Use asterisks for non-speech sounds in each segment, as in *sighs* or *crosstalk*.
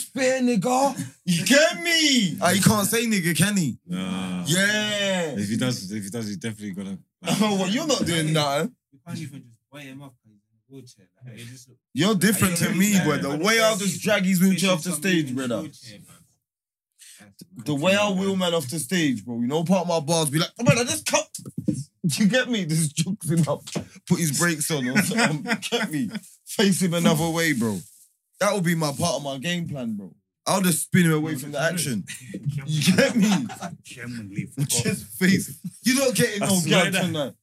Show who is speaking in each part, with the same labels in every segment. Speaker 1: spit, nigga.
Speaker 2: You get me?
Speaker 3: Ah, he can't say nigga, can he?
Speaker 2: Nah.
Speaker 3: Yeah.
Speaker 2: If he does, if he does, he's definitely gonna.
Speaker 3: *laughs* well, you're not doing nothing.
Speaker 4: You can't even just weigh him up in a wheelchair. Like, it just look
Speaker 3: You're different to me, but the way I'll just drag his wheelchair off the stage, brother. The way I wheel man off the stage, bro. You know, part of my bars be like, oh, man, I just cut. *laughs* You get me? This jukes him up. Put his brakes on *laughs* or something. get me? Face him another way, bro. That would be my part of my game plan, bro. I'll just spin him away from the action. *laughs* You get me?
Speaker 5: Genuinely forgot.
Speaker 3: Just face. You don't get
Speaker 2: I
Speaker 3: no
Speaker 2: swear
Speaker 3: gal
Speaker 2: that-
Speaker 3: tonight.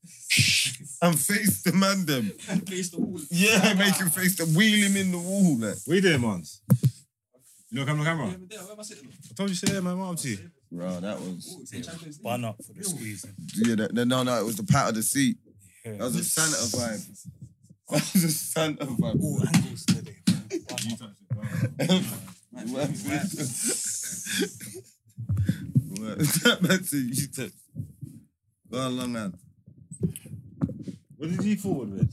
Speaker 3: and face the man
Speaker 2: *laughs*
Speaker 3: them.
Speaker 4: Face the wall.
Speaker 3: Yeah, make him face the wheel him in the wall. Like.
Speaker 2: We did it, once. You know, come on camera.
Speaker 4: Where
Speaker 2: I
Speaker 4: am I sitting?
Speaker 2: told you, sit there, man. What up to you?
Speaker 3: Bro, that was
Speaker 4: Oh, it's in Champions League.
Speaker 5: Bun up for the squeezing.
Speaker 3: yeah. That, that- no, no, it was the pat of the seat. That
Speaker 5: Yeah.
Speaker 3: was a Santa vibe. *laughs* That was a Santa vibe.
Speaker 5: All angles today. man. Bun up.
Speaker 3: *laughs* *laughs* that man said you took. Go on, long hand.
Speaker 2: What did he forward with?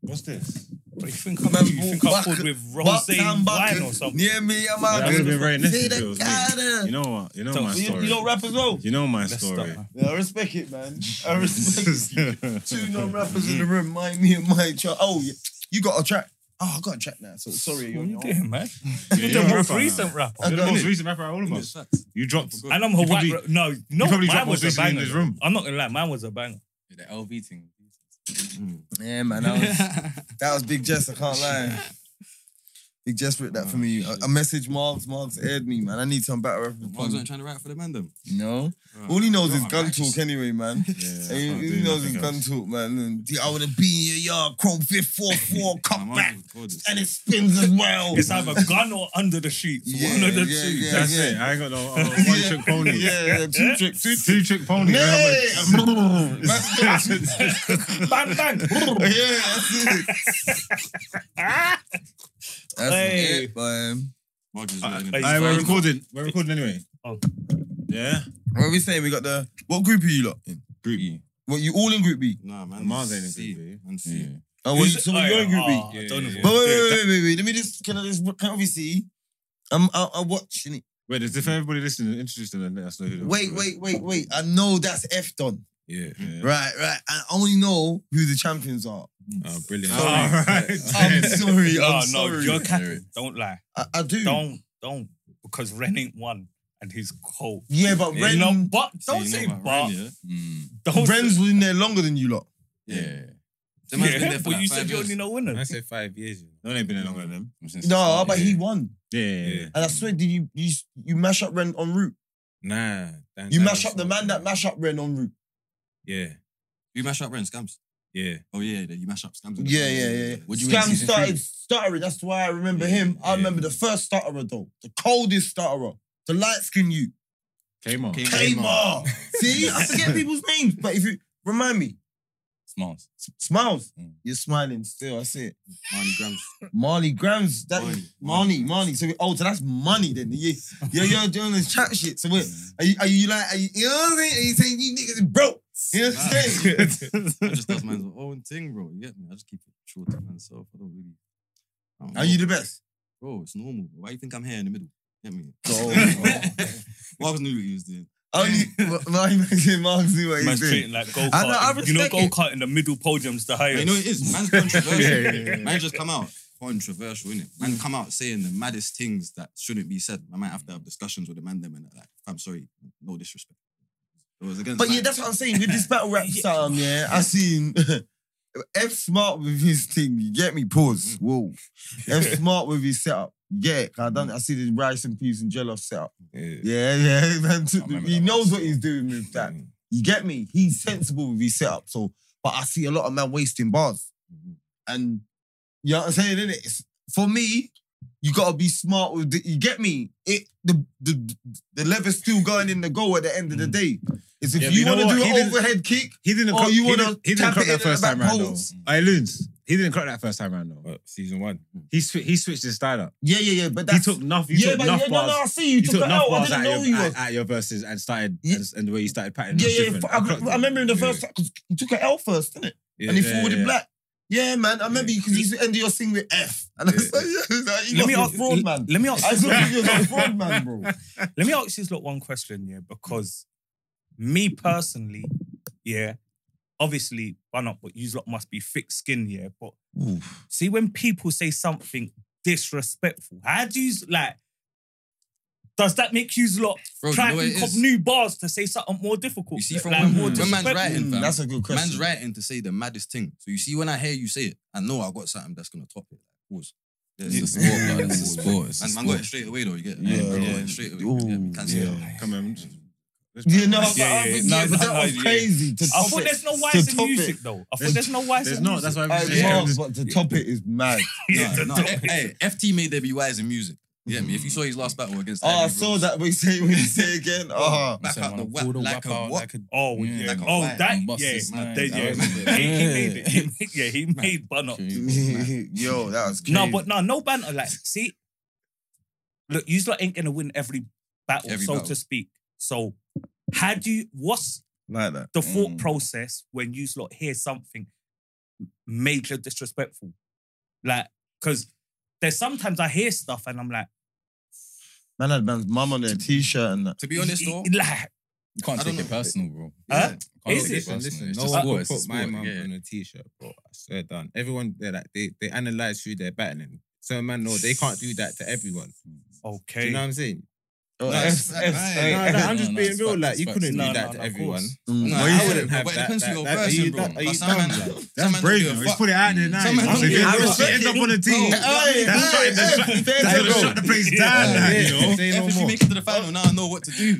Speaker 2: What's this?
Speaker 5: What do you think I'm,
Speaker 3: Man,
Speaker 5: you think I'm
Speaker 3: back-
Speaker 5: fought with
Speaker 3: Back
Speaker 5: rosé
Speaker 3: down, back
Speaker 5: wine
Speaker 3: in-
Speaker 5: or something?
Speaker 3: Yeah, me, I'm out.
Speaker 2: That would've been very
Speaker 3: See
Speaker 2: nasty if
Speaker 3: that uh.
Speaker 2: it was me.
Speaker 3: guy there?
Speaker 2: You know what? You know
Speaker 5: So-
Speaker 2: my
Speaker 3: You-
Speaker 2: story.
Speaker 3: you don't rap as well?
Speaker 2: You know my
Speaker 5: Let's
Speaker 2: story. *laughs*
Speaker 5: stop, man.
Speaker 3: Yeah, I respect it, man. *laughs* I respect it. two non-rappers in the room, my me and my child. Oh, you, you got a track. Oh, I got a track now. So sorry, you're
Speaker 5: What are
Speaker 3: on *laughs*
Speaker 5: you
Speaker 3: your own.
Speaker 5: doing, man?
Speaker 2: Yeah,
Speaker 5: You're
Speaker 2: you're a
Speaker 5: the most
Speaker 2: rapper now.
Speaker 5: recent rapper.
Speaker 2: You're the
Speaker 3: Got
Speaker 2: most
Speaker 3: it.
Speaker 2: recent rapper out of all of us. You dropped.
Speaker 5: And I'm Hawaii.
Speaker 2: You probably-
Speaker 5: no, no,
Speaker 2: probably
Speaker 5: mine
Speaker 2: dropped
Speaker 5: was
Speaker 2: most
Speaker 5: a
Speaker 2: recently in
Speaker 5: banger.
Speaker 2: this room.
Speaker 5: I'm not gonna lie, mine was a banger.
Speaker 4: The LV thing. *laughs*
Speaker 3: Yeah, man, that
Speaker 2: *laughs*
Speaker 3: was, that was Big Jess. I can't lie. Big Jess wrote that for me.
Speaker 2: Oh,
Speaker 3: I, I messaged Marks. Marks aired me, man. I need some better reference.
Speaker 4: Mark's not trying to write for the man, them.
Speaker 3: No, all he knows
Speaker 4: Yo,
Speaker 3: is
Speaker 4: I'm
Speaker 3: gun
Speaker 4: righteous.
Speaker 3: talk anyway, man.
Speaker 2: Yeah,
Speaker 3: He,
Speaker 2: I can't
Speaker 3: he
Speaker 2: do
Speaker 3: knows
Speaker 2: nothing
Speaker 3: his
Speaker 2: else.
Speaker 3: gun talk, man. And the- I would have been in your yard, chrome fifth four
Speaker 2: *laughs*
Speaker 3: four,
Speaker 4: I'm
Speaker 2: Oh,
Speaker 3: cock back,
Speaker 4: gorgeous.
Speaker 3: and it spins as well.
Speaker 5: It's either gun or under the sheets.
Speaker 3: Yeah,
Speaker 5: one of the
Speaker 3: yeah,
Speaker 5: two.
Speaker 3: yeah.
Speaker 2: That's it. I ain't got no uh, one trick pony.
Speaker 3: Yeah,
Speaker 2: *laughs*
Speaker 3: yeah, two trick, two trick.
Speaker 2: Two trick pony.
Speaker 3: Hey!
Speaker 2: *laughs*
Speaker 5: Bang bang.
Speaker 3: yeah, that's
Speaker 2: *laughs*
Speaker 3: it.
Speaker 5: Ah!
Speaker 3: That's
Speaker 5: Hey.
Speaker 3: it, man.
Speaker 4: Mark
Speaker 3: Uh,
Speaker 4: is not in
Speaker 5: I-
Speaker 4: it.
Speaker 5: I-
Speaker 2: Alright, we're recording. We're recording anyway.
Speaker 5: Oh.
Speaker 2: Yeah.
Speaker 3: What are we saying? We got the what group are you lot in?
Speaker 2: Group E.
Speaker 3: What you all in group B?
Speaker 4: Nah, man.
Speaker 2: Mars ain't in
Speaker 4: C.
Speaker 2: Group B.
Speaker 4: Man, C.
Speaker 3: Oh, well,
Speaker 5: Who's-
Speaker 3: so
Speaker 5: oh,
Speaker 3: you're in group B.
Speaker 5: oh, I don't know.
Speaker 4: Yeah,
Speaker 3: But wait, wait, wait, wait, wait. Let me just can I just can we see? I'm I, I'm watching it.
Speaker 2: Wait, if everybody listening and interested, then let us know who. the-
Speaker 3: Wait, wait, wait, wait. I know that's F done.
Speaker 4: Yeah.
Speaker 2: Yeah.
Speaker 3: Right, right. I only know who the champions are.
Speaker 4: Oh, brilliant.
Speaker 3: Sorry.
Speaker 2: All right. *laughs*
Speaker 3: I'm sorry.
Speaker 5: No,
Speaker 3: I'm
Speaker 5: no,
Speaker 3: sorry.
Speaker 5: you're capping. Don't lie.
Speaker 3: I, I do.
Speaker 5: Don't, don't, because Ren ain't one and he's cold.
Speaker 3: Yeah, but
Speaker 4: Yeah,
Speaker 3: Ren,
Speaker 5: You know, but
Speaker 4: So
Speaker 5: don't
Speaker 4: you know
Speaker 5: say
Speaker 4: about
Speaker 5: but.
Speaker 4: Ren, yeah? Mm.
Speaker 5: Don't
Speaker 3: Ren's
Speaker 5: say,
Speaker 3: been there longer than you lot.
Speaker 4: Yeah. The man's been
Speaker 5: yeah,
Speaker 4: there for
Speaker 5: but
Speaker 4: like
Speaker 5: you
Speaker 4: five
Speaker 5: said you
Speaker 4: years.
Speaker 5: only know winners.
Speaker 4: say five years. You know.
Speaker 2: No, they've been there longer than them.
Speaker 4: Since
Speaker 3: No,
Speaker 4: started.
Speaker 3: but he won.
Speaker 2: Yeah, yeah, yeah.
Speaker 3: And I swear, did you you you mash up Ren en route?
Speaker 4: Nah. Dan-
Speaker 3: You
Speaker 4: Dan
Speaker 3: mash
Speaker 4: was
Speaker 3: up the
Speaker 4: not
Speaker 3: man that
Speaker 4: there.
Speaker 3: mash up Ren en route.
Speaker 4: Yeah. You mash up Ren Scams. Yeah. Oh yeah, you mash up Scams.
Speaker 3: Yeah, yeah, yeah.
Speaker 4: Would you win
Speaker 3: Scam
Speaker 4: season
Speaker 3: started
Speaker 4: three?
Speaker 3: stuttering. That's why I remember
Speaker 4: Yeah,
Speaker 3: him. I
Speaker 4: yeah.
Speaker 3: remember the first stutterer though, the coldest stutterer, the light skin you,
Speaker 2: Came on.
Speaker 4: Came-
Speaker 3: Kmart. See, I
Speaker 4: *laughs*
Speaker 3: forget people's names, but if you remind me,
Speaker 4: Smiles.
Speaker 3: S- smiles.
Speaker 4: Mm.
Speaker 3: You're smiling still. I see it.
Speaker 4: Marley Grams.
Speaker 3: Marley Grams. That
Speaker 4: Marley,
Speaker 3: Marley, Marley. So we, oh, so that's money then. Yeah, you're, you're doing this chat shit. So wait,
Speaker 4: Mm.
Speaker 3: are you, are you like, are you, you know what I'm saying? Are you saying you niggas is broke? You know what I'm saying?
Speaker 4: *laughs* I just does my own oh, thing, bro. You get me? I just keep it short to myself. I don't really. I don't
Speaker 3: Are
Speaker 4: know.
Speaker 3: you the best?
Speaker 4: Bro, it's normal. Bro. Why you think I'm here in the middle? Get me? *laughs*
Speaker 3: Oh,
Speaker 4: Marcus knew what he was doing. *laughs*
Speaker 3: Only *laughs* Marley Marks knew what
Speaker 5: Man's
Speaker 3: he's doing.
Speaker 5: treating like go
Speaker 3: I know, I
Speaker 5: kart. You know,
Speaker 3: respect
Speaker 5: go
Speaker 3: it.
Speaker 5: kart in the middle podium's the
Speaker 4: But
Speaker 5: highest.
Speaker 4: you know
Speaker 3: *laughs*
Speaker 4: it is. Man's controversial.
Speaker 2: Yeah, yeah, yeah.
Speaker 4: Man just come out controversial, innit? Man come out saying the maddest things that shouldn't be said. I might have to have discussions with the man them and like, I'm sorry, no disrespect. It was against.
Speaker 3: But yeah, that's what I'm saying. With this battle
Speaker 4: *laughs*
Speaker 3: rap sound, yeah, I seen *laughs* F Smart with his thing. You get me? Pause.
Speaker 4: *laughs*
Speaker 3: Whoa. F Smart with his setup. Yeah, 'cause I done. I see the rice and peas and jello setup. Yeah, yeah. *laughs* Man, took the-
Speaker 4: remember
Speaker 3: he
Speaker 4: that
Speaker 3: knows
Speaker 4: one.
Speaker 3: what he's doing with that. You get me? He's sensible with his setup. So, but I see a lot of man wasting bars,
Speaker 2: Mm-hmm.
Speaker 3: and you know what I'm saying. Innit? It's, for me, you gotta be smart with. The, you get me? It the the the lever's still going in the goal at the end of the day. Is if
Speaker 2: Mm. Yeah, but
Speaker 3: you
Speaker 2: you know
Speaker 3: want to
Speaker 2: what?
Speaker 3: do
Speaker 2: He
Speaker 3: an
Speaker 2: didn't-
Speaker 3: overhead kick,
Speaker 2: He didn't.
Speaker 3: Oh,
Speaker 2: clock-
Speaker 3: you
Speaker 2: he
Speaker 3: wanna
Speaker 2: didn't- He
Speaker 3: tap
Speaker 2: didn't clock
Speaker 3: it
Speaker 2: that
Speaker 3: in
Speaker 2: first
Speaker 3: the
Speaker 2: time
Speaker 3: back
Speaker 2: round.
Speaker 3: post.
Speaker 2: though. I loons. He didn't clock that first time round though.
Speaker 4: season one.
Speaker 2: He swi- he switched his style up.
Speaker 3: yeah, yeah, yeah. But
Speaker 2: He
Speaker 3: that's
Speaker 2: took enough. He
Speaker 3: yeah,
Speaker 2: took
Speaker 3: but
Speaker 2: enough
Speaker 3: yeah, no, no, I
Speaker 2: bars.
Speaker 3: see you,
Speaker 2: You took
Speaker 3: took it
Speaker 2: enough
Speaker 3: out. I
Speaker 2: bars
Speaker 3: didn't
Speaker 2: at
Speaker 3: know
Speaker 2: your,
Speaker 3: you was.
Speaker 2: at, at your verses and started
Speaker 3: Yeah.
Speaker 2: and, and the way you started patterning.
Speaker 3: Yeah,
Speaker 2: was
Speaker 3: yeah.
Speaker 2: different.
Speaker 3: I, I remember in the
Speaker 2: Yeah.
Speaker 3: first time 'cause he took an L first, didn't it?
Speaker 2: Yeah,
Speaker 3: and he
Speaker 2: yeah,
Speaker 3: forwarded
Speaker 2: yeah.
Speaker 3: black. Yeah, man, I remember
Speaker 2: Yeah.
Speaker 3: because he's ended your thing with F. And I said, *laughs* yeah, you
Speaker 5: Let
Speaker 3: lost
Speaker 5: me
Speaker 3: your
Speaker 5: ask.
Speaker 3: fraud man.
Speaker 5: Let me ask.
Speaker 3: I saw you
Speaker 5: *laughs*
Speaker 3: was a fraud man, bro.
Speaker 5: Let me ask this lot one question, yeah, because me personally, yeah, obviously, why not? But you lot must be thick skin, yeah. But see, when people say something disrespectful, how do you like? Does that make you lot
Speaker 4: Bro,
Speaker 5: try
Speaker 4: you know what
Speaker 5: and
Speaker 4: it
Speaker 5: think of
Speaker 4: is?
Speaker 5: new bars to say something more difficult?
Speaker 4: You see, from
Speaker 5: like,
Speaker 4: when-
Speaker 5: more
Speaker 4: when man's
Speaker 5: disrespectful?
Speaker 4: writing-
Speaker 3: Mm, that's a good question.
Speaker 4: Man's writing to say the maddest thing. So you see, when I hear you say it, I know I got something that's gonna top it. Like, pause. There's
Speaker 2: It's
Speaker 4: a
Speaker 2: a sport,
Speaker 3: *laughs*
Speaker 2: bro. It's a
Speaker 4: sport.
Speaker 2: sport. It's a
Speaker 4: Man, man
Speaker 2: sport.
Speaker 4: got it straight away though. You get it?
Speaker 3: Yeah,
Speaker 4: Man, got
Speaker 2: yeah.
Speaker 4: it straight away.
Speaker 3: Ooh,
Speaker 4: Yeah, we can see
Speaker 2: Yeah.
Speaker 4: it.
Speaker 2: Come on. just- let's-
Speaker 3: Yeah, no, but,
Speaker 5: Yeah,
Speaker 3: I
Speaker 5: yeah,
Speaker 3: think-
Speaker 5: yeah.
Speaker 3: yeah,
Speaker 5: No,
Speaker 3: but that
Speaker 5: no,
Speaker 3: was
Speaker 5: yeah.
Speaker 3: crazy. To
Speaker 5: I
Speaker 3: top
Speaker 5: thought
Speaker 3: it-
Speaker 5: there's no
Speaker 3: to
Speaker 5: wives in
Speaker 3: top it.
Speaker 5: music though. I
Speaker 2: There's-
Speaker 5: thought there's no wives
Speaker 2: There's
Speaker 5: in
Speaker 2: not.
Speaker 5: music.
Speaker 2: That's why
Speaker 3: Hey,
Speaker 2: I'm
Speaker 3: Marv,
Speaker 2: saying.
Speaker 3: but the topic is
Speaker 2: *laughs*
Speaker 3: mad.
Speaker 5: Yeah, the
Speaker 4: No, no,
Speaker 5: dog.
Speaker 4: hey, hey, FT made there be wise in music. Yeah, me. If you saw his last battle against,
Speaker 3: Oh, I
Speaker 4: Ivory
Speaker 3: saw
Speaker 4: Rose,
Speaker 3: that. We say, we say again. Oh,
Speaker 4: Back out the whack
Speaker 1: Pull the
Speaker 4: like
Speaker 1: whip
Speaker 4: a
Speaker 1: out
Speaker 4: what?
Speaker 1: like a-
Speaker 5: Oh yeah.
Speaker 1: Yeah,
Speaker 4: like a
Speaker 5: oh
Speaker 4: fight
Speaker 5: that
Speaker 1: and bust
Speaker 5: yeah.
Speaker 1: his mind.
Speaker 5: That, yeah.
Speaker 1: I remember.
Speaker 5: he, he made it.
Speaker 1: Yeah. *laughs*
Speaker 5: He made, yeah, he
Speaker 4: *laughs*
Speaker 5: made Bunnock.
Speaker 3: *laughs* yo, that was crazy.
Speaker 5: No, but no, no banter. Like, see, look, you lot ain't gonna win every battle,
Speaker 4: Every
Speaker 5: so
Speaker 4: battle.
Speaker 5: to speak. So, how do you? What's
Speaker 3: like that.
Speaker 5: the thought
Speaker 4: Mm.
Speaker 5: process when you lot hear something major disrespectful? Like, because there's sometimes I hear stuff and I'm like,
Speaker 3: Man had man's mum on their t-shirt and that.
Speaker 4: To be honest though,
Speaker 5: *laughs* like,
Speaker 1: You can't
Speaker 4: I don't
Speaker 1: take it
Speaker 4: know.
Speaker 1: personal, bro.
Speaker 5: Huh?
Speaker 1: Can't
Speaker 5: Is
Speaker 1: take
Speaker 5: it?
Speaker 1: it
Speaker 6: Listen,
Speaker 1: personal.
Speaker 6: listen,
Speaker 1: It's
Speaker 6: no
Speaker 1: just
Speaker 6: one
Speaker 1: sport.
Speaker 6: could
Speaker 1: It's a
Speaker 6: put my
Speaker 1: sport,
Speaker 6: man
Speaker 1: yeah.
Speaker 6: on a t-shirt, bro. I swear down. Everyone they're like they they analyze who they're battling. So man, no, they can't do that to everyone. Do
Speaker 5: okay,
Speaker 6: you know what I'm saying?
Speaker 3: Oh,
Speaker 4: No,
Speaker 3: F-
Speaker 4: it's-
Speaker 3: F-
Speaker 6: No,
Speaker 3: A-
Speaker 6: no, I'm
Speaker 1: no,
Speaker 6: just
Speaker 1: no,
Speaker 6: being
Speaker 1: it's
Speaker 6: real.
Speaker 1: facts,
Speaker 6: Like you
Speaker 1: it's
Speaker 6: couldn't
Speaker 5: facts.
Speaker 6: do
Speaker 5: No,
Speaker 6: that
Speaker 5: no,
Speaker 6: to
Speaker 5: of
Speaker 6: everyone.
Speaker 5: course.
Speaker 3: Mm.
Speaker 6: I
Speaker 4: No, yeah,
Speaker 6: wouldn't
Speaker 4: but-
Speaker 6: have
Speaker 4: but it
Speaker 6: that-
Speaker 4: depends who
Speaker 6: that-
Speaker 4: your
Speaker 6: that-
Speaker 4: person,
Speaker 6: are you
Speaker 4: bro.
Speaker 6: done- are you
Speaker 4: Some man-
Speaker 6: done with that?
Speaker 4: some
Speaker 2: That's
Speaker 4: man don't give
Speaker 2: brave.
Speaker 4: a
Speaker 2: man.
Speaker 4: fuck.
Speaker 2: Let's put it out there now.
Speaker 4: Some man
Speaker 2: you know,
Speaker 4: don't
Speaker 2: if
Speaker 4: give a
Speaker 2: it-
Speaker 4: fuck.
Speaker 2: if it ends up on a team.
Speaker 4: No.
Speaker 3: Hey, hey,
Speaker 2: That's shutting-
Speaker 3: *laughs*
Speaker 2: that's
Speaker 3: hey, fair
Speaker 2: shutting- That's gonna
Speaker 3: play.
Speaker 2: shut the place down,
Speaker 5: Yeah.
Speaker 2: now, you
Speaker 6: Yeah,
Speaker 2: know.
Speaker 6: Say no
Speaker 4: If you
Speaker 6: more.
Speaker 4: make it to the final now, I know what to do.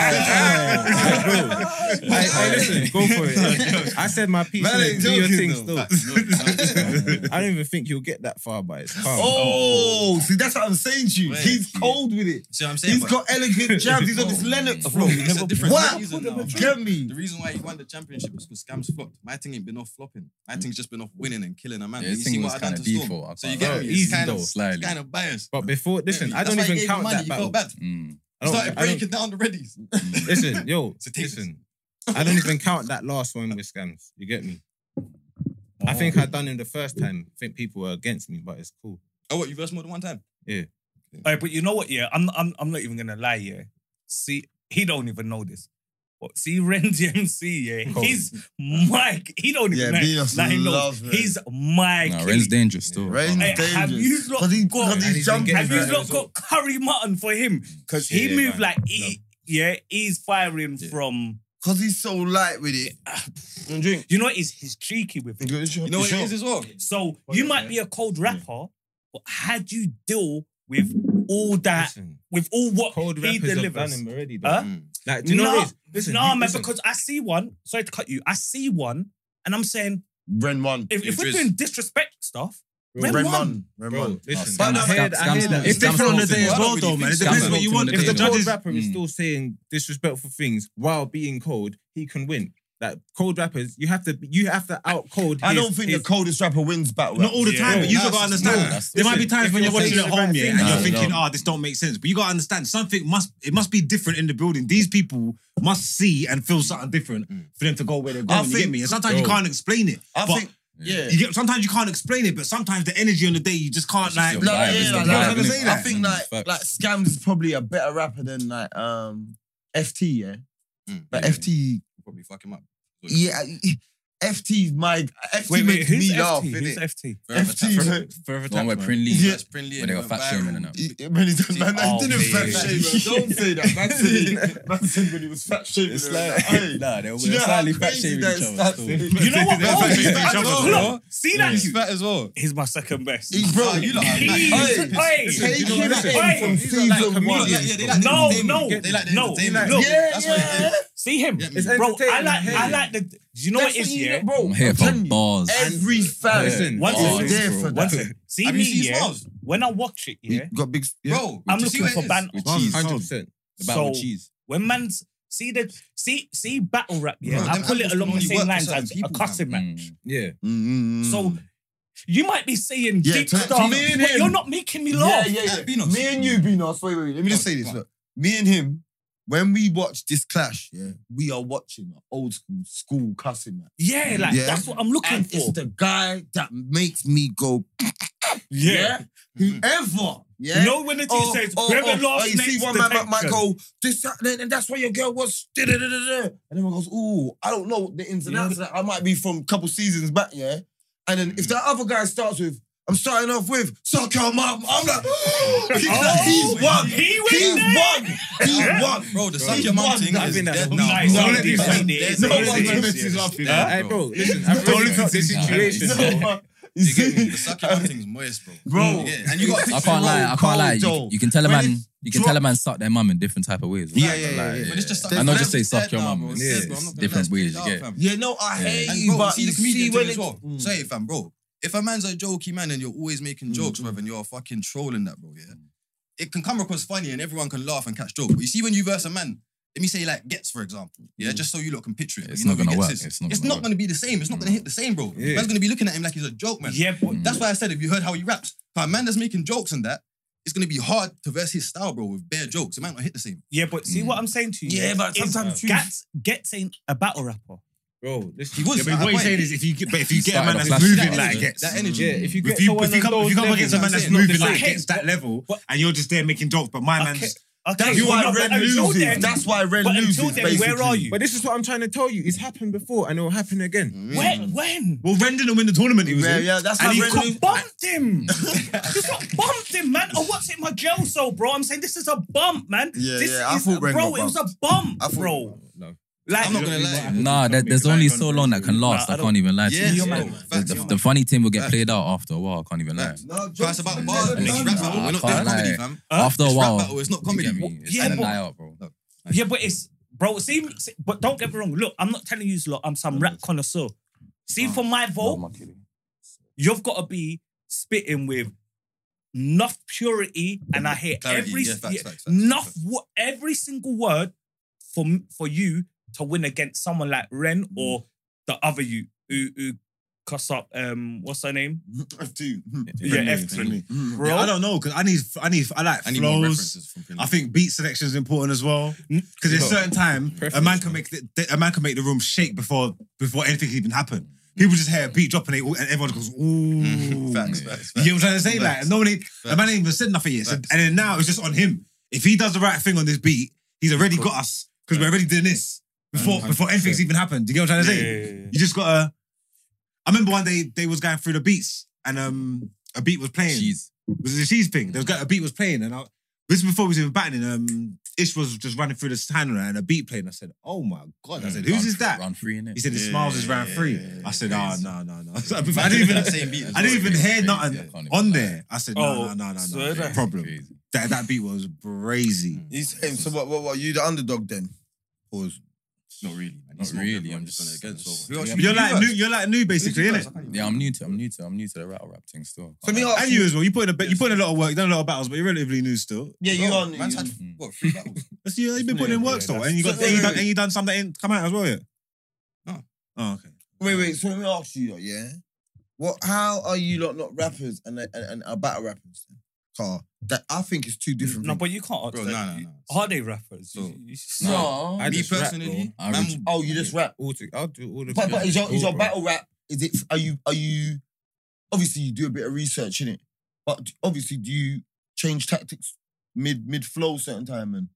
Speaker 6: Hey, bro. Hey,
Speaker 3: *laughs*
Speaker 6: hey, listen, go for it. I said my piece.
Speaker 3: Man
Speaker 6: innit?
Speaker 3: ain't
Speaker 6: do your
Speaker 3: joking,
Speaker 6: thing
Speaker 3: though.
Speaker 6: still. I don't even think you'll get that far, but it's calm.
Speaker 3: Oh, see, that's what I'm saying to you.
Speaker 4: Wait.
Speaker 3: He's cold with it.
Speaker 4: See what I'm saying?
Speaker 3: He's
Speaker 4: But
Speaker 3: got elegant jabs. He's on his
Speaker 4: Oh,
Speaker 3: Lennox
Speaker 4: bro,
Speaker 3: flow.
Speaker 4: it's a different
Speaker 3: What?
Speaker 4: reason now,
Speaker 3: Get
Speaker 4: man.
Speaker 3: me.
Speaker 4: The reason why he won the championship is because scams flopped. My thing ain't been off flopping. My thing's just been off winning and killing a man.
Speaker 1: Yeah,
Speaker 4: you
Speaker 1: his thing
Speaker 4: see
Speaker 1: was
Speaker 4: what I done
Speaker 1: kinda
Speaker 4: to Storm.
Speaker 1: default. I
Speaker 4: So you
Speaker 1: can't
Speaker 4: get
Speaker 1: lie.
Speaker 4: me?
Speaker 1: It's
Speaker 4: It's
Speaker 1: easy
Speaker 4: kind
Speaker 1: though,
Speaker 4: of,
Speaker 1: slightly.
Speaker 4: kind of biased.
Speaker 6: But before, listen, I
Speaker 4: That's
Speaker 6: don't
Speaker 4: why he
Speaker 6: even
Speaker 4: gave
Speaker 6: count
Speaker 4: money,
Speaker 6: that
Speaker 4: he got
Speaker 6: battle.
Speaker 4: bad.
Speaker 1: Mm.
Speaker 6: I don't-
Speaker 4: Started
Speaker 6: I don't-
Speaker 4: breaking down the readies.
Speaker 6: Listen, yo,
Speaker 4: It's a tape.
Speaker 6: listen. I don't even count that last one with scams. You get me? I think I done him the first time. I think people were against me, but it's cool.
Speaker 4: Oh, what? You versed more than one time?
Speaker 5: Hey, but you know what? Yeah, I'm, I'm, I'm not even gonna lie. Yeah, see, he don't even know this. But see, *laughs* Ren DMC, yeah,
Speaker 6: Cold.
Speaker 5: he's Mike. He don't even
Speaker 3: Yeah,
Speaker 5: know.
Speaker 3: Dinos
Speaker 5: Like, he knows.
Speaker 3: loves Ren.
Speaker 5: He's Mike.
Speaker 1: Nah, Ren's dangerous still.
Speaker 3: Ren's
Speaker 5: Hey,
Speaker 3: dangerous.
Speaker 5: have you lot
Speaker 3: Cause he-
Speaker 5: got-
Speaker 3: cause
Speaker 6: And
Speaker 3: he's
Speaker 6: he's been
Speaker 3: jumping.
Speaker 6: getting
Speaker 5: Have you
Speaker 6: Right.
Speaker 5: not got curry mutton for him? Because he
Speaker 6: Yeah,
Speaker 5: moved
Speaker 6: man.
Speaker 5: like he, yeah, he's firing
Speaker 4: Yeah.
Speaker 5: from.
Speaker 3: Cause he's so light with it. And drink.
Speaker 5: You know, what, he's he's cheeky with it.
Speaker 3: You
Speaker 4: You know what it is as well?
Speaker 5: So you might be a cold rapper, but how do you deal with all that?
Speaker 6: Listen,
Speaker 5: With all what
Speaker 6: cold
Speaker 5: Uh, he
Speaker 6: rappers have done
Speaker 5: delivers?
Speaker 6: him already, though.
Speaker 5: Huh?
Speaker 6: Like, do you know
Speaker 5: Nah,
Speaker 6: what it is? Listen,
Speaker 5: no,
Speaker 6: you-
Speaker 5: man,
Speaker 6: listen.
Speaker 5: because I see one. Sorry to cut you. I see one, and I'm saying
Speaker 3: Ren one.
Speaker 5: if, if
Speaker 4: If
Speaker 5: we're
Speaker 4: it's-
Speaker 5: doing disrespect stuff,
Speaker 6: Bro,
Speaker 5: Ren
Speaker 3: Ren
Speaker 5: one.
Speaker 3: one. Ren
Speaker 6: Bro,
Speaker 3: one.
Speaker 6: listen.
Speaker 3: But no,
Speaker 6: I heard, I heard that.
Speaker 2: It's different on the day as well, though, man. It depends
Speaker 1: Scams
Speaker 2: what you
Speaker 1: are
Speaker 2: want.
Speaker 1: not
Speaker 2: If the
Speaker 1: doing
Speaker 6: cold
Speaker 2: judges,
Speaker 6: rapper is
Speaker 1: Mm.
Speaker 6: still saying disrespectful things while being cold, he can win. Like cold rappers, you have to you have to out cold.
Speaker 3: I
Speaker 6: his-
Speaker 3: don't think the
Speaker 6: his-
Speaker 3: coldest rapper wins battle.
Speaker 2: not all the
Speaker 5: Yeah.
Speaker 2: time, but you
Speaker 4: Nah,
Speaker 2: gotta
Speaker 4: it's-
Speaker 2: understand.
Speaker 4: nah,
Speaker 1: that's-
Speaker 2: there might be
Speaker 6: listen,
Speaker 2: times
Speaker 6: if
Speaker 2: when you're
Speaker 6: you're
Speaker 2: watching
Speaker 6: saying
Speaker 2: at
Speaker 6: the right
Speaker 2: home, yeah,
Speaker 6: thing,
Speaker 2: and
Speaker 1: nah,
Speaker 2: you're
Speaker 1: no.
Speaker 2: thinking, "Ah, this don't make sense." But you gotta understand something must it must be different in the building. These people must see and feel something different for them to go where they're going. you get
Speaker 3: think-
Speaker 2: me? And sometimes you
Speaker 1: Bro.
Speaker 2: can't explain it.
Speaker 3: I
Speaker 2: but
Speaker 3: think. Yeah.
Speaker 2: you get, sometimes you can't explain it, but sometimes the energy on the day you just can't like.
Speaker 1: your
Speaker 3: No,
Speaker 1: vibe,
Speaker 3: yeah,
Speaker 1: it's the
Speaker 3: like,
Speaker 1: vibe,
Speaker 3: I was gonna
Speaker 1: innit?
Speaker 3: say that. I think
Speaker 1: Mm,
Speaker 3: like
Speaker 1: facts.
Speaker 3: like Scams is probably a better rapper than like um FT, yeah.
Speaker 4: Mm,
Speaker 3: But
Speaker 1: yeah.
Speaker 3: FT,
Speaker 4: Probably fuck him up.
Speaker 3: yeah, *laughs* FT's my FT
Speaker 5: Wait, wait,
Speaker 3: makes
Speaker 5: who's
Speaker 3: me laugh,
Speaker 5: FT? Who's
Speaker 3: innit?
Speaker 5: FT?
Speaker 4: Forever
Speaker 3: FT,
Speaker 4: tap-
Speaker 3: man.
Speaker 6: forever
Speaker 1: The one where
Speaker 6: tap,
Speaker 1: Prin Lee,
Speaker 3: Yeah.
Speaker 4: That's Prinley
Speaker 1: where they got
Speaker 4: and
Speaker 1: fat
Speaker 4: went
Speaker 1: shaming and
Speaker 4: viral.
Speaker 1: that.
Speaker 3: He- When he done, man,
Speaker 5: Oh,
Speaker 3: he didn't fat
Speaker 5: man.
Speaker 3: *laughs* shame. man. Don't say that. Man said, man said when he was fat shaming.
Speaker 1: It's
Speaker 3: him, *laughs*
Speaker 1: like,
Speaker 3: hey,
Speaker 1: nah, they were
Speaker 3: do you know how
Speaker 1: slightly fat
Speaker 3: crazy
Speaker 1: shaming
Speaker 3: that
Speaker 1: each other.
Speaker 3: stat *laughs*
Speaker 1: still.
Speaker 3: is?
Speaker 5: You know what?
Speaker 2: They're
Speaker 5: bro?
Speaker 2: fat
Speaker 5: He's
Speaker 2: shaming
Speaker 5: fat.
Speaker 2: each other,
Speaker 5: Look,
Speaker 2: bro.
Speaker 5: look, See that?
Speaker 4: He's fat as well.
Speaker 5: He's my second best.
Speaker 3: He- Bro,
Speaker 4: Oh, you lot are
Speaker 5: Please,
Speaker 3: *laughs*
Speaker 4: nice.
Speaker 3: Hey,
Speaker 5: hey,
Speaker 3: Take
Speaker 6: You know what,
Speaker 3: him
Speaker 6: listen,
Speaker 3: in from
Speaker 5: hey,
Speaker 3: season
Speaker 6: like
Speaker 3: one.
Speaker 6: comedians,
Speaker 4: Yeah, yeah, they like the
Speaker 5: No,
Speaker 4: entertainment.
Speaker 5: no,
Speaker 4: They like the
Speaker 5: no,
Speaker 4: entertainment.
Speaker 5: no.
Speaker 3: Yeah,
Speaker 4: That's what it
Speaker 3: yeah.
Speaker 4: is.
Speaker 5: See him,
Speaker 4: Yeah,
Speaker 6: It's
Speaker 5: bro. I
Speaker 6: entertaining,
Speaker 5: like,
Speaker 6: hey.
Speaker 5: I like the. Do you know
Speaker 3: That's
Speaker 5: what it is?
Speaker 3: what you-
Speaker 5: Yeah.
Speaker 3: Bro,
Speaker 1: I'm here
Speaker 3: I'm
Speaker 1: for
Speaker 3: telling you,
Speaker 1: bars.
Speaker 3: Every fan
Speaker 6: Listen,
Speaker 5: One
Speaker 3: is
Speaker 5: second,
Speaker 3: there for
Speaker 5: One
Speaker 3: that.
Speaker 5: second. See
Speaker 4: Have
Speaker 5: me,
Speaker 4: you seen
Speaker 5: yeah.
Speaker 4: Smiles?
Speaker 5: When I watch it, yeah.
Speaker 3: You got big, yeah.
Speaker 4: Bro,
Speaker 5: I'm
Speaker 4: you see
Speaker 5: looking
Speaker 4: what it
Speaker 5: for
Speaker 4: is?
Speaker 5: banter.
Speaker 1: With
Speaker 2: Well,
Speaker 1: cheese.
Speaker 2: how-
Speaker 1: The
Speaker 6: hundred percent.
Speaker 1: battle with
Speaker 5: So-
Speaker 1: cheese.
Speaker 5: When man's see the see see battle rap, yeah.
Speaker 4: Bro,
Speaker 5: I
Speaker 4: them
Speaker 5: pull it
Speaker 4: apples
Speaker 5: along
Speaker 4: can
Speaker 5: the
Speaker 4: only
Speaker 5: same
Speaker 4: work for
Speaker 5: lines
Speaker 4: certain
Speaker 5: as a
Speaker 4: people,
Speaker 5: cussing match.
Speaker 1: Mm.
Speaker 6: Yeah,
Speaker 3: Mm, mm, mm.
Speaker 5: So you might be saying
Speaker 3: Yeah,
Speaker 5: dick
Speaker 3: to- to
Speaker 5: stuff,
Speaker 3: me and
Speaker 5: but
Speaker 3: him.
Speaker 5: you're not making me laugh.
Speaker 3: Yeah, yeah,
Speaker 4: Uh,
Speaker 3: yeah.
Speaker 4: Beanos.
Speaker 3: Me and you, Beanos. Wait, wait, wait. Let me just say this. Look, me and him, when we watch this clash, yeah, we are watching an old school school cussing match.
Speaker 5: Yeah, like
Speaker 3: Yeah.
Speaker 5: that's what I'm looking
Speaker 3: And
Speaker 5: for.
Speaker 3: it's the guy that makes me go
Speaker 5: Yeah.
Speaker 3: Whoever. Yeah.
Speaker 5: You know when the teacher
Speaker 3: Oh,
Speaker 5: says,
Speaker 3: oh, oh.
Speaker 5: whoever last
Speaker 3: Oh, you see
Speaker 5: names
Speaker 3: one man might- might
Speaker 5: detection.
Speaker 3: go, this, that, and and that's why your girl was. da, da, da, da, da." And everyone goes, ooh, I don't know the ins and outs. of that. I might be from a couple seasons back, yeah. And then if that other guy starts with, I'm starting off with, suck your mum. I'm like, he's, like, he's won.
Speaker 5: Oh, He went
Speaker 3: He's
Speaker 5: there.
Speaker 3: won. He's won.
Speaker 4: Bro, the
Speaker 3: Bro,
Speaker 4: suck
Speaker 3: he
Speaker 4: your mum
Speaker 3: won
Speaker 4: thing
Speaker 3: that.
Speaker 4: is
Speaker 6: I think that's
Speaker 4: dead
Speaker 6: a
Speaker 4: now.
Speaker 5: nice.
Speaker 4: Bro,
Speaker 5: Don't
Speaker 4: it's
Speaker 5: do
Speaker 4: dead.
Speaker 5: that.
Speaker 4: It's
Speaker 3: No
Speaker 4: dead.
Speaker 3: one
Speaker 4: It's
Speaker 3: makes
Speaker 4: dead.
Speaker 6: laughing.
Speaker 5: Huh?
Speaker 6: Hey,
Speaker 2: *laughs*
Speaker 6: bro, listen.
Speaker 3: Don't
Speaker 6: I've really
Speaker 3: look
Speaker 6: got
Speaker 3: at *laughs*
Speaker 6: this
Speaker 1: this.
Speaker 6: situation.
Speaker 1: Nah,
Speaker 6: bro.
Speaker 3: So, you
Speaker 4: You get me?
Speaker 3: see?
Speaker 4: The
Speaker 3: *laughs*
Speaker 4: suck your mum thing's moist, bro.
Speaker 3: Bro.
Speaker 4: Yeah, and you got.
Speaker 1: I can't lie. I can't lie. You, you can tell a
Speaker 3: When
Speaker 1: man.
Speaker 3: it's
Speaker 1: You can
Speaker 3: drop-
Speaker 1: tell a man suck their mum in different type of ways.
Speaker 3: Yeah,
Speaker 1: Like,
Speaker 3: yeah, yeah,
Speaker 1: like,
Speaker 3: yeah.
Speaker 4: But it's just
Speaker 1: I know just say suck your mum.
Speaker 4: It's
Speaker 1: Yeah,
Speaker 4: dead, bro. I'm
Speaker 1: it's
Speaker 4: not gonna
Speaker 1: different
Speaker 4: lie, it's
Speaker 1: ways.
Speaker 4: played
Speaker 1: You
Speaker 4: out,
Speaker 1: get.
Speaker 4: fam.
Speaker 3: Yeah, no, I hate
Speaker 4: And
Speaker 3: you,
Speaker 4: bro,
Speaker 3: but
Speaker 4: see
Speaker 3: you
Speaker 4: the comedian
Speaker 3: see
Speaker 4: thing
Speaker 3: when
Speaker 4: as
Speaker 3: it, Mm.
Speaker 4: well. Say it, fam, bro. If a man's a jokey man and you're always making jokes, brother, and you're fucking trolling that, bro, yeah, it can come across funny and everyone can laugh and catch joke. But you see, when you verse a man, let me say like gets, for example, yeah, just so you lot can picture it.
Speaker 1: It's
Speaker 4: you know
Speaker 1: not
Speaker 4: who
Speaker 1: gonna
Speaker 4: Getz
Speaker 1: work.
Speaker 4: is.
Speaker 1: It's not
Speaker 4: It's
Speaker 1: gonna
Speaker 4: not gonna be the same. It's not gonna hit the same, bro.
Speaker 6: Yeah.
Speaker 4: Man's gonna be looking at him like he's a joke man.
Speaker 5: Yeah, but
Speaker 4: That's why I said if you heard how he raps, if a man that's making jokes and that, it's gonna be hard to verse his style, bro, with bare jokes. It might not hit the same.
Speaker 5: yeah, but see what I'm saying to you.
Speaker 3: Mm. Yeah, but
Speaker 5: is
Speaker 3: sometimes you-
Speaker 5: Gats Gets ain't a battle rapper.
Speaker 6: Bro, this
Speaker 4: He was.
Speaker 2: Yeah,
Speaker 4: at
Speaker 2: but
Speaker 4: a
Speaker 2: what he's
Speaker 4: point.
Speaker 2: saying is if you get, but if you get a man
Speaker 1: Started
Speaker 2: that's
Speaker 1: off last
Speaker 2: moving
Speaker 1: year.
Speaker 2: like
Speaker 1: That
Speaker 2: gets,
Speaker 4: That energy.
Speaker 6: Yeah, if you get
Speaker 2: if you
Speaker 6: someone
Speaker 2: if you
Speaker 6: on
Speaker 2: come, if you
Speaker 6: those
Speaker 2: come against a man
Speaker 6: levels, I'm
Speaker 2: that's
Speaker 6: saying,
Speaker 2: moving like
Speaker 5: same.
Speaker 2: gets that level,
Speaker 5: But-
Speaker 2: and you're just there making jokes, but my
Speaker 5: Okay.
Speaker 2: man's
Speaker 5: Okay,
Speaker 3: That's
Speaker 5: but
Speaker 3: why
Speaker 5: no, but
Speaker 3: Ren
Speaker 5: until
Speaker 3: loses.
Speaker 5: then-
Speaker 3: That's why Ren
Speaker 5: but
Speaker 3: loses.
Speaker 5: until then, where are
Speaker 3: basically.
Speaker 5: you?
Speaker 6: But this is what I'm trying to tell you. It's happened before and it will happen again.
Speaker 5: When?
Speaker 3: Mm.
Speaker 5: When?
Speaker 2: well, Ren didn't win the tournament. He was
Speaker 3: Yeah,
Speaker 2: in.
Speaker 3: yeah, that's
Speaker 2: And
Speaker 3: how
Speaker 2: he
Speaker 3: Ren
Speaker 2: cooked
Speaker 3: loses.
Speaker 5: Bumped him. Just like bumped him, man. Oh, what's it, my gel soul, bro? I'm saying this is a bump, man.
Speaker 3: Yeah,
Speaker 5: this
Speaker 3: yeah, I
Speaker 5: is,
Speaker 3: thought Ren
Speaker 5: bro,
Speaker 3: got
Speaker 5: it was a bump,
Speaker 3: I thought-
Speaker 5: bro.
Speaker 6: No.
Speaker 5: Like,
Speaker 4: I'm not gonna lie.
Speaker 1: Nah, there, there's only so long that can last.
Speaker 5: Nah, I
Speaker 1: I can't even lie to
Speaker 4: Yeah,
Speaker 1: you.
Speaker 4: yeah,
Speaker 1: Like,
Speaker 4: man.
Speaker 1: the,
Speaker 4: Facts,
Speaker 1: the,
Speaker 4: yeah,
Speaker 1: the
Speaker 4: man.
Speaker 1: funny thing will get
Speaker 4: Facts.
Speaker 1: played out after a while. I can't even lie.
Speaker 4: Facts.
Speaker 3: No,
Speaker 4: So it's
Speaker 3: jokes
Speaker 4: about
Speaker 3: are
Speaker 4: bars
Speaker 3: never
Speaker 4: and it's
Speaker 3: done,
Speaker 4: rap
Speaker 3: man.
Speaker 4: battle. We're not
Speaker 1: Nah, I
Speaker 4: doing comedy,
Speaker 1: can't
Speaker 4: fam.
Speaker 5: Huh?
Speaker 1: After a
Speaker 4: It's rap
Speaker 1: while,
Speaker 4: battle, it's not
Speaker 1: you
Speaker 4: comedy.
Speaker 1: get me? It's
Speaker 5: Yeah,
Speaker 1: yeah,
Speaker 5: but-
Speaker 1: lie out, bro.
Speaker 5: Yeah, but it's bro. See, see- but don't get me wrong. Look, I'm not telling you, lot. I'm some rap connoisseur. See, for my vote, you've got to be spitting with enough purity, and I hear
Speaker 4: Clarity,
Speaker 5: every
Speaker 4: yeah, facts,
Speaker 5: yeah,
Speaker 4: facts, facts,
Speaker 5: enough
Speaker 4: facts.
Speaker 5: wo- every single word for m- for you to win against someone like Ren or the other you who who cuss up um what's her name
Speaker 3: Dude.
Speaker 5: yeah F
Speaker 4: Friendly.
Speaker 5: three bro.
Speaker 2: Yeah, I don't know because I need, I need, I like
Speaker 4: I need more
Speaker 2: flows.
Speaker 4: references Mm. from Finland.
Speaker 2: I think beat selection is important as well because at a certain time a man can make the, the- a man can make the room shake before before anything can even happen. People just hear a beat dropping it, all- and everyone goes, "Ooh."
Speaker 4: *laughs* Mm-hmm. Facts, facts,
Speaker 2: You know what I'm trying to say?
Speaker 4: Facts.
Speaker 2: Like no one, ain't- a man ain't even said nothing yet. So, and
Speaker 4: Facts.
Speaker 2: then now it's just on him. If he does the right thing on this beat, he's already got us because we're already doing this
Speaker 4: Mm-hmm.
Speaker 2: before before anything's even happened. Do you get what I'm trying to say? You just gotta. I remember one day they was going through the beats and um a beat was playing
Speaker 1: Jeez.
Speaker 2: was the cheese thing. There was got- a beat was playing, and I, this is before we was even battling. Um, Ish was just running through the handler and a beat playing. I said, "Oh my god!" I said, "Whose is that?"
Speaker 1: Round three, innit?
Speaker 2: He said, "It
Speaker 4: Yeah,
Speaker 2: smiles is round
Speaker 4: yeah,
Speaker 2: three.
Speaker 4: yeah,
Speaker 2: I said, "Oh
Speaker 4: crazy.
Speaker 2: no, no, no." So, I didn't even,
Speaker 4: That same
Speaker 1: *laughs*
Speaker 4: beat as
Speaker 2: I didn't
Speaker 4: well,
Speaker 2: even
Speaker 4: yeah.
Speaker 2: hear
Speaker 4: Crazy,
Speaker 2: nothing
Speaker 1: yeah.
Speaker 2: *laughs* on there. I said, "No,
Speaker 5: Oh,
Speaker 2: no, no, no, no."
Speaker 5: so Mm. that-
Speaker 2: Problem.
Speaker 1: Crazy.
Speaker 2: That that beat was brazy.
Speaker 3: He's saying, so what, what, what, you the underdog then? Pause.
Speaker 4: Not really, man.
Speaker 1: Not
Speaker 4: He's not
Speaker 1: really,
Speaker 4: everyone
Speaker 1: I'm
Speaker 4: he's
Speaker 1: just-
Speaker 4: gonna get, so
Speaker 1: just-
Speaker 4: who else
Speaker 1: yeah.
Speaker 4: you-
Speaker 2: You're
Speaker 4: you
Speaker 2: like
Speaker 4: guys?
Speaker 2: new. You're like new, basically,
Speaker 4: Who's you guys? I
Speaker 2: innit?
Speaker 4: can't even
Speaker 1: Yeah,
Speaker 4: remember.
Speaker 1: I'm new to I'm new to I'm new to the rattle rap thing still.
Speaker 3: So me,
Speaker 2: And you as well. You put in a bit. You put in a lot of work. You done a lot of battles, but you're relatively new still.
Speaker 3: Yeah, you
Speaker 4: Bro,
Speaker 3: are.
Speaker 4: Man's had
Speaker 1: Mm.
Speaker 4: *laughs* what three battles?
Speaker 2: That's you. You've been putting in
Speaker 5: Yeah,
Speaker 2: work
Speaker 5: yeah,
Speaker 2: still,
Speaker 5: that's-
Speaker 2: and you got
Speaker 3: So-
Speaker 2: and you done and you done some that ain't come out as well yet.
Speaker 4: No.
Speaker 2: Oh, okay.
Speaker 3: Wait, wait. So let me ask you, lot, yeah. What? How are you lot not rappers and and, and are battle rappers? then? Car that I think is two different.
Speaker 5: no
Speaker 3: things.
Speaker 5: but you can't answer
Speaker 4: Bro,
Speaker 5: that.
Speaker 4: no, no, no.
Speaker 5: are they rappers
Speaker 4: So-
Speaker 5: You- you-
Speaker 1: No,
Speaker 6: I
Speaker 4: Me
Speaker 6: just rap,
Speaker 4: personally,
Speaker 1: bro. I
Speaker 4: man,
Speaker 1: reg-
Speaker 3: oh, you just rap.
Speaker 6: All to, I'll do all the
Speaker 3: But, but is your is your
Speaker 6: Bro.
Speaker 3: battle rap? Is it? Are you are you? Obviously, you do a bit of research in it, but d- obviously, do you change tactics mid mid flow certain time? And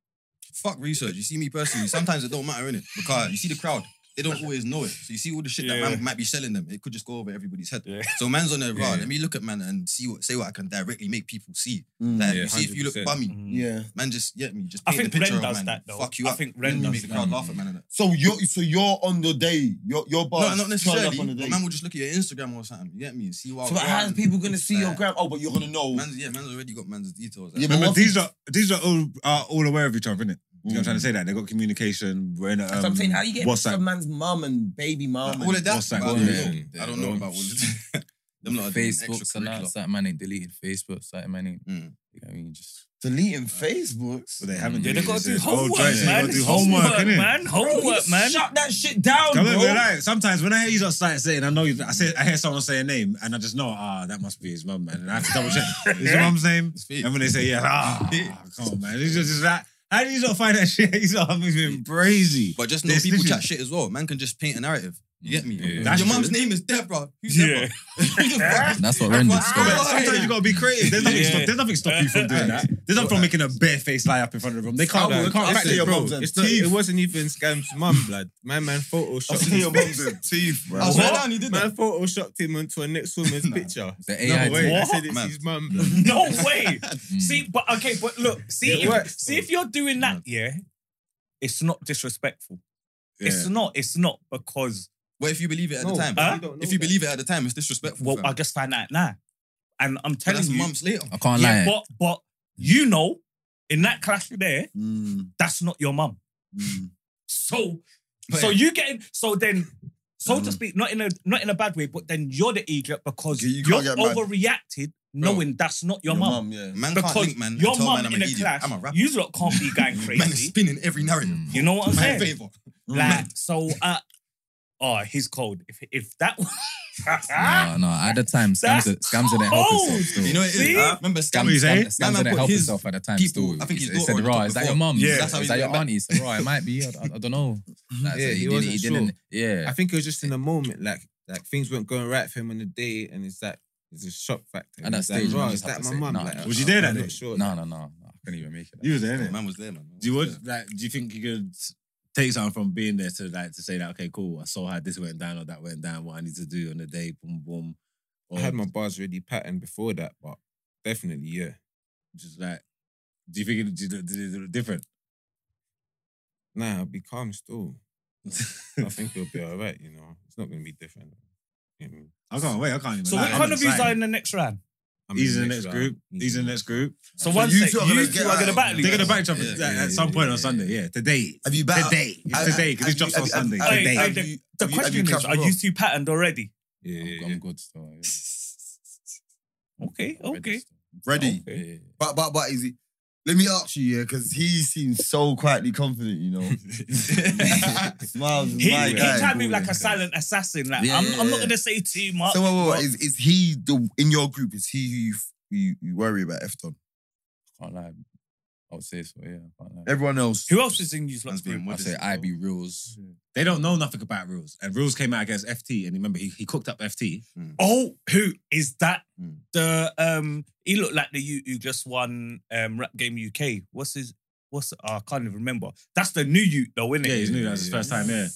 Speaker 4: fuck research. You see me personally. Sometimes it don't matter in it because you see the crowd. They don't always know it. So you see all the shit that
Speaker 5: Yeah.
Speaker 4: man might be selling them. It could just go over everybody's head.
Speaker 5: Yeah.
Speaker 4: So man's on their
Speaker 6: Yeah,
Speaker 4: rod.
Speaker 6: yeah.
Speaker 4: Let me look at man and see what say what I can directly make people see.
Speaker 3: Mm.
Speaker 4: Like
Speaker 6: Yeah,
Speaker 4: you see if you look
Speaker 6: 100%.
Speaker 4: bummy,
Speaker 5: Mm.
Speaker 3: yeah.
Speaker 4: man just get me. Just
Speaker 5: I
Speaker 4: paint
Speaker 5: think
Speaker 4: the picture
Speaker 5: Ren
Speaker 4: of
Speaker 5: does
Speaker 4: man.
Speaker 5: that though.
Speaker 4: Fuck you
Speaker 5: I
Speaker 4: up.
Speaker 5: think Ren
Speaker 4: You
Speaker 5: does
Speaker 4: make the
Speaker 5: that.
Speaker 4: crowd laugh at man. And that.
Speaker 3: So you're so you're on the day. Your your bars.
Speaker 4: No, not
Speaker 3: turn
Speaker 4: necessarily.
Speaker 3: Up on the
Speaker 4: But
Speaker 3: day.
Speaker 4: man will just look at your Instagram or something. You get me? See what.
Speaker 3: so how are people gonna see your gram? Oh, but you're gonna know.
Speaker 4: Man's yeah, man's already got man's details.
Speaker 3: Yeah, but
Speaker 2: Remember,
Speaker 3: what-
Speaker 2: these are these are all are all aware of each other, innit? You know what I'm trying to say? That they got communication. We're in a, um,
Speaker 3: So I'm saying, how you get
Speaker 2: WhatsApp.
Speaker 3: some man's mum and baby mum?
Speaker 4: all
Speaker 3: and-
Speaker 4: of that.
Speaker 2: What's that
Speaker 4: but I
Speaker 2: going
Speaker 4: don't
Speaker 1: on?
Speaker 4: know. I don't know about all
Speaker 5: *laughs*
Speaker 4: of that. Them lot are doing
Speaker 1: Facebook, so now
Speaker 4: extracurricular.
Speaker 1: that man ain't deleted Facebook, that man ain't.
Speaker 4: Mm.
Speaker 1: You know what I mean, just
Speaker 3: Deleting Facebooks.
Speaker 2: But they haven't.
Speaker 5: Yeah,
Speaker 2: done
Speaker 5: they
Speaker 2: it,
Speaker 5: gotta
Speaker 2: so
Speaker 5: do
Speaker 2: it's all
Speaker 5: homework,
Speaker 2: dry, so Oh, they
Speaker 5: man.
Speaker 2: gotta do homework, innit?
Speaker 5: man.
Speaker 3: Bro, you
Speaker 5: Homework,
Speaker 3: just
Speaker 5: man.
Speaker 3: Shut that shit down,
Speaker 2: I'm
Speaker 3: bro.
Speaker 2: not gonna lie. Sometimes when I hear you lot start saying, I know you, I said I hear someone say a name, and I just know, ah, that must be his mum, man. And I have to double check. Is your mum's name?
Speaker 4: It's fake.
Speaker 2: And when they say, yeah, ah, come on, man. It's just, it's like, how do you not find that *laughs* shit? He's not moving crazy.
Speaker 4: But just know
Speaker 2: They're
Speaker 4: people
Speaker 2: snitching.
Speaker 4: chat shit as well. Man can just paint a narrative. You get me?
Speaker 1: Yeah.
Speaker 2: That's
Speaker 4: Your mum's
Speaker 2: true.
Speaker 4: name is Deborah. Who's
Speaker 5: Yeah.
Speaker 4: Deborah? *laughs* Who the
Speaker 1: *laughs*
Speaker 4: fuck is-
Speaker 1: That's what rendered
Speaker 4: Yeah.
Speaker 2: But
Speaker 1: scholars.
Speaker 2: Sometimes you gotta be creative. There's nothing,
Speaker 5: Yeah.
Speaker 2: stop, there's nothing stop you from doing that. There's nothing from making a barefaced lie up in front of them. They can't.
Speaker 3: I
Speaker 2: They
Speaker 3: would-
Speaker 2: can't
Speaker 3: I'd
Speaker 2: practice,
Speaker 3: say your
Speaker 2: bro.
Speaker 3: mum's a
Speaker 6: It's not, it wasn't even Scam's mum, blood. My
Speaker 3: *laughs*
Speaker 6: man photoshopped his
Speaker 3: and teeth, bro.
Speaker 4: I swear down, he did
Speaker 6: Man
Speaker 4: that.
Speaker 6: photoshopped him onto a next woman's picture.
Speaker 1: The
Speaker 6: No
Speaker 1: AI
Speaker 6: way.
Speaker 1: team.
Speaker 6: I
Speaker 5: What?
Speaker 6: said it's
Speaker 4: Man.
Speaker 6: his mum, blood.
Speaker 5: No way.
Speaker 2: Mm.
Speaker 1: Mm.
Speaker 5: see, but okay, but look, see,
Speaker 6: It
Speaker 5: if,
Speaker 6: works,
Speaker 5: see if you're doing that,
Speaker 2: Mm.
Speaker 5: yeah, it's not disrespectful. It's
Speaker 2: Yeah.
Speaker 5: not. It's not because
Speaker 4: What if you believe it at
Speaker 6: No,
Speaker 4: the time?
Speaker 5: Huh?
Speaker 6: you don't know
Speaker 4: If you
Speaker 6: that.
Speaker 4: believe it at the time, it's disrespectful.
Speaker 5: well,
Speaker 4: fam.
Speaker 5: I just found out now, and I'm
Speaker 4: But that's
Speaker 5: telling you,
Speaker 4: months later.
Speaker 1: I can't
Speaker 5: yeah,
Speaker 1: lie.
Speaker 5: but but you know, in that clash there,
Speaker 3: Mm,
Speaker 5: that's not your mum.
Speaker 3: mm.
Speaker 5: So
Speaker 4: But
Speaker 5: so
Speaker 4: yeah.
Speaker 5: you getting so then so to
Speaker 3: Mm.
Speaker 5: speak, not in a not in a bad way, but then you're the idiot because
Speaker 3: You
Speaker 5: you
Speaker 3: can't
Speaker 5: are
Speaker 3: get mad.
Speaker 5: overreacted,
Speaker 4: Bro.
Speaker 5: knowing that's not your, mum.
Speaker 3: yeah.
Speaker 4: Man
Speaker 5: Because
Speaker 4: can't link, man. and
Speaker 5: your
Speaker 4: tell
Speaker 5: mum
Speaker 4: man I'm
Speaker 5: in
Speaker 4: an
Speaker 5: a
Speaker 4: idiot.
Speaker 5: clash,
Speaker 4: I'm a rapper.
Speaker 5: you lot can't be
Speaker 3: *laughs*
Speaker 5: going
Speaker 4: Man is
Speaker 5: crazy.
Speaker 4: spinning every narrative.
Speaker 1: Mm.
Speaker 5: You know what I'm
Speaker 4: My
Speaker 5: saying?
Speaker 4: favor.
Speaker 5: Like, so, uh, oh, he's cold. If if that, *laughs*
Speaker 1: No, no. At the time,
Speaker 5: That's
Speaker 1: scams are- scams didn't help
Speaker 5: cold.
Speaker 1: himself. Still.
Speaker 4: You know it
Speaker 5: See?
Speaker 4: is. huh? Remember
Speaker 1: Scam,
Speaker 4: scam?
Speaker 2: What you say?
Speaker 1: scam, scam
Speaker 4: Man,
Speaker 1: didn't
Speaker 4: put
Speaker 1: help
Speaker 4: his
Speaker 1: himself at the time.
Speaker 4: people-
Speaker 1: still,
Speaker 4: I think his
Speaker 1: He said,
Speaker 4: daughter
Speaker 1: "Raw,
Speaker 4: or
Speaker 1: is
Speaker 4: the
Speaker 1: that your
Speaker 4: daughter.
Speaker 1: mum?
Speaker 5: Yeah.
Speaker 1: Is
Speaker 4: That's how
Speaker 1: that,
Speaker 4: he
Speaker 1: is that your
Speaker 4: went back.
Speaker 1: auntie?" He said, "Raw, it might be. I, I, I don't know." Like,
Speaker 6: Yeah,
Speaker 1: so
Speaker 6: he
Speaker 1: he, didn't.
Speaker 6: wasn't
Speaker 1: He
Speaker 6: sure.
Speaker 1: didn't. Yeah.
Speaker 6: I think it was just in a moment, like like things weren't going right for him on the day, and it's that it's a shock factor.
Speaker 1: At that
Speaker 6: It's like,
Speaker 1: stage,
Speaker 6: "Rah,
Speaker 1: man, you
Speaker 6: is
Speaker 1: just
Speaker 6: that
Speaker 1: have
Speaker 6: my
Speaker 1: to say,
Speaker 6: mum?
Speaker 1: nah,
Speaker 6: Like,
Speaker 2: Was you there
Speaker 6: I'm
Speaker 2: that
Speaker 6: not
Speaker 2: day?
Speaker 6: sure.
Speaker 1: No, no, no. no, I couldn't even make it.
Speaker 2: You was there, innit?
Speaker 4: Man was there, man.
Speaker 2: Do you would like? Do you think you could take something from being there to like to say that? Okay, cool. I saw how this went down or that went down. What I need to do on the day. Boom, boom. Or
Speaker 6: I had my bars really patterned before that, but definitely, yeah.
Speaker 2: just like. Do you think it did, it- did it look different?
Speaker 6: Nah, I'll be calm still. I think it'll be all right, you know. It's not going to be different. You know what I mean?
Speaker 2: I can't wait. I can't even.
Speaker 5: so
Speaker 2: lie.
Speaker 5: what
Speaker 2: I'm
Speaker 5: kind of yous
Speaker 2: excited.
Speaker 5: are in the next round?
Speaker 6: I'm
Speaker 2: He's in the next
Speaker 6: round.
Speaker 2: group. He's in the next group.
Speaker 5: So,
Speaker 3: So
Speaker 5: one
Speaker 3: you
Speaker 5: sec,
Speaker 3: two are gonna
Speaker 5: you
Speaker 3: get
Speaker 5: two are
Speaker 3: out.
Speaker 5: gonna battle
Speaker 2: They're
Speaker 5: each
Speaker 2: gonna
Speaker 5: other.
Speaker 2: back each other
Speaker 4: Yeah,
Speaker 2: at-
Speaker 4: yeah,
Speaker 2: at some point on Sunday. Yeah, today.
Speaker 3: Have you battled?
Speaker 2: Today. It's
Speaker 3: uh, Have-
Speaker 2: today because
Speaker 3: have
Speaker 2: it's
Speaker 3: you-
Speaker 2: just on
Speaker 3: have you-
Speaker 2: Sunday.
Speaker 3: have you-
Speaker 2: Today.
Speaker 5: Hey,
Speaker 3: have
Speaker 5: the-
Speaker 3: you-
Speaker 5: The
Speaker 3: have you- have
Speaker 5: question
Speaker 3: you
Speaker 5: is,
Speaker 3: catch
Speaker 5: are
Speaker 3: Raw?
Speaker 5: you two patterned already?
Speaker 6: Yeah,
Speaker 1: I'm,
Speaker 6: yeah,
Speaker 1: I'm
Speaker 6: yeah.
Speaker 1: good still. Yeah.
Speaker 5: Okay,
Speaker 1: I'm ready
Speaker 5: okay.
Speaker 1: still.
Speaker 3: Ready?
Speaker 1: Yeah, yeah,
Speaker 5: Oh.
Speaker 1: yeah.
Speaker 3: But but but is he? Let me ask you, yeah, because he seems so quietly confident, you
Speaker 2: *laughs*
Speaker 3: know. *laughs* Smiles, is
Speaker 5: He,
Speaker 3: my
Speaker 5: he
Speaker 3: guy.
Speaker 5: tried to be like a silent assassin. Like
Speaker 3: Yeah,
Speaker 5: I'm,
Speaker 3: yeah,
Speaker 5: I'm not
Speaker 3: yeah.
Speaker 5: gonna say too much.
Speaker 3: So wait, wait,
Speaker 5: but-
Speaker 3: wait. Is, is he the in your group? Is he who you f- who you, you worry about? Efton.
Speaker 1: Can't lie. I would say so. Yeah. I
Speaker 4: *laughs*
Speaker 1: Can't lie.
Speaker 3: Everyone else.
Speaker 5: who else is in you lot's
Speaker 4: Man's being
Speaker 5: group?
Speaker 1: I
Speaker 4: modest.
Speaker 1: say I be reals.
Speaker 2: They don't know nothing about rules, and rules came out against FT. And remember, he, he cooked up FT.
Speaker 5: Oh, who is that?
Speaker 4: Mm.
Speaker 5: The um, he looked like the you who just won um rap game UK. What's his? What's oh, I can't even remember. That's the new you though, isn't it?
Speaker 2: Yeah, he knew that was his first time there,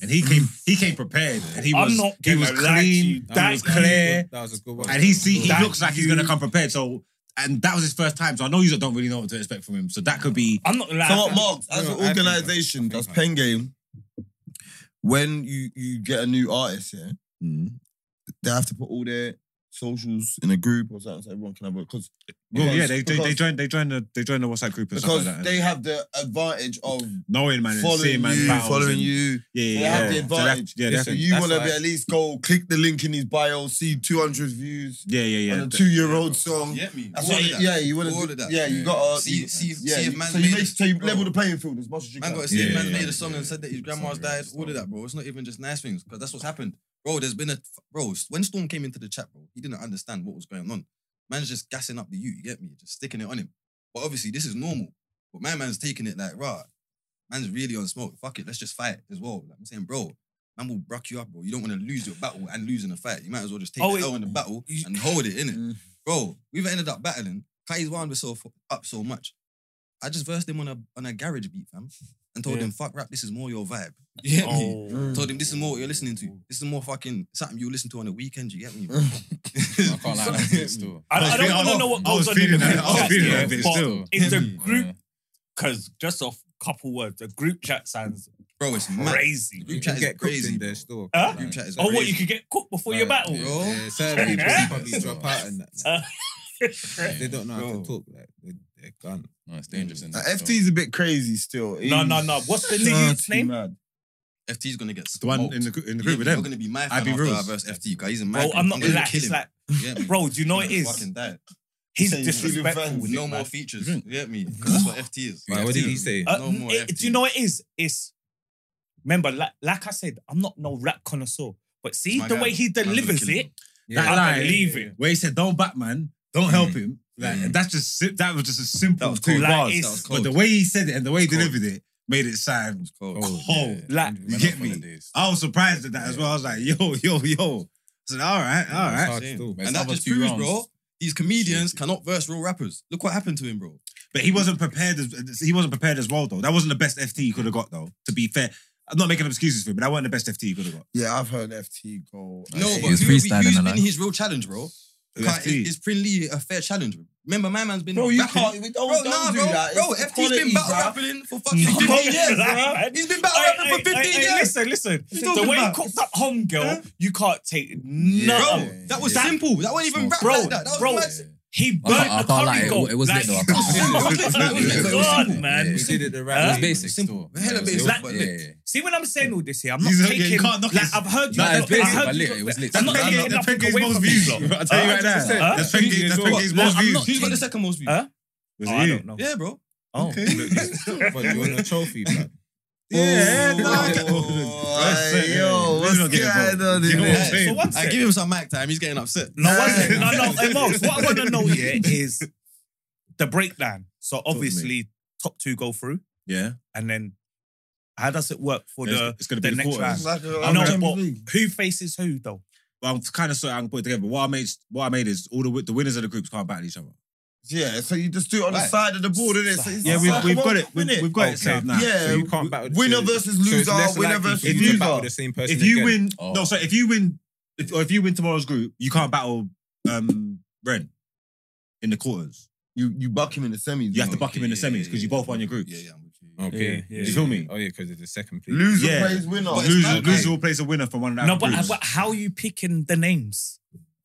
Speaker 2: and he came he came prepared, and he
Speaker 5: I'm
Speaker 2: was
Speaker 5: not
Speaker 2: he was
Speaker 5: gonna lie to you.
Speaker 2: clean, *laughs*
Speaker 5: That
Speaker 2: he was
Speaker 5: is clear.
Speaker 2: clear,
Speaker 6: *laughs* That was a good one.
Speaker 2: and he see he
Speaker 5: That
Speaker 2: looks like he's gonna come prepared. So, and that was his first time. So I know you don't really know what to expect from him. So that could be
Speaker 5: I'm not gonna lie.
Speaker 3: So what,
Speaker 5: fam.
Speaker 3: Mark? As
Speaker 6: I
Speaker 3: an
Speaker 6: think- I think
Speaker 3: organisation,
Speaker 6: so. I
Speaker 3: does
Speaker 6: think
Speaker 3: Pen Game, when you you get a new artist, yeah,
Speaker 2: Mm-hmm.
Speaker 3: they have to put all their socials in a group or something so everyone can have a because
Speaker 2: well,
Speaker 3: because-
Speaker 2: yeah. They, they they
Speaker 3: because-
Speaker 2: joined they joined the they joined the WhatsApp group and
Speaker 3: because
Speaker 2: stuff like that.
Speaker 3: they have the advantage of
Speaker 2: knowing man, and
Speaker 3: following
Speaker 2: seeing man,
Speaker 3: you,
Speaker 2: battles
Speaker 3: following
Speaker 2: and-
Speaker 3: you.
Speaker 2: Yeah, yeah,
Speaker 3: They
Speaker 2: yeah.
Speaker 3: have the
Speaker 2: So that-
Speaker 3: advantage.
Speaker 2: yeah,
Speaker 6: Listen,
Speaker 2: that's,
Speaker 3: So you
Speaker 6: that's
Speaker 3: want to
Speaker 6: why-
Speaker 3: be at least go click the link in his bio, see 200 views
Speaker 2: yeah, yeah,
Speaker 3: on
Speaker 2: yeah.
Speaker 3: a two-year-old song.
Speaker 4: Yeah, me.
Speaker 3: That's
Speaker 4: All
Speaker 3: what
Speaker 4: of
Speaker 3: you-
Speaker 4: that.
Speaker 3: yeah, you want
Speaker 4: All
Speaker 3: to.
Speaker 4: of that.
Speaker 3: Yeah, you got to.
Speaker 4: See, see,
Speaker 3: yeah,
Speaker 4: see if
Speaker 3: you-
Speaker 4: man's
Speaker 3: so you,
Speaker 4: made
Speaker 3: make,
Speaker 4: it-
Speaker 3: so you
Speaker 4: bro.
Speaker 3: level the playing field as much as you
Speaker 4: Man
Speaker 3: can.
Speaker 4: got to see if
Speaker 2: Yeah,
Speaker 4: man
Speaker 2: yeah,
Speaker 4: made
Speaker 2: yeah,
Speaker 4: a song and said that his grandma's
Speaker 1: Sorry,
Speaker 4: died. All of that, bro. It's not even just nice things because that's what's happened, bro. There's been a bro. When Storm came into the chat, bro, he didn't understand what was going on. Man's just gassing up the you. You get me? Just sticking it on him. But obviously, this is normal. But my man's taking it like, right, man's really on smoke. Fuck it, let's just fight as well. Like I'm saying, bro, man will brack you up, bro. You don't want to lose your battle and lose in a fight. You might as well just take
Speaker 5: Oh,
Speaker 4: the
Speaker 5: it-
Speaker 4: L in the battle
Speaker 5: you-
Speaker 4: and hold it, innit?
Speaker 3: Mm.
Speaker 4: Bro, we've ended up battling. Kai's wound himself up so much. I just versed him on a on a garage beat, fam, and told
Speaker 5: Yeah.
Speaker 4: him, fuck rap, this is more your vibe. You get me?
Speaker 5: Oh.
Speaker 4: Told him this is more what you're listening to. This is more fucking something you listen to on the weekend. You get me? *laughs*
Speaker 1: I can't lie. I did still.
Speaker 5: I, I
Speaker 2: was
Speaker 5: don't
Speaker 2: feeling-
Speaker 5: want to know what
Speaker 2: I was
Speaker 5: goes on in the
Speaker 1: *laughs*
Speaker 2: feeling that.
Speaker 5: group
Speaker 2: I was
Speaker 5: chat,
Speaker 2: feeling
Speaker 5: yeah,
Speaker 2: that bit
Speaker 5: but
Speaker 2: still.
Speaker 5: It's a
Speaker 1: Yeah.
Speaker 5: group because just off couple words, the group chat sounds
Speaker 4: Bro, it's mad.
Speaker 5: crazy.
Speaker 4: Group
Speaker 6: can
Speaker 4: chat is
Speaker 6: get crazy
Speaker 4: crazy.
Speaker 6: in
Speaker 4: bro.
Speaker 6: there still.
Speaker 5: Huh?
Speaker 4: Group chat is
Speaker 5: Or Oh, what
Speaker 4: crazy.
Speaker 5: you could get cooked before your
Speaker 6: Like,
Speaker 5: battle.
Speaker 4: yeah.
Speaker 6: Yeah, certain people probably drop out and that.
Speaker 5: Uh, *laughs*
Speaker 6: They don't know how
Speaker 4: Bro.
Speaker 6: to talk. Like they- they're gone.
Speaker 1: No, it's dangerous. In
Speaker 3: Uh, FT's a bit crazy still.
Speaker 5: no, no, no. What's the new youth's name?
Speaker 3: Mad.
Speaker 4: FT's gonna get
Speaker 2: The one in
Speaker 4: smoked.
Speaker 2: the gr- in
Speaker 4: Yeah,
Speaker 2: the group with
Speaker 4: you're
Speaker 2: them.
Speaker 4: gonna be my
Speaker 2: I'd
Speaker 4: fan
Speaker 2: be
Speaker 4: after
Speaker 2: rude.
Speaker 4: I verse FT. Guys, he's a mad.
Speaker 5: Bro, Oh, I'm not
Speaker 4: gonna
Speaker 5: like
Speaker 4: kill
Speaker 5: it's
Speaker 4: him.
Speaker 5: like,
Speaker 4: Yeah,
Speaker 5: *laughs*
Speaker 4: man.
Speaker 5: bro, do you know what it is?
Speaker 4: Fucking die.
Speaker 5: He's
Speaker 3: Saying he's feeling
Speaker 5: disrespectful.
Speaker 3: friends.
Speaker 5: with
Speaker 4: No
Speaker 5: it,
Speaker 4: more
Speaker 5: man.
Speaker 4: features. You get me? 'Cause that's what FT is.
Speaker 6: Right, what did he say?
Speaker 5: Uh,
Speaker 4: No more
Speaker 5: it-
Speaker 4: FT.
Speaker 5: do you know what it is? It's remember, like, like I said, I'm not no rap connoisseur, but see
Speaker 4: my
Speaker 5: the
Speaker 4: guy.
Speaker 5: way he
Speaker 4: gonna
Speaker 5: delivers
Speaker 4: kill him.
Speaker 5: it,
Speaker 6: Yeah.
Speaker 2: That
Speaker 5: I
Speaker 2: line
Speaker 5: believe it.
Speaker 2: where he said, "Don't Batman, don't help
Speaker 3: Mm.
Speaker 2: him." Like, and that's just si- that was just a simple
Speaker 4: was
Speaker 2: two
Speaker 5: cold. Like,
Speaker 2: bars.
Speaker 5: it's-
Speaker 2: but the way he said it and the way he
Speaker 4: Cold.
Speaker 2: delivered it made it sound.
Speaker 4: It's
Speaker 1: Oh,
Speaker 4: cold.
Speaker 2: Cold.
Speaker 5: Like,
Speaker 1: Went
Speaker 2: you
Speaker 1: on
Speaker 2: get me?
Speaker 1: holidays.
Speaker 2: I was surprised at that as well. I was like, yo, *laughs* yo, yo. I said, all right, all
Speaker 6: It's
Speaker 2: right.
Speaker 6: hard still.
Speaker 1: But it's
Speaker 4: And that
Speaker 1: other
Speaker 4: just
Speaker 1: two
Speaker 4: proves,
Speaker 1: rounds.
Speaker 4: bro, these comedians cannot verse real rappers. Look what happened to him, bro.
Speaker 2: But he wasn't prepared. As, he wasn't prepared as well, though. That wasn't the best FT he could have got, though. To be fair, I'm not making excuses for him, but that wasn't the best FT he could have got.
Speaker 3: Yeah, I've heard FT go.
Speaker 4: No,
Speaker 1: he
Speaker 4: but
Speaker 1: was
Speaker 4: who, who's
Speaker 1: freestyling a
Speaker 4: been
Speaker 1: lot.
Speaker 4: his real challenge, bro? Can't-
Speaker 2: FT.
Speaker 4: Is, is Prin Lee a fair challenge? Remember, my man's been
Speaker 3: Bro, you
Speaker 4: rapping-
Speaker 3: can't. We don't,
Speaker 4: Bro,
Speaker 3: don't
Speaker 4: nah,
Speaker 3: do
Speaker 4: bro,
Speaker 3: that.
Speaker 4: bro.
Speaker 3: It's
Speaker 4: FT's been
Speaker 3: equality,
Speaker 4: battle
Speaker 3: bruh.
Speaker 4: rapping for fucking
Speaker 3: No.
Speaker 4: 15 years, bro.
Speaker 5: man.
Speaker 4: He's been battle
Speaker 5: Hey,
Speaker 4: rapping for
Speaker 5: hey, hey,
Speaker 4: 15
Speaker 5: hey,
Speaker 4: years.
Speaker 5: Listen, listen.
Speaker 4: He's
Speaker 5: the
Speaker 4: talking
Speaker 5: way
Speaker 4: about-
Speaker 5: he cooked up homegirl, you can't take
Speaker 4: Bro,
Speaker 5: nothing.
Speaker 4: that was simple. That wasn't even rap
Speaker 5: Bro,
Speaker 4: like that. That was
Speaker 5: bro.
Speaker 4: mad.
Speaker 1: Yeah.
Speaker 5: He
Speaker 1: I can't-
Speaker 5: burnt
Speaker 1: I
Speaker 5: the
Speaker 1: can't
Speaker 5: curry
Speaker 1: lie, it-
Speaker 5: goat.
Speaker 1: it was lit though.
Speaker 5: *laughs*
Speaker 1: I can't-
Speaker 4: It was lit, it was lit, it was
Speaker 5: God,
Speaker 4: simple.
Speaker 5: man.
Speaker 1: Yeah,
Speaker 6: We did it the
Speaker 5: Huh?
Speaker 6: right
Speaker 1: It
Speaker 6: way.
Speaker 1: was basic
Speaker 4: Simple.
Speaker 1: still.
Speaker 4: Hella
Speaker 1: Yeah, it
Speaker 4: basic,
Speaker 1: was-
Speaker 4: but
Speaker 1: yeah,
Speaker 4: lit.
Speaker 1: yeah, yeah.
Speaker 5: See, when I'm saying all this here, I'm not
Speaker 2: He's okay,
Speaker 5: taking.
Speaker 2: you can't knock
Speaker 5: like,
Speaker 2: his-
Speaker 5: I've heard you.
Speaker 1: Nah, it's
Speaker 5: I've
Speaker 1: basic,
Speaker 5: heard
Speaker 1: but
Speaker 5: you-
Speaker 1: lit. It was lit.
Speaker 5: I'm not
Speaker 1: Nah,
Speaker 5: taking
Speaker 1: nah,
Speaker 5: nothing
Speaker 2: Penga's
Speaker 5: away
Speaker 2: most
Speaker 5: from
Speaker 2: views.
Speaker 5: you lot.
Speaker 2: I'll tell you right now.
Speaker 5: Huh?
Speaker 2: That's Penga's that's Penga's most
Speaker 5: I'm
Speaker 2: views.
Speaker 5: not-
Speaker 4: Who's got the second most views?
Speaker 5: Huh?
Speaker 2: Was
Speaker 5: Oh,
Speaker 2: it
Speaker 5: I
Speaker 2: you?
Speaker 5: don't know.
Speaker 4: Yeah, bro.
Speaker 5: Oh.
Speaker 6: But you want a trophy, blood.
Speaker 2: Yeah.
Speaker 3: Oh,
Speaker 2: That's it.
Speaker 3: yo, what's
Speaker 2: Let's not get
Speaker 3: going on
Speaker 2: involved. You
Speaker 3: in
Speaker 2: know what I'm
Speaker 3: there?
Speaker 4: Hey,
Speaker 5: So
Speaker 2: saying?
Speaker 5: one
Speaker 4: I
Speaker 5: sec.
Speaker 4: give him some mic time. He's getting upset.
Speaker 5: No, one second. no, no. Hey, Marks, what I want to know here is the breakdown. So obviously, top two go through,
Speaker 2: Yeah.
Speaker 5: and then how does it work for
Speaker 2: It's- It's going to
Speaker 5: the
Speaker 2: be the
Speaker 5: next
Speaker 2: quarters.
Speaker 5: round.
Speaker 3: I
Speaker 5: the? No, but who faces who though?
Speaker 2: Well, I'm kind of sorry I can put it together. But what I made, what I made is all the the winners of the groups can't battle each other.
Speaker 3: Yeah, so you just do it on the
Speaker 4: Right.
Speaker 3: side of the board, innit? So it's
Speaker 2: Yeah,
Speaker 3: like
Speaker 2: we've,
Speaker 3: a
Speaker 2: we've *laughs*
Speaker 3: World
Speaker 2: got it.
Speaker 3: Cup,
Speaker 2: We've,
Speaker 3: innit?
Speaker 2: we've got it set up now.
Speaker 3: Yeah,
Speaker 6: So you can't battle the
Speaker 3: winner
Speaker 6: two-
Speaker 3: versus
Speaker 6: so it's
Speaker 3: loser,
Speaker 6: less
Speaker 3: winner
Speaker 6: likely
Speaker 3: versus
Speaker 6: for you to
Speaker 3: loser.
Speaker 6: battle the same person
Speaker 2: If you
Speaker 6: again.
Speaker 2: win,
Speaker 1: Oh.
Speaker 2: no, so if you win, if, or if you win tomorrow's group, you can't battle um Ren in the quarters.
Speaker 3: You you buck him in the semis.
Speaker 2: You have to
Speaker 3: bro.
Speaker 2: buck him in the semis because you both won your group.
Speaker 4: Yeah, yeah, I'm with you.
Speaker 6: Okay.
Speaker 5: Yeah, yeah.
Speaker 2: You feel me?
Speaker 6: Oh yeah, because it's the second place.
Speaker 3: Loser
Speaker 2: Yeah.
Speaker 3: plays winner.
Speaker 4: But it's
Speaker 2: Loser,
Speaker 4: not-
Speaker 2: loser will place a winner from one of the
Speaker 5: No,
Speaker 2: other
Speaker 5: but,
Speaker 2: groups.
Speaker 5: but how are you picking the names?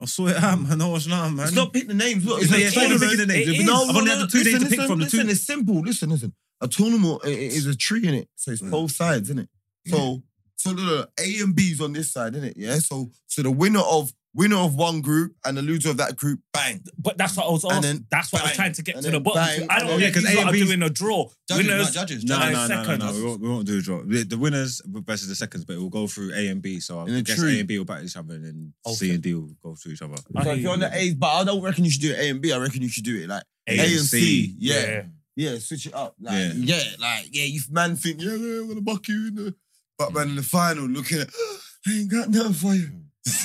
Speaker 2: I saw *laughs* it out, man. No, it's not, man.
Speaker 3: It's not pick the names. Look, it's,
Speaker 2: It's not-
Speaker 3: a
Speaker 2: it's not even
Speaker 3: tournament.
Speaker 2: picking the names.
Speaker 5: It
Speaker 2: I've
Speaker 5: is.
Speaker 2: only- I've only had the two days
Speaker 3: listen,
Speaker 2: to pick
Speaker 3: listen,
Speaker 2: from the two.
Speaker 3: Listen, it's simple. Listen, listen. A tournament i- i- is a tree in it, so it's both sides, isn't it?
Speaker 2: Mm.
Speaker 3: So, so the A and B's on this side, isn't it? Yeah. So, so the winner of winner of one group and the loser of that group, bang.
Speaker 5: But that's what I was
Speaker 3: And
Speaker 5: asking.
Speaker 3: then
Speaker 5: that's what I was
Speaker 3: bang,
Speaker 5: trying to get
Speaker 3: and
Speaker 5: to the
Speaker 3: then
Speaker 5: bottom.
Speaker 3: bang,
Speaker 5: to. I
Speaker 3: and
Speaker 5: don't
Speaker 3: then-
Speaker 5: know if
Speaker 2: Yeah, 'cause
Speaker 5: these lot are
Speaker 2: A&B's
Speaker 5: doing a draw.
Speaker 4: Judges,
Speaker 5: Winners.
Speaker 4: not judges.
Speaker 2: No,
Speaker 4: judges.
Speaker 5: Nine
Speaker 2: no, no, no, no.
Speaker 5: seconds.
Speaker 2: We won't, we won't do a draw. The, the winners versus the seconds, but it will go through A and B. So I
Speaker 3: In a
Speaker 2: guess
Speaker 3: tree.
Speaker 2: A and B will battle each other, and then C
Speaker 5: Okay.
Speaker 2: and D will go through each other.
Speaker 5: I
Speaker 3: So
Speaker 5: hear
Speaker 3: if you're on
Speaker 5: you.
Speaker 3: the A's, but I don't reckon you should do A and B. I reckon you should do it like A,
Speaker 2: A
Speaker 3: and
Speaker 2: and
Speaker 3: C.
Speaker 2: C.
Speaker 3: Yeah. yeah. switch it up. Like,
Speaker 2: Yeah.
Speaker 3: yeah. like, yeah, you man think, yeah, yeah, I'm gonna buck you in the but man in the final looking at *gasps* I ain't got nothing for you.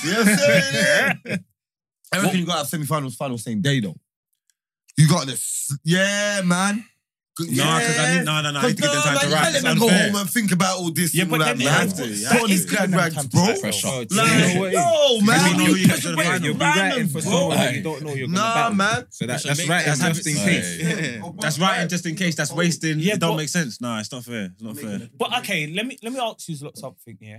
Speaker 3: You know what I'm
Speaker 2: *laughs*
Speaker 3: saying? Yeah. I reckon you gotta have semi-finals, finals same day though. You got this. Yeah, man. Good-
Speaker 2: No, because I
Speaker 3: yeah.
Speaker 2: need no, no, no. I need to give them
Speaker 3: nah,
Speaker 2: time
Speaker 3: man,
Speaker 2: to
Speaker 3: you
Speaker 2: wrap.
Speaker 3: can't
Speaker 2: It's
Speaker 3: Let them go
Speaker 2: unfair.
Speaker 3: home and think about all this
Speaker 5: Yeah,
Speaker 3: and
Speaker 5: but
Speaker 3: all that,
Speaker 5: then
Speaker 3: man.
Speaker 5: you have
Speaker 2: to, yeah.
Speaker 3: Put on
Speaker 5: That
Speaker 3: these
Speaker 5: is giving
Speaker 3: glad
Speaker 5: them
Speaker 3: rags,
Speaker 5: time to
Speaker 3: bro.
Speaker 5: settle.
Speaker 6: Oh, *laughs* do
Speaker 3: Like,
Speaker 6: you know what it is?
Speaker 3: no, man.
Speaker 2: know
Speaker 3: You
Speaker 2: you
Speaker 3: pick
Speaker 2: get to the
Speaker 3: random-
Speaker 2: final.
Speaker 6: You'll be writing
Speaker 3: bro.
Speaker 6: for so long
Speaker 1: Aye.
Speaker 6: you don't know you're gonna
Speaker 3: Nah,
Speaker 6: battle.
Speaker 3: man.
Speaker 6: So that,
Speaker 4: Should
Speaker 6: that's
Speaker 4: make
Speaker 6: right.
Speaker 4: that
Speaker 6: That's just in
Speaker 1: happen.
Speaker 6: case.
Speaker 2: *laughs* That's right, and just in
Speaker 3: *laughs*
Speaker 2: case,
Speaker 3: Oh,
Speaker 2: that's wasting.
Speaker 5: Yeah,
Speaker 2: it don't
Speaker 5: but-
Speaker 2: make sense. Nah, it's not fair. It's not fair.
Speaker 5: But okay, let me let me ask you lot something. Yeah.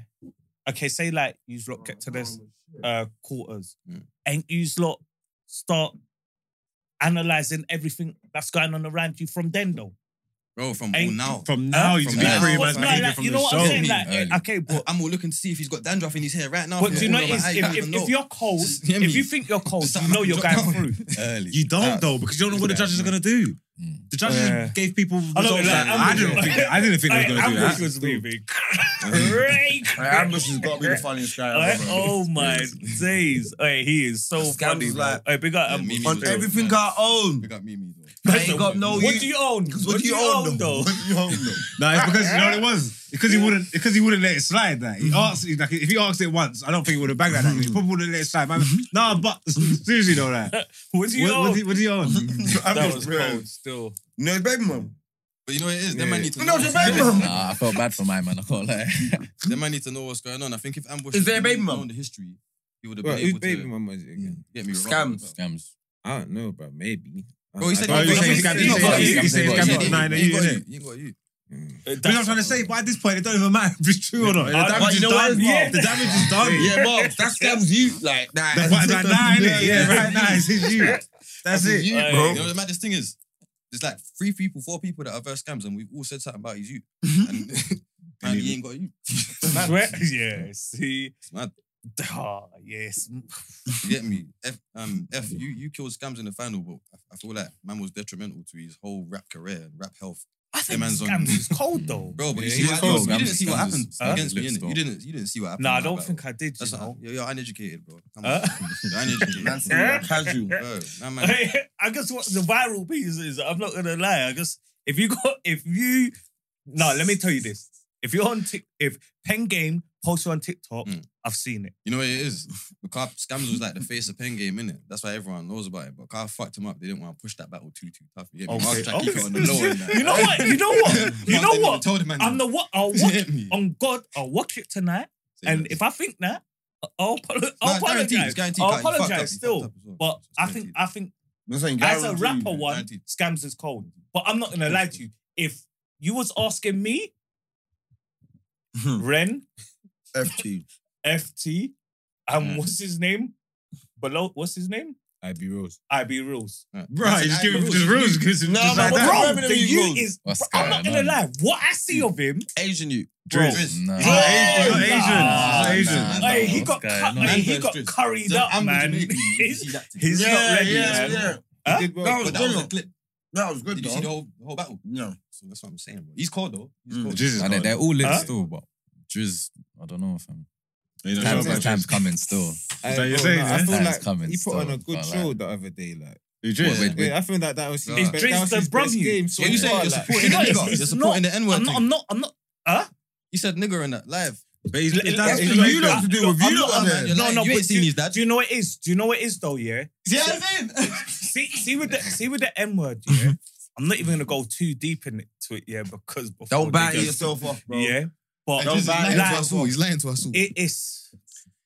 Speaker 5: Okay, say like you lot get to this uh, quarters,
Speaker 4: Mm.
Speaker 5: and you lot start analyzing everything that's going on around you from then though.
Speaker 4: Bro, from all
Speaker 5: Ain't-
Speaker 4: now.
Speaker 2: From now, you
Speaker 4: From
Speaker 2: can be
Speaker 4: now.
Speaker 2: free,
Speaker 4: What's
Speaker 2: man.
Speaker 4: not
Speaker 2: behavior
Speaker 5: like,
Speaker 2: from
Speaker 5: you
Speaker 2: the
Speaker 5: know what I'm
Speaker 2: show.
Speaker 5: saying? Like,
Speaker 4: Early.
Speaker 5: okay, but
Speaker 4: I'm all looking to see if he's got dandruff in his hair right now.
Speaker 5: But do you know,
Speaker 4: Like,
Speaker 5: it's,
Speaker 4: I
Speaker 5: if,
Speaker 4: don't
Speaker 5: if,
Speaker 4: even know.
Speaker 5: if you're
Speaker 4: *laughs*
Speaker 5: cold,
Speaker 4: Just hear me.
Speaker 5: if you think you're cold,
Speaker 4: Just
Speaker 5: you know you're
Speaker 4: drop
Speaker 5: going
Speaker 4: down.
Speaker 5: through.
Speaker 4: Early.
Speaker 2: You don't
Speaker 4: That's-
Speaker 2: though, because you don't know what the judges are gonna do.
Speaker 1: Mm.
Speaker 2: The judges
Speaker 5: Yeah.
Speaker 2: gave people results.
Speaker 5: I know, like,
Speaker 2: that- I
Speaker 5: Ambush-
Speaker 2: didn't think. I didn't think they were gonna do
Speaker 5: Ambush
Speaker 2: that.
Speaker 5: was
Speaker 2: *laughs*
Speaker 5: moving. Great.
Speaker 3: Ambush has got to be the funniest guy
Speaker 5: Alright,
Speaker 3: ever. bro.
Speaker 5: Oh
Speaker 2: *laughs*
Speaker 5: my days. Hey, he is so funny.
Speaker 3: Scandal's
Speaker 5: Like,
Speaker 3: like-
Speaker 5: hey, big up
Speaker 4: Yeah,
Speaker 5: Ambush.
Speaker 4: Mimi
Speaker 3: On
Speaker 4: was
Speaker 5: still.
Speaker 4: every-
Speaker 3: everything I own.
Speaker 4: We got Mimi though.
Speaker 3: I ain't got no
Speaker 5: What do you own?
Speaker 3: Because what, do you own, though? *laughs* What do you own, though?
Speaker 2: No, it's because you know what it was. Because he wouldn't. Because he wouldn't let it slide. That he asked. he- Like if he asked it once, I don't think he would have bagged that.
Speaker 5: Mm-hmm.
Speaker 2: Like, he probably would have let it slide. Man, nah, but *laughs* seriously though, like,
Speaker 5: What do you
Speaker 2: what,
Speaker 5: own?
Speaker 2: what, do, you- what do you own? *laughs*
Speaker 5: That was cold still.
Speaker 3: No, it's baby mum.
Speaker 4: But you know what it is? Them
Speaker 2: Yeah.
Speaker 4: man need to
Speaker 3: No,
Speaker 4: know.
Speaker 3: it's a baby mum.
Speaker 1: Nah, I felt bad for my man. I can't lie.
Speaker 4: Them man need to know what's going on. I think if Ambush
Speaker 3: Is
Speaker 4: had
Speaker 3: there a baby
Speaker 4: known
Speaker 3: mum?
Speaker 4: the history, he would have
Speaker 6: Well,
Speaker 4: been
Speaker 6: whose
Speaker 4: able
Speaker 6: baby
Speaker 4: to
Speaker 6: mum was it again?
Speaker 4: get me wrong.
Speaker 3: Scams.
Speaker 1: Scams.
Speaker 6: I don't know, but maybe.
Speaker 4: Bro, he said
Speaker 2: Oh,
Speaker 6: I
Speaker 2: you
Speaker 6: don't
Speaker 2: saying
Speaker 6: know.
Speaker 2: he's got-
Speaker 4: He
Speaker 2: he's
Speaker 4: ain't
Speaker 2: saying-
Speaker 4: got
Speaker 2: he's saying
Speaker 4: you.
Speaker 2: he's
Speaker 4: He
Speaker 2: got nine,
Speaker 4: ain't
Speaker 2: you,
Speaker 4: got
Speaker 2: innit?
Speaker 4: you. He ain't got you.
Speaker 6: Mm.
Speaker 2: You know what I'm trying to say? But at this point, it don't even matter if it's true or not. The
Speaker 5: Uh, But
Speaker 2: damage
Speaker 3: you
Speaker 2: is
Speaker 3: know what
Speaker 2: done.
Speaker 3: it is,
Speaker 5: Mark?
Speaker 2: The damage
Speaker 5: *laughs*
Speaker 2: is done.
Speaker 3: Yeah, mom, that scams you. Like, nah.
Speaker 2: That's what
Speaker 5: *laughs*
Speaker 2: that nine
Speaker 3: Yeah,
Speaker 2: is. Yeah,
Speaker 3: yeah.
Speaker 2: right now it's his you. That's it.
Speaker 3: you,
Speaker 5: Hey,
Speaker 3: bro.
Speaker 4: You know the maddest thing is, there's like three people, four people that are verse scams, and we've all said something about his you. And *laughs* man, he ain't got you. *laughs*
Speaker 5: Swear- Yeah, see.
Speaker 4: It's mad.
Speaker 5: Ah, yes.
Speaker 4: You get me? F, um, F, you you killed scams in the final, but I, I feel like man was detrimental to his whole rap career and rap health,
Speaker 5: I think
Speaker 4: man's on-
Speaker 5: scams is cold though.
Speaker 4: bro. But you,
Speaker 1: Yeah, he
Speaker 4: see
Speaker 1: was
Speaker 4: what,
Speaker 1: cold.
Speaker 4: you didn't
Speaker 1: Scams-
Speaker 4: see what
Speaker 1: scams
Speaker 4: happened
Speaker 1: is-
Speaker 5: Huh?
Speaker 4: against me,
Speaker 1: lips,
Speaker 4: innit?
Speaker 1: though.
Speaker 4: You didn't you didn't see what happened.
Speaker 5: Nah, I
Speaker 4: in that
Speaker 5: don't
Speaker 4: battle.
Speaker 5: think I did. You
Speaker 4: That's not,
Speaker 5: *laughs* know.
Speaker 4: you're, you're uneducated, bro. Come on.
Speaker 5: Huh?
Speaker 4: *laughs* You're uneducated.
Speaker 3: Man, see, you're *laughs* casual.
Speaker 4: Bro, nah,
Speaker 5: *laughs*
Speaker 4: man.
Speaker 5: I guess what the viral piece is, I'm not gonna lie. I guess if you got if you No, let me tell you this. If you're on Tik, if Pen Game posts you on TikTok,
Speaker 4: Mm.
Speaker 5: I've seen it.
Speaker 4: You know what it is? Car Scams was like the face of pen game, innit? That's why everyone knows about it. But Car fucked him up. They didn't want to push that battle too, too tough. You get me?
Speaker 5: Okay,
Speaker 4: Mars tried to keep it on the
Speaker 5: okay.
Speaker 4: low
Speaker 5: *laughs*
Speaker 4: end. like-
Speaker 5: You know what? You know
Speaker 4: *laughs*
Speaker 5: what?
Speaker 4: Mars
Speaker 5: You know
Speaker 4: didn't even
Speaker 5: what?
Speaker 4: Tell the man
Speaker 5: I'm the what? I'll
Speaker 4: *laughs* You
Speaker 5: watch
Speaker 4: get me?
Speaker 5: on God. I'll watch it tonight.
Speaker 4: So,
Speaker 5: And
Speaker 4: yeah.
Speaker 5: if I think that, I'll, apo-
Speaker 4: Nah,
Speaker 5: I'll
Speaker 4: it's guaranteed,
Speaker 5: apologize.
Speaker 4: it's guaranteed,
Speaker 5: I'll
Speaker 4: Car, you fucked
Speaker 5: apologize
Speaker 4: up, you
Speaker 5: still,
Speaker 4: fucked up as well.
Speaker 5: But
Speaker 4: It's
Speaker 5: I think
Speaker 4: guaranteed.
Speaker 5: I think
Speaker 3: I'm saying
Speaker 5: as a
Speaker 3: guaranteed.
Speaker 5: rapper, one
Speaker 4: guaranteed.
Speaker 5: scams is cold. But I'm not gonna lie to you. If you was
Speaker 4: *laughs*
Speaker 5: asking me, Ren,
Speaker 3: FT.
Speaker 5: FT, and
Speaker 4: Mm.
Speaker 5: what's his name? Below, what's his name?
Speaker 6: I'd be real.
Speaker 5: IB Rules.
Speaker 4: Right.
Speaker 2: Bro,
Speaker 4: Listen,
Speaker 2: just
Speaker 4: I-
Speaker 2: give him
Speaker 4: Rules,
Speaker 2: just
Speaker 4: you
Speaker 2: rules. Just
Speaker 3: No,
Speaker 2: just
Speaker 3: but
Speaker 2: like
Speaker 3: bro,
Speaker 2: that.
Speaker 5: bro,
Speaker 3: Revenue
Speaker 5: the you
Speaker 3: Rules.
Speaker 5: is.
Speaker 1: What's
Speaker 5: bro, I'm not
Speaker 1: going
Speaker 5: gonna
Speaker 1: on?
Speaker 5: lie. What I see of him,
Speaker 4: Asian you.
Speaker 5: bro.
Speaker 4: Drizz.
Speaker 1: Nah.
Speaker 4: He's
Speaker 5: Bro.
Speaker 4: not Asian. He's
Speaker 5: Nah.
Speaker 4: not Asian.
Speaker 1: Nah,
Speaker 4: He's not Asian.
Speaker 1: nah, nah.
Speaker 5: Hey, he
Speaker 1: what's
Speaker 5: got
Speaker 1: going
Speaker 5: cut,
Speaker 1: on?
Speaker 5: hey, he
Speaker 4: Man's
Speaker 5: got
Speaker 4: Drizz.
Speaker 5: curried
Speaker 4: Drizz,
Speaker 5: up,
Speaker 4: I'm
Speaker 5: man.
Speaker 4: Jamaican. You see
Speaker 5: *laughs* He's,
Speaker 4: that thing?
Speaker 5: he's
Speaker 3: yeah,
Speaker 5: not ready,
Speaker 3: yeah,
Speaker 5: man.
Speaker 3: yeah.
Speaker 5: Huh?
Speaker 6: He did well.
Speaker 3: That was
Speaker 4: But that was a
Speaker 3: good.
Speaker 4: clip.
Speaker 3: That was good
Speaker 4: Did you see the
Speaker 3: though.
Speaker 4: whole, the whole battle?
Speaker 3: No.
Speaker 4: So that's what I'm saying, bro. He's cold though. He's
Speaker 3: Mm.
Speaker 4: cold.
Speaker 2: Jizz is
Speaker 1: And they-
Speaker 2: gone.
Speaker 1: they're all lit
Speaker 5: Huh?
Speaker 1: still, but Driz, I don't know if I'm.
Speaker 2: They don't know
Speaker 1: Time's,
Speaker 2: about
Speaker 6: Jizz.
Speaker 1: time's
Speaker 2: Jizz.
Speaker 1: coming still.
Speaker 6: Hey,
Speaker 2: that your
Speaker 6: bro,
Speaker 2: saying,
Speaker 6: nah,
Speaker 2: yeah?
Speaker 6: I feel
Speaker 1: Nah,
Speaker 6: like
Speaker 1: it's coming
Speaker 6: he put on
Speaker 1: still,
Speaker 6: a good
Speaker 1: but like-
Speaker 6: show the other day. Like,
Speaker 2: Who,
Speaker 1: What,
Speaker 2: Jizz?
Speaker 1: with- with-
Speaker 6: yeah, I feel like that was
Speaker 4: Nah.
Speaker 6: his,
Speaker 4: It's
Speaker 6: best-
Speaker 5: Drizz
Speaker 6: that was
Speaker 5: the
Speaker 6: his best
Speaker 5: brother.
Speaker 6: game.
Speaker 4: So you saying you're supporting the
Speaker 5: It's
Speaker 4: nigger?
Speaker 5: not-
Speaker 4: You're
Speaker 5: it's
Speaker 4: supporting the N word
Speaker 5: I'm not. I'm
Speaker 4: thing.
Speaker 5: not. I'm not. Huh?
Speaker 4: He said nigger in that live.
Speaker 2: But he's,
Speaker 5: Let-
Speaker 2: that's
Speaker 5: let-
Speaker 2: because
Speaker 5: let-
Speaker 2: you
Speaker 5: let-
Speaker 2: lot to do
Speaker 5: look,
Speaker 2: with you
Speaker 5: I'm
Speaker 2: lot.
Speaker 5: not-
Speaker 4: lot,
Speaker 2: innit?
Speaker 4: man. You're
Speaker 5: No,
Speaker 4: lying.
Speaker 5: no.
Speaker 4: You
Speaker 5: but
Speaker 4: ain't seen
Speaker 5: do-
Speaker 4: his dad.
Speaker 5: Do you know what it is? Do you know what it is though? Yeah.
Speaker 4: See what I'm saying?
Speaker 5: See, see with the see with the M word. Yeah. I'm not even gonna go too deep into it. Yeah, because before they
Speaker 3: Don't batter
Speaker 5: go-
Speaker 3: yourself off, bro.
Speaker 5: Yeah, but
Speaker 4: He's lying to
Speaker 5: Like,
Speaker 4: us all. He's lying to us all.
Speaker 5: it is.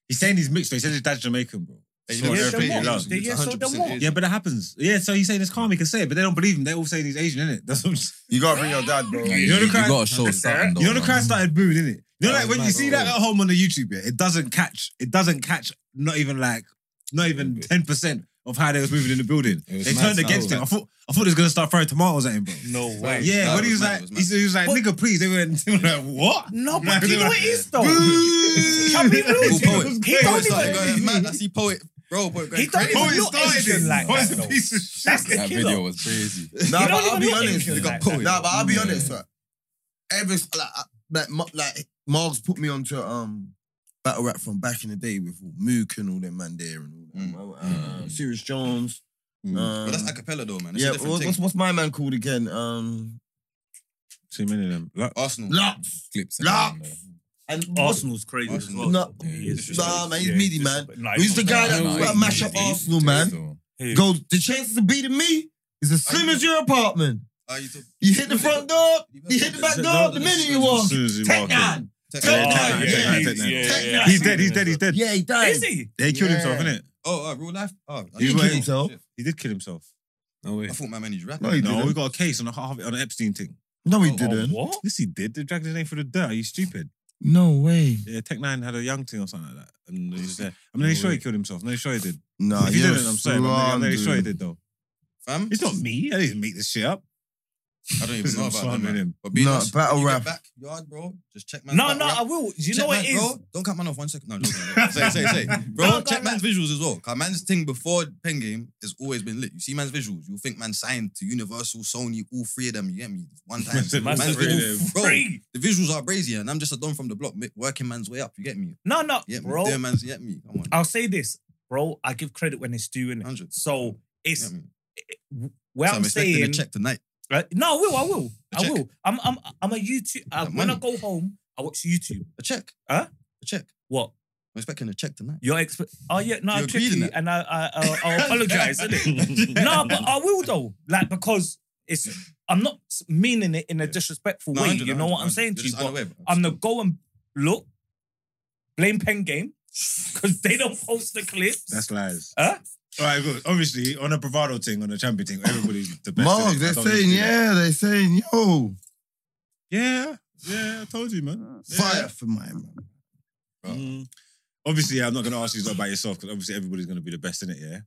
Speaker 2: He's saying he's mixed. But he said his dad's Jamaican, bro.
Speaker 4: Hey, you
Speaker 2: So
Speaker 4: know
Speaker 5: Yeah,
Speaker 2: they're
Speaker 5: so
Speaker 2: afraid
Speaker 5: what?
Speaker 2: he loves.
Speaker 5: They- yeah, so then what?
Speaker 2: Yeah, but that happens. Yeah, so he's saying it's calm. He can say it, but they don't believe him. They all say he's Asian, innit? That's what I'm saying.
Speaker 3: You gotta bring your dad, bro.
Speaker 1: Nah,
Speaker 2: You know the crowd-
Speaker 1: gotta show something. though,
Speaker 2: You know the
Speaker 1: man.
Speaker 2: crowd started booing, innit? You
Speaker 6: That
Speaker 2: know, like
Speaker 6: was
Speaker 2: when you
Speaker 6: mad,
Speaker 2: see
Speaker 6: bro.
Speaker 2: that at home on the YouTube, yeah, it doesn't catch. It doesn't catch. Not even like, not even ten percent of how they was moving in the building.
Speaker 6: It was
Speaker 2: They
Speaker 6: mad
Speaker 2: turned
Speaker 6: stuff,
Speaker 2: against him. I
Speaker 6: like-
Speaker 2: thought, I thought they was gonna start throwing tomatoes at him, bro.
Speaker 5: No way.
Speaker 4: Yeah.
Speaker 2: Yeah,
Speaker 4: Nah,
Speaker 2: when he
Speaker 4: it was
Speaker 2: was
Speaker 4: mad,
Speaker 2: like,
Speaker 4: it was
Speaker 2: he said- he was like,
Speaker 5: But-
Speaker 2: nigga, please. They went, *laughs* they were like, what?
Speaker 5: No,
Speaker 2: Nah,
Speaker 5: but do you
Speaker 2: they
Speaker 5: know
Speaker 2: were
Speaker 5: what it is
Speaker 2: like,
Speaker 3: *laughs*
Speaker 5: though.
Speaker 2: "Boo!"
Speaker 5: Chubby Rules.
Speaker 4: Boo, poet.
Speaker 5: He don't
Speaker 4: Poet started
Speaker 5: even.
Speaker 4: going mad. I see poet, bro, poet going
Speaker 5: He don't
Speaker 4: crazy.
Speaker 5: even
Speaker 2: Poet
Speaker 5: look
Speaker 2: started
Speaker 5: Asian
Speaker 2: it.
Speaker 5: like
Speaker 2: Poet's
Speaker 5: that.
Speaker 2: a
Speaker 5: though.
Speaker 2: piece of shit.
Speaker 5: That's the
Speaker 1: That video
Speaker 5: killer.
Speaker 1: was crazy.
Speaker 3: Nah,
Speaker 5: You
Speaker 3: but
Speaker 5: don't
Speaker 3: I'll
Speaker 5: even
Speaker 3: be
Speaker 5: look
Speaker 3: honest.
Speaker 5: Asian
Speaker 4: They got
Speaker 5: like that.
Speaker 4: poet.
Speaker 3: Nah, but I'll be honest. Like, every like I- like Ma- like Margs put me onto um battle rap from back in the day with Mook and all them man there and all them. Uh,
Speaker 1: Mm.
Speaker 3: Serious Jones.
Speaker 4: But that's
Speaker 3: Um,
Speaker 4: acapella though, man. It's
Speaker 3: yeah,
Speaker 4: a different
Speaker 3: what-
Speaker 4: thing.
Speaker 3: what's what's my man called again? Um,
Speaker 2: Too many of them. Like,
Speaker 4: Arsenal.
Speaker 3: Lux.
Speaker 1: Clips.
Speaker 3: Nah.
Speaker 1: and everything,
Speaker 3: And what's
Speaker 5: Arsenal's crazy as well.
Speaker 4: Arsenal.
Speaker 3: No.
Speaker 5: He is.
Speaker 3: Nah, man, he's
Speaker 5: Yeah,
Speaker 3: meaty,
Speaker 5: just-
Speaker 3: man.
Speaker 5: nah,
Speaker 3: Who's the
Speaker 5: not
Speaker 3: guy
Speaker 5: bad.
Speaker 3: that
Speaker 1: though.
Speaker 3: was
Speaker 1: Nah,
Speaker 3: about to
Speaker 1: he-
Speaker 3: mash up
Speaker 1: he-
Speaker 3: Arsenal,
Speaker 1: he-
Speaker 3: man?
Speaker 1: still.
Speaker 5: Who?
Speaker 3: goes? The chances of beating me is as slim as your apartment.
Speaker 4: Ah, you took-
Speaker 3: You hit the front door, you hit the back door the minute you walk.
Speaker 2: as soon as he
Speaker 3: Take
Speaker 2: walked
Speaker 3: that.
Speaker 2: in.
Speaker 4: Take-
Speaker 3: Yeah,
Speaker 4: Oh,
Speaker 5: yeah,
Speaker 2: take that,
Speaker 5: yeah,
Speaker 2: take that.
Speaker 5: yeah,
Speaker 3: Take
Speaker 5: yeah,
Speaker 3: that.
Speaker 5: yeah.
Speaker 2: He's dead. He's dead. He's dead.
Speaker 3: Yeah, he died.
Speaker 5: Is he?
Speaker 2: Yeah, he killed
Speaker 3: Yeah.
Speaker 2: himself, innit?
Speaker 4: Oh, uh, real life. Oh, I
Speaker 2: He's
Speaker 4: didn't
Speaker 2: wearing-
Speaker 4: know.
Speaker 3: himself.
Speaker 4: Shit.
Speaker 2: He did kill himself.
Speaker 6: No way.
Speaker 4: I thought my man is rapping.
Speaker 3: No, he
Speaker 2: No,
Speaker 3: didn't.
Speaker 2: we got a case on a Harvey on an Epstein thing.
Speaker 3: No, he
Speaker 5: Oh,
Speaker 3: didn't.
Speaker 5: What?
Speaker 2: Yes, he did. They dragged his name for the dirt. Are you stupid?
Speaker 3: No way.
Speaker 2: Yeah, Tech Nine had a young thing or something like that. And he was there. I'm nearly sure he killed himself. No, sure he did.
Speaker 3: Nah,
Speaker 2: if he
Speaker 3: you're
Speaker 2: didn't, I'm sorry. but I'm nearly sure he did though.
Speaker 4: Fam?
Speaker 2: It's not me. I didn't make this shit up.
Speaker 3: *laughs*
Speaker 4: I don't even know
Speaker 2: I'm
Speaker 4: about that,
Speaker 2: slamming
Speaker 4: man.
Speaker 2: him.
Speaker 4: But being
Speaker 3: Nah,
Speaker 4: honest,
Speaker 3: battle
Speaker 4: when you get
Speaker 3: rap.
Speaker 4: Back yard, bro. Just check man.
Speaker 5: No, no, I will. You know what it is?
Speaker 4: Bro, don't cut man off one second. No, no, no,
Speaker 5: *laughs*
Speaker 4: no. say, say, say, bro.
Speaker 5: No, no,
Speaker 4: check
Speaker 5: no.
Speaker 4: man's visuals as well. Cause man's thing before pen game has always been lit. You see man's visuals, you think man signed to Universal, Sony, all three of them. You get me? One time,
Speaker 2: Man's
Speaker 4: man's
Speaker 2: really
Speaker 4: visuals, bro.
Speaker 5: Free.
Speaker 4: The visuals are crazy, and I'm just a don from the block, mi- working man's way up. You get me?
Speaker 5: No, no,
Speaker 4: Yeah,
Speaker 5: bro.
Speaker 4: Doing man's, you get me? Come on,
Speaker 5: I'll say this, bro. I give credit when it's due, innit?
Speaker 4: hundred.
Speaker 5: So
Speaker 4: You
Speaker 5: it's
Speaker 4: get me?
Speaker 5: where
Speaker 4: so
Speaker 5: I'm,
Speaker 4: I'm expecting
Speaker 5: saying.
Speaker 4: a check tonight.
Speaker 5: Uh, no, I will. I will.
Speaker 4: A
Speaker 5: I
Speaker 4: check.
Speaker 5: will. I'm. I'm. I'm a YouTube. Uh,
Speaker 4: Yeah,
Speaker 5: when I
Speaker 4: money.
Speaker 5: go home, I watch YouTube.
Speaker 4: A check?
Speaker 5: Huh?
Speaker 4: A check?
Speaker 5: What?
Speaker 4: I'm expecting a check tonight.
Speaker 5: Your expert? Oh yeah. No,
Speaker 4: You
Speaker 5: I
Speaker 4: agreed
Speaker 5: trick
Speaker 4: in
Speaker 5: you,
Speaker 4: that.
Speaker 5: and I. I. I I'll apologize. innit? No, but I will though. Like because it's. I'm not meaning it in a disrespectful
Speaker 4: No,
Speaker 5: way.
Speaker 4: 100,
Speaker 5: You know what I'm
Speaker 4: 100,
Speaker 5: saying to
Speaker 4: you're
Speaker 5: you.
Speaker 4: just
Speaker 5: But
Speaker 4: unaware, bro.
Speaker 5: I'm the go and look. Blame Pen Game because they don't post the clips.
Speaker 2: That's lies.
Speaker 5: Huh?
Speaker 2: All right, good. Obviously, on a bravado thing, on a champion thing, everybody's the best.
Speaker 3: Mark,
Speaker 2: innit?
Speaker 3: they're
Speaker 2: I told you to
Speaker 3: saying,
Speaker 2: do that.
Speaker 3: yeah, they're saying, yo,
Speaker 2: Yeah, yeah, I told you, man. Yeah.
Speaker 3: fire for my man.
Speaker 4: Bro.
Speaker 2: Mm. Obviously, I'm not going to ask you lot about yourself because obviously everybody's going to be the best in it, yeah?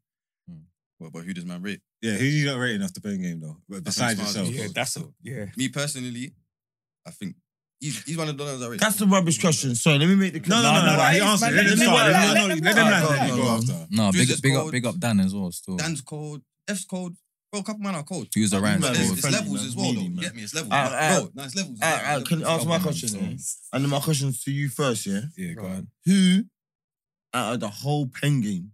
Speaker 4: Well, but who does man rate?
Speaker 2: Yeah, who you not rating off the pen game, though? But
Speaker 4: That's
Speaker 2: besides
Speaker 4: not smart,
Speaker 2: yourself.
Speaker 4: yeah.
Speaker 5: that's a yeah.
Speaker 4: Me personally, I think he's, he's one of the ones I rate.
Speaker 3: That's the rubbish question. Sorry, let me make the
Speaker 2: No, no, no,
Speaker 5: No,
Speaker 2: no.
Speaker 5: no,
Speaker 2: no,
Speaker 5: that
Speaker 2: he
Speaker 5: is- man,
Speaker 2: answered. Let
Speaker 5: let
Speaker 2: him
Speaker 5: them
Speaker 2: start.
Speaker 5: land,
Speaker 2: Let
Speaker 5: let
Speaker 2: him
Speaker 5: them
Speaker 2: land. Let
Speaker 5: land.
Speaker 2: him land. Let him
Speaker 3: Go
Speaker 2: go
Speaker 3: on,
Speaker 2: after.
Speaker 1: Nah,
Speaker 4: Driz
Speaker 1: big,
Speaker 4: is
Speaker 1: big up,
Speaker 4: cold.
Speaker 1: big up Dan as well. Still,
Speaker 4: Dan's cold. F's cold. Bro, a couple man are cold.
Speaker 1: he was
Speaker 3: man,
Speaker 4: But
Speaker 1: around.
Speaker 4: there's,
Speaker 1: still.
Speaker 4: it's
Speaker 3: friendly,
Speaker 4: levels
Speaker 3: man.
Speaker 4: as well, though.
Speaker 3: Meaty,
Speaker 4: You
Speaker 3: man.
Speaker 4: get me? It's levels.
Speaker 3: Alright, alright.
Speaker 4: bro, no, it's levels.
Speaker 3: All right,
Speaker 4: it's
Speaker 3: all right,
Speaker 4: levels,
Speaker 3: uh, can
Speaker 4: it's
Speaker 3: I ask
Speaker 4: levels.
Speaker 3: my question? yeah? And then my question's to you first, yeah?
Speaker 6: Yeah, go on.
Speaker 3: Who out of the whole pen game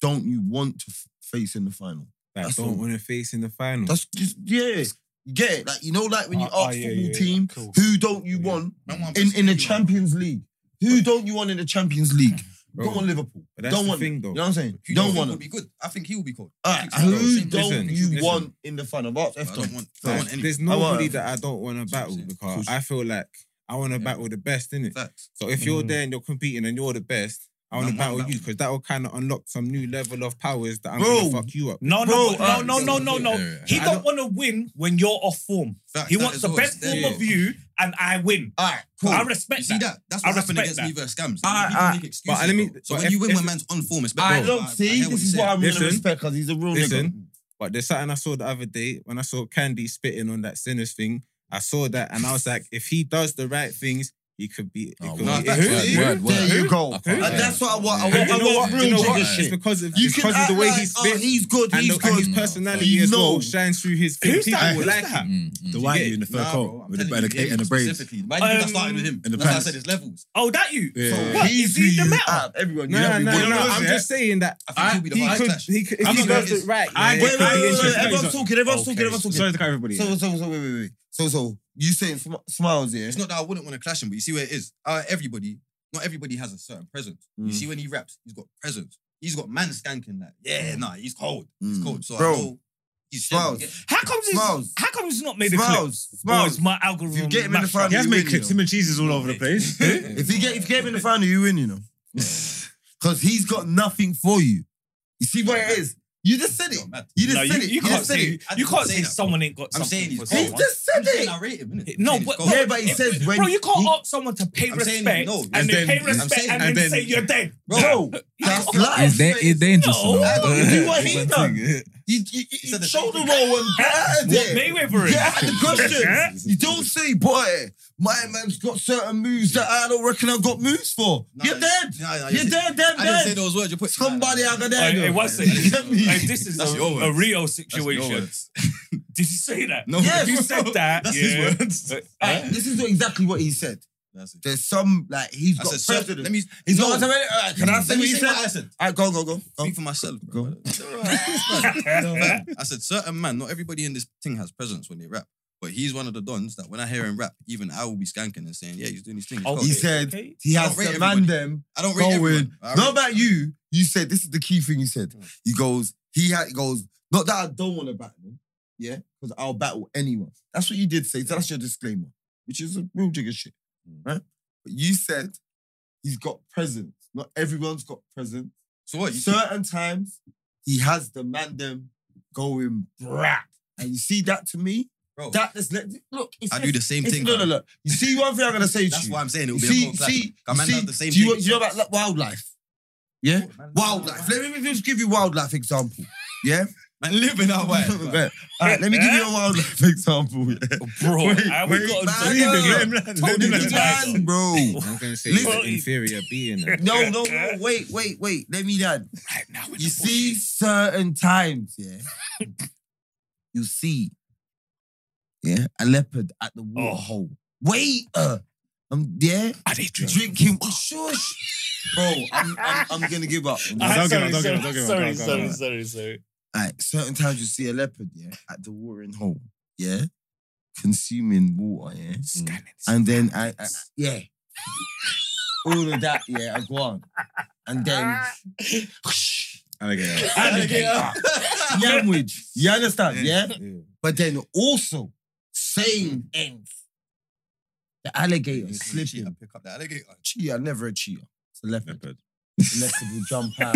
Speaker 3: don't you want to f- face in the final?
Speaker 6: Like,
Speaker 3: That's
Speaker 6: don't
Speaker 3: all.
Speaker 6: want to face in the final.
Speaker 3: That's just, yeah. You get it? Like you know, like when you
Speaker 5: Ah, ah,
Speaker 3: ask
Speaker 5: yeah,
Speaker 3: football
Speaker 5: yeah, yeah,
Speaker 3: team,
Speaker 5: cool.
Speaker 3: who don't you
Speaker 5: Yeah.
Speaker 3: want
Speaker 4: Man want
Speaker 3: in, in the
Speaker 4: Pochettino.
Speaker 3: Champions League? Who don't you want in the Champions League? Don't want Liverpool.
Speaker 6: But that's
Speaker 3: Don't
Speaker 6: the
Speaker 3: want.
Speaker 6: thing,
Speaker 3: them.
Speaker 6: though.
Speaker 3: You know what I'm saying?
Speaker 4: Who
Speaker 3: don't
Speaker 4: think
Speaker 3: want
Speaker 4: would
Speaker 3: them.
Speaker 4: be good. I think he will be called.
Speaker 3: All
Speaker 4: I
Speaker 3: right,
Speaker 4: think so.
Speaker 3: Uh, who
Speaker 4: Same
Speaker 3: don't
Speaker 4: thing.
Speaker 6: listen,
Speaker 3: you
Speaker 6: listen.
Speaker 3: want in the final box? F
Speaker 4: I don't
Speaker 3: them.
Speaker 4: want. I don't want any
Speaker 6: There's
Speaker 3: I want-
Speaker 6: nobody that I don't want to battle because I feel like I want to battle the best, innit?
Speaker 4: facts.
Speaker 6: So if you're
Speaker 5: Mm.
Speaker 6: there and you're competing and you're the best, I want to
Speaker 4: No,
Speaker 6: battle
Speaker 4: no,
Speaker 6: you because that will kind of unlock some new level of powers that I'm
Speaker 3: Bro.
Speaker 6: gonna fuck you up.
Speaker 5: No, no,
Speaker 3: Bro, uh,
Speaker 5: no, no, no, no, no.
Speaker 1: Yeah,
Speaker 5: He
Speaker 6: I
Speaker 5: don't
Speaker 6: don't-
Speaker 5: want to win when you're off form.
Speaker 4: Fact,
Speaker 5: He
Speaker 4: that
Speaker 5: wants
Speaker 4: is
Speaker 5: the
Speaker 4: always
Speaker 5: best form
Speaker 4: there.
Speaker 5: of you, and I win.
Speaker 3: All right,
Speaker 4: Cool.
Speaker 5: I
Speaker 4: You
Speaker 5: respect
Speaker 4: see
Speaker 5: that.
Speaker 4: that? That's
Speaker 5: I
Speaker 4: what happened
Speaker 5: respect
Speaker 4: against me versus Scams.
Speaker 3: Alright,
Speaker 4: You
Speaker 3: alright.
Speaker 4: make excuses,
Speaker 6: let me-
Speaker 4: bro. So
Speaker 6: but
Speaker 4: when
Speaker 6: if-
Speaker 4: you win
Speaker 6: if-
Speaker 4: when man's on form, it's
Speaker 3: all
Speaker 4: better.
Speaker 3: right. Look, see, this is what I'm
Speaker 6: Listen.
Speaker 3: gonna respect because he's a real nigga.
Speaker 6: Listen, but there's something I saw the other day when I saw Candy spitting on that sinners thing. I saw that and I was like, if he does the right things, he could be. It
Speaker 1: Oh,
Speaker 6: could
Speaker 1: wow.
Speaker 6: be
Speaker 4: That's
Speaker 6: it.
Speaker 4: it.
Speaker 1: Word,
Speaker 3: There
Speaker 1: word.
Speaker 3: you go.
Speaker 1: I
Speaker 3: And
Speaker 1: can't lie.
Speaker 3: Uh, that's what I want. I
Speaker 1: Yeah.
Speaker 3: want.
Speaker 6: You
Speaker 3: I
Speaker 6: know what?
Speaker 3: want
Speaker 6: Do
Speaker 3: real
Speaker 6: you know what?
Speaker 3: nigga
Speaker 1: Right.
Speaker 6: It's
Speaker 3: shit.
Speaker 6: because of
Speaker 3: You
Speaker 6: it's
Speaker 3: can
Speaker 6: because
Speaker 4: Ah,
Speaker 6: of
Speaker 3: act
Speaker 6: the way
Speaker 3: like,
Speaker 6: he
Speaker 3: oh,
Speaker 6: spits.
Speaker 3: he's good.
Speaker 6: and,
Speaker 3: He's
Speaker 6: the- and
Speaker 3: good.
Speaker 6: his personality
Speaker 3: But
Speaker 6: as
Speaker 3: no.
Speaker 6: well shines through his thing.
Speaker 5: Who's
Speaker 6: People
Speaker 5: that?
Speaker 6: will
Speaker 5: Who's
Speaker 6: like
Speaker 5: that?
Speaker 6: him.
Speaker 1: Mm, mm.
Speaker 2: The
Speaker 6: You
Speaker 2: white
Speaker 6: get
Speaker 2: you in the
Speaker 6: it?
Speaker 2: fur
Speaker 4: Nah, bro,
Speaker 2: coat
Speaker 4: I'm
Speaker 2: with the,
Speaker 4: telling
Speaker 2: and the
Speaker 4: you,
Speaker 2: cape
Speaker 4: yeah,
Speaker 2: and the braids.
Speaker 4: Specifically, why do you think I
Speaker 5: Um,
Speaker 4: started with him?
Speaker 1: and the
Speaker 4: That's why I
Speaker 1: pants.
Speaker 4: said it's levels.
Speaker 5: Oh, that you?
Speaker 1: Yeah.
Speaker 5: So
Speaker 1: Yeah.
Speaker 5: what?
Speaker 3: He's
Speaker 5: Is he the
Speaker 3: who you
Speaker 5: metal?
Speaker 3: have, Everyone, you
Speaker 6: No,
Speaker 3: have
Speaker 6: no,
Speaker 3: your
Speaker 6: no.
Speaker 3: one.
Speaker 6: I'm just saying that
Speaker 4: I think he'll be the
Speaker 6: he
Speaker 4: high
Speaker 6: could.
Speaker 4: touch.
Speaker 6: He could. If
Speaker 2: I'm
Speaker 6: he
Speaker 2: not gonna-
Speaker 6: does it right,
Speaker 3: Wait,
Speaker 6: yeah, it
Speaker 2: I-
Speaker 3: wait,
Speaker 6: could be
Speaker 3: wait, wait, wait.
Speaker 6: interesting.
Speaker 3: Everyone's talking. Everyone's talking.
Speaker 5: Okay.
Speaker 3: Everyone's talking.
Speaker 2: Sorry to cut everybody.
Speaker 3: So, so, so, wait, wait, wait. So, so, you saying sm- smiles here?
Speaker 4: It's not that I wouldn't want to clash him, but you see where it is. Uh, everybody, not everybody has a certain presence. You
Speaker 3: Mm.
Speaker 4: see when he raps, he's got presence. He's got man skanking that. Yeah, nah, he's cold. He's
Speaker 3: Mm.
Speaker 4: cold. So
Speaker 3: Bro.
Speaker 4: I know he's
Speaker 3: Smiles.
Speaker 4: Yeah.
Speaker 5: How comes he's,
Speaker 3: Smiles.
Speaker 5: how come he's not made a clip?
Speaker 3: Smiles,
Speaker 5: Or
Speaker 3: smiles.
Speaker 5: is my algorithm
Speaker 3: If you get him in the
Speaker 5: mashed
Speaker 3: front,
Speaker 5: up?
Speaker 2: He has
Speaker 3: You
Speaker 2: made
Speaker 3: win,
Speaker 2: clips.
Speaker 3: you
Speaker 2: Him and cheese is all over the
Speaker 6: *laughs*
Speaker 2: place.
Speaker 3: If you get if you get him in the final, you win. You know, *laughs* because he's got nothing for you. You see what it is? You just said it.
Speaker 4: You're mad.
Speaker 3: You just
Speaker 5: No, you,
Speaker 3: said it.
Speaker 5: you can't
Speaker 3: just said
Speaker 5: say,
Speaker 3: it.
Speaker 4: I
Speaker 5: you
Speaker 4: didn't
Speaker 5: can't
Speaker 4: say
Speaker 5: say
Speaker 4: that.
Speaker 5: someone ain't got
Speaker 4: I'm
Speaker 5: something
Speaker 4: saying
Speaker 5: for
Speaker 4: he's
Speaker 3: He
Speaker 4: cold.
Speaker 5: someone.
Speaker 3: just
Speaker 4: I'm
Speaker 3: said
Speaker 4: saying I
Speaker 3: it.
Speaker 4: rate him, innit?
Speaker 5: No,
Speaker 4: I'm saying he's
Speaker 5: but-
Speaker 4: cold.
Speaker 3: Yeah, but he
Speaker 4: If-
Speaker 3: says when
Speaker 5: Bro, you can't
Speaker 3: he-
Speaker 5: ask someone to pay
Speaker 4: I'm saying
Speaker 5: respect
Speaker 4: no.
Speaker 5: and,
Speaker 4: And
Speaker 5: then,
Speaker 1: then-
Speaker 5: pay
Speaker 1: I'm
Speaker 5: respect
Speaker 4: saying-
Speaker 5: and,
Speaker 1: and
Speaker 5: then
Speaker 1: then-
Speaker 5: say you're dead.
Speaker 3: Bro, that's life.
Speaker 1: It's, da- it's dangerous.
Speaker 5: No.
Speaker 1: you know.
Speaker 3: Adam, you do what he
Speaker 1: That's
Speaker 3: done.
Speaker 1: the thing.
Speaker 3: You, you, you,
Speaker 4: He said the
Speaker 3: shoulder
Speaker 4: same
Speaker 3: roll and get out of
Speaker 5: What
Speaker 3: there.
Speaker 5: Mayweather is?
Speaker 3: Get out the
Speaker 5: *laughs*
Speaker 3: question. you don't say, boy, my man's got certain moves that I don't reckon I've got moves for.
Speaker 4: Nah,
Speaker 3: You're dead.
Speaker 4: nah, nah,
Speaker 3: You're
Speaker 4: said-
Speaker 3: dead, dead,
Speaker 4: I didn't say Oh,
Speaker 3: dead.
Speaker 4: those words. You put
Speaker 3: Somebody
Speaker 4: *laughs*
Speaker 3: out
Speaker 5: Hey,
Speaker 3: there.
Speaker 5: hey, one second.
Speaker 3: You get me?
Speaker 5: Hey, this is
Speaker 4: That's
Speaker 5: a,
Speaker 4: your
Speaker 5: a
Speaker 4: words.
Speaker 5: real
Speaker 4: That's your
Speaker 5: situation.
Speaker 4: words.
Speaker 5: *laughs* Did you say that?
Speaker 4: No,
Speaker 3: Yes.
Speaker 5: You said that.
Speaker 4: That's
Speaker 5: yeah.
Speaker 4: his
Speaker 5: *laughs*
Speaker 4: words.
Speaker 5: Uh,
Speaker 3: Hey,
Speaker 5: huh?
Speaker 3: this is what- exactly what he said.
Speaker 4: That's it.
Speaker 3: There's some like he's
Speaker 4: I
Speaker 3: got
Speaker 4: said, sir,
Speaker 3: prejudice.
Speaker 4: let me.
Speaker 3: he's
Speaker 4: no.
Speaker 3: not. All right, can I say what
Speaker 4: Let me
Speaker 3: he
Speaker 4: say
Speaker 3: said?
Speaker 4: what
Speaker 3: All
Speaker 4: I said.
Speaker 3: right, go, go, go. go.
Speaker 4: Speak for myself. bro.
Speaker 3: Go. *laughs* Mm.
Speaker 4: I said, certain man, not everybody in this thing has presence when they rap. But he's one of the dons that when I hear him rap, even I will be skanking and saying, yeah, he's doing these things.
Speaker 5: *laughs* Okay,
Speaker 3: He said-
Speaker 5: okay.
Speaker 3: He
Speaker 4: I
Speaker 3: has
Speaker 4: don't rate
Speaker 3: to
Speaker 4: everybody.
Speaker 3: man them
Speaker 4: I don't rate
Speaker 3: going.
Speaker 4: everyone. I
Speaker 3: Not
Speaker 4: rate-
Speaker 3: about you. You said this is the key thing you said.
Speaker 4: Mm.
Speaker 3: He goes, he had, he goes, not that I don't want to battle him, yeah, because I'll battle anyone. That's what you did say. So that's your disclaimer, which is a real jigger shit,
Speaker 4: Mm.
Speaker 3: right? But you said he's got presence. Not everyone's got presence.
Speaker 4: So what? You
Speaker 3: Certain times he has the man them going brap, and you see that to me.
Speaker 4: Bro.
Speaker 3: that is let look. It's
Speaker 4: I
Speaker 3: just-
Speaker 4: do the same
Speaker 3: it's-
Speaker 4: thing.
Speaker 3: No, no,
Speaker 4: fam.
Speaker 3: look. You see one thing I'm gonna say to
Speaker 4: That's
Speaker 3: you.
Speaker 4: why I'm saying it
Speaker 3: You
Speaker 4: will be a
Speaker 3: see,
Speaker 4: cold clash.
Speaker 3: see,
Speaker 4: Our man
Speaker 3: see,
Speaker 4: does the same
Speaker 3: do you,
Speaker 4: thing. Oh,
Speaker 3: you know about like, wildlife? Yeah, wildlife. Let me just give you wildlife example.
Speaker 4: *laughs*
Speaker 3: Yeah,
Speaker 4: Man,
Speaker 3: *laughs*
Speaker 4: living that way.
Speaker 3: All right, let me give you a wildlife *laughs* example. yeah.
Speaker 4: Oh,
Speaker 5: Bro,
Speaker 3: Wait,
Speaker 5: I
Speaker 3: wait,
Speaker 5: haven't got
Speaker 3: man, no.
Speaker 5: a deal.
Speaker 3: Let me just-
Speaker 5: Let me just-
Speaker 3: man, bro.
Speaker 6: I'm gonna
Speaker 3: Listen.
Speaker 6: say he's an inferior being. and-
Speaker 3: No, no,
Speaker 4: *laughs*
Speaker 3: no. Wait, wait, wait. Let me that.
Speaker 5: Right now, in
Speaker 3: You
Speaker 5: the
Speaker 3: see, certain times, yeah,
Speaker 4: *laughs*
Speaker 3: you see, yeah, a leopard at
Speaker 4: Oh.
Speaker 3: the water hole. Wait, uh, I'm yeah,
Speaker 5: bush. Are they drinking?
Speaker 3: drinking. Shush, bro. I'm, I'm, I'm gonna give
Speaker 4: *laughs*
Speaker 3: up.
Speaker 5: Ah,
Speaker 2: Don't give
Speaker 5: sorry,
Speaker 2: up, don't give up, don't give
Speaker 5: sorry, sorry,
Speaker 2: up. Go, go,
Speaker 5: sorry,
Speaker 2: go.
Speaker 5: sorry, sorry.
Speaker 3: Like certain times you see a leopard, yeah, at the watering hole, yeah, consuming water, yeah, and then I, I yeah, all of that, yeah, I go on, and then
Speaker 6: Alligator.
Speaker 3: alligator, language, you understand, yeah?
Speaker 6: Yeah.
Speaker 3: But then also same ends, the alligator
Speaker 4: Cheater,
Speaker 3: slipping.
Speaker 4: Pick up the alligator.
Speaker 3: Cheater, never a cheater. It's a leopard.
Speaker 1: Leopard.
Speaker 3: The leopard will jump
Speaker 4: *laughs*
Speaker 3: out.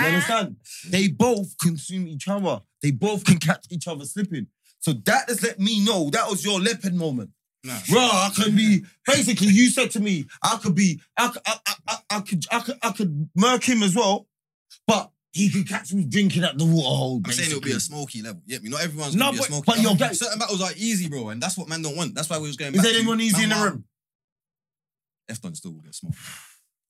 Speaker 3: You understand? They both consume each other. They both can catch each other slipping. So that has let me know that was your leopard moment.
Speaker 4: Nah.
Speaker 3: Bro, I can be basically. You said to me, I could be, I, could- I, I, I, I could, I could, I could murk him as well, but he could catch me drinking at the water hole.
Speaker 4: I'm saying it'll be a
Speaker 3: basically.
Speaker 4: smoky level. Yeah, me. Not everyone's
Speaker 5: No,
Speaker 4: gonna be
Speaker 5: but-
Speaker 4: a smoky.
Speaker 3: but you're
Speaker 4: level.
Speaker 3: getting-
Speaker 4: certain battles are easy, bro, and that's what man don't want. That's why we was going.
Speaker 3: Is
Speaker 4: back
Speaker 3: there
Speaker 4: to-
Speaker 3: anyone easy in the
Speaker 4: Man,
Speaker 3: room?
Speaker 4: F Don still will get smoked.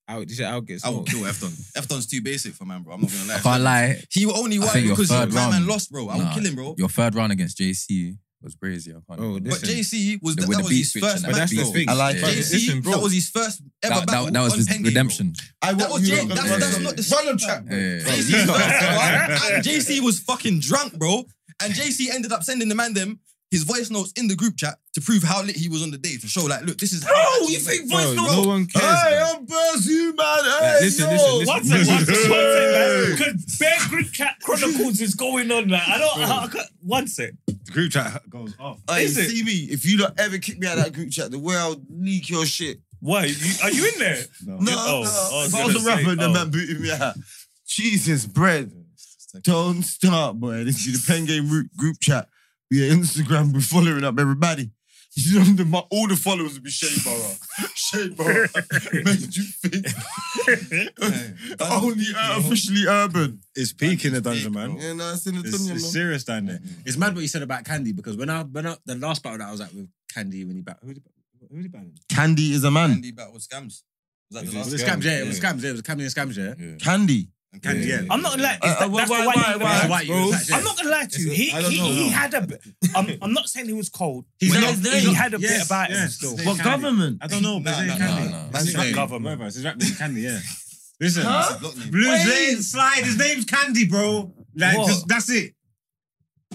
Speaker 6: I'll, you said I'll get
Speaker 4: I will
Speaker 6: smoked.
Speaker 4: kill F Don. F Don's too basic for man, bro. I'm not gonna
Speaker 3: *laughs*
Speaker 1: I
Speaker 4: lie.
Speaker 1: can't lie.
Speaker 4: He will only
Speaker 1: I
Speaker 4: won
Speaker 1: think your
Speaker 4: because my
Speaker 1: third
Speaker 4: man
Speaker 1: round-
Speaker 4: lost, bro. I will
Speaker 1: Nah,
Speaker 4: kill him, bro.
Speaker 1: Your third round against JC was crazy. I can't.
Speaker 6: Oh,
Speaker 1: lie.
Speaker 4: But
Speaker 6: listen.
Speaker 4: JC was
Speaker 1: The-
Speaker 4: that
Speaker 1: with the
Speaker 4: was
Speaker 1: beat
Speaker 4: his
Speaker 1: switch
Speaker 4: first
Speaker 1: and
Speaker 6: But
Speaker 1: that.
Speaker 6: that's
Speaker 4: match,
Speaker 6: the
Speaker 4: bro.
Speaker 6: thing.
Speaker 3: I like
Speaker 1: Yeah.
Speaker 6: But
Speaker 4: JC,
Speaker 6: listen, bro.
Speaker 4: that was his first ever
Speaker 1: that,
Speaker 4: battle
Speaker 1: that, that was
Speaker 4: on
Speaker 1: his
Speaker 4: Penge, bro.
Speaker 1: redemption.
Speaker 3: I
Speaker 4: That was Jay.
Speaker 1: you
Speaker 4: That's,
Speaker 1: got
Speaker 4: that's
Speaker 1: it.
Speaker 4: not the
Speaker 3: Run on track, bro.
Speaker 1: Yeah.
Speaker 4: JC was first, bro. And JC was fucking drunk, bro. And JC ended up sending the man them his voice notes in the group chat to prove how lit he was on the day to show like, look, this is how
Speaker 5: Bro, you think voice
Speaker 6: Bro,
Speaker 5: note?
Speaker 6: no one cares.
Speaker 3: Hey,
Speaker 6: man.
Speaker 3: I'm Buzz, you man. Hey,
Speaker 6: Like, listen,
Speaker 3: yo.
Speaker 6: listen, listen.
Speaker 5: One second, one second, one second, because Bear Group Cat Chronicles is going on. Like, I don't. I, can't- one sec.
Speaker 2: The group chat goes off.
Speaker 3: Hey,
Speaker 5: Is it?
Speaker 3: see me. If you don't ever kick me out of that group chat, the way I'll leak your shit.
Speaker 5: Why you, are you in there?
Speaker 3: No,
Speaker 5: Oh, I
Speaker 3: no. if
Speaker 5: was
Speaker 3: I was
Speaker 5: gonna
Speaker 3: a rapper,
Speaker 5: say,
Speaker 3: and the
Speaker 5: oh.
Speaker 3: man booted me out. Jesus, bread. Don't start, boy. This is the Pen Game group, group chat. We at Instagram, we're following up everybody. You know, the- my, all the followers will be Shade Barra. *laughs* Shade
Speaker 5: *laughs*
Speaker 3: Barra. Made you think. Only uh, officially urban.
Speaker 2: It's peak in the
Speaker 4: dungeon,
Speaker 2: dungeon,
Speaker 4: man.
Speaker 2: man.
Speaker 3: Yeah, no, it's in the
Speaker 2: It's,
Speaker 3: dungeon, man.
Speaker 2: serious down there.
Speaker 7: It's mad what you said about Candy because when I when I, the last battle that I was at with Candy when he bat who did who did he battle?
Speaker 3: Candy is a man.
Speaker 4: Andy battled scams. Was that
Speaker 1: Is
Speaker 7: It
Speaker 4: the
Speaker 1: it
Speaker 4: last
Speaker 7: was
Speaker 1: Scams,
Speaker 7: scams, yeah, it
Speaker 1: yeah.
Speaker 7: was scams, yeah, it was Candy and scams, yeah.
Speaker 1: Yeah.
Speaker 3: Candy.
Speaker 2: Candy, yeah.
Speaker 5: I'm not like.
Speaker 3: Uh,
Speaker 5: Is that,
Speaker 3: uh,
Speaker 5: that's
Speaker 3: why-
Speaker 5: the white
Speaker 3: why- why-
Speaker 5: Eagle that's
Speaker 7: That's
Speaker 5: the
Speaker 7: why you
Speaker 3: bro.
Speaker 7: was attached, yeah.
Speaker 5: I'm not gonna lie to you.
Speaker 6: It's-
Speaker 5: He
Speaker 6: I don't
Speaker 5: he,
Speaker 6: know.
Speaker 5: he had a bit. I'm, I'm not saying he was cold.
Speaker 7: He's
Speaker 5: but
Speaker 7: not- he's
Speaker 5: he
Speaker 7: not-
Speaker 5: had a bit
Speaker 2: yes,
Speaker 5: about him
Speaker 2: yes.
Speaker 5: still.
Speaker 2: It's
Speaker 3: What
Speaker 2: Candy.
Speaker 3: government?
Speaker 2: I don't know, but
Speaker 4: Nah,
Speaker 2: it's
Speaker 4: nah,
Speaker 2: Candy.
Speaker 1: nah, nah.
Speaker 2: That's
Speaker 5: It's not government.
Speaker 2: Whatever, it's his rap name, Candy, yeah. Listen,
Speaker 3: Huh?
Speaker 4: block name?
Speaker 2: Blues
Speaker 3: Wait.
Speaker 2: Lane Slide, his name's Candy, bro. Like,
Speaker 5: What?
Speaker 2: just, that's it.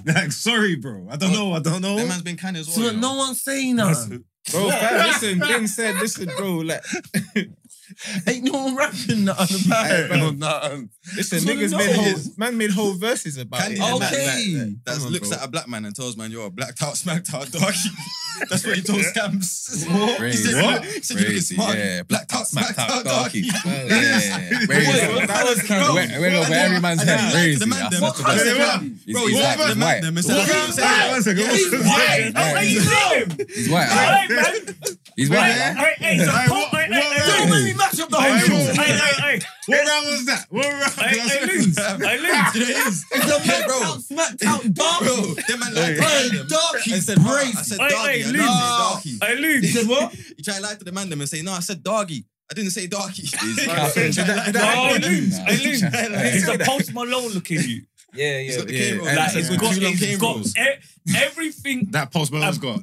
Speaker 2: Like, sorry, bro. I don't
Speaker 4: What?
Speaker 2: know, I don't know.
Speaker 4: That man's been canny as well.
Speaker 3: So
Speaker 4: you know?
Speaker 3: no one's saying nothing.
Speaker 6: Bro, fam, listen, Ben said, listen, bro, like,
Speaker 3: Ain't no one rapping nothing about it. No, nothing.
Speaker 6: listen,
Speaker 3: So
Speaker 6: niggas
Speaker 3: no.
Speaker 6: made whole, man made whole verses about
Speaker 4: Candy
Speaker 6: it.
Speaker 4: the
Speaker 6: and
Speaker 4: man
Speaker 6: that, like,
Speaker 3: Okay.
Speaker 6: like,
Speaker 4: That
Speaker 6: come on,
Speaker 4: looks
Speaker 6: bro.
Speaker 4: at a black man and tells man you're a blacked out, smacked out doggy. That's what he told scams. He
Speaker 1: Crazy.
Speaker 4: said, He said you look
Speaker 1: Crazy,
Speaker 4: smart.
Speaker 1: yeah.
Speaker 4: Blacked out, smacked out doggy. *laughs*
Speaker 1: Yeah, yeah, yeah. Crazy.
Speaker 3: that was
Speaker 1: It went- it went over every man's head. Crazy.
Speaker 4: The man
Speaker 1: That's
Speaker 4: them.
Speaker 1: not the
Speaker 4: I
Speaker 1: best.
Speaker 4: said,
Speaker 2: Bro,
Speaker 1: He's-
Speaker 4: Bro,
Speaker 1: he's
Speaker 4: he's like
Speaker 1: black,
Speaker 4: the
Speaker 1: he's
Speaker 4: man
Speaker 1: white.
Speaker 4: them. and
Speaker 1: What?
Speaker 4: said,
Speaker 2: Alright, one second, one second.
Speaker 5: Why? That's
Speaker 1: Why?
Speaker 5: how you know him.
Speaker 1: He's white.
Speaker 5: Alright, man.
Speaker 1: He's
Speaker 5: Alright,
Speaker 1: white.
Speaker 5: alright, hey, so
Speaker 2: Alright,
Speaker 5: Paul-
Speaker 2: what-
Speaker 5: hey, hey,
Speaker 2: what-
Speaker 5: hey,
Speaker 3: Don't make me match up the whole
Speaker 2: Hey,
Speaker 3: show.
Speaker 2: what-
Speaker 5: hey, hey, hey,
Speaker 2: What round was that? What round?
Speaker 5: hey, hey, Loons. Hey, Loons.
Speaker 3: The man
Speaker 4: bro.
Speaker 3: out, smacked out,
Speaker 4: Bro,
Speaker 3: Barbie.
Speaker 4: that man lied to
Speaker 3: Hey,
Speaker 4: man them.
Speaker 3: Darky.
Speaker 4: I said, "Bro, I
Speaker 3: crazy.
Speaker 4: said
Speaker 5: Hey,
Speaker 4: doggy. I
Speaker 5: hey, Lou.
Speaker 4: didn't say doggy.
Speaker 5: Hey, Loons.
Speaker 3: said what?
Speaker 4: He tried to lie to the man them and say, no, I said doggy. I didn't say doggy.
Speaker 1: Captain.
Speaker 4: He tried to lie to the
Speaker 5: Oh,
Speaker 4: man them.
Speaker 5: Loons.
Speaker 1: Nah.
Speaker 5: Hey, Loons. It's
Speaker 6: Say
Speaker 5: a
Speaker 6: that.
Speaker 5: Post Malone look at you.
Speaker 6: Yeah, yeah,
Speaker 4: He's got the
Speaker 6: yeah.
Speaker 4: camera on.
Speaker 6: And
Speaker 5: Like,
Speaker 4: it's
Speaker 5: it's
Speaker 4: got
Speaker 5: got,
Speaker 4: two long
Speaker 5: it's got
Speaker 4: cameras.
Speaker 5: e- everything,
Speaker 2: That Post Malone's got.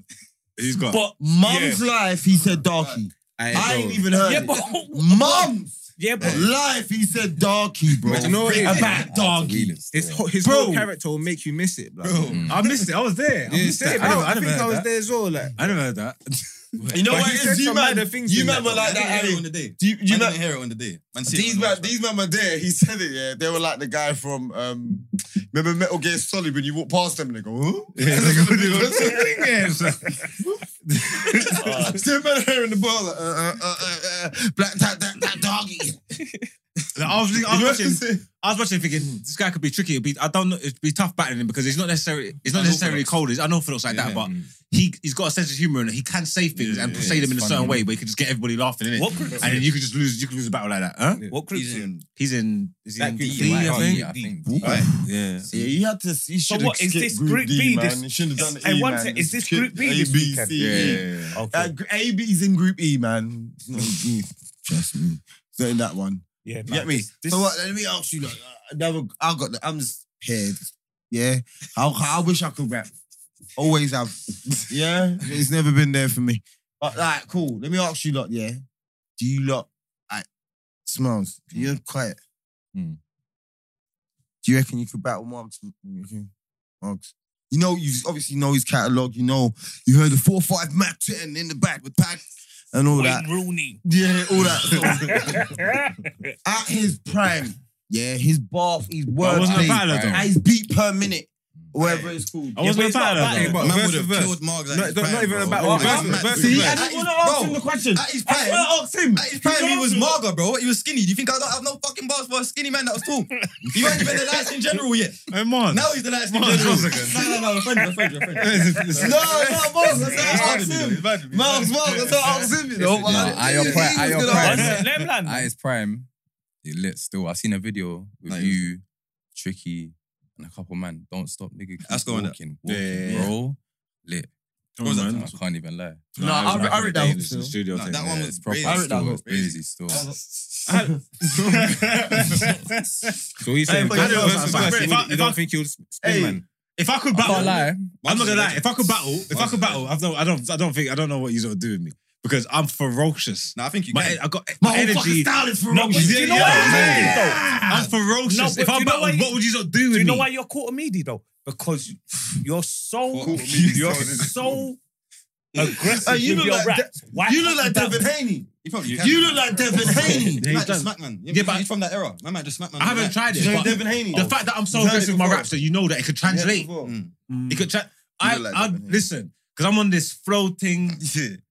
Speaker 2: He's got.
Speaker 5: but
Speaker 3: Mum's
Speaker 5: Yeah.
Speaker 3: life, he said darky.
Speaker 6: Aye,
Speaker 3: I ain't
Speaker 6: bro.
Speaker 3: even heard
Speaker 5: yeah,
Speaker 3: it.
Speaker 5: but
Speaker 3: Mum's
Speaker 5: yeah, but
Speaker 3: life, he said darky, bro.
Speaker 6: But you know what it is?
Speaker 3: About doggy.
Speaker 6: His, whole- his
Speaker 2: Bro.
Speaker 6: whole character will make you miss it, bro.
Speaker 2: I missed it. I was there. I
Speaker 6: Yeah,
Speaker 2: missed it.
Speaker 6: I,
Speaker 2: I,
Speaker 6: I
Speaker 2: never
Speaker 6: think
Speaker 2: heard
Speaker 6: I was
Speaker 2: that.
Speaker 6: there as well. Like,
Speaker 2: I never heard that.
Speaker 3: You know
Speaker 6: But
Speaker 3: what
Speaker 6: he
Speaker 3: it
Speaker 6: said
Speaker 3: is? You
Speaker 6: some
Speaker 3: man,
Speaker 6: other things
Speaker 3: you
Speaker 6: in
Speaker 3: man
Speaker 6: that
Speaker 3: were like
Speaker 4: I
Speaker 3: that.
Speaker 4: didn't hear it on
Speaker 3: hey,
Speaker 4: the day.
Speaker 3: Do you,
Speaker 4: I
Speaker 3: you
Speaker 4: didn't
Speaker 3: man,
Speaker 4: hear it on the day. Man, see it
Speaker 3: these
Speaker 4: on the
Speaker 3: man,
Speaker 4: watch, man.
Speaker 3: these man were there. He said it. Yeah, they were like the guy from um, remember Metal Gear Solid when you walk past them and they go, huh? *laughs* And they go, "What's the thing *laughs* here, sir?" Still man here in the bar, like, uh, uh, uh, uh, uh, black that that that doggy.
Speaker 2: Like, I was, I was
Speaker 3: You know what I'm
Speaker 2: watching.
Speaker 3: saying?
Speaker 2: I was watching, thinking this guy could be tricky. It'd be, I don't know. It'd be tough battling him because he's not necessarily. He's not necessarily cold. He's unorthodox like that,
Speaker 4: Yeah.
Speaker 2: but he he's got a sense of humor and he can say things and
Speaker 1: yeah,
Speaker 2: say
Speaker 1: it's
Speaker 2: them in a
Speaker 1: funny,
Speaker 2: certain
Speaker 1: innit?
Speaker 2: way, but he can just get everybody laughing in it.
Speaker 5: what group?
Speaker 2: And then you could just lose. You could lose a battle like that, huh?
Speaker 6: Yeah.
Speaker 5: What group?
Speaker 4: He's in
Speaker 2: He's in. Is he
Speaker 6: That
Speaker 2: in
Speaker 6: could be
Speaker 2: D,
Speaker 6: like-
Speaker 2: I
Speaker 6: oh,
Speaker 2: think.
Speaker 1: Yeah, I think.
Speaker 2: Yeah.
Speaker 3: Yeah, you had to. You should
Speaker 5: what, is this Group B this-
Speaker 3: You should have done
Speaker 5: Hey,
Speaker 3: E,
Speaker 5: one
Speaker 3: man.
Speaker 5: sec, is this
Speaker 3: Skip
Speaker 5: Group B
Speaker 3: A,
Speaker 5: this
Speaker 3: B,
Speaker 5: weekend?
Speaker 3: C, E.
Speaker 1: Yeah, yeah, yeah.
Speaker 5: Okay.
Speaker 3: Uh, gr- A, B's in Group E, man. It's not in E. Trust me. It's not in that one.
Speaker 5: yeah,
Speaker 3: You
Speaker 5: nah,
Speaker 3: get me?
Speaker 5: this- this-
Speaker 3: so what? Let me ask you. Look, I never, I got. The, I'm just here. Yeah. I, I wish I could rap. Always
Speaker 5: *laughs*
Speaker 3: have. Yeah. It's never been there for me. But like, cool. Let me ask you, lot. Yeah. Do you lot? Like, smiles. You're quiet.
Speaker 5: Hmm.
Speaker 1: Mm.
Speaker 3: Do you reckon you could battle Marks? Marks. You know, you obviously know his catalog. You know, you heard the four five Mac ten in the back with pack and all that.
Speaker 5: Wayne Rooney.
Speaker 3: Yeah, all that. So, at his prime, yeah, his bath, his
Speaker 2: I
Speaker 3: word,
Speaker 2: wasn't a
Speaker 3: plays,
Speaker 2: battler
Speaker 1: bro.
Speaker 2: though.
Speaker 3: at his beat per minute, whatever it's called.
Speaker 2: I wasn't a battler
Speaker 6: Hey,
Speaker 2: though.
Speaker 6: but
Speaker 4: Man
Speaker 6: verse
Speaker 4: would
Speaker 6: to
Speaker 4: have
Speaker 6: verse.
Speaker 4: killed Margs. at
Speaker 6: No,
Speaker 4: his
Speaker 6: no,
Speaker 4: prime,
Speaker 6: not even
Speaker 4: bro.
Speaker 6: about
Speaker 4: Bro,
Speaker 6: verse
Speaker 4: I'm
Speaker 6: to
Speaker 4: mad.
Speaker 6: verse.
Speaker 4: Bro,
Speaker 6: He had-
Speaker 4: at his- bro,
Speaker 3: question.
Speaker 4: At his prime,
Speaker 3: asked him.
Speaker 4: at his prime, he was mager, bro. He was skinny. Do you think I don't have no fucking bars for a skinny man that was tall? He wasn't even the last in general yet.
Speaker 2: Hey, man.
Speaker 4: Now he's the last in
Speaker 2: Come on,
Speaker 4: general.
Speaker 2: one second.
Speaker 4: No, no, no, friend, your friend, your friend.
Speaker 3: No, no, Marks, that's
Speaker 4: It's
Speaker 3: not asked
Speaker 4: bad to me, though.
Speaker 3: him.
Speaker 4: It's bad to me.
Speaker 3: Marks, Marks, that's not asked him, you know.
Speaker 1: Nah, I your pri- I your
Speaker 5: One
Speaker 1: prime.
Speaker 5: sec, Let him land.
Speaker 1: At his prime, it lit still. I seen a video with
Speaker 4: Nice.
Speaker 1: you, Tricky, and a couple man. Don't stop, nigga. Keep
Speaker 4: Let's go on that.
Speaker 1: walking, walking,
Speaker 2: Yeah, yeah, yeah.
Speaker 1: bro. Lit.
Speaker 2: Come on,
Speaker 1: I
Speaker 2: man.
Speaker 1: can't even lie.
Speaker 3: No, I read- I read that one still.
Speaker 2: Studio
Speaker 4: No,
Speaker 2: thing.
Speaker 4: that one
Speaker 1: Yeah,
Speaker 4: was
Speaker 1: it's proper.
Speaker 4: crazy. I read
Speaker 1: still,
Speaker 4: that
Speaker 1: it's
Speaker 4: one.
Speaker 1: crazy still.
Speaker 6: So he's saying,
Speaker 3: Hey, but
Speaker 6: verse
Speaker 3: you know,
Speaker 6: to
Speaker 3: but-
Speaker 6: verse, you
Speaker 2: but if I-
Speaker 6: don't- you
Speaker 2: if I-
Speaker 6: don't think he'll spin,
Speaker 3: Hey.
Speaker 6: man?
Speaker 2: If I could
Speaker 1: I
Speaker 6: Oh,
Speaker 2: battle,
Speaker 1: can't lie.
Speaker 2: I'm not gonna lie. If I could battle, if I could battle, I've no, I don't, I don't think, I don't know what you would do with me because I'm ferocious.
Speaker 4: Nah, I think you
Speaker 2: My,
Speaker 4: can.
Speaker 2: I got
Speaker 3: My
Speaker 2: my,
Speaker 3: whole fucking
Speaker 2: energy.
Speaker 3: style is
Speaker 5: No, but
Speaker 3: ferocious.
Speaker 5: do you know what?
Speaker 2: Yeah.
Speaker 5: I'm saying, though?
Speaker 2: I'm ferocious.
Speaker 5: No, but
Speaker 2: if
Speaker 5: do
Speaker 2: I
Speaker 5: you know
Speaker 2: battle,
Speaker 5: why-
Speaker 2: what would you not do with
Speaker 5: Do you
Speaker 2: me?
Speaker 5: know why you're caught a meaty though? because you're so
Speaker 4: Cool.
Speaker 5: you're so aggressive
Speaker 3: Hey, you
Speaker 5: with
Speaker 3: look
Speaker 5: your
Speaker 3: like
Speaker 5: raps. Why
Speaker 3: You look like
Speaker 5: can't
Speaker 3: Devin
Speaker 5: that-
Speaker 3: Haney.
Speaker 4: He probably can.
Speaker 3: You look like Devin Haney.
Speaker 4: He might just smack man. Yeah, but he's from that era. My man just smack man.
Speaker 2: I haven't tried
Speaker 3: You know
Speaker 2: it.
Speaker 3: Devin Haney.
Speaker 2: But the fact that I'm so
Speaker 3: You've heard
Speaker 2: aggressive
Speaker 3: it
Speaker 2: with my
Speaker 3: before.
Speaker 2: raps that Oh. you know that it could
Speaker 3: Yeah,
Speaker 2: translate.
Speaker 4: Oh.
Speaker 3: before.
Speaker 5: Mm.
Speaker 2: It could tra- I,
Speaker 3: look like
Speaker 2: I
Speaker 3: Devin Haney.
Speaker 2: listen because I'm on this flow thing.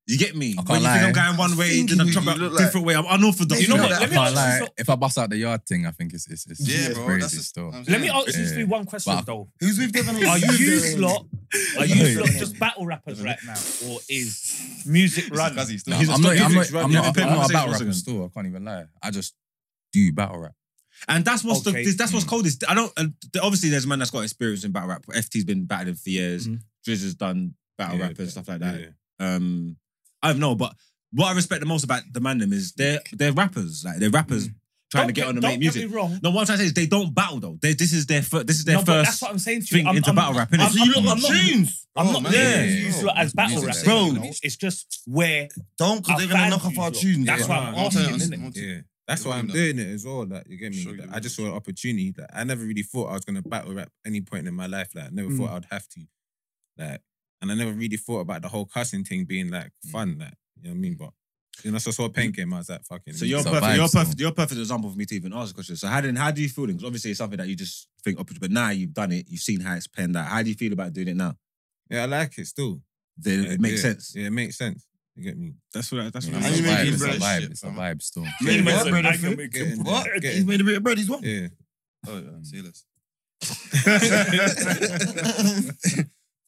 Speaker 2: You get me?
Speaker 1: can't
Speaker 2: When you think I'm
Speaker 1: lie.
Speaker 2: going one way,
Speaker 3: thinking
Speaker 2: then I'm
Speaker 3: you
Speaker 2: talking about
Speaker 3: look
Speaker 2: a
Speaker 3: like-
Speaker 2: different way. I'm unorthodox.
Speaker 5: You know
Speaker 3: Yeah,
Speaker 5: what?
Speaker 3: that-
Speaker 5: Let me
Speaker 1: Can't
Speaker 5: ask
Speaker 1: lie.
Speaker 5: you. so-
Speaker 1: If I bust out the yard thing, I think it's it's it's, it's
Speaker 4: Yeah, bro.
Speaker 1: crazy
Speaker 4: That's um, just,
Speaker 1: still.
Speaker 5: Let me ask you
Speaker 1: Yeah.
Speaker 5: three one question
Speaker 1: But-
Speaker 2: *laughs*
Speaker 5: though.
Speaker 3: Who's with Devin Haney?
Speaker 5: Are
Speaker 3: Who's with
Speaker 5: you
Speaker 3: Devin
Speaker 5: lot? Are you lot just battle rappers right now, or is music
Speaker 4: Run.
Speaker 5: run?
Speaker 4: he's
Speaker 1: No,
Speaker 4: still.
Speaker 1: I'm, not,
Speaker 2: he's
Speaker 1: I'm, not,
Speaker 2: just
Speaker 1: I'm not.
Speaker 2: rubbing it.
Speaker 1: I'm not
Speaker 2: Conversation
Speaker 1: a battle
Speaker 2: for a
Speaker 1: rapper
Speaker 2: second.
Speaker 1: still. I can't even lie. I just do battle rap.
Speaker 2: And that's what's
Speaker 5: Okay.
Speaker 2: the, that's what's cold is I don't and th- obviously there's a man that's got experience in battle rap. FT's been battling for years.
Speaker 5: Mhm.
Speaker 2: Drizz has done battle
Speaker 6: Yeah,
Speaker 2: rap and stuff like that.
Speaker 6: Yeah.
Speaker 2: Um, I don't know, but what I respect the most about the man them is they're they're rappers. Like they're rappers
Speaker 5: Mm.
Speaker 2: trying
Speaker 5: Don't
Speaker 2: to get, on and
Speaker 5: don't
Speaker 2: make music.
Speaker 5: Get me wrong.
Speaker 2: No, what I'm trying to say is they don't battle though. They, this is their fir- this is their
Speaker 5: No, but that's
Speaker 2: first
Speaker 5: what I'm saying to you.
Speaker 2: thing
Speaker 5: I'm,
Speaker 2: into
Speaker 5: I'm,
Speaker 2: battle rap. innit?
Speaker 5: I'm- So you I'm- lot I'm on not-
Speaker 2: tunes,
Speaker 5: I'm
Speaker 4: Oh,
Speaker 5: not
Speaker 4: man.
Speaker 2: Yeah.
Speaker 5: looking
Speaker 1: Yeah.
Speaker 5: at you as battle
Speaker 1: Music
Speaker 5: rap,
Speaker 1: is-
Speaker 5: bro.
Speaker 3: Bro.
Speaker 5: It's just where
Speaker 3: Don't, because they're
Speaker 5: I
Speaker 3: going to
Speaker 5: found
Speaker 3: knock off
Speaker 5: you
Speaker 3: our
Speaker 5: lot.
Speaker 3: tunes.
Speaker 5: That's
Speaker 3: Yeah.
Speaker 5: why I'm
Speaker 4: I'll turn
Speaker 5: asking,
Speaker 4: it
Speaker 5: isn't
Speaker 4: on.
Speaker 5: it?
Speaker 6: Yeah, that's
Speaker 4: Yeah,
Speaker 6: why
Speaker 4: we
Speaker 6: I'm
Speaker 4: know.
Speaker 6: doing it as well. Like you get me.
Speaker 4: Sure you
Speaker 6: Like,
Speaker 4: do.
Speaker 6: I just saw an opportunity. Like I never really thought I was gonna battle rap any point in my life. Like I never
Speaker 5: Mm.
Speaker 6: thought I'd have to. Like, and I never really thought about the whole cussing thing being like fun. Like you know what I mean. But you know, so I saw Pain game. I was like, fucking.
Speaker 2: So you're
Speaker 1: It's a
Speaker 2: perfect.
Speaker 1: vibe
Speaker 2: You're
Speaker 1: still.
Speaker 2: perfect. You're perfect example for me to even ask a question. So how did how do you feel? Because obviously it's something that you just think up, but now you've done it. You've seen how it's panned out. How do you feel about doing it now?
Speaker 6: Yeah, I like it still.
Speaker 2: Then
Speaker 6: Yeah,
Speaker 2: it makes
Speaker 6: yeah.
Speaker 2: sense.
Speaker 6: Yeah, it makes sense. You get me.
Speaker 2: That's what. I, that's
Speaker 4: what
Speaker 1: It's
Speaker 4: I
Speaker 1: a
Speaker 4: mean,
Speaker 1: vibe.
Speaker 4: you
Speaker 1: It's a
Speaker 4: break
Speaker 1: vibe.
Speaker 4: shit,
Speaker 1: It's a
Speaker 4: fam.
Speaker 1: vibe still.
Speaker 3: Yeah,
Speaker 5: Even
Speaker 3: yeah,
Speaker 5: as an
Speaker 3: brother,
Speaker 5: angle
Speaker 3: fit.
Speaker 5: maker.
Speaker 6: Get in there.
Speaker 3: What?
Speaker 6: Get
Speaker 3: He's
Speaker 6: in
Speaker 3: made a bit of bread. He's won.
Speaker 6: Yeah.
Speaker 4: Oh, yeah. See you
Speaker 2: Um,
Speaker 4: later.
Speaker 2: *laughs*
Speaker 4: Thought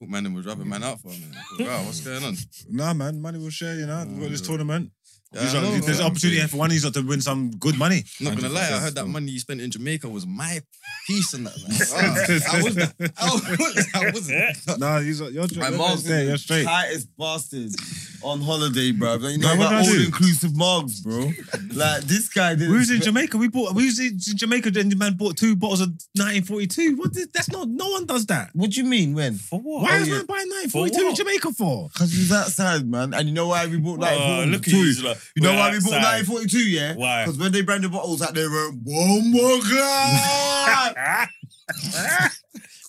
Speaker 4: man them was rubbing man out for a minute. I thought, Wow, what's going on?
Speaker 2: Nah, man. Money will share. You know, we've got this tournament.
Speaker 4: Yeah,
Speaker 2: These
Speaker 4: I
Speaker 2: are-
Speaker 4: know,
Speaker 2: there's
Speaker 4: man.
Speaker 2: an opportunity here for one. He's got to win some good money.
Speaker 4: I'm not gonna lie, I heard that money you spent in Jamaica was my piece in that.
Speaker 2: *laughs*
Speaker 4: Man. Wow, I wasn't. I wasn't. I wasn't.
Speaker 2: nah, he's you're,
Speaker 3: My Margs is the tightest bastards on holiday, bro. You know
Speaker 2: Bro, what
Speaker 3: about
Speaker 2: did I do?
Speaker 3: all-inclusive Margs, bro. like, this guy didn't...
Speaker 2: We was in Jamaica. We bought. We was in Jamaica. And the man bought two bottles of 1942. What? Did, that's not. No one does that.
Speaker 3: What do you mean, when?
Speaker 5: For what?
Speaker 2: Why
Speaker 5: Oh,
Speaker 2: is
Speaker 5: yeah.
Speaker 2: man buying
Speaker 5: For
Speaker 2: 1942 in
Speaker 5: what?
Speaker 2: Jamaica for?
Speaker 3: Because we was outside, man. And you know why we bought that?
Speaker 5: Oh, look at you.
Speaker 3: you.
Speaker 5: he's like,
Speaker 3: You know
Speaker 5: we're
Speaker 3: why we bought
Speaker 5: outside.
Speaker 3: 1942, yeah?
Speaker 5: Why?
Speaker 3: Because when they branded bottles out, they were one more
Speaker 4: *laughs* Ah,
Speaker 3: glass.
Speaker 5: Ah!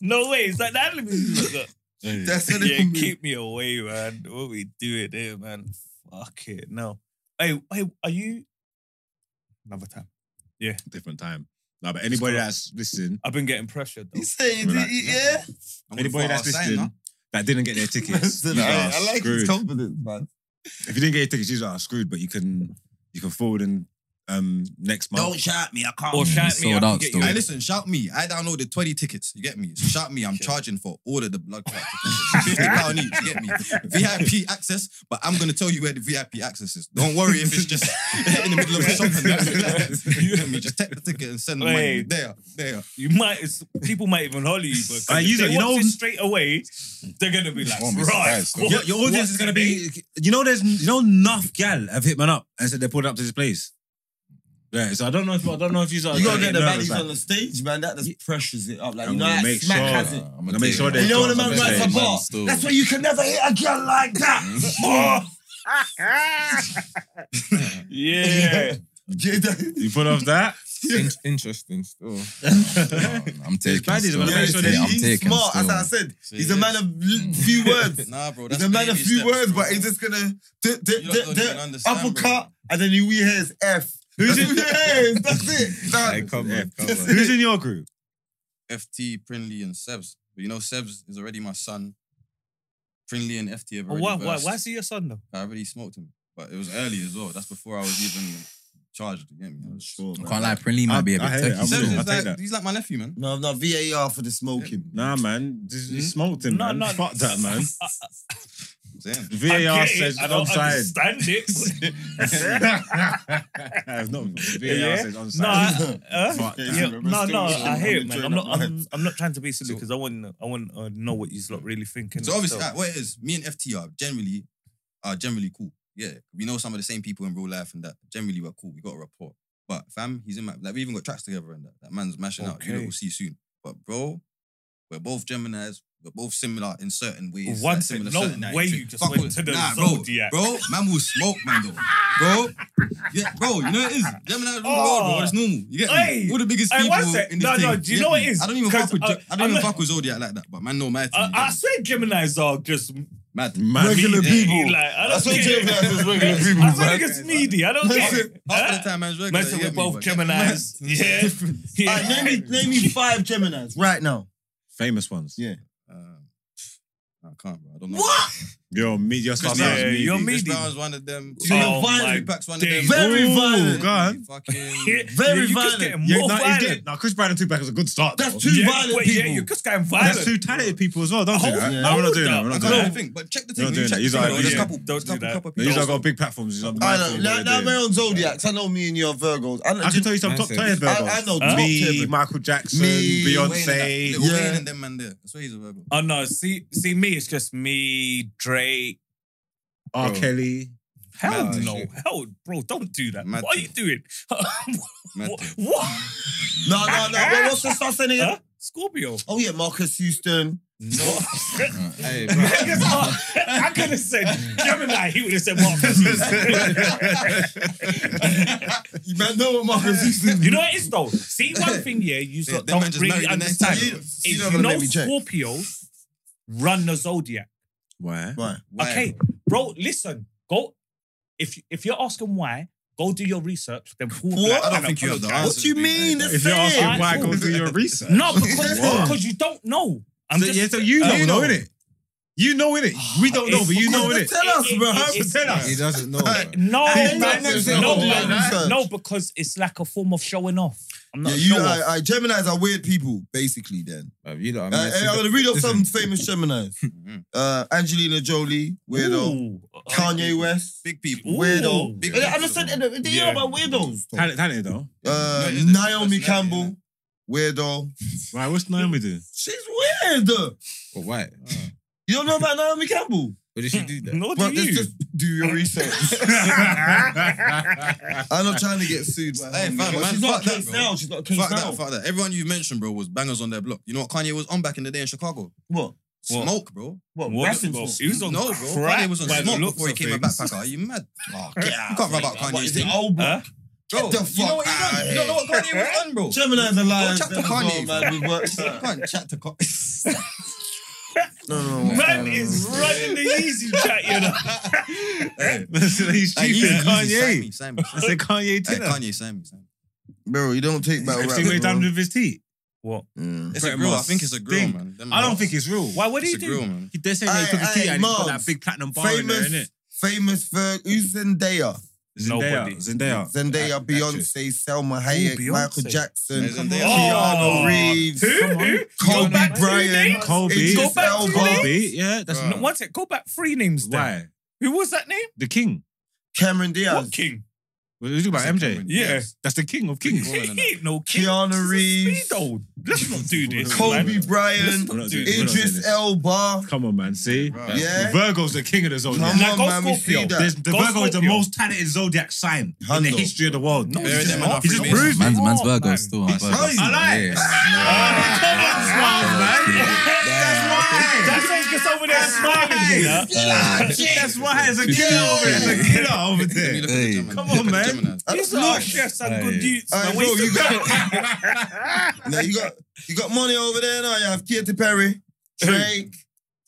Speaker 5: No way. Is that that?
Speaker 3: *laughs* That's what
Speaker 5: yeah,
Speaker 3: it means.
Speaker 5: keep me away, man. What we doing here, man? Fuck it. No. Hey, hey, are you? Another time.
Speaker 2: different time. No, but anybody
Speaker 5: Scott.
Speaker 2: that's listening,
Speaker 5: I've been getting pressured though.
Speaker 3: You say you did,
Speaker 2: Relax.
Speaker 3: yeah?
Speaker 2: anybody that's listening that didn't get
Speaker 5: *laughs*
Speaker 2: their tickets,
Speaker 3: Listen,
Speaker 2: you
Speaker 3: I,
Speaker 2: are
Speaker 3: I like his
Speaker 2: screwed.
Speaker 3: confidence, man.
Speaker 2: If you didn't get your tickets, you are screwed. But you can you can forward in um next month.
Speaker 3: shout me, I can't.
Speaker 5: Or shout
Speaker 1: it's
Speaker 5: me. I
Speaker 1: sold
Speaker 5: can
Speaker 1: out
Speaker 5: get
Speaker 1: still.
Speaker 5: you.
Speaker 4: Hey, listen, shout me. I downloaded 20 tickets. You get me? So shout me. I'm charging for all of the blood clot tickets. *laughs* 50 pound each. You get me? VIP access, but I'm going to tell you where the VIP access is. Don't worry if it's just *laughs* in the middle of a
Speaker 3: *laughs*
Speaker 4: shopping. you get me? Just take the ticket and send the money.
Speaker 5: Wait.
Speaker 4: There, there.
Speaker 5: You might. It's, people might even holler you, but
Speaker 2: Hey, Uh, you
Speaker 5: if they
Speaker 2: know-
Speaker 5: watch
Speaker 2: you know-
Speaker 5: it straight away, they're gonna be like,
Speaker 1: won't be
Speaker 5: right.
Speaker 1: surprised, though.
Speaker 5: what-
Speaker 2: Your, your audience
Speaker 5: what
Speaker 2: is gonna
Speaker 5: are
Speaker 2: be. You know, there's you know enough gal have hit man up and said they're pulling up to this place. Yeah, so I don't know if I don't know if uh, you are.
Speaker 3: You gotta get the baddies on the stage, man. That just pressures it up. Like,
Speaker 2: I'm
Speaker 3: you know,
Speaker 2: gonna
Speaker 3: that
Speaker 2: make
Speaker 3: smack
Speaker 2: sure.
Speaker 3: has it.
Speaker 1: I'm
Speaker 2: gonna make sure they-
Speaker 3: You know when a
Speaker 2: I'm
Speaker 3: man
Speaker 2: gonna
Speaker 3: writes a
Speaker 2: say,
Speaker 3: bar? That's why you can never hit a girl like that. *laughs* Oh,
Speaker 5: they-
Speaker 3: *laughs*
Speaker 5: Yeah.
Speaker 2: You put off that.
Speaker 6: In- interesting still.
Speaker 1: I'm
Speaker 2: His
Speaker 1: taking.
Speaker 2: baddies
Speaker 1: still.
Speaker 2: are gonna
Speaker 3: Yeah,
Speaker 2: make
Speaker 1: I'm
Speaker 2: sure
Speaker 3: so
Speaker 1: taking-
Speaker 2: they-
Speaker 3: he-
Speaker 1: I'm
Speaker 3: he's
Speaker 1: taking
Speaker 3: smart, as
Speaker 1: still.
Speaker 3: I said. He's a man of li- few words.
Speaker 4: Nah, bro.
Speaker 3: He's
Speaker 4: That's
Speaker 3: a man of
Speaker 4: baby
Speaker 3: few
Speaker 4: steps,
Speaker 3: words,
Speaker 4: bro.
Speaker 3: but he's just gonna d- d-
Speaker 4: You lot
Speaker 3: d-
Speaker 4: don't
Speaker 3: d-
Speaker 4: even understand,
Speaker 3: uppercut, and then you we hear is F. Who's it? Yes, that's it.
Speaker 6: Like,
Speaker 3: That,
Speaker 6: come on, come on.
Speaker 2: Who's in your group?
Speaker 4: FT, Prinley, and Sebs. But you know, Sebs is already my son. Prinley and FT have already
Speaker 5: Why? Why?
Speaker 4: versed.
Speaker 5: Why is he your son though?
Speaker 4: I already smoked him, but it was early as well. That's before I was even charged. You get me? I was sure.
Speaker 1: I can't lie. Prinley might be a
Speaker 2: I- I
Speaker 1: bit
Speaker 2: hear it.
Speaker 1: techie
Speaker 2: I'm
Speaker 1: still.
Speaker 2: with it. I'll
Speaker 4: Sebs
Speaker 2: take
Speaker 4: is
Speaker 2: that.
Speaker 4: like, he's like my nephew, man.
Speaker 3: no, no VAR for the smoking.
Speaker 2: Nah, man, just, you smoked him.
Speaker 5: No,
Speaker 2: man.
Speaker 5: no.
Speaker 2: fuck that, man.
Speaker 4: Damn.
Speaker 5: *laughs* I
Speaker 2: VAR
Speaker 5: get it,
Speaker 2: says
Speaker 5: I don't
Speaker 2: offside.
Speaker 5: understand
Speaker 2: *laughs*
Speaker 5: it.
Speaker 2: it's uh, not VAR
Speaker 5: Yeah.
Speaker 2: says
Speaker 5: No,
Speaker 2: onside.
Speaker 5: I, uh,
Speaker 2: Fuck that.
Speaker 5: yeah, no, no, I hear it, man. I'm not,
Speaker 3: Enjoying that
Speaker 5: I'm, I'm not trying to be silly because I want, I want to know what you lot really thinking.
Speaker 4: So obviously, uh, what it is, me and FT are generally are generally cool. Yeah, we know some of the same people in real life, and that generally we're cool. We got a rapport. But fam, he's in my like we even got tracks together, and that that man's mashing out. You know,
Speaker 5: Okay.
Speaker 4: we'll see you soon. But bro, we're both Gemini's. We're both similar in certain ways.
Speaker 5: One
Speaker 4: like,
Speaker 5: sec,
Speaker 4: similar
Speaker 5: no
Speaker 4: certain
Speaker 5: way you
Speaker 4: attitudes.
Speaker 5: just
Speaker 4: Fuck
Speaker 5: went
Speaker 4: with-
Speaker 5: to the
Speaker 4: nah, bro,
Speaker 5: Zodiac.
Speaker 4: bro. Man will smoke, man though. Bro, yeah, bro. You know what it is. Gemini is
Speaker 5: Oh.
Speaker 4: oh. bro. It's normal. You get me?
Speaker 5: Hey.
Speaker 4: All the biggest
Speaker 5: Hey,
Speaker 4: people
Speaker 5: one sec.
Speaker 4: in this
Speaker 5: No,
Speaker 4: thing.
Speaker 5: no, do you
Speaker 4: get
Speaker 5: know what
Speaker 4: me?
Speaker 5: it is?
Speaker 4: I don't even
Speaker 5: 'Cause,
Speaker 4: fuck with.
Speaker 5: uh,
Speaker 4: I don't
Speaker 5: I'm
Speaker 4: even
Speaker 5: not-
Speaker 4: fuck with Zodiac like that. But man, know my team.
Speaker 5: I, I swear Geminis are just
Speaker 4: mad.
Speaker 3: Regular
Speaker 5: meaty,
Speaker 3: people.
Speaker 5: eh? Like, I
Speaker 3: That's
Speaker 5: don't
Speaker 3: what
Speaker 5: get it.
Speaker 3: Gemini is, regular people,
Speaker 5: I swear
Speaker 3: man.
Speaker 5: it's meaty. I don't get it.
Speaker 4: *laughs* Half
Speaker 5: Huh?
Speaker 4: of the time, man's regular.
Speaker 5: Man said
Speaker 4: you
Speaker 5: we're
Speaker 4: get me?
Speaker 5: both
Speaker 4: But yeah. *laughs*
Speaker 5: Geminis. Yeah. yeah.
Speaker 3: Alright, name me, name me five Geminis right now.
Speaker 2: Famous ones.
Speaker 3: Yeah.
Speaker 4: Um, I can't, bro. I don't know.
Speaker 3: What?
Speaker 2: Your media
Speaker 4: Chris
Speaker 2: stuff.
Speaker 5: Yeah,
Speaker 4: Brown's
Speaker 5: you're
Speaker 4: meaty. Chris
Speaker 5: meaty.
Speaker 4: Brown's one of them.
Speaker 3: You know,
Speaker 5: Oh
Speaker 3: violent.
Speaker 5: my
Speaker 4: Tupac, one of them.
Speaker 5: days.
Speaker 3: Very
Speaker 2: Ooh,
Speaker 3: violent.
Speaker 2: go on.
Speaker 4: Fucking.
Speaker 3: Very
Speaker 5: yeah, you
Speaker 3: violent.
Speaker 5: Just getting
Speaker 2: Yeah,
Speaker 5: more
Speaker 2: nah, he's
Speaker 5: violent.
Speaker 2: good. Nah, Chris Brown and Tupac is a good start.
Speaker 3: That's
Speaker 2: though.
Speaker 3: two
Speaker 5: yeah,
Speaker 3: violent
Speaker 5: wait,
Speaker 3: people.
Speaker 5: Yeah, you're just getting violent.
Speaker 2: That's two talented people as well. Don't do
Speaker 5: Hold-
Speaker 2: that. No, we're not doing that.
Speaker 5: hold
Speaker 2: We're not
Speaker 4: I
Speaker 5: up.
Speaker 4: can't
Speaker 2: doing that.
Speaker 4: even think, but check the thing.
Speaker 2: You're
Speaker 4: You
Speaker 2: not doing
Speaker 4: check
Speaker 2: that. He's
Speaker 4: the thing,
Speaker 2: like,
Speaker 4: bro. There's a
Speaker 5: yeah,
Speaker 4: couple.
Speaker 5: don't do
Speaker 4: couple,
Speaker 5: that.
Speaker 4: couple
Speaker 2: No, These
Speaker 4: people.
Speaker 2: are got big platforms. He's on
Speaker 3: I
Speaker 2: platforms
Speaker 3: know. Now,
Speaker 2: where they're
Speaker 3: now
Speaker 2: doing-
Speaker 3: man on Zodiacs. I know me and your Virgos. I know,
Speaker 2: I can tell you some
Speaker 6: Man
Speaker 2: top
Speaker 6: said-
Speaker 2: tier Virgos.
Speaker 3: I- I know
Speaker 5: Huh?
Speaker 3: top tier.
Speaker 2: Me,
Speaker 3: Virgos.
Speaker 2: Michael Jackson,
Speaker 3: Me,
Speaker 4: Wayne and that-
Speaker 2: Beyonce.
Speaker 4: Lil
Speaker 3: Yeah.
Speaker 4: Wayne and them man there. That's where he's a rebel.
Speaker 5: Oh no, see, see me. It's just me, Drake.
Speaker 2: R. Kelly.
Speaker 5: Hell
Speaker 4: Mad
Speaker 5: no,
Speaker 4: shit.
Speaker 5: hell, bro, don't do that.
Speaker 4: Mad
Speaker 5: what are you doing?
Speaker 4: Mad
Speaker 5: what? what?
Speaker 3: No, no, no. Wait, what's the stuff in
Speaker 5: Huh?
Speaker 3: here?
Speaker 5: Scorpio.
Speaker 3: Oh yeah, Marcus Houston.
Speaker 5: No.
Speaker 6: Hey,
Speaker 5: *laughs*
Speaker 6: bro.
Speaker 5: I could have said Gemini. He would have said
Speaker 4: *laughs*
Speaker 5: Marcus.
Speaker 3: You man know what Marcus Houston.
Speaker 5: you know what it is though. See one thing, yeah, you
Speaker 4: Yeah,
Speaker 5: sort
Speaker 4: them man
Speaker 5: don't
Speaker 4: just
Speaker 5: really
Speaker 4: married the next
Speaker 5: understand.
Speaker 4: day.
Speaker 5: Is
Speaker 3: You
Speaker 5: you
Speaker 3: never
Speaker 5: know
Speaker 3: let me check.
Speaker 5: Scorpios run the zodiac.
Speaker 2: Where?
Speaker 3: Right.
Speaker 4: Why,
Speaker 5: Okay, bro, listen. Go if if you're asking why, go do your research. Then pull
Speaker 4: What?
Speaker 5: back
Speaker 4: I don't
Speaker 5: and
Speaker 4: think you have the
Speaker 5: apologize.
Speaker 4: answer.
Speaker 3: What do you mean?
Speaker 4: If
Speaker 3: That's
Speaker 2: If you're asking
Speaker 5: Alright,
Speaker 2: *laughs* why,
Speaker 5: cool.
Speaker 2: go do your research.
Speaker 5: No,
Speaker 2: *laughs*
Speaker 5: because,
Speaker 3: What?
Speaker 5: because you don't know. I'm
Speaker 2: So,
Speaker 5: just
Speaker 2: yeah, so you don't
Speaker 5: Uh,
Speaker 2: know, innit? You know innit. We don't know,
Speaker 5: It's-
Speaker 2: but you know
Speaker 3: Just
Speaker 2: innit.
Speaker 3: Tell us,
Speaker 5: It-
Speaker 3: bro.
Speaker 5: it- it's-
Speaker 2: Tell us.
Speaker 6: He doesn't know. bro.
Speaker 5: No,
Speaker 3: Hey,
Speaker 5: no,
Speaker 3: man, that's
Speaker 5: no,
Speaker 3: not
Speaker 5: no,
Speaker 3: research.
Speaker 5: no, because it's like a form of showing off. I'm not
Speaker 3: Yeah,
Speaker 5: a
Speaker 3: you,
Speaker 5: show off.
Speaker 3: I, I, Gemini's are weird people, basically. Then
Speaker 6: Bro, You know,
Speaker 3: uh,
Speaker 6: what I mean,
Speaker 3: I'm gonna read off some famous Geminis:
Speaker 4: Mhm.
Speaker 3: uh, Angelina Jolie, weirdo;
Speaker 5: Ooh. uh,
Speaker 3: Kanye West,
Speaker 4: Big people.
Speaker 5: Ooh.
Speaker 3: weirdo.
Speaker 4: Big
Speaker 3: Yeah, I
Speaker 4: people.
Speaker 3: just said they they
Speaker 5: Yeah.
Speaker 3: are about weirdos. though.
Speaker 2: Talented, talented though.
Speaker 3: Uh,
Speaker 4: No, it's just
Speaker 3: Naomi
Speaker 4: personality,
Speaker 3: Campbell, weirdo.
Speaker 2: Right, what's Naomi doing?
Speaker 3: She's weird.
Speaker 6: But why?
Speaker 3: You don't know about Naomi Campbell?
Speaker 6: What did she do that?
Speaker 5: No,
Speaker 3: Bro,
Speaker 5: do you?
Speaker 3: just, just do your research. I'm not trying to get sued. By
Speaker 4: Hey,
Speaker 3: Naomi Campbell.
Speaker 4: fam,
Speaker 3: she's
Speaker 4: man,
Speaker 3: not
Speaker 4: fuck that,
Speaker 3: case
Speaker 4: bro.
Speaker 3: now. She's not case
Speaker 4: Fuck
Speaker 3: now.
Speaker 4: that, fuck that. Everyone you mentioned, bro, was bangers on their block. You know what Kanye was on back in the day in Chicago?
Speaker 3: What?
Speaker 5: What?
Speaker 4: Smoke, bro.
Speaker 3: What?
Speaker 5: What?
Speaker 3: Raffins
Speaker 5: Well,
Speaker 3: was-
Speaker 5: he was on
Speaker 4: no, bro.
Speaker 5: crack
Speaker 4: Kanye was on
Speaker 5: by the
Speaker 4: smoke
Speaker 5: looks
Speaker 4: before he
Speaker 5: of
Speaker 4: became a
Speaker 5: things.
Speaker 4: backpacker. Are you mad?
Speaker 3: Oh, get out.
Speaker 4: You can't rub out
Speaker 3: What,
Speaker 4: Kanye's
Speaker 3: is it
Speaker 4: thing.
Speaker 3: old block?
Speaker 5: Huh?
Speaker 4: Bro,
Speaker 3: Get the
Speaker 4: you know
Speaker 3: fuck
Speaker 4: what, you
Speaker 3: outta
Speaker 4: don't, you don't know what Kanye was on, bro.
Speaker 3: Gemini's a liar.
Speaker 4: Go chat to Kanye,
Speaker 3: man. We work.
Speaker 4: You *laughs* can't chat to Kanye.
Speaker 3: No, no, no.
Speaker 5: Man is running the easy chat, you know.
Speaker 2: He's
Speaker 4: Hey,
Speaker 2: cheating
Speaker 4: Yeezy, Yeezy,
Speaker 2: Kanye.
Speaker 4: sign me, sign
Speaker 2: I
Speaker 4: me.
Speaker 2: said Kanye
Speaker 4: Hey,
Speaker 2: Tina.
Speaker 4: Kanye, sign me, sign me.
Speaker 3: Bro, you don't take battle
Speaker 2: I've
Speaker 3: rap.
Speaker 2: seen what he done
Speaker 3: bro.
Speaker 2: with his teeth.
Speaker 5: what?
Speaker 3: Mm.
Speaker 4: It's
Speaker 2: Pretty
Speaker 4: a grill. I
Speaker 2: much.
Speaker 4: think it's a grill,
Speaker 2: Think.
Speaker 4: man. Them
Speaker 2: I don't
Speaker 4: man-
Speaker 2: think it's real.
Speaker 5: Why? What do
Speaker 4: it's
Speaker 5: you
Speaker 4: a grill,
Speaker 5: do?
Speaker 4: man.
Speaker 2: They're saying
Speaker 3: Aye,
Speaker 2: they took
Speaker 3: aye,
Speaker 2: his teeth and he got
Speaker 3: Mars.
Speaker 2: that big platinum bar in there,
Speaker 3: Famous,
Speaker 2: innit?
Speaker 3: famous for who's Zendaya?
Speaker 5: Nobody.
Speaker 2: Zendaya. Zendaya.
Speaker 3: Zendaya,
Speaker 2: Act- actress.
Speaker 3: Beyonce, Selma Hayek,
Speaker 2: Oh,
Speaker 5: Beyonce.
Speaker 3: Michael Jackson,
Speaker 4: Yeah, Zendaya.
Speaker 5: Oh.
Speaker 3: Keanu Reeves,
Speaker 5: Who?
Speaker 2: Come on.
Speaker 5: Who?
Speaker 3: Kobe
Speaker 5: Go back to
Speaker 3: Bryant.
Speaker 5: your names.
Speaker 2: Kobe.
Speaker 3: Idris
Speaker 5: Go back to your
Speaker 3: Elba,
Speaker 5: names.
Speaker 2: Kobe. Yeah, that's
Speaker 5: No, one sec. Go back three names. Then.
Speaker 2: why.
Speaker 5: Who was that name?
Speaker 2: The king.
Speaker 3: Cameron Diaz,
Speaker 5: What king?
Speaker 2: What are you talking about?
Speaker 4: It's a
Speaker 2: MJ.
Speaker 4: Cameron.
Speaker 5: Yeah. *laughs*
Speaker 2: That's the king of
Speaker 5: King.
Speaker 2: kings.
Speaker 5: He ain't no king.
Speaker 3: Keanu
Speaker 5: This is
Speaker 3: Reeves,
Speaker 5: a Speedo. Let's not do this.
Speaker 3: Kobe
Speaker 5: man.
Speaker 3: Bryant,
Speaker 5: *laughs*
Speaker 2: We're not doing- we're not doing
Speaker 3: Idris
Speaker 2: this.
Speaker 3: Elba.
Speaker 2: Come on, man. See?
Speaker 4: Right.
Speaker 3: Yeah.
Speaker 2: Virgo's the king of the zodiac.
Speaker 3: Come
Speaker 5: Now,
Speaker 3: on,
Speaker 5: go
Speaker 3: man. We
Speaker 5: Scorpio.
Speaker 3: see
Speaker 2: There's,
Speaker 3: that.
Speaker 2: the
Speaker 5: Go
Speaker 2: Virgo is the
Speaker 5: Scorpio.
Speaker 2: most talented zodiac sign in the
Speaker 3: Hundo.
Speaker 2: history of the world.
Speaker 5: No,
Speaker 2: he
Speaker 4: Bury
Speaker 2: just,
Speaker 4: them in
Speaker 2: he just
Speaker 4: Africa.
Speaker 2: proved it.
Speaker 5: Man-
Speaker 1: Man's, man's
Speaker 5: Oh,
Speaker 1: Virgo
Speaker 5: man.
Speaker 1: still. Man's Virgo.
Speaker 3: Right.
Speaker 2: I like
Speaker 1: Yeah.
Speaker 2: Ah, Come on, man.
Speaker 5: That's why he's just over there smiling. You know?
Speaker 2: That's why there's a killer over there.
Speaker 4: When you look at
Speaker 2: There's a killer over there.
Speaker 4: the
Speaker 1: Hey.
Speaker 4: Gemini-
Speaker 2: Come
Speaker 4: look at
Speaker 2: on,
Speaker 4: the
Speaker 2: man.
Speaker 4: Gemini.
Speaker 5: These are our chefs and good dudes.
Speaker 3: Alright,
Speaker 5: man.
Speaker 3: bro,
Speaker 5: Waste
Speaker 3: you
Speaker 5: of
Speaker 3: got-
Speaker 5: time.
Speaker 3: Now you got you got money over there now. You have Katy Perry, Drake,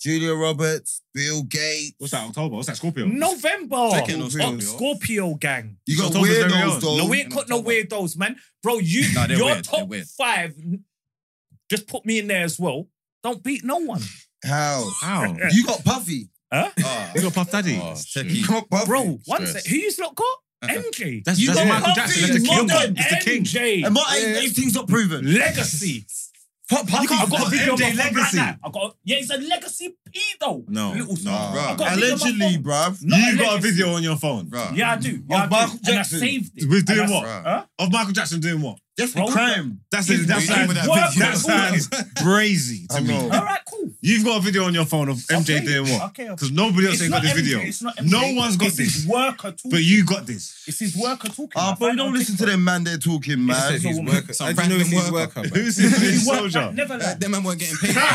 Speaker 3: Julia Roberts, Bill Gates.
Speaker 2: What's that, October? What's that, Scorpio?
Speaker 5: November.
Speaker 4: Second of
Speaker 5: Oh,
Speaker 4: Scorpio.
Speaker 5: Scorpio gang.
Speaker 3: You got
Speaker 2: October's very
Speaker 3: weirdos
Speaker 2: own.
Speaker 3: though.
Speaker 5: No, we ain't got no weirdos, man. Bro, you
Speaker 4: Nah, they're
Speaker 5: your
Speaker 4: weird, they're
Speaker 5: top
Speaker 4: weird.
Speaker 5: five. Just put me in there as well. Don't beat no one,
Speaker 3: How?
Speaker 2: How?
Speaker 3: You got Puffy.
Speaker 4: Ah,
Speaker 2: You got Puff Daddy.
Speaker 6: Oh,
Speaker 4: ah,
Speaker 3: You
Speaker 4: techie.
Speaker 3: got Puffy.
Speaker 5: bro. One
Speaker 1: Stress.
Speaker 5: sec. Who you lot got?
Speaker 4: Uh-uh.
Speaker 5: MJ.
Speaker 2: That's-
Speaker 5: you
Speaker 2: that's
Speaker 5: got
Speaker 2: Michael
Speaker 5: Puffy,
Speaker 2: Jackson, that's the
Speaker 5: you
Speaker 2: king.
Speaker 5: got
Speaker 2: That's the king.
Speaker 3: And
Speaker 5: MJ.
Speaker 3: what ain't these things not proven?
Speaker 5: Legacy.
Speaker 3: Puffy.
Speaker 5: I got a video of my legacy.
Speaker 2: MJ legacy.
Speaker 5: Right now. I got yeah, he's a legacy pedo.
Speaker 2: No,
Speaker 5: little
Speaker 2: no.
Speaker 5: son.
Speaker 4: Bruh.
Speaker 5: I got a video of my
Speaker 3: Allegedly,
Speaker 5: phone.
Speaker 3: bruv.
Speaker 5: Not
Speaker 2: You've got a
Speaker 5: allegedly.
Speaker 2: video on your phone.
Speaker 4: Bruh.
Speaker 5: Yeah, I do. Yeah, I do.
Speaker 3: Michael
Speaker 5: And I
Speaker 3: Jackson.
Speaker 5: saved it.
Speaker 2: We're doing
Speaker 5: And I-
Speaker 2: what?
Speaker 5: Huh?
Speaker 2: Of Michael Jackson doing what?
Speaker 3: That's
Speaker 5: Bro,
Speaker 3: crime.
Speaker 2: That's it. That's
Speaker 5: What?
Speaker 2: that.
Speaker 5: What?
Speaker 2: That sounds crazy
Speaker 3: I
Speaker 2: to me.
Speaker 3: know.
Speaker 5: All right, cool.
Speaker 2: You've got a video on your phone of MJ
Speaker 5: Okay,
Speaker 2: doing what?
Speaker 5: Okay,
Speaker 2: Because nobody else
Speaker 5: It's
Speaker 2: ain't got
Speaker 5: not
Speaker 2: this
Speaker 5: MJ,
Speaker 2: video.
Speaker 5: it's not
Speaker 2: No
Speaker 5: MJ.
Speaker 2: one's got
Speaker 5: It's his
Speaker 2: this.
Speaker 5: worker talking.
Speaker 2: But you got this.
Speaker 5: It's his worker talking.
Speaker 3: Ah,
Speaker 5: I
Speaker 3: bro,
Speaker 5: find
Speaker 3: don't
Speaker 5: on
Speaker 3: listen to *laughs*
Speaker 5: TikTok.
Speaker 3: them man they're talking,
Speaker 6: He said
Speaker 3: man.
Speaker 6: he's
Speaker 5: Some
Speaker 6: worker. uh, Some
Speaker 4: random
Speaker 6: random he's
Speaker 4: worker.
Speaker 6: worker.
Speaker 2: *laughs*
Speaker 6: bro.
Speaker 2: Who's
Speaker 5: *laughs*
Speaker 2: this
Speaker 5: He
Speaker 2: blue
Speaker 5: worked-
Speaker 2: soldier?
Speaker 5: Never
Speaker 4: Like,
Speaker 5: that.
Speaker 4: them man weren't getting paid. *laughs* man.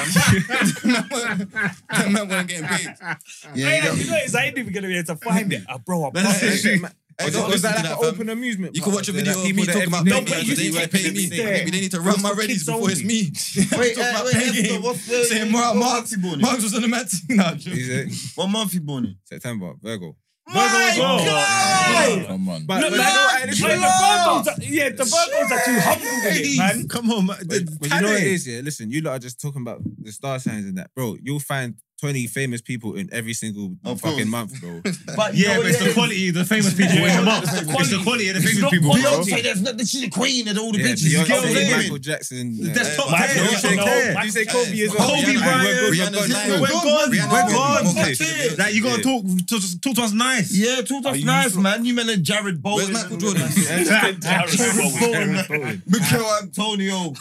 Speaker 4: them man weren't getting paid.
Speaker 3: Yeah,
Speaker 5: Hey,
Speaker 3: you got-
Speaker 5: you know, it's- I ain't even gonna be able to find it, Ah, bro. I promise.
Speaker 6: Hey,
Speaker 4: Hey,
Speaker 6: man,
Speaker 4: hey,
Speaker 6: Was that-
Speaker 4: don't
Speaker 6: was that
Speaker 4: listen to
Speaker 6: like an
Speaker 4: that, fam.
Speaker 6: open amusement?
Speaker 4: You can watch a
Speaker 6: park?
Speaker 4: video of
Speaker 6: They're like
Speaker 4: me
Speaker 6: people that
Speaker 4: talking about
Speaker 6: every
Speaker 5: No,
Speaker 4: paying
Speaker 6: day
Speaker 4: me.
Speaker 5: but
Speaker 6: go
Speaker 5: you
Speaker 6: to the
Speaker 4: They like
Speaker 5: need to
Speaker 6: bank
Speaker 5: pay
Speaker 4: paying
Speaker 6: every
Speaker 5: me
Speaker 4: me.
Speaker 6: day.
Speaker 5: there.
Speaker 4: Maybe they need to run my
Speaker 5: for
Speaker 4: readies
Speaker 5: kids
Speaker 4: before it's me. *laughs*
Speaker 3: Wait,
Speaker 4: Talk
Speaker 3: uh,
Speaker 4: about
Speaker 3: wait,
Speaker 4: paying.
Speaker 3: Esther, what's- wait,
Speaker 4: Saying
Speaker 3: wait,
Speaker 4: Mark,
Speaker 3: what
Speaker 4: Mark,
Speaker 3: month he born in?
Speaker 4: Mark was on the mad thing. *laughs* Nah, I'm joking.
Speaker 6: Is it
Speaker 3: What month he born in?
Speaker 6: September? Virgo.
Speaker 5: My
Speaker 2: well.
Speaker 5: God!
Speaker 1: Come on.
Speaker 6: But
Speaker 5: Look,
Speaker 6: but you
Speaker 5: man,
Speaker 6: know-
Speaker 5: like, the Virgos are, yeah, the Virgos are too humble with it, man.
Speaker 2: Come on, man.
Speaker 6: But, but you know what it is, yeah. Listen, you lot are just talking about the star signs and that, bro. You'll find twenty famous people in every single
Speaker 3: Of course.
Speaker 6: fucking month, bro.
Speaker 3: But you
Speaker 2: Yeah,
Speaker 3: know
Speaker 2: but
Speaker 3: what
Speaker 2: it's
Speaker 3: it
Speaker 2: the
Speaker 3: is?
Speaker 2: quality of the famous people in the month.
Speaker 5: It's the
Speaker 2: It's the quality of the
Speaker 5: It's
Speaker 2: famous
Speaker 5: not
Speaker 2: people.
Speaker 5: quality.
Speaker 2: bro.
Speaker 3: Beyonce, there's no, she's the queen of all the
Speaker 6: Yeah,
Speaker 3: bitches. You get what I'm
Speaker 6: Beyonce,
Speaker 3: saying?
Speaker 6: Michael Jackson. yeah.
Speaker 2: That's top
Speaker 5: Michael
Speaker 6: You
Speaker 2: ten.
Speaker 6: say
Speaker 5: Jackson,
Speaker 6: Kobe-
Speaker 5: no.
Speaker 6: you say Kobe as well.
Speaker 2: Kobe
Speaker 6: Rihanna-
Speaker 2: Bryant.
Speaker 6: Rihanna's lying.
Speaker 4: Rihanna's lying.
Speaker 2: We're gone. We're
Speaker 4: Rihanna's
Speaker 2: gone.
Speaker 4: gone.
Speaker 2: That's
Speaker 4: Okay.
Speaker 2: it. Like, you gotta
Speaker 6: Yeah.
Speaker 2: talk talk- talk to us nice.
Speaker 3: Yeah, talk to us nice, man. You men are Jared Bowen.
Speaker 4: Where's
Speaker 3: *laughs*
Speaker 4: Michael Jordan?
Speaker 5: Jared Bowen.
Speaker 3: Mikel Antonio.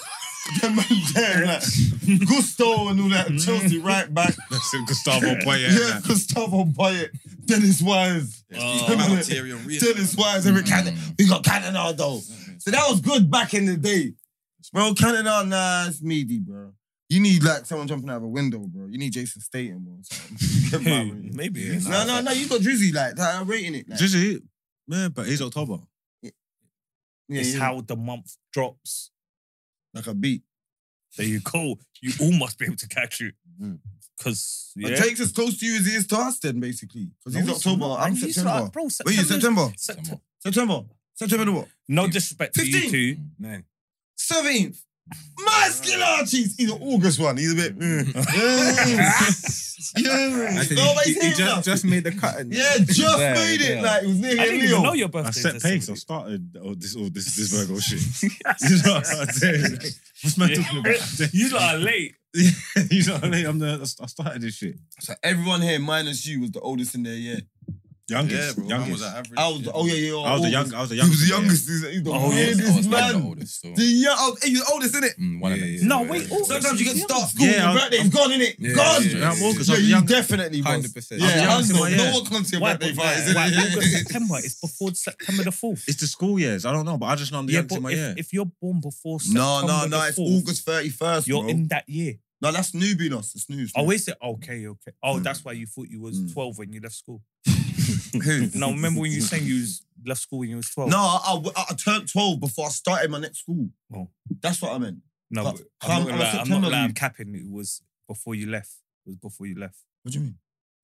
Speaker 3: Them man there, like, Gusto and all that. Chelsea right back.
Speaker 2: Gustavo
Speaker 5: Oh,
Speaker 2: Poyet.
Speaker 3: Yeah, Gustavo Boyett. Dennis Wise.
Speaker 4: *laughs* Oh, Material, really.
Speaker 3: Dennis Wise. Eric Cannon. We got Cannon though. So that was good back in the day. Bro, Canada, nah, it's meaty, bro. You need like someone jumping out of a window, bro. You need Jason Statham or something. *laughs* Get my rating.
Speaker 5: Maybe.
Speaker 3: No, no, no. You got Drizzy like that. I'm rating it. Like,
Speaker 2: Jizzy, man, but he's October.
Speaker 3: yeah,
Speaker 5: It's
Speaker 3: yeah,
Speaker 5: how the month drops.
Speaker 3: like a beat.
Speaker 5: There you go. You all must be able to catch it. Because, yeah.
Speaker 3: It takes as close to you as it is to us, then basically, because
Speaker 5: No,
Speaker 3: he's
Speaker 5: it's
Speaker 3: October.
Speaker 5: not,
Speaker 3: I'm
Speaker 5: man. He's
Speaker 3: September.
Speaker 5: like, bro,
Speaker 3: Wait, you
Speaker 5: September.
Speaker 3: September?
Speaker 5: September.
Speaker 3: September. September the what?
Speaker 5: No disrespect to you
Speaker 3: 15.
Speaker 5: two.
Speaker 6: Nine.
Speaker 3: Seventeenth. Muscular cheese. He's an August one. He's a bit. Mm. yeah,
Speaker 6: I
Speaker 3: yeah.
Speaker 6: said,
Speaker 3: Nobody's
Speaker 6: he, he
Speaker 3: here now.
Speaker 6: just, just made the cut. and-
Speaker 3: Yeah, just
Speaker 6: Yeah,
Speaker 3: made it.
Speaker 6: yeah.
Speaker 3: Like it was near
Speaker 5: I didn't
Speaker 3: Leo.
Speaker 5: even know your
Speaker 2: I
Speaker 5: birthday.
Speaker 2: set pace. I started all this, all this, this Virgo shit. *laughs* you know what I'm saying? What's my talking about? *laughs*
Speaker 5: You lot are late.
Speaker 2: you know what I mean? I'm the, I started this shit.
Speaker 3: So everyone here, minus you, was the oldest in there. Yeah,
Speaker 4: Yeah,
Speaker 2: Youngest,
Speaker 4: bro. Mine was
Speaker 2: youngest.
Speaker 4: at average.
Speaker 3: I was. The, oh yeah, yeah.
Speaker 2: I was the
Speaker 3: August.
Speaker 2: young. I was the
Speaker 3: He was
Speaker 2: youngest.
Speaker 3: the youngest. He's, he's the
Speaker 5: Oh, yeah.
Speaker 3: weirdest
Speaker 1: I was one of
Speaker 3: man.
Speaker 1: the oldest. So.
Speaker 3: The young. Oh, hey, you're the oldest, innit?
Speaker 1: Mm, one of
Speaker 6: Yeah,
Speaker 1: them.
Speaker 6: yeah,
Speaker 5: No, wait. oh,
Speaker 3: Sometimes you can start school.
Speaker 2: Yeah,
Speaker 3: Yeah,
Speaker 2: I'll-
Speaker 3: your birthday's gone, innit?
Speaker 6: Yeah,
Speaker 3: gone.
Speaker 6: yeah, yeah,
Speaker 2: I'm August.
Speaker 3: Yeah,
Speaker 2: I'm
Speaker 3: you
Speaker 2: young.
Speaker 3: definitely was.
Speaker 6: 100%.
Speaker 3: Yeah,
Speaker 2: I'm young,
Speaker 3: Hansel,
Speaker 2: so yeah.
Speaker 3: No one comes to your
Speaker 5: Why,
Speaker 3: birthday
Speaker 5: why-
Speaker 3: parties. *laughs*
Speaker 5: why
Speaker 3: innit?
Speaker 5: August, September? It's before September the 4th.
Speaker 2: It's the school years. I don't know, but I just know I'm the
Speaker 5: Yeah,
Speaker 2: youngest
Speaker 5: but
Speaker 2: in my
Speaker 5: if,
Speaker 2: year.
Speaker 5: if you're born before
Speaker 3: No,
Speaker 5: September
Speaker 3: no,
Speaker 5: the
Speaker 3: no. It's
Speaker 5: 4th,
Speaker 3: August 31st,
Speaker 5: you're
Speaker 3: bro.
Speaker 5: in that year.
Speaker 3: No, that's newbie us. It's new. It's
Speaker 5: Oh,
Speaker 3: new.
Speaker 5: is it? Okay, okay.
Speaker 3: Hmm.
Speaker 5: Oh, that's why you thought you was
Speaker 3: Mm.
Speaker 5: 12 when you
Speaker 3: *laughs*
Speaker 5: left school.
Speaker 3: Who?
Speaker 5: No, remember when you saying you was left school when you was 12?
Speaker 3: No, I, I, I turned 12 before I started my next school.
Speaker 5: Oh.
Speaker 3: That's what I meant.
Speaker 5: No,
Speaker 3: But
Speaker 5: but I'm not
Speaker 3: come on,
Speaker 5: lying. I'm not
Speaker 3: September,
Speaker 5: lying. I'm
Speaker 3: you-
Speaker 5: capping. It was before you left. It was before you left.
Speaker 3: What do you mean?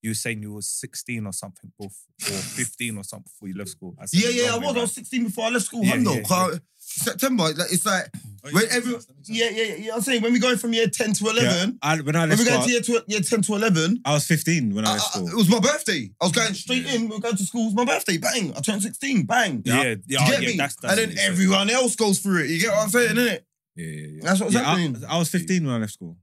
Speaker 5: You were saying you was 16 or something, before, or 15 or something before you left school. I said
Speaker 3: Yeah,
Speaker 5: the
Speaker 3: yeah, I
Speaker 5: wrong
Speaker 3: was. I
Speaker 5: way round.
Speaker 3: was 16 before I left school.
Speaker 5: Yeah,
Speaker 3: Yeah, Hundo.
Speaker 5: yeah,
Speaker 3: Cause September, like, it's like,
Speaker 4: Oh, yeah,
Speaker 3: when
Speaker 4: that
Speaker 3: every,
Speaker 4: makes sense, that makes
Speaker 3: yeah, yeah, yeah. You know what I'm saying? When we go from year 10 to 11,
Speaker 2: I, when I
Speaker 3: when
Speaker 2: left
Speaker 3: we
Speaker 2: school,
Speaker 3: go to year, tw- year 10 to 11,
Speaker 2: I was 15 when I
Speaker 3: I,
Speaker 2: left
Speaker 3: I,
Speaker 2: school.
Speaker 3: it was my birthday. I was going straight in. We were going to school. It was my birthday. Bang. I turned 16. Bang.
Speaker 5: Yeah,
Speaker 3: Do
Speaker 5: yeah,
Speaker 3: you
Speaker 5: oh,
Speaker 3: get
Speaker 5: yeah,
Speaker 3: me?
Speaker 5: that's- that's
Speaker 3: and
Speaker 5: what
Speaker 3: then
Speaker 5: it said.
Speaker 3: everyone else goes through it. You get what I'm saying, innit?
Speaker 1: Yeah, yeah, yeah.
Speaker 3: That's what's
Speaker 2: Yeah, I,
Speaker 3: happening.
Speaker 2: I was 15 when I left school.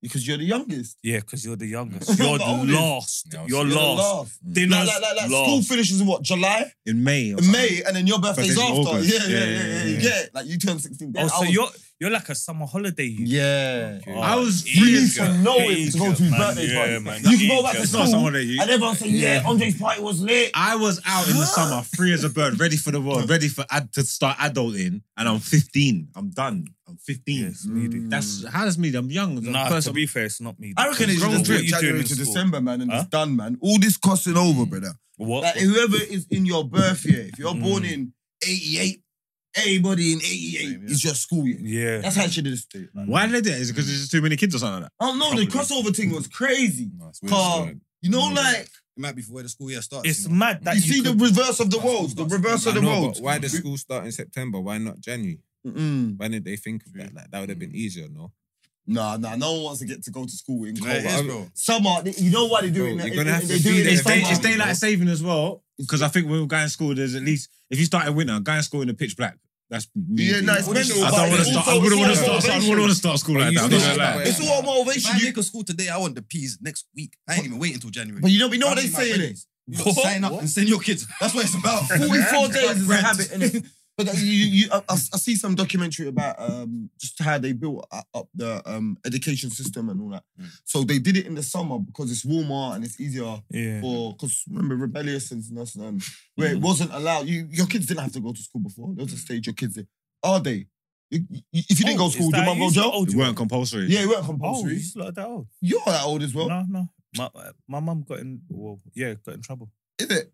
Speaker 3: because you're the youngest.
Speaker 5: Yeah, because you're the youngest.
Speaker 3: I'm
Speaker 5: You're
Speaker 3: the
Speaker 5: the
Speaker 3: oldest.
Speaker 5: last.
Speaker 1: Yeah, I was-
Speaker 5: you're
Speaker 3: You're the
Speaker 5: last.
Speaker 3: last.
Speaker 5: Dinner's
Speaker 3: Like, like, like, like
Speaker 5: last.
Speaker 3: school finishes in what? July?
Speaker 2: In May. or
Speaker 3: In
Speaker 2: something.
Speaker 3: May, and then your birthday's
Speaker 2: Birthday's in
Speaker 3: after.
Speaker 2: August.
Speaker 3: Yeah, yeah, yeah, yeah,
Speaker 2: Yeah, yeah,
Speaker 3: You
Speaker 2: yeah.
Speaker 3: get it. Like you turn 16. Then
Speaker 5: Oh,
Speaker 3: I
Speaker 5: so
Speaker 3: was-
Speaker 5: you're you're like a summer holiday. You.
Speaker 3: Yeah.
Speaker 5: Oh,
Speaker 2: I was
Speaker 5: Egypt.
Speaker 2: free
Speaker 3: to know him to go to his
Speaker 5: man.
Speaker 3: birthday
Speaker 5: Yeah,
Speaker 3: party.
Speaker 5: man.
Speaker 3: You can go back to
Speaker 5: Egypt.
Speaker 2: It's not
Speaker 3: School,
Speaker 2: someone that you.
Speaker 3: And everyone said, yeah, Andre's party was lit.
Speaker 2: I was out in the summer, free as a bird, ready for the world, ready for ad- to start adulting, and I'm 15. I'm done. I'm 15.
Speaker 5: Yes, needy.
Speaker 2: That's how does me. I'm young. I'm
Speaker 5: Nah,
Speaker 2: first-
Speaker 5: to be fair, it's not me.
Speaker 3: I reckon it's
Speaker 5: Bro,
Speaker 3: just
Speaker 5: what
Speaker 3: drip
Speaker 5: you doing
Speaker 3: January
Speaker 5: in
Speaker 3: to
Speaker 5: school?
Speaker 3: December, man, and
Speaker 5: Huh? Mm.
Speaker 3: it's done, man. All this crossing over, brother.
Speaker 5: What?
Speaker 3: Like whoever is in your birth year, if you're born
Speaker 5: Mm.
Speaker 3: in 88, everybody in 88
Speaker 4: Same, yeah.
Speaker 3: is your school year.
Speaker 5: yeah.
Speaker 3: That's how it should have stayed. man.
Speaker 2: Why did they do it? Is it because there's just too many kids or something like
Speaker 3: I don't know, the
Speaker 2: Probably.
Speaker 3: crossover thing was crazy.
Speaker 1: No, it's
Speaker 3: Car.
Speaker 1: so-
Speaker 3: You know,
Speaker 1: Mm.
Speaker 3: like
Speaker 4: It might be for where the school year starts.
Speaker 5: It's
Speaker 4: know.
Speaker 5: mad that
Speaker 3: you,
Speaker 5: you,
Speaker 3: see
Speaker 5: could,
Speaker 3: the reverse of the worlds, the reverse
Speaker 6: I
Speaker 3: of the
Speaker 6: know,
Speaker 3: worlds.
Speaker 6: but why does school start in September? Why not January?
Speaker 3: Mm-mm.
Speaker 6: Why did they think of that? Like that would have been easier, no?
Speaker 3: Nah, nah, no one wants to get to go to school in
Speaker 4: Yeah,
Speaker 3: cold.
Speaker 4: it is, bro.
Speaker 3: Summer, they- you know why they do
Speaker 6: Bro,
Speaker 3: it? in the-
Speaker 6: you're gonna have
Speaker 3: they
Speaker 6: to
Speaker 3: do
Speaker 6: feed
Speaker 3: it in
Speaker 6: it
Speaker 2: that?
Speaker 3: the
Speaker 6: It's
Speaker 2: It's, day,
Speaker 3: summer.
Speaker 6: fine.
Speaker 2: it's daylight saving as well. Because I think when we were going to school, there's at least if you started winter, going to school in the pitch black. That's me.
Speaker 3: Yeah, nah, it's mental.
Speaker 2: I don't want to start. I wouldn't want to start. I wouldn't want to start school
Speaker 6: But
Speaker 2: like
Speaker 6: you
Speaker 2: that. I'm not
Speaker 6: still-
Speaker 2: gonna lie.
Speaker 3: It's all
Speaker 4: If
Speaker 3: motivation.
Speaker 4: I
Speaker 3: You-
Speaker 4: make a school today, I want the peas next week. I ain't even waiting until January.
Speaker 3: But you know, you know what
Speaker 4: I
Speaker 3: they
Speaker 4: need my
Speaker 3: say in it.
Speaker 4: friends. You gotta sign up and send your kids. That's what it's about.
Speaker 3: 44 days is a habit, innit? *laughs* But uh, you, you I, I I see some documentary about um, just how they built u- up the um, education system and all that. So they did it in the summer because it's warmer and it's easier.
Speaker 5: Yeah.
Speaker 3: Or because remember rebellious and this and that, where it wasn't allowed. You, your kids didn't have to go to school before. They'll just stage your kids. there. Are they? You- you- If you didn't go to school, your mum go to jail.
Speaker 2: It weren't compulsory.
Speaker 3: Yeah, it weren't
Speaker 5: Oh,
Speaker 3: compulsory.
Speaker 5: you slotted that old.
Speaker 3: You're that old as well,
Speaker 5: No, no. My my mum got in. Well, yeah, got in trouble.
Speaker 3: is it?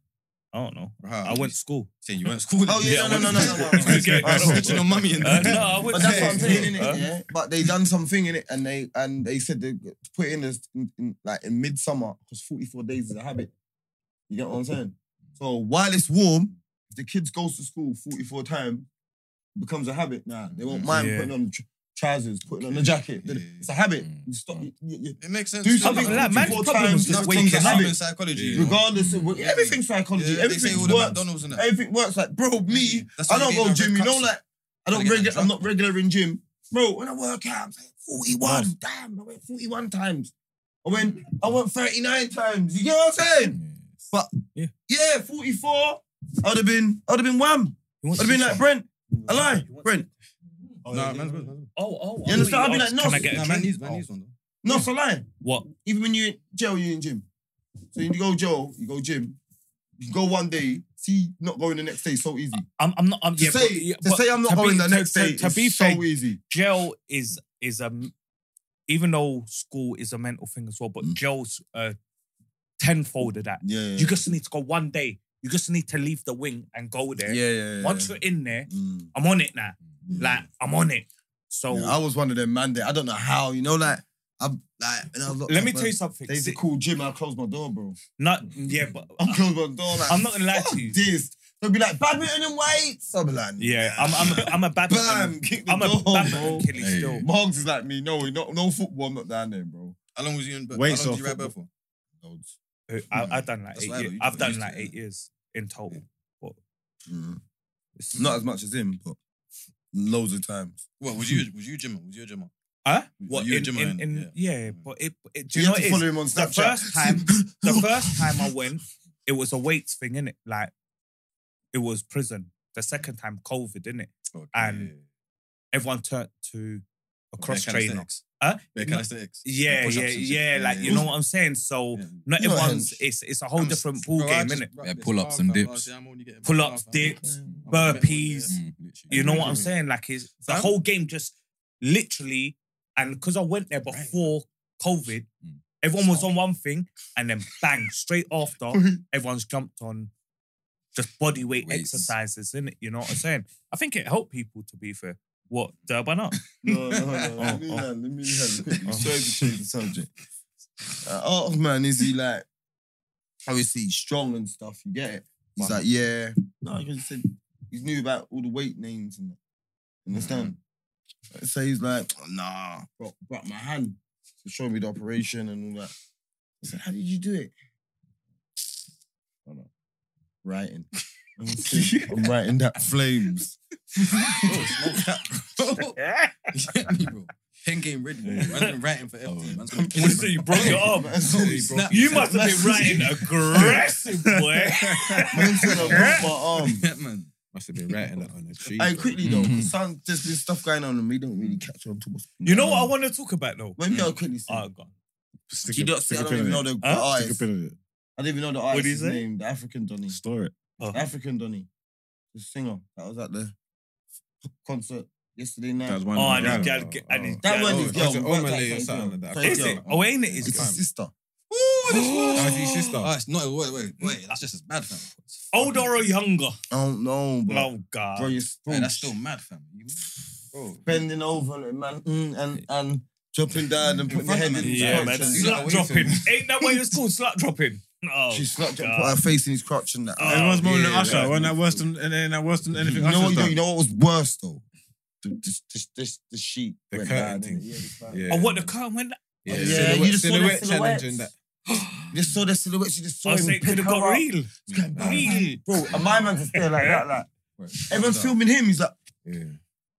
Speaker 5: I don't know.
Speaker 4: Bruh,
Speaker 5: I went to school.
Speaker 4: Saying you weren't school.
Speaker 3: Oh yeah,
Speaker 5: Yeah,
Speaker 3: no, no, no, no, no.
Speaker 5: He's
Speaker 3: no.
Speaker 5: gonna get
Speaker 4: Right, Snitching on mummy and
Speaker 5: Uh, *laughs* no, I
Speaker 3: But
Speaker 5: went to
Speaker 3: that's what I'm
Speaker 5: school.
Speaker 3: saying, innit?
Speaker 5: Huh?
Speaker 3: Yeah. But they done something in it, and they and they said they put in this in, in, like in midsummer because 44 days is a habit. You get what I'm saying? So while it's warm, if the kids goes to school 44 times, it becomes a habit. Nah, they won't mind
Speaker 5: Yeah.
Speaker 3: putting on tr- trousers, putting on a jacket.
Speaker 4: Yeah.
Speaker 3: It's a habit. You stop.
Speaker 1: Mm.
Speaker 3: You, you,
Speaker 4: It makes sense.
Speaker 3: Do
Speaker 4: Yeah,
Speaker 3: something
Speaker 4: like,
Speaker 5: like man's
Speaker 4: four
Speaker 3: problem
Speaker 4: times
Speaker 3: was just
Speaker 4: enough
Speaker 3: waking
Speaker 4: to
Speaker 3: up.
Speaker 4: human psychology.
Speaker 3: you,
Speaker 4: you know.
Speaker 3: regardless of what, everything psychology,
Speaker 4: Yeah, they say
Speaker 3: everything
Speaker 4: all the
Speaker 3: works.
Speaker 4: McDonald's and that.
Speaker 3: Everything works. Like, bro, me,
Speaker 4: That's
Speaker 3: I
Speaker 4: why
Speaker 3: don't
Speaker 4: they
Speaker 3: go
Speaker 4: get
Speaker 3: gym. You
Speaker 4: that
Speaker 3: know,
Speaker 4: cut-
Speaker 3: like I don't
Speaker 4: Gotta get that
Speaker 3: regular. I'm not
Speaker 4: drug.
Speaker 3: regular in gym, bro. When I work out, I'm like 41. Damn, I went 41 times. I went, I went 39 times. You get what I'm saying? But
Speaker 5: Yeah.
Speaker 3: yeah, 44. I'd have been, I'd have been wham.
Speaker 5: You want
Speaker 3: I'd have been
Speaker 5: to-
Speaker 3: like Brent. A lie, Brent.
Speaker 4: Nah, man's good. man's good.
Speaker 5: Oh, oh.
Speaker 3: You understand? I'd be like, no,
Speaker 5: Can I get
Speaker 4: Nah,
Speaker 5: a
Speaker 4: man
Speaker 5: drink?
Speaker 4: needs man needs one though.
Speaker 3: No, so lie.
Speaker 5: What?
Speaker 3: Even when you're in jail, you're in gym. So you go jail, you go gym. You go one day, see not going the next day so easy.
Speaker 5: I'm, I'm not. I'm,
Speaker 3: To
Speaker 5: yeah,
Speaker 3: say,
Speaker 5: but, yeah,
Speaker 3: to
Speaker 5: but
Speaker 3: say I'm not
Speaker 5: to be-
Speaker 3: going the
Speaker 5: to-
Speaker 3: next
Speaker 5: to-
Speaker 3: day
Speaker 5: to
Speaker 3: is
Speaker 5: be
Speaker 3: so
Speaker 5: fair,
Speaker 3: easy.
Speaker 5: jail is is a even though school is a mental thing as well, but
Speaker 3: Mm.
Speaker 5: jail's uh, tenfold of that.
Speaker 3: Yeah,
Speaker 5: You just need to go one day. You just need to leave the wing and go there.
Speaker 3: yeah.
Speaker 5: Once you're in there,
Speaker 3: Mm.
Speaker 5: I'm on it now.
Speaker 3: Mm.
Speaker 5: Like I'm on it. So
Speaker 3: Yeah, I was one of them man there. I don't know how, you know, like I'm like and I was like,
Speaker 5: let me
Speaker 3: bruv,
Speaker 5: tell you something.
Speaker 3: They used to
Speaker 5: See-
Speaker 3: call Jim, I closed my door, bro. *laughs*
Speaker 5: Not yeah, but
Speaker 3: I closed my door like
Speaker 5: I'm not gonna lie
Speaker 3: fuck
Speaker 5: to you.
Speaker 3: This. They'll be like badminton and weights. I'll be like,
Speaker 5: yeah, I'm I'm a, I'm a
Speaker 3: *laughs*
Speaker 5: bad
Speaker 3: Bam, kick the
Speaker 5: I'm a
Speaker 3: door,
Speaker 5: badminton *laughs*
Speaker 3: bro.
Speaker 5: killie
Speaker 1: Hey.
Speaker 5: still.
Speaker 3: Margs is like me, no, not no football, I'm not down there, bro.
Speaker 4: How long was you in bed?
Speaker 2: Wait,
Speaker 4: How long
Speaker 2: so
Speaker 4: did you ride bed for?
Speaker 3: Loads.
Speaker 5: Uh, I, I've done
Speaker 4: Hmm.
Speaker 5: like
Speaker 4: That's
Speaker 5: eight
Speaker 4: what I
Speaker 5: years.
Speaker 4: do.
Speaker 5: I've done
Speaker 4: Used to
Speaker 5: like
Speaker 4: it,
Speaker 5: eight years in total.
Speaker 3: Mm.
Speaker 5: It's-
Speaker 3: Not as much as him, but loads of times.
Speaker 4: What was you was you Jimmer? Was you a Jimmer?
Speaker 5: Huh?
Speaker 4: What
Speaker 5: in,
Speaker 4: you a Jimmer?
Speaker 5: in,
Speaker 4: and-
Speaker 5: in-
Speaker 4: yeah.
Speaker 5: yeah. but it, it do
Speaker 3: you
Speaker 5: you know
Speaker 3: have
Speaker 5: what
Speaker 3: to
Speaker 5: it
Speaker 3: follow
Speaker 5: is?
Speaker 3: him on
Speaker 5: The
Speaker 3: Snapchat.
Speaker 5: first time,
Speaker 3: *laughs*
Speaker 5: the
Speaker 4: *laughs*
Speaker 5: first time I went, it was a weights thing, innit? Like, it was prison. The second time, COVID, innit?
Speaker 4: Okay.
Speaker 5: And Everyone turned to a
Speaker 4: Bare
Speaker 5: cross trainer.
Speaker 4: calisthenics.
Speaker 5: Huh?
Speaker 4: Bare
Speaker 5: No.
Speaker 4: calisthenics.
Speaker 5: Yeah,
Speaker 4: Push-ups
Speaker 5: yeah,
Speaker 4: and shit.
Speaker 5: yeah, Like, you know what I'm saying? So,
Speaker 4: Yeah.
Speaker 5: not
Speaker 3: You know what
Speaker 5: everyone's,
Speaker 3: I'm-
Speaker 5: it's it's a whole
Speaker 4: I'm-
Speaker 5: different ball
Speaker 4: Bro, I
Speaker 5: game,
Speaker 4: just
Speaker 5: innit?
Speaker 4: wrap
Speaker 1: Yeah,
Speaker 4: this
Speaker 1: pull-ups
Speaker 4: scarf
Speaker 1: and
Speaker 4: up.
Speaker 1: dips.
Speaker 4: Last year, I'm only getting
Speaker 5: Pull-ups,
Speaker 4: back, I'm only-
Speaker 5: dips,
Speaker 4: I'm only getting one,
Speaker 5: burpees.
Speaker 4: yeah.
Speaker 5: You know what I'm saying? Like, it's the
Speaker 4: Fam.
Speaker 5: whole game just literally, and because I went there before COVID,
Speaker 1: Mm.
Speaker 5: everyone was on one thing, and then bang, straight after, everyone's jumped on just body weight
Speaker 1: Weights.
Speaker 5: exercises, in it. You know what I'm saying? I think it helped people, to be fair. What, Durban up?
Speaker 3: No, no, no. Let me
Speaker 5: Oh, oh.
Speaker 3: land, let me land quickly.
Speaker 5: *laughs* Oh.
Speaker 3: Sorry to change the subject. Uh, Art of man, is he like obviously he's strong and stuff? You get it. He's like, yeah. No, because he said he knew about all the weight names and that. Understand?
Speaker 5: Mm-hmm.
Speaker 3: So he's like, nah, broke, broke my hand. So show me the operation and all that. I said, how did you do it? I don't know.
Speaker 5: *laughs*
Speaker 3: Writing. I'm, sick. I'm writing that flames.
Speaker 5: *laughs*
Speaker 4: *laughs* Get me, bro. Pen game ready. bro. Man's been writing for FD. Man's been
Speaker 5: so you broke
Speaker 3: *laughs*
Speaker 5: it up.
Speaker 4: Snap.
Speaker 5: You must have been writing aggressive, boy.
Speaker 3: Man said I broke my arm.
Speaker 4: Yeah, man.
Speaker 6: Must have been writing that on a tree.
Speaker 3: um, Hey,
Speaker 6: bro.
Speaker 3: quickly though,
Speaker 1: Mhm.
Speaker 3: 'cause some, there's been stuff going on and we don't really catch on to what's
Speaker 5: You know what I want to talk about, though?
Speaker 3: When we are quickly see,
Speaker 5: Oh, God.
Speaker 2: Stick
Speaker 3: you
Speaker 2: a-
Speaker 3: don't see,
Speaker 2: stick
Speaker 3: I
Speaker 2: a
Speaker 3: don't
Speaker 2: pin in
Speaker 3: even know the,
Speaker 2: it.
Speaker 3: the
Speaker 5: Huh?
Speaker 2: Stick a
Speaker 3: artist.
Speaker 2: pin in it.
Speaker 3: I don't even know the
Speaker 5: What did he
Speaker 3: artist's
Speaker 5: say?
Speaker 3: name, the African Donny.
Speaker 2: Store it.
Speaker 5: Oh.
Speaker 3: African Donny. The singer that was at the concert yesterday night.
Speaker 2: That's one.
Speaker 5: Oh, and
Speaker 2: Yeah.
Speaker 5: his gal, and his
Speaker 3: that
Speaker 5: gal-
Speaker 3: one is
Speaker 6: it's
Speaker 3: girl.
Speaker 6: an
Speaker 3: worked
Speaker 6: Omalay
Speaker 3: like
Speaker 6: or
Speaker 3: that
Speaker 6: something
Speaker 3: girl.
Speaker 6: like that.
Speaker 3: Sorry,
Speaker 5: Is
Speaker 3: girl.
Speaker 5: it? Oh, ain't it? It's
Speaker 3: It's
Speaker 5: fam.
Speaker 3: his sister.
Speaker 4: Ooh, this
Speaker 6: That was
Speaker 4: was.
Speaker 6: his sister.
Speaker 4: Oh, it's not. Wait, wait, wait. That's just as bad, fam. It's
Speaker 5: Older or younger?
Speaker 3: I don't know, bro.
Speaker 5: Oh, God.
Speaker 3: Bro, you're
Speaker 4: Hey, that's still mad, fam. You-
Speaker 3: bending over and man, mm, and and dropping down and putting your
Speaker 4: front
Speaker 3: head
Speaker 4: of
Speaker 3: in.
Speaker 4: him.
Speaker 3: his
Speaker 5: Yeah,
Speaker 3: crotch
Speaker 5: man.
Speaker 3: and-
Speaker 4: You know what
Speaker 5: Slut
Speaker 4: you
Speaker 5: dropping. Ain't that what it's called? Slut dropping. Oh,
Speaker 3: She slapped and
Speaker 5: God.
Speaker 3: put her face in his crotch and that.
Speaker 5: Oh,
Speaker 2: Everyone's moaning
Speaker 3: yeah,
Speaker 2: at Usher.
Speaker 3: yeah.
Speaker 2: Wasn't that worse than and then that worse than anything
Speaker 3: You know what
Speaker 2: Usher's
Speaker 3: you, do,
Speaker 2: done?
Speaker 3: you know what was worse though? The, this, this, this, the sheet.
Speaker 6: The
Speaker 3: went
Speaker 6: curtain
Speaker 3: down,
Speaker 6: thing.
Speaker 3: innit? Yeah, the curtain.
Speaker 6: Yeah.
Speaker 5: Oh, what the current went?
Speaker 6: Yeah,
Speaker 3: Yeah,
Speaker 6: silhouette,
Speaker 3: you just saw the
Speaker 6: silhouette
Speaker 3: silhouette.
Speaker 6: challenge and that.
Speaker 3: *gasps* You just saw the silhouette. You just saw
Speaker 5: I
Speaker 3: him.
Speaker 5: say
Speaker 3: pick
Speaker 5: it could have
Speaker 3: her
Speaker 5: got
Speaker 3: up.
Speaker 5: real.
Speaker 3: It's going back.
Speaker 5: Real.
Speaker 3: Bro, and my man's just there like that.
Speaker 6: *laughs*
Speaker 3: Like everyone's filming him. He's like,
Speaker 6: Yeah.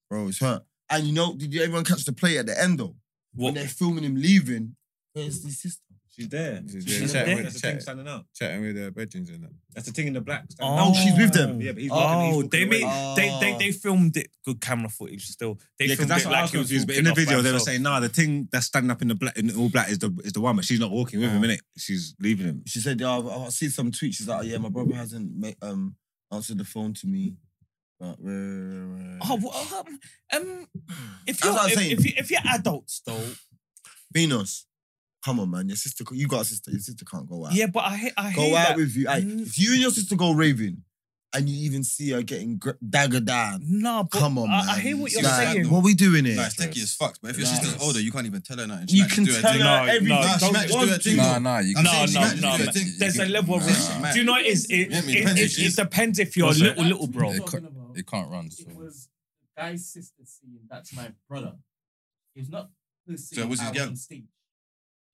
Speaker 3: bro, it's hurt. And you know, did you everyone catch the play at the end though? When
Speaker 5: What?
Speaker 3: they're filming him leaving, where's his sister?
Speaker 7: She's there.
Speaker 6: She's
Speaker 5: there.
Speaker 7: That's the
Speaker 5: Chat
Speaker 7: thing,
Speaker 5: with-
Speaker 7: that's the thing
Speaker 6: chat.
Speaker 7: standing out.
Speaker 6: chatting with their bedrooms and that.
Speaker 7: That's the thing in the black.
Speaker 5: Oh. she's with them.
Speaker 7: Yeah, but he's walking- he's
Speaker 5: Oh,
Speaker 7: walking
Speaker 5: they
Speaker 7: away.
Speaker 5: made
Speaker 3: Oh.
Speaker 5: they, they they filmed it. Good camera footage still. They
Speaker 2: Yeah, because
Speaker 5: filmed
Speaker 2: that's
Speaker 5: it
Speaker 2: what
Speaker 5: like
Speaker 2: I was
Speaker 5: he
Speaker 2: confused. But in
Speaker 5: walking
Speaker 2: the
Speaker 5: off
Speaker 2: video,
Speaker 5: by
Speaker 2: they were
Speaker 5: himself.
Speaker 2: saying, "Nah, the thing that's standing up in the black, in all black, is the is the one, but she's not walking
Speaker 5: Oh.
Speaker 2: with him, innit? She's leaving him."
Speaker 3: She said, "Yeah, I've, I've seen some tweets. She's like, oh, yeah, my brother hasn't ma- um answered the phone to me." But,
Speaker 5: Oh, well, um, if
Speaker 3: That's
Speaker 5: you're
Speaker 3: what I'm
Speaker 5: if,
Speaker 3: saying.
Speaker 5: if, you, if you're adults though,
Speaker 3: Venus, come on, man. Your sister, you got a sister. Your sister can't go out.
Speaker 5: yeah. But I he- I
Speaker 3: go
Speaker 5: hear
Speaker 3: out
Speaker 5: that.
Speaker 3: with you. Aye,
Speaker 5: Mm.
Speaker 3: if you and your sister go raving, and you even see her getting gr- dagger down,
Speaker 5: Nah, but
Speaker 3: come on,
Speaker 5: I,
Speaker 3: man.
Speaker 5: I hear what you're
Speaker 3: Like,
Speaker 5: saying.
Speaker 3: What we doing here?
Speaker 4: Nah, it's techie as fuck. But if your
Speaker 3: Nah.
Speaker 4: sister's older, you can't even tell her nothing. She
Speaker 3: you
Speaker 4: might
Speaker 3: can
Speaker 4: just do her
Speaker 3: tell
Speaker 4: thing.
Speaker 5: No,
Speaker 3: her
Speaker 5: no,
Speaker 3: everything.
Speaker 5: no,
Speaker 4: Nah, she might just do her thing.
Speaker 1: Nah, nah, you
Speaker 4: I'm
Speaker 5: No,
Speaker 4: saying
Speaker 1: can't-
Speaker 4: she
Speaker 5: no,
Speaker 4: might just
Speaker 5: no,
Speaker 4: do her
Speaker 5: man.
Speaker 4: thing. You
Speaker 5: There's a
Speaker 4: can-
Speaker 5: level of
Speaker 4: Nah.
Speaker 5: respect. Do you know what it is? It,
Speaker 4: Yeah, I mean,
Speaker 5: it,
Speaker 4: depends
Speaker 5: it,
Speaker 4: if she's-
Speaker 5: it depends if you're
Speaker 1: What's
Speaker 5: little,
Speaker 1: that?
Speaker 5: little bro.
Speaker 1: They can't-
Speaker 8: about,
Speaker 1: It can't run. So.
Speaker 8: it was the guy's sister singing, that's my brother. It was not the
Speaker 4: it
Speaker 8: singing
Speaker 4: was his
Speaker 8: out
Speaker 4: girl?
Speaker 8: on stage.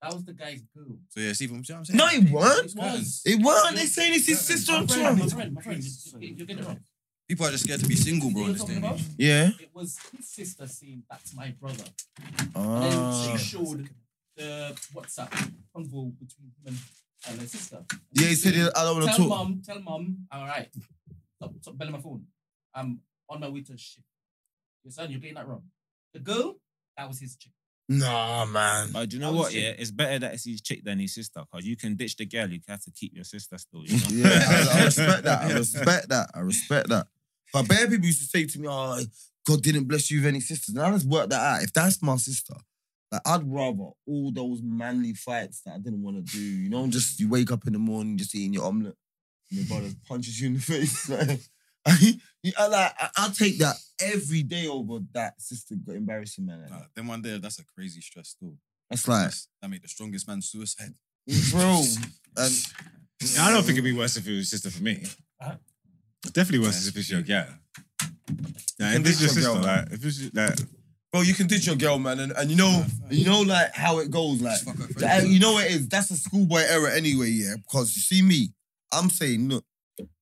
Speaker 8: That was the guy's girl.
Speaker 4: So yeah, see, you know what I'm saying?
Speaker 3: No, it
Speaker 8: It
Speaker 3: weren't.
Speaker 8: was.
Speaker 3: It weren't. They saying it's his
Speaker 4: My
Speaker 3: sister.
Speaker 8: My
Speaker 3: I'm
Speaker 8: friend, my
Speaker 3: trying.
Speaker 8: friend, my friend. You're getting- You're getting it wrong.
Speaker 4: People are just scared to be single, bro, in this day. and age.
Speaker 3: Yeah.
Speaker 8: It was his sister saying, that's my brother. And
Speaker 3: Ah.
Speaker 8: then she showed the WhatsApp convo between him and, and her sister. And
Speaker 3: Yeah, he
Speaker 8: she
Speaker 3: said I don't want to
Speaker 8: Tell
Speaker 3: talk.
Speaker 8: mom, tell mom, I'm all right. Stop, stop belling my phone. I'm on my way to shit. Your son, you're getting that wrong. The girl, that was his chick.
Speaker 3: Nah, man.
Speaker 6: But do you
Speaker 8: I
Speaker 6: know
Speaker 8: would
Speaker 6: what?
Speaker 8: say-
Speaker 6: Yeah, it's better that it's his chick than his sister because you can ditch the girl. You have to keep your sister still. You know?
Speaker 3: Yeah,
Speaker 2: *laughs*
Speaker 3: I, I respect that. I respect that. I respect that. But bare people used to say to me, "Oh, God didn't bless you with any sisters." And I just worked that out. If that's my sister, like I'd rather all those manly fights that I didn't want to do. You know, just you wake up in the morning, just eating your omelet, and your brother punches you in the *laughs* face. Like, I, I, like, I, I'll take that every day over that sister got embarrassing man. like that.
Speaker 4: Nah, then one day, that's a crazy stress, too.
Speaker 3: That's like,
Speaker 4: That's- That made the strongest man suicide.
Speaker 3: bro. And
Speaker 2: I don't think it'd be worse if it was sister for me.
Speaker 8: Huh?
Speaker 2: Definitely worse if it's your girl. Nah,
Speaker 3: If
Speaker 2: if it's your
Speaker 3: it's your
Speaker 2: sister,
Speaker 3: girl,
Speaker 2: like, if it's your-
Speaker 5: *laughs*
Speaker 2: like,
Speaker 3: Bro, you can ditch your girl, man, and, and you know, and you know, like how it goes, like
Speaker 4: Just fuck her
Speaker 3: that-
Speaker 4: friends.
Speaker 3: you know what it is. That's a schoolboy era, anyway, yeah. Because you see me, I'm saying, look,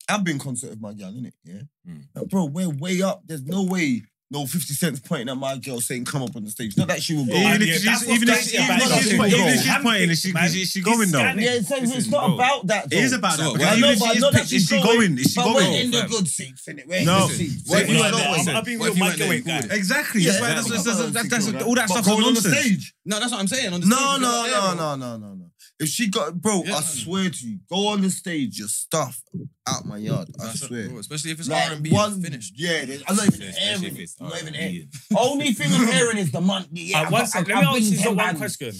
Speaker 3: I've been concert with my girl, innit? Yeah,
Speaker 1: Mm.
Speaker 3: Like, bro, we're way up. There's no way, no fifty cents pointing at my girl saying, "Come up on the stage." Not that she will go.
Speaker 5: yeah,
Speaker 2: even if
Speaker 5: that's what's
Speaker 2: she's even if
Speaker 5: crazy
Speaker 2: she's even
Speaker 3: it.
Speaker 5: about
Speaker 2: if she's
Speaker 3: People
Speaker 2: pointing, even if
Speaker 5: go.
Speaker 2: she's pointing, and she
Speaker 5: Man,
Speaker 2: she, she
Speaker 5: he's
Speaker 2: going though.
Speaker 5: scanning.
Speaker 3: yeah, it's, it's,
Speaker 6: Listen,
Speaker 3: not
Speaker 6: bro.
Speaker 3: about that. Though.
Speaker 2: It is about
Speaker 4: So
Speaker 2: that.
Speaker 4: what? I
Speaker 2: because
Speaker 3: know,
Speaker 2: even if
Speaker 3: but I know
Speaker 2: she is
Speaker 3: that
Speaker 2: picked- Is
Speaker 3: she's
Speaker 2: she
Speaker 3: going.
Speaker 2: going? Is she
Speaker 3: But we're
Speaker 2: going?
Speaker 3: in the
Speaker 6: fam.
Speaker 3: good seats, innit? We're in
Speaker 2: No.
Speaker 3: the good seats.
Speaker 4: What
Speaker 3: We're
Speaker 4: if you
Speaker 3: in
Speaker 4: went
Speaker 3: the
Speaker 4: there?
Speaker 3: good
Speaker 5: I'm,
Speaker 3: seats.
Speaker 5: I'll be
Speaker 4: What
Speaker 5: real,
Speaker 4: if you
Speaker 5: my
Speaker 4: went there
Speaker 5: getaway
Speaker 4: and called it?
Speaker 5: guy.
Speaker 2: Exactly.
Speaker 3: Yeah,
Speaker 2: that's why-
Speaker 3: that's
Speaker 2: that's-
Speaker 3: what
Speaker 2: that's-
Speaker 3: I'm
Speaker 2: that's-
Speaker 3: thinking,
Speaker 2: that's-
Speaker 3: bro.
Speaker 2: All that
Speaker 3: But
Speaker 2: stuff's
Speaker 3: going on the
Speaker 2: nonsense.
Speaker 3: stage.
Speaker 4: No, that's what I'm saying. On the
Speaker 3: No,
Speaker 4: stage, you
Speaker 3: no,
Speaker 4: got
Speaker 3: no,
Speaker 4: air, bro.
Speaker 3: no, no, no, no. If she got, bro,
Speaker 4: Yeah.
Speaker 3: I swear to you, go on the stage, your stuff out my yard. I
Speaker 4: That's-
Speaker 3: swear.
Speaker 4: bro, especially if it's
Speaker 3: Like,
Speaker 4: R&B,
Speaker 3: one-
Speaker 4: it's finished.
Speaker 3: Yeah, there's- I'm not even
Speaker 6: Especially
Speaker 3: airing
Speaker 6: if
Speaker 3: it.
Speaker 6: it's
Speaker 3: I'm not even
Speaker 6: R&B.
Speaker 3: airing Only thing I'm airing is the month. Yeah,
Speaker 5: Uh,
Speaker 3: I've
Speaker 5: one
Speaker 3: got-
Speaker 5: sec,
Speaker 3: I've-
Speaker 5: let me
Speaker 3: I've
Speaker 5: ask
Speaker 3: been
Speaker 5: you so
Speaker 3: 10
Speaker 5: one
Speaker 3: bands.
Speaker 5: question.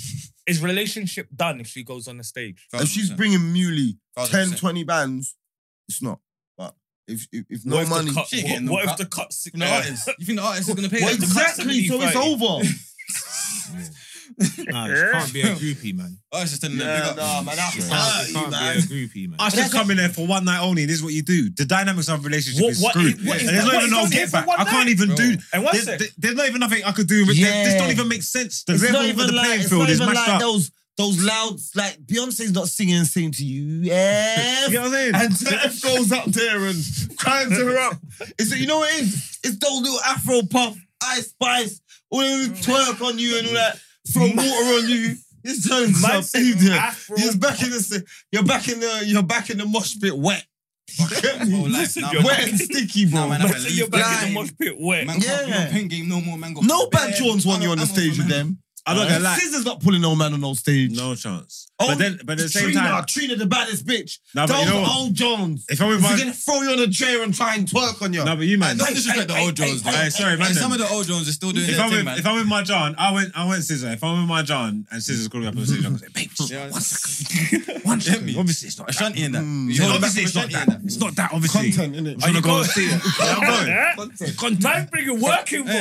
Speaker 5: Is relationship done if she goes on the stage?
Speaker 3: If she's bringing Muley 10, 20 bands, it's not. But if if, if
Speaker 5: what
Speaker 3: no
Speaker 5: if
Speaker 3: money,
Speaker 5: The cut,
Speaker 4: She ain't
Speaker 5: what
Speaker 4: getting no
Speaker 5: what if
Speaker 4: cut.
Speaker 5: the cut's
Speaker 4: No, artist. You think the artist is gonna pay?
Speaker 3: Well,
Speaker 4: that?
Speaker 5: the cut
Speaker 3: exactly. So it's
Speaker 5: 70,
Speaker 3: over.
Speaker 6: Nah, she can't be a groupie,
Speaker 5: *laughs*
Speaker 6: man.
Speaker 4: Artist is telling them big
Speaker 3: Yeah,
Speaker 4: up.
Speaker 3: nah, man, that's
Speaker 6: She can't, she
Speaker 3: dirty,
Speaker 6: can't be
Speaker 3: man.
Speaker 6: a groupie, man.
Speaker 2: I should come in there for one night only. This is what you do. The dynamics of a relationship
Speaker 5: What-
Speaker 2: is
Speaker 5: what-
Speaker 2: screwed.
Speaker 5: what is
Speaker 2: and there's
Speaker 5: that?
Speaker 2: not
Speaker 5: What,
Speaker 2: even
Speaker 5: it's
Speaker 2: no
Speaker 5: only
Speaker 2: get
Speaker 5: for
Speaker 2: back.
Speaker 5: one
Speaker 2: I can't
Speaker 5: night?
Speaker 2: even do.
Speaker 5: And one
Speaker 2: There's,
Speaker 5: sec.
Speaker 2: there- there's not even nothing I could do. with
Speaker 3: Yeah.
Speaker 2: This don't even make sense. The
Speaker 3: It's
Speaker 2: level
Speaker 3: not
Speaker 2: of
Speaker 3: even
Speaker 2: the
Speaker 3: like,
Speaker 2: playing
Speaker 3: it's
Speaker 2: field
Speaker 3: not
Speaker 2: is
Speaker 3: even
Speaker 2: matched
Speaker 3: like
Speaker 2: up.
Speaker 3: those those louds. Like Beyonce's not singing and saying to you, yeah.
Speaker 2: You know what *laughs* I'm saying?
Speaker 3: And Steph goes up there and climbs her up. It's you know what it is? It's those little Afro puff, ice spice, all them twerk on you and all that, throw water on you. It's
Speaker 2: *laughs*
Speaker 3: turns
Speaker 5: Man
Speaker 3: up
Speaker 5: said
Speaker 3: idiot.
Speaker 5: Afro-
Speaker 3: You're back in the si- you're back in the you're back in the mosh pit wet. Get
Speaker 4: Whole
Speaker 3: me?
Speaker 4: life. Nah,
Speaker 5: you're
Speaker 4: man,
Speaker 3: wet and sticky,
Speaker 2: *laughs*
Speaker 3: bro.
Speaker 4: Nah, man,
Speaker 5: Man,
Speaker 4: Nah,
Speaker 5: so
Speaker 4: leave
Speaker 5: you're back in
Speaker 3: blind.
Speaker 5: the mosh pit wet.
Speaker 4: Man can't be
Speaker 3: Yeah.
Speaker 4: on pen game no more. Man got
Speaker 3: no bad
Speaker 4: bare-
Speaker 3: Johns want
Speaker 4: I'm-
Speaker 3: you on the
Speaker 4: I'm
Speaker 3: stage
Speaker 4: over,
Speaker 3: with
Speaker 4: man.
Speaker 3: them.
Speaker 2: I'm not gonna lie.
Speaker 3: Scissors not pulling no man on no stage.
Speaker 2: No chance.
Speaker 3: Oh,
Speaker 2: but then, but at the same
Speaker 3: Trina,
Speaker 2: time,
Speaker 3: Trina the baddest bitch.
Speaker 2: Nah, but
Speaker 3: Those
Speaker 2: you know
Speaker 3: are
Speaker 2: what?
Speaker 3: old Johns.
Speaker 2: if I'm with
Speaker 3: If
Speaker 2: my,
Speaker 3: She's gonna throw you on a chair and try and twerk on you.
Speaker 2: no, but you man,
Speaker 4: Don't disrespect the old Johns,
Speaker 2: Hey,
Speaker 4: though.
Speaker 2: sorry, man.
Speaker 4: And some of the old Johns are still doing
Speaker 2: if
Speaker 4: their
Speaker 2: I'm
Speaker 4: thing,
Speaker 2: with,
Speaker 4: man.
Speaker 2: if I'm with my John, I went, I went scissor. If I'm with my John and scissors called me up on the stage, I'm gonna say, babe, just
Speaker 4: Yeah. *laughs*
Speaker 2: one second, one second. Obviously, it's not. that.
Speaker 4: Ashanti in that.
Speaker 3: Mm.
Speaker 4: You hold it back
Speaker 2: Obviously, it's
Speaker 4: from
Speaker 2: not
Speaker 4: Ashanti in
Speaker 2: that. It's not that. Obviously,
Speaker 3: Content, innit?
Speaker 2: I'm gonna go
Speaker 5: going?
Speaker 2: and see it. Yeah, I'm going.
Speaker 5: Huh? Man, bring your working for.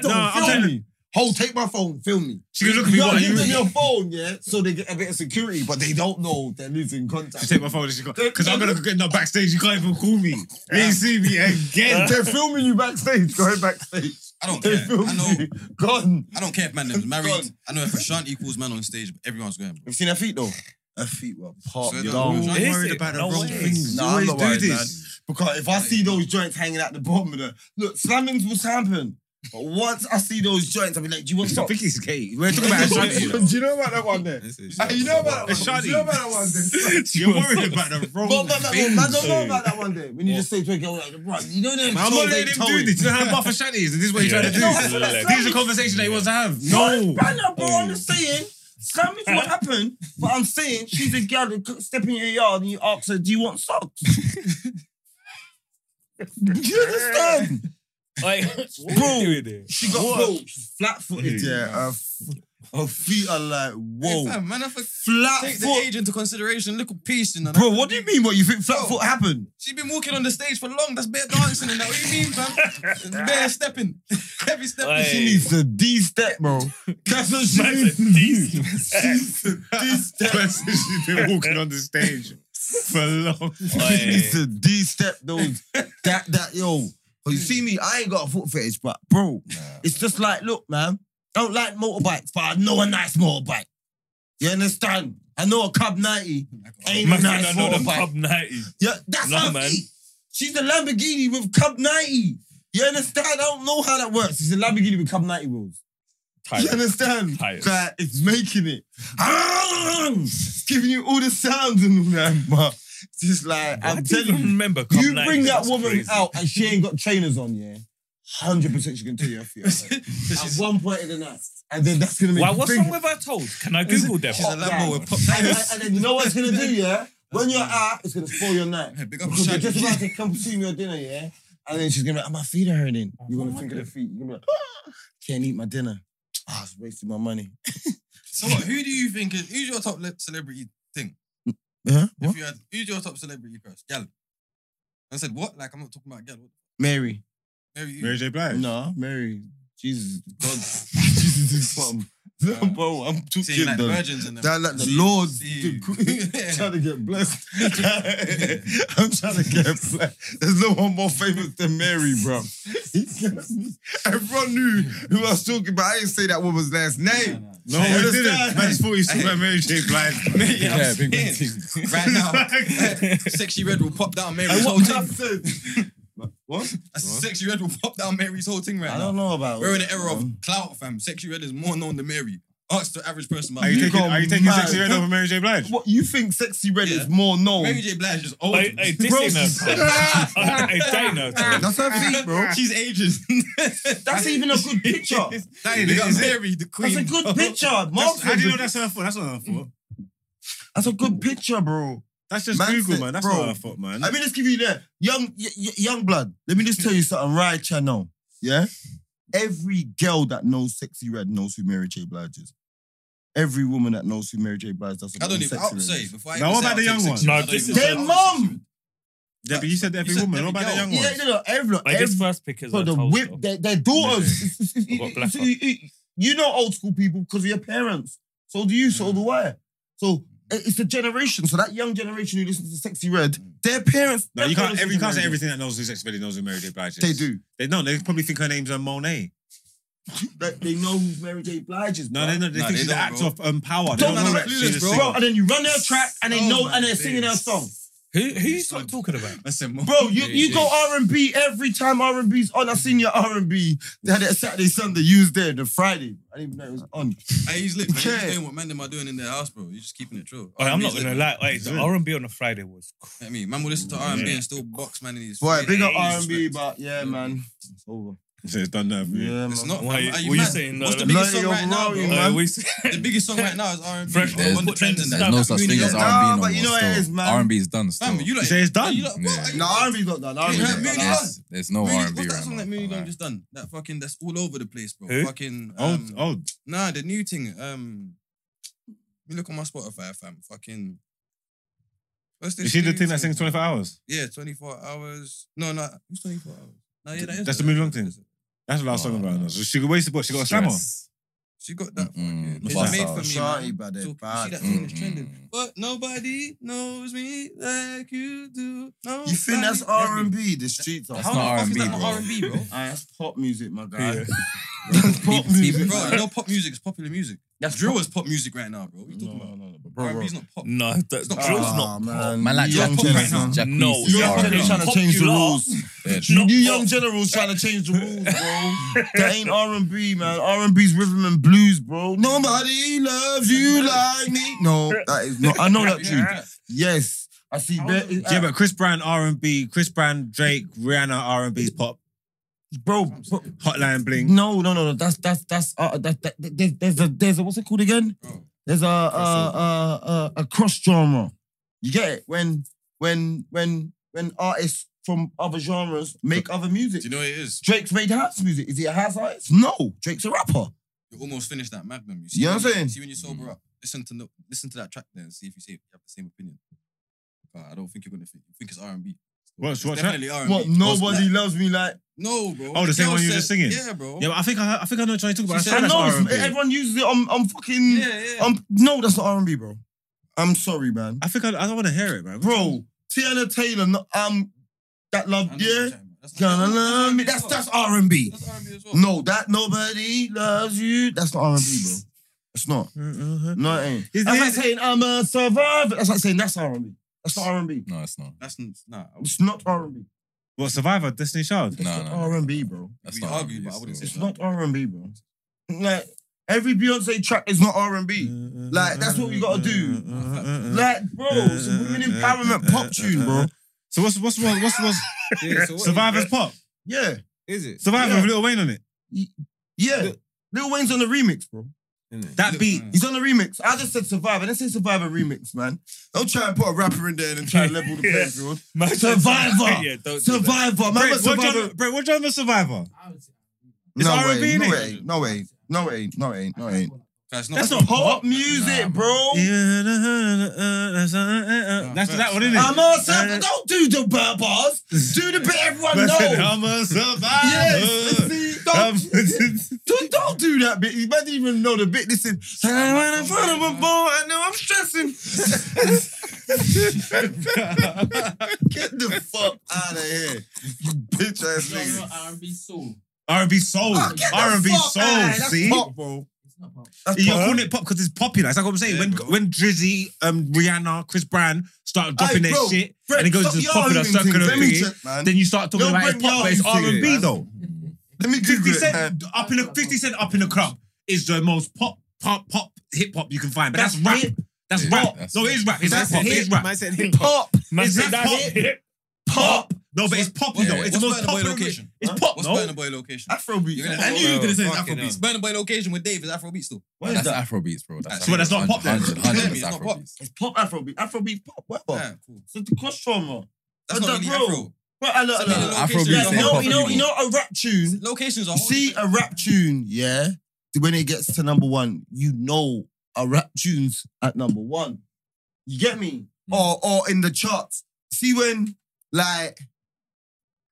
Speaker 3: Don't
Speaker 2: No, I'm
Speaker 3: film
Speaker 2: telling-
Speaker 3: me. Hold, take my phone, film me.
Speaker 2: She can look at me,
Speaker 3: Yo,
Speaker 2: what are
Speaker 3: give
Speaker 2: you-
Speaker 3: them your phone, yeah, so they get a bit of security, but they don't know they're losing
Speaker 2: She
Speaker 3: contact.
Speaker 2: take my phone and she because I'm gonna get in the backstage. You can't even call me. You ain't see me again.
Speaker 3: they're filming you backstage, going backstage.
Speaker 4: I don't
Speaker 3: They
Speaker 4: care.
Speaker 3: filmed
Speaker 4: I know.
Speaker 3: you. Gone.
Speaker 4: I don't care if man is married.
Speaker 3: Gone.
Speaker 4: I know if Ashanti equals man on stage, everyone's going. bro.
Speaker 3: You've seen her feet though? Her feet were popped
Speaker 4: So
Speaker 3: down.
Speaker 4: they're-
Speaker 2: I'm
Speaker 5: Is
Speaker 2: worried
Speaker 5: it?
Speaker 2: about the
Speaker 5: No
Speaker 2: wrong
Speaker 5: way.
Speaker 2: things.
Speaker 3: Nah,
Speaker 2: You
Speaker 3: I'm
Speaker 2: always
Speaker 3: not
Speaker 2: do
Speaker 3: worried,
Speaker 2: this.
Speaker 3: Because if I see those joints hanging at the bottom of the look, slammings will happen. But once I see those joints, I'll be like, do you want to stop?
Speaker 2: he's gay. We're talking
Speaker 3: Do
Speaker 2: about
Speaker 3: you know-
Speaker 2: Ashadi.
Speaker 3: *laughs* do you know about that one there? Hey, you know about that one?
Speaker 2: Ashadi.
Speaker 3: Do you know about that one there?
Speaker 2: You're worried about the wrong
Speaker 3: But, but, but,
Speaker 2: things.
Speaker 3: man, don't know about that one day. When you just say to a girl, like, bro, you know them.
Speaker 2: Man, I'm not letting him do this. You know how buff Ashadi is? And this is what he's trying to do.
Speaker 3: No, that's what I'm saying.
Speaker 2: These are conversations that he wants to have. No.
Speaker 3: Man, no, bro, I'm just saying. Slam *laughs* is what happened, but I'm saying she's a girl that could step in your yard and you ask her, "Do you want *laughs* socks?" you understand?
Speaker 5: Like,
Speaker 3: Bro.
Speaker 5: doing there?
Speaker 3: She got bro, she's flat-footed. Yeah, her, f- her feet are like
Speaker 4: Hey,
Speaker 3: whoa,
Speaker 4: fam, man, I for- take the
Speaker 3: flat-foot.
Speaker 4: age into consideration. Little piece, you know.
Speaker 3: Bro, what do you mean? What you think flat-foot happened?
Speaker 4: She's been walking on the stage for long. That's bare dancing and that. What do you mean, *laughs* fam? bare stepping. Every step.
Speaker 5: Like,
Speaker 3: She needs a D step, *laughs* bro. That's what she needs. She's a D step.
Speaker 5: *laughs*
Speaker 2: She's been walking on the stage for long.
Speaker 3: She needs to D step
Speaker 5: *laughs*
Speaker 3: those that that yo. But you see me, I ain't got a foot fetish, but bro, it's just like, look, man, I don't like motorbikes, but I know a nice motorbike. You understand? I know a Cub 90 ain't a
Speaker 5: Man,
Speaker 3: nice
Speaker 5: I know the
Speaker 3: motorbike.
Speaker 5: pub 90.
Speaker 3: Yeah, that's
Speaker 5: Nah,
Speaker 3: her
Speaker 5: man.
Speaker 3: feet. She's a Lamborghini with Cub 90. You understand? I don't know how that works. She's a Lamborghini with Cub 90 wheels. You understand?
Speaker 5: Tires.
Speaker 3: That it's making it. It's giving you all the sounds and all that, but it's just like,
Speaker 5: I
Speaker 3: I'm
Speaker 5: do
Speaker 3: telling you.
Speaker 5: remember. Club
Speaker 3: You
Speaker 5: 90,
Speaker 3: bring that
Speaker 5: that's
Speaker 3: woman
Speaker 5: crazy.
Speaker 3: out and she ain't got trainers on, yeah. Hundred percent, she can tell you her feet.
Speaker 5: *laughs*
Speaker 3: are hurt. At one point in the night, and then that's gonna make
Speaker 5: Why,
Speaker 3: you
Speaker 5: what's
Speaker 3: think.
Speaker 5: wrong with her toes? Can I Google them?
Speaker 4: She's a Lambo with pop
Speaker 3: and, and-
Speaker 4: tires.
Speaker 3: and then you know what it's gonna do, yeah. When
Speaker 5: *laughs*
Speaker 3: you're out, it's gonna spoil your night.
Speaker 4: Big up
Speaker 3: Because you're just
Speaker 4: Shaggy.
Speaker 3: about to consume your dinner, yeah. And then she's gonna be like, "Ah, "My feet are hurting." You're
Speaker 5: Oh,
Speaker 3: gonna think of the feet. You're gonna be like, "Ah, "Can't eat my dinner." Ah, it's wasting my money.
Speaker 4: So what? Who do you think is who's your top le- celebrity thing?
Speaker 3: Huh?
Speaker 4: If you had who's your top celebrity crush? Gal. I said what? Like I'm not talking about gal. What?
Speaker 3: Mary,
Speaker 4: Mary, you.
Speaker 2: Mary J. Blige.
Speaker 3: no, Mary, Jesus,
Speaker 5: *laughs*
Speaker 3: God, Jesus is something. Bro, I'm too
Speaker 4: Seeing
Speaker 3: kidding.
Speaker 4: like
Speaker 3: done.
Speaker 4: virgins and them.
Speaker 3: That like the
Speaker 4: See-
Speaker 3: Lord
Speaker 4: see-
Speaker 2: *laughs*
Speaker 3: trying
Speaker 4: *laughs*
Speaker 3: to get blessed. *laughs* I'm trying to get blessed. There's no one more famous than Mary,
Speaker 2: *laughs*
Speaker 3: bro. Everyone knew who I was talking about. I didn't say that woman's last name.
Speaker 2: No, I
Speaker 3: understand?
Speaker 2: *laughs* didn't. Man, just thought he was talking about Mary J.
Speaker 4: *laughs*
Speaker 2: Blige.
Speaker 4: Yeah, I'm
Speaker 1: Yeah, big man.
Speaker 4: saying. *laughs* right
Speaker 2: *laughs*
Speaker 4: now, sexy red will pop down Mary's whole
Speaker 3: What? I
Speaker 4: thing.
Speaker 3: said. What?
Speaker 4: A Sexy red will pop down Mary's whole thing right
Speaker 3: I
Speaker 4: now.
Speaker 3: don't know about. Mm.
Speaker 4: We're in an era of clout, fam. Sexy red is more known than Mary. Ask the average person about
Speaker 2: Are you,
Speaker 4: Mary.
Speaker 2: taking,
Speaker 3: got
Speaker 2: are you taking
Speaker 3: mad.
Speaker 2: sexy red over Mary J. Blige?
Speaker 3: What you think? Sexy red
Speaker 4: Yeah.
Speaker 3: is more known.
Speaker 4: Mary J. Blige is old.
Speaker 5: Hey, hey, this ain't her toe. *laughs* Hey, hey, that ain't her toe.
Speaker 3: That's her feet, bro.
Speaker 4: She's *laughs* aging.
Speaker 3: That's even a
Speaker 2: *laughs*
Speaker 3: good picture.
Speaker 2: That ain't
Speaker 4: Big
Speaker 2: it,
Speaker 4: up
Speaker 2: is it?
Speaker 4: Mary, the queen.
Speaker 3: That's a good
Speaker 2: *laughs*
Speaker 3: picture.
Speaker 2: That's-
Speaker 3: Mark
Speaker 2: How do you know
Speaker 3: said-
Speaker 2: that's her fault? That's not her fault.
Speaker 3: That's a good picture, bro.
Speaker 2: That's just
Speaker 3: Man
Speaker 2: Google,
Speaker 3: said-
Speaker 2: man. That's
Speaker 3: bro.
Speaker 2: not her fault, man.
Speaker 3: Let me just give you that. Young y- y- young blood. Let me just tell you something right channel. Yeah? Every girl that knows sexy red knows who Mary J. Blige is. Every woman that knows who Mary J. Blige does
Speaker 4: I don't even. I'll
Speaker 3: sexy red.
Speaker 4: say
Speaker 3: is.
Speaker 4: before I
Speaker 2: Now,
Speaker 4: even
Speaker 2: what
Speaker 4: say
Speaker 2: about the
Speaker 4: I'll
Speaker 2: young
Speaker 4: take
Speaker 2: one?
Speaker 4: six
Speaker 5: No,
Speaker 4: years, I
Speaker 5: this
Speaker 4: don't even
Speaker 5: is-
Speaker 3: Their
Speaker 4: say I'll take six years.
Speaker 3: mum!
Speaker 2: yeah, but you said every
Speaker 4: You said
Speaker 2: woman.
Speaker 4: every
Speaker 2: What about
Speaker 4: girl.
Speaker 2: the young
Speaker 3: Yeah,
Speaker 2: one?
Speaker 3: no, no, everyone.
Speaker 5: Like, this
Speaker 3: every-
Speaker 5: first pick is
Speaker 3: bro,
Speaker 5: her
Speaker 3: the
Speaker 5: toes,
Speaker 3: whip,
Speaker 5: though.
Speaker 3: their, their daughters. *laughs*
Speaker 5: I've got black
Speaker 3: you know old school people because of your parents. So do you, so do I. So it- it's a generation. So that young generation who listens to Sexy Red, their parents.
Speaker 2: No,
Speaker 3: their
Speaker 2: you can't.
Speaker 3: parents
Speaker 2: Every, you can't
Speaker 3: listen
Speaker 2: say
Speaker 3: to
Speaker 2: everything that knows who Sex Betty knows who Mary J. Blige is.
Speaker 3: Mary J. They do.
Speaker 2: They know. They probably think her name's um, Monet.
Speaker 3: Like, they know who Mary J. Blige is.
Speaker 2: No,
Speaker 3: bro.
Speaker 2: they know. They
Speaker 4: No,
Speaker 2: think
Speaker 4: they
Speaker 2: she's an
Speaker 4: don't,
Speaker 2: actor
Speaker 4: bro.
Speaker 2: of um, power. They
Speaker 3: Don't
Speaker 2: don't,
Speaker 3: know
Speaker 2: know
Speaker 3: that
Speaker 2: that she's a
Speaker 4: clueless, bro.
Speaker 2: singer.
Speaker 3: Bro, and then you run their track and they
Speaker 4: Oh
Speaker 3: know
Speaker 4: my
Speaker 3: and they're singing
Speaker 4: days.
Speaker 3: her song.
Speaker 5: Who, who's not talking about?
Speaker 4: Listen, mum.
Speaker 2: Oh
Speaker 3: Bro, you, you
Speaker 5: yeah.
Speaker 3: go R and B every time R and B's on. I seen your R and B. They had it Saturday, Sunday. You was there the Friday. I didn't even know it was on.
Speaker 4: Hey, he's lit. Man. He's
Speaker 3: Okay.
Speaker 4: doing what man them are doing in their house, bro. You're just keeping it true.
Speaker 5: Hey, I'm not
Speaker 4: R&B's
Speaker 5: gonna
Speaker 4: lit.
Speaker 5: lie. Hey, the R&B on a Friday was. cr-
Speaker 4: I mean, man will listen to R and B and still box man in his.
Speaker 3: Boy,
Speaker 4: face.
Speaker 3: big up
Speaker 4: Yeah,
Speaker 3: R and B,
Speaker 4: respect.
Speaker 3: but yeah, man, it's over.
Speaker 2: So it's done that. Yeah.
Speaker 3: Yeah,
Speaker 4: It's
Speaker 3: man.
Speaker 4: not.
Speaker 5: Why-
Speaker 4: fam. Are you
Speaker 5: what you
Speaker 4: mad?
Speaker 5: saying,
Speaker 4: What's
Speaker 5: no?
Speaker 4: the biggest
Speaker 3: Like,
Speaker 4: song
Speaker 3: you're
Speaker 4: right now,
Speaker 3: wrong,
Speaker 4: bro?
Speaker 3: man.
Speaker 5: Uh, we
Speaker 4: The biggest song right now is R and
Speaker 5: Fresh
Speaker 4: B.
Speaker 5: Prince
Speaker 4: On the
Speaker 5: put
Speaker 4: trends
Speaker 5: them
Speaker 4: and
Speaker 5: down.
Speaker 4: that.
Speaker 1: There's no such thing as
Speaker 3: Nah,
Speaker 1: R&B no
Speaker 3: but you know
Speaker 1: more.
Speaker 3: what it is,
Speaker 1: Still,
Speaker 3: man.
Speaker 1: R&B is done. Still.
Speaker 4: Fam, you like?
Speaker 2: You say it's done?
Speaker 4: You like
Speaker 1: Yeah.
Speaker 4: what?
Speaker 3: No, R and B's not done. R and
Speaker 4: Yeah,
Speaker 3: B's not
Speaker 4: Mooney
Speaker 3: done.
Speaker 4: Lung.
Speaker 1: There's no
Speaker 4: Mooney-
Speaker 1: R&B
Speaker 4: What's that
Speaker 1: right
Speaker 4: song
Speaker 1: now.
Speaker 4: that Mooney Long
Speaker 1: Alright.
Speaker 4: just done? That fucking that's all over the place, bro.
Speaker 5: Who?
Speaker 4: Fucking
Speaker 2: Old,
Speaker 4: um,
Speaker 2: old.
Speaker 4: Nah, the new thing. Um, let me look on my Spotify, fam. Fucking. What's
Speaker 2: You see the
Speaker 4: new
Speaker 2: thing that sings 24 hours?
Speaker 4: Yeah, 24 hours. No, no, who's 24 hours? No, yeah, that is.
Speaker 2: That's
Speaker 4: her.
Speaker 2: the Mooney Long thing.
Speaker 4: That's her.
Speaker 2: That's the last
Speaker 1: Oh,
Speaker 2: song about
Speaker 1: no.
Speaker 2: her. So she wasted what? She got a slammer.
Speaker 1: Stress.
Speaker 4: She got
Speaker 2: Mm.
Speaker 4: that.
Speaker 1: Mm-mm.
Speaker 4: fucking- It's
Speaker 1: Bust
Speaker 4: made
Speaker 1: out.
Speaker 4: for me.
Speaker 3: Shawty, Mm,
Speaker 4: man.
Speaker 3: but
Speaker 4: So,
Speaker 3: they're
Speaker 4: you see
Speaker 3: bad. Mm.
Speaker 4: that thing that's
Speaker 1: Mm-mm.
Speaker 4: trending. But nobody knows me like you do.
Speaker 3: You think that's
Speaker 4: Nobody-
Speaker 3: R and B? The streets are.
Speaker 1: That's not
Speaker 4: How the fuck is
Speaker 1: R&B,
Speaker 4: that not
Speaker 1: bro.
Speaker 4: R&B, bro?
Speaker 3: Alright, that's pop music, my guy.
Speaker 5: Yeah.
Speaker 3: *laughs* That's pop
Speaker 1: People-
Speaker 3: music. *laughs*
Speaker 4: Bro, you know pop music is popular music. That's drill is pop music right now, bro. What are you talking about?
Speaker 3: bro, bro. Ah.
Speaker 4: R&B's not pop.
Speaker 5: No, that,
Speaker 4: not
Speaker 5: drill's
Speaker 4: pop.
Speaker 5: not.
Speaker 3: man.
Speaker 1: Man, like
Speaker 3: Young
Speaker 1: Jack
Speaker 4: pop right
Speaker 1: Genesis,
Speaker 4: now.
Speaker 1: Jack
Speaker 5: No,
Speaker 1: Reese is
Speaker 5: Jack
Speaker 3: You're
Speaker 5: Genesis
Speaker 1: R&B.
Speaker 3: trying to change the
Speaker 5: Popular.
Speaker 3: rules.
Speaker 1: dead.
Speaker 5: Not
Speaker 3: you
Speaker 5: pop.
Speaker 3: young generals trying to change the rules, bro. that ain't R and B, man. R and B's rhythm and blues, bro. Nobody loves you like me. No, that is not. I know that
Speaker 5: *laughs*
Speaker 3: tune. Yes, I see. Bear,
Speaker 2: Yeah, but Chris Brown R and B, Chris Brown, Drake, Rihanna R and B's pop,
Speaker 3: bro, bro,
Speaker 2: Hotline Bling.
Speaker 3: no, no, no, no. That's that's that's uh, that, that, that- there's, there's a there's a what's it called again?
Speaker 4: Oh.
Speaker 3: There's a uh, uh, uh, a cross genre. You get it when when when when artists from other genres make other music.
Speaker 4: Do you know what it is?
Speaker 3: Drake's made house music. Is he a house artist? No, Drake's a rapper.
Speaker 4: You almost finished that magnum. You, see
Speaker 3: You know
Speaker 4: when-
Speaker 3: what I'm saying?
Speaker 4: See when you
Speaker 2: Mm.
Speaker 4: sober up, listen to no, listen to that track there and see if you, say, you have the same opinion. But I don't think you're gonna think. You think it's R and B.
Speaker 2: What's- what's that?
Speaker 4: definitely R and B.
Speaker 3: What? Nobody loves me like.
Speaker 4: No, bro.
Speaker 2: Oh, the same
Speaker 4: Girl
Speaker 2: one you were just
Speaker 4: said-
Speaker 2: singing?
Speaker 4: Yeah, bro.
Speaker 3: Um,
Speaker 2: Yeah, but I think I, I think I know what you're trying to talk about.
Speaker 4: She said-
Speaker 2: I think
Speaker 3: I
Speaker 2: that's
Speaker 3: know
Speaker 2: R&B.
Speaker 3: it's- everyone uses it on, on fucking.
Speaker 4: yeah, yeah.
Speaker 3: Um, no, that's not R and B, bro. I'm sorry, man.
Speaker 2: I think I, I don't want to hear it, man.
Speaker 3: Bro, Tiana Taylor, no, um, that love,
Speaker 4: I know what you're
Speaker 3: yeah,
Speaker 4: talking about. That's
Speaker 3: gonna
Speaker 4: not-
Speaker 3: love me. That's
Speaker 4: that's
Speaker 3: that's
Speaker 4: R&B as well.
Speaker 3: R and B.
Speaker 4: That's R and B as well.
Speaker 3: No, that nobody loves you. That's not R and B, bro. It's not.
Speaker 2: Uh-huh.
Speaker 3: No, it ain't.
Speaker 2: Is
Speaker 3: That's
Speaker 2: it-
Speaker 3: like saying I'm a survivor. That's like saying that's R and B. That's not R and B.
Speaker 1: No, it's not.
Speaker 4: That's n- nah. I would-
Speaker 3: It's not R and B.
Speaker 2: Well, Survivor, Destiny Child.
Speaker 1: No, no,
Speaker 3: R and B, bro.
Speaker 1: That's
Speaker 4: We
Speaker 1: not
Speaker 4: argue,
Speaker 1: R&B,
Speaker 4: but I wouldn't
Speaker 1: so-
Speaker 4: say
Speaker 3: It's not R and B, bro. Like every Beyonce track is not R and B. Like, that's what we gotta do.
Speaker 2: Mm-hmm.
Speaker 3: Like, bro, it's a women empowerment pop tune, bro.
Speaker 2: So what's what's what's what's, what's
Speaker 6: Yeah, so what
Speaker 2: Survivor's
Speaker 6: is,
Speaker 2: pop?
Speaker 3: Yeah,
Speaker 6: is it?
Speaker 2: Survivor
Speaker 3: Yeah.
Speaker 2: with Lil Wayne on it.
Speaker 3: yeah. Lil Wayne's on the remix, bro.
Speaker 2: That beat.
Speaker 3: He's on the remix. I just said Survivor. Let's say Survivor remix, man. Don't try and put a rapper in there and then try and
Speaker 2: *laughs*
Speaker 3: level the playing field. Survivor.
Speaker 5: *laughs* yeah, don't do that.
Speaker 3: Survivor. Man,
Speaker 2: Brett, what
Speaker 3: Survivor.
Speaker 2: genre, Brett, what genre is Survivor?
Speaker 8: I would say-
Speaker 2: It's
Speaker 3: no way.
Speaker 2: R&B,
Speaker 3: No,
Speaker 2: innit?
Speaker 3: it ain't. No, it ain't. No, it ain't. No, it ain't. No, it ain't.
Speaker 4: That's
Speaker 2: That's
Speaker 4: not
Speaker 2: not
Speaker 3: Pop
Speaker 2: pop.
Speaker 3: music,
Speaker 1: Nah,
Speaker 3: bro.
Speaker 2: That's that one, isn't it?
Speaker 3: I'm on Survivor. Don't do the bar bars. Do the bit everyone
Speaker 2: *laughs*
Speaker 3: knows.
Speaker 2: I'm a survivor.
Speaker 3: Yes. See,
Speaker 2: Um,
Speaker 3: *laughs* don't, don't, don't do that bit. You might even know the bit. Listen. When I'm front of a ball, I know I'm stressing. Get the *laughs* fuck out of here. You bitch ass
Speaker 8: No,
Speaker 3: nigga.
Speaker 8: no, R&B soul.
Speaker 2: R&B soul.
Speaker 3: Ah, get the
Speaker 2: R&B
Speaker 3: fuck
Speaker 2: soul.
Speaker 3: outta here. That's
Speaker 2: see,
Speaker 3: pop, bro.
Speaker 8: It's not pop.
Speaker 3: That's
Speaker 2: you're
Speaker 3: pop.
Speaker 2: calling it pop because it's popular. It's like what I'm saying.
Speaker 4: Yeah,
Speaker 2: when
Speaker 4: bro.
Speaker 2: when Drizzy, um, Rihanna, Chris Brown start dropping
Speaker 3: Hey,
Speaker 2: their
Speaker 3: bro,
Speaker 2: shit,
Speaker 3: Fred,
Speaker 2: and it goes
Speaker 3: stop
Speaker 2: to the
Speaker 3: your
Speaker 2: popular
Speaker 3: arguing thing.
Speaker 2: circle of
Speaker 3: Let me
Speaker 2: thingy,
Speaker 3: check, man.
Speaker 2: then you start talking
Speaker 3: Yo,
Speaker 2: about
Speaker 3: bring
Speaker 2: it's pop,
Speaker 3: your
Speaker 2: but it's
Speaker 3: arguing thing,
Speaker 2: R&B
Speaker 3: man.
Speaker 2: though.
Speaker 3: Let me Google
Speaker 2: 50
Speaker 3: it, man.
Speaker 2: Cent up in a 50 Cent up in a club is the most pop pop pop hip hop you can find, but that's,
Speaker 3: That's
Speaker 2: rap. That's
Speaker 1: Yeah,
Speaker 2: rap.
Speaker 1: that's
Speaker 2: no, it
Speaker 1: it.
Speaker 2: is rap. It's
Speaker 6: Man
Speaker 2: hip
Speaker 6: said
Speaker 2: hop. It is
Speaker 6: hip-
Speaker 2: rap.
Speaker 6: man said hip hop.
Speaker 3: Pop.
Speaker 2: It's
Speaker 5: That's
Speaker 2: hip hop.
Speaker 5: it.
Speaker 2: Pop. No, but it's pop, you
Speaker 4: Yeah.
Speaker 2: know. It's the
Speaker 4: What's
Speaker 2: most
Speaker 4: Burna Boy
Speaker 2: popular.
Speaker 4: location?
Speaker 2: It's pop,
Speaker 4: What's
Speaker 2: no?
Speaker 4: Burna Boy location?
Speaker 3: Afrobeat.
Speaker 4: You're gonna-
Speaker 6: Afro-
Speaker 4: I knew you were gonna say
Speaker 6: Fucking
Speaker 4: Afrobeats. Burna Boy location with Dave is Afrobeats still.
Speaker 3: What is
Speaker 1: That's
Speaker 3: that?
Speaker 1: Afrobeats, bro.
Speaker 4: That's-
Speaker 1: That's
Speaker 2: well, that's not pop then.
Speaker 1: 100,
Speaker 4: Yeah,
Speaker 1: 100,
Speaker 4: it's
Speaker 1: 100
Speaker 4: not pop.
Speaker 1: Afrobeats.
Speaker 3: It's pop Afrobeat. Afrobeat pop. Whatever.
Speaker 4: Yeah, cool.
Speaker 3: So the cross trauma.
Speaker 4: That's
Speaker 3: But
Speaker 4: not
Speaker 3: that
Speaker 4: really
Speaker 3: bro-
Speaker 4: Afro.
Speaker 3: But I look, I
Speaker 4: Send me
Speaker 3: look.
Speaker 4: the
Speaker 1: Nah,
Speaker 4: location.
Speaker 1: Afrobeats
Speaker 3: Yeah,
Speaker 1: ain't
Speaker 4: That's
Speaker 3: you know,
Speaker 1: pop
Speaker 3: you know,
Speaker 1: anymore.
Speaker 3: you know, a rap tune.
Speaker 4: Locations are
Speaker 3: You see, a rap tune, yeah. When it gets to number one, you know a rap tune's at number one. You get me? Or or in the charts. See when like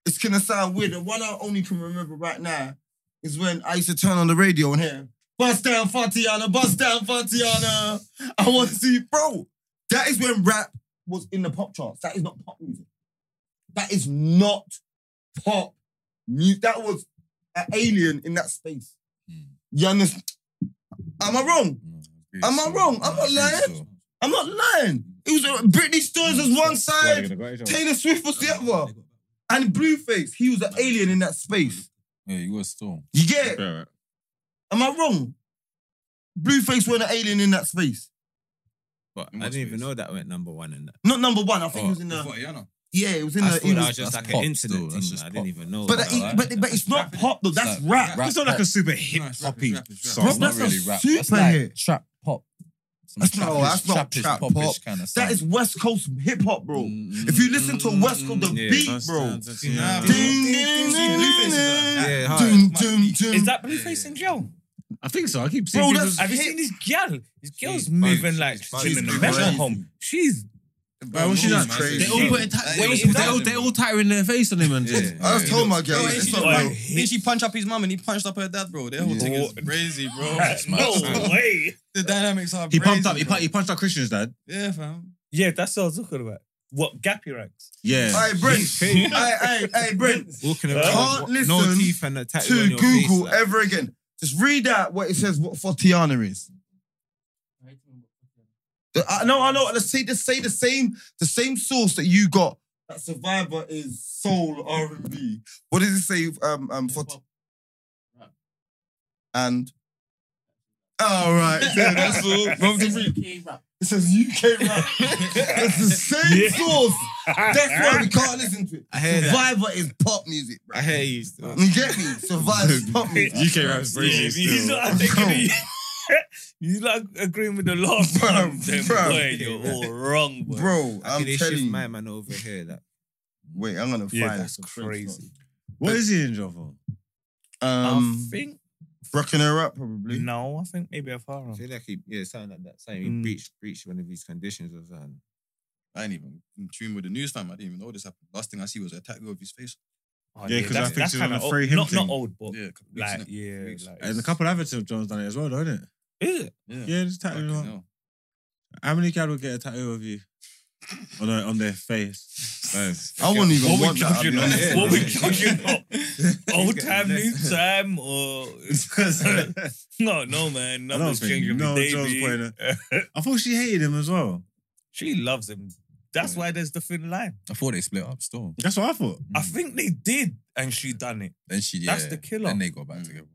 Speaker 3: it's gonna sound weird. The one I only can remember right now is when I used to turn on the radio and hear "Bust down Fatiana, bust down Fatiana." I want to see, bro. That is when rap was in the pop charts. That is not pop music. That is not pop music. That was an alien in that space.
Speaker 1: Mm.
Speaker 3: You understand? Am I wrong?
Speaker 1: No,
Speaker 3: Am I
Speaker 1: agree,
Speaker 3: wrong?
Speaker 1: so-
Speaker 3: I'm
Speaker 1: no,
Speaker 3: not lying.
Speaker 1: agree, so-
Speaker 3: I'm not lying. It was uh, Britney Spears was one side, Taylor Swift was the other, and Blueface. He was an alien in that space.
Speaker 1: Yeah, you were still.
Speaker 3: You get it? Am I wrong? Blueface were an alien in that space.
Speaker 6: But I
Speaker 1: In what
Speaker 6: didn't even
Speaker 1: space?
Speaker 6: know that went number one in that.
Speaker 3: Not number one. I think
Speaker 1: Oh,
Speaker 3: it was in
Speaker 4: No.
Speaker 3: the yeah. It was in
Speaker 6: I
Speaker 3: the.
Speaker 6: thought
Speaker 3: It
Speaker 6: that was
Speaker 3: was,
Speaker 6: just like
Speaker 1: that's
Speaker 6: an
Speaker 1: pop
Speaker 6: incident
Speaker 1: still,
Speaker 6: thing.
Speaker 1: that's just
Speaker 6: I
Speaker 1: pop.
Speaker 6: didn't even know.
Speaker 3: but,
Speaker 6: about
Speaker 3: that,
Speaker 6: that.
Speaker 3: but, but it's not pop though. That's
Speaker 1: like
Speaker 3: rap.
Speaker 1: rap.
Speaker 2: It's not like a super hip
Speaker 4: No, it's rap,
Speaker 2: hoppy
Speaker 4: it's rap, it's rap.
Speaker 2: song.
Speaker 3: Bro, that's
Speaker 1: not
Speaker 3: a
Speaker 1: really rap. That's
Speaker 3: super
Speaker 1: like
Speaker 3: hit.
Speaker 1: trap pop. Some
Speaker 3: That's not-
Speaker 1: trappish-
Speaker 3: that's not
Speaker 1: trappish,
Speaker 3: trap
Speaker 1: popish
Speaker 3: pop.
Speaker 1: Kind of
Speaker 3: That is West Coast hip hop, bro. If you listen to West Coast, the
Speaker 6: Mm-hmm. Yeah.
Speaker 3: beat, bro.
Speaker 4: Yeah.
Speaker 3: Ding, ding, ding,
Speaker 6: Yeah, hard.
Speaker 3: ding, ding, ding.
Speaker 5: Is that Blueface in jail?
Speaker 2: I think so. I keep
Speaker 3: Bro,
Speaker 2: seeing people-
Speaker 3: that's-
Speaker 5: Have you seen this gal? This girl's
Speaker 6: She's
Speaker 5: moving
Speaker 6: both-
Speaker 5: like
Speaker 6: she's
Speaker 5: she's
Speaker 6: both-
Speaker 5: in a
Speaker 3: she's
Speaker 5: mental
Speaker 3: crazy.
Speaker 5: home. She's
Speaker 4: Bro,
Speaker 2: she's
Speaker 4: she's
Speaker 2: not
Speaker 4: crazy.
Speaker 2: They all
Speaker 4: Like,
Speaker 2: put
Speaker 5: Wait,
Speaker 4: it was
Speaker 5: is
Speaker 2: they all
Speaker 4: down.
Speaker 2: they all tiring their face on him and
Speaker 1: Yeah.
Speaker 2: just.
Speaker 1: Yeah.
Speaker 3: I just told my girl.
Speaker 4: Yo, ain't
Speaker 3: it's
Speaker 4: she
Speaker 3: not
Speaker 4: just
Speaker 3: real.
Speaker 5: like-
Speaker 4: like, did she punch up his mum and he punched up her dad, bro? Their whole thing is crazy, bro.
Speaker 5: no way.
Speaker 4: The dynamics are
Speaker 2: He pumped
Speaker 4: crazy,
Speaker 2: up. He,
Speaker 4: bro.
Speaker 2: pu- he punched up Christian's dad.
Speaker 4: Yeah, fam.
Speaker 5: Yeah, that's what I was talking about. What Gappy ranks?
Speaker 2: Yeah.
Speaker 3: Hey, Brent.
Speaker 5: *laughs*
Speaker 3: Hey, hey, hey, Brent.
Speaker 6: Walking
Speaker 5: Can't
Speaker 6: around with no
Speaker 3: listen
Speaker 6: teeth and a tattoo on
Speaker 3: To
Speaker 6: your
Speaker 3: Google
Speaker 6: face, like-
Speaker 3: ever again. Just read out what it says. What Fortiana is.
Speaker 8: Right?
Speaker 3: I know. I know. Let's say the say the same the same source that you got that Survivor is soul R and B. What does it say? Um, um, for and. All
Speaker 6: *laughs*
Speaker 3: right, yeah, that's all. Rob the Reap.
Speaker 8: rap.
Speaker 3: It says UK
Speaker 6: *laughs*
Speaker 3: rap. it's the same
Speaker 5: Yeah.
Speaker 3: source. That's
Speaker 2: *laughs*
Speaker 3: why we can't listen to it.
Speaker 6: I hear that.
Speaker 3: Survivor is pop music, bro.
Speaker 6: I hear you still.
Speaker 3: You get me?
Speaker 2: *laughs*
Speaker 3: Survivor's pop music.
Speaker 2: UK rap's
Speaker 5: Yeah,
Speaker 2: crazy.
Speaker 5: he's
Speaker 2: still.
Speaker 5: not taking it. *laughs* You're not agreeing with the last
Speaker 3: Bro,
Speaker 5: one, then,
Speaker 3: bro.
Speaker 5: boy, you're all wrong, boy.
Speaker 3: Bro,
Speaker 6: I
Speaker 3: I'm
Speaker 6: can shift
Speaker 3: telling
Speaker 6: my
Speaker 3: you.
Speaker 6: man over here. That
Speaker 3: Wait, I'm gonna
Speaker 5: Yeah,
Speaker 3: find
Speaker 5: that's
Speaker 3: the French
Speaker 5: crazy.
Speaker 2: What is he in jail for?
Speaker 3: one. Um,
Speaker 5: I think
Speaker 3: rocking her up probably.
Speaker 5: no, I think maybe I've heard
Speaker 6: I
Speaker 5: of.
Speaker 6: feel like he, yeah, something like that. Saying he
Speaker 5: Mm.
Speaker 6: breached breached one of these conditions or something.
Speaker 4: I ain't even in tune with the news, fam. I didn't even know this happened. Last thing I see was a tattoo of his face.
Speaker 5: Oh,
Speaker 2: Yeah, 'cause I
Speaker 5: that's-
Speaker 2: think
Speaker 5: that's
Speaker 2: she's on
Speaker 5: kinda
Speaker 2: the
Speaker 5: old-
Speaker 2: free him
Speaker 5: Not not
Speaker 2: thing.
Speaker 5: old, but
Speaker 4: Yeah, a *laughs* couple weeks,
Speaker 5: like
Speaker 4: innit?
Speaker 5: yeah,
Speaker 4: Weeks.
Speaker 5: like
Speaker 2: And a
Speaker 5: it's-
Speaker 2: couple of other Tim Jones done it as well, don't it?
Speaker 5: Is it?
Speaker 4: Yeah.
Speaker 2: Yeah, just tattoo
Speaker 4: Fucking
Speaker 2: on.
Speaker 4: hell.
Speaker 2: How many guys will get a tattoo of you on their, on their face?
Speaker 3: I wouldn't even
Speaker 5: What
Speaker 3: want
Speaker 5: we
Speaker 3: that. I'll
Speaker 5: talking
Speaker 3: be honest.
Speaker 5: about? What we talking about? *laughs* Old time, new time, or
Speaker 2: *laughs*
Speaker 5: *laughs* no, no, man,
Speaker 2: I don't
Speaker 5: nothing's
Speaker 2: think
Speaker 5: changing.
Speaker 2: no
Speaker 5: No,
Speaker 2: Joe's
Speaker 5: baby.
Speaker 2: I thought she hated him as well.
Speaker 5: *laughs* she loves him. That's why there's the thin line.
Speaker 1: I thought they split up still.
Speaker 2: That's what I thought.
Speaker 5: I think they did, and she done it.
Speaker 1: Then she, yeah.
Speaker 5: That's the killer.
Speaker 1: Then they got back together.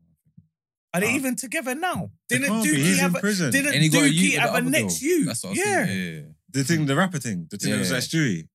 Speaker 5: Are they
Speaker 2: Ah.
Speaker 5: even together now?
Speaker 2: They
Speaker 5: Didn't
Speaker 2: can't be. He's
Speaker 5: Dookie
Speaker 2: in
Speaker 5: have a
Speaker 2: prison.
Speaker 5: didn't
Speaker 1: And he got a
Speaker 5: Dookie
Speaker 1: you with the
Speaker 5: have a
Speaker 1: other
Speaker 5: next
Speaker 1: girl.
Speaker 5: you?
Speaker 1: That's what I was
Speaker 5: yeah.
Speaker 1: thinking. Yeah. yeah, yeah.
Speaker 2: The thing, the rapper thing, the thing that was
Speaker 1: Yeah.
Speaker 2: that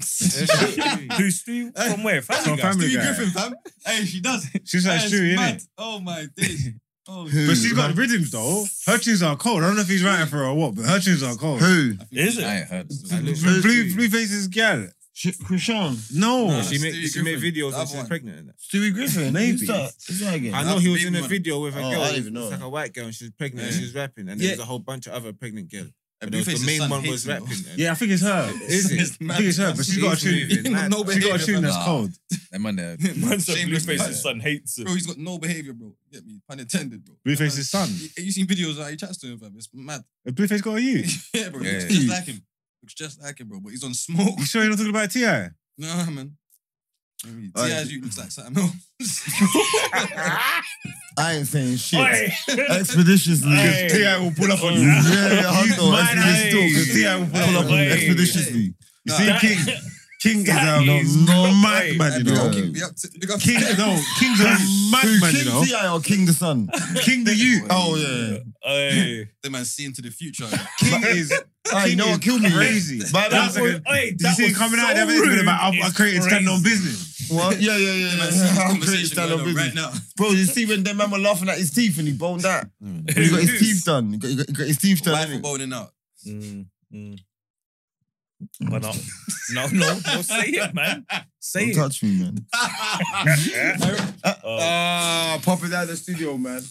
Speaker 2: Stewie.
Speaker 5: *laughs* Who's Stu? From where? Family
Speaker 2: From
Speaker 5: guy.
Speaker 2: Family
Speaker 4: Stewie
Speaker 2: Guy.
Speaker 4: Griffin, fam. Hey, she does.
Speaker 2: She's like
Speaker 4: That's
Speaker 2: Stewie,
Speaker 4: mad.
Speaker 2: innit?
Speaker 4: Oh my days. Oh,
Speaker 2: But she's got rhythms though. Her tunes are cold. I don't know if he's writing for her or what, but her tunes are cold.
Speaker 3: Who?
Speaker 5: Is *laughs*
Speaker 1: I
Speaker 5: it?
Speaker 1: ain't heard.
Speaker 6: I
Speaker 1: This.
Speaker 6: look-
Speaker 2: Blue, blue faces gal.
Speaker 3: Krishan.
Speaker 2: No.
Speaker 6: No, she
Speaker 4: Stewie
Speaker 6: made she made
Speaker 4: Griffin.
Speaker 6: videos
Speaker 4: That
Speaker 6: when she was
Speaker 4: one.
Speaker 6: pregnant. And that.
Speaker 3: Stewie Griffin.
Speaker 2: Maybe.
Speaker 3: Who's that? Who's that again?
Speaker 6: I
Speaker 4: That's
Speaker 6: know he
Speaker 4: the
Speaker 6: was
Speaker 4: big
Speaker 6: in a
Speaker 4: one.
Speaker 6: video with a
Speaker 3: Oh, I
Speaker 6: girl.
Speaker 3: don't even know.
Speaker 6: It's like a white girl, and she was pregnant. and
Speaker 4: Yeah.
Speaker 6: She was rapping, and
Speaker 2: Yeah.
Speaker 6: there was a whole bunch of other pregnant girls. But there was
Speaker 4: Blueface's
Speaker 6: the main
Speaker 4: son
Speaker 6: one
Speaker 4: hates
Speaker 6: was
Speaker 4: him,
Speaker 6: rapping. and-
Speaker 2: Yeah, I think it's her.
Speaker 6: *laughs* Is it?
Speaker 2: I think it's her, but she's got a tune.
Speaker 6: moving mad.
Speaker 4: no
Speaker 2: She got a tune that's
Speaker 1: Nah.
Speaker 2: cold.
Speaker 1: That man there.
Speaker 5: Man said
Speaker 4: Shameless
Speaker 5: Blueface's
Speaker 1: man.
Speaker 5: son hates him.
Speaker 4: Bro, he's got no behavior, bro. Get me, pun intended, bro.
Speaker 2: Blueface's
Speaker 6: *laughs*
Speaker 2: son.
Speaker 4: You, you seen videos how he chats to him, fam? It's mad. *laughs*
Speaker 2: Has Blueface got a you?
Speaker 4: yeah, bro.
Speaker 1: Yeah.
Speaker 4: Looks just like him. Looks just like him, bro. But he's on smoke. *laughs*
Speaker 2: You sure you're not talking about Ti?
Speaker 4: nah, man. I mean,
Speaker 3: Alright.
Speaker 4: TSU looks like *laughs* something else.
Speaker 3: I ain't saying shit.
Speaker 5: Oi.
Speaker 3: Expeditiously.
Speaker 5: Hey.
Speaker 2: Ti will pull up on
Speaker 5: Oi.
Speaker 2: you.
Speaker 3: Yeah, yeah,
Speaker 2: You
Speaker 3: Hundo,
Speaker 2: mind
Speaker 3: expeditiously.
Speaker 2: eyes still, because Ti will pull up on
Speaker 5: Hey.
Speaker 2: you.
Speaker 3: Expeditiously.
Speaker 2: You
Speaker 4: Nah,
Speaker 2: see,
Speaker 5: that-
Speaker 2: King, King is
Speaker 5: that
Speaker 2: a
Speaker 5: is
Speaker 2: no,
Speaker 5: not-
Speaker 2: mad
Speaker 5: Hey.
Speaker 2: man, you
Speaker 4: Big
Speaker 2: know.
Speaker 4: up
Speaker 3: Yeah.
Speaker 4: King, big up to- big up to-
Speaker 2: King, no, King's a mad man, you
Speaker 3: King
Speaker 2: know.
Speaker 3: T.I. or King the Sun?
Speaker 2: King the you.
Speaker 3: Oh, yeah.
Speaker 5: Hey.
Speaker 4: *laughs* The man see into
Speaker 3: *laughs*
Speaker 4: the future.
Speaker 2: King is
Speaker 3: Hey, you know what killed me?
Speaker 2: crazy.
Speaker 3: By
Speaker 2: That
Speaker 3: that
Speaker 2: was like
Speaker 3: point,
Speaker 2: a-
Speaker 5: Hey,
Speaker 2: Did you
Speaker 5: that
Speaker 2: see it
Speaker 5: was
Speaker 2: coming
Speaker 5: so
Speaker 2: out? Everything
Speaker 5: rude.
Speaker 2: about I, I
Speaker 5: It's
Speaker 2: created stand on
Speaker 5: crazy.
Speaker 2: business.
Speaker 3: what? Yeah, yeah, yeah.
Speaker 4: The man see
Speaker 3: yeah.
Speaker 4: the
Speaker 3: How
Speaker 4: conversation
Speaker 3: crazy that
Speaker 4: going
Speaker 3: look
Speaker 4: on
Speaker 3: is.
Speaker 4: right now.
Speaker 3: Bro, you see when them man were laughing at his teeth and he boned out. He got his teeth done. He got, he got, he got his teeth done.
Speaker 4: Wife
Speaker 3: innit?
Speaker 4: are boning out.
Speaker 5: Mm, mm. But no, no, no, no, say it, man. Say
Speaker 3: Don't
Speaker 5: it.
Speaker 3: touch me, man.
Speaker 5: Oh.
Speaker 3: Ah, pop it out the studio, man.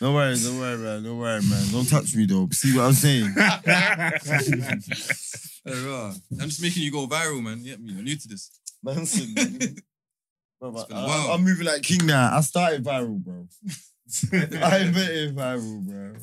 Speaker 3: No worries, don't worry, man. Don't worry, man. Don't touch me, though. See what I'm
Speaker 6: *laughs*
Speaker 3: saying?
Speaker 4: There you are. I'm just making you go viral, man. Get me. You're new to this.
Speaker 3: Manson. bro,
Speaker 4: It's been a
Speaker 3: I-
Speaker 4: while.
Speaker 3: I'm moving like king now. I started viral,
Speaker 6: *laughs*
Speaker 3: bro. I invented viral, bro.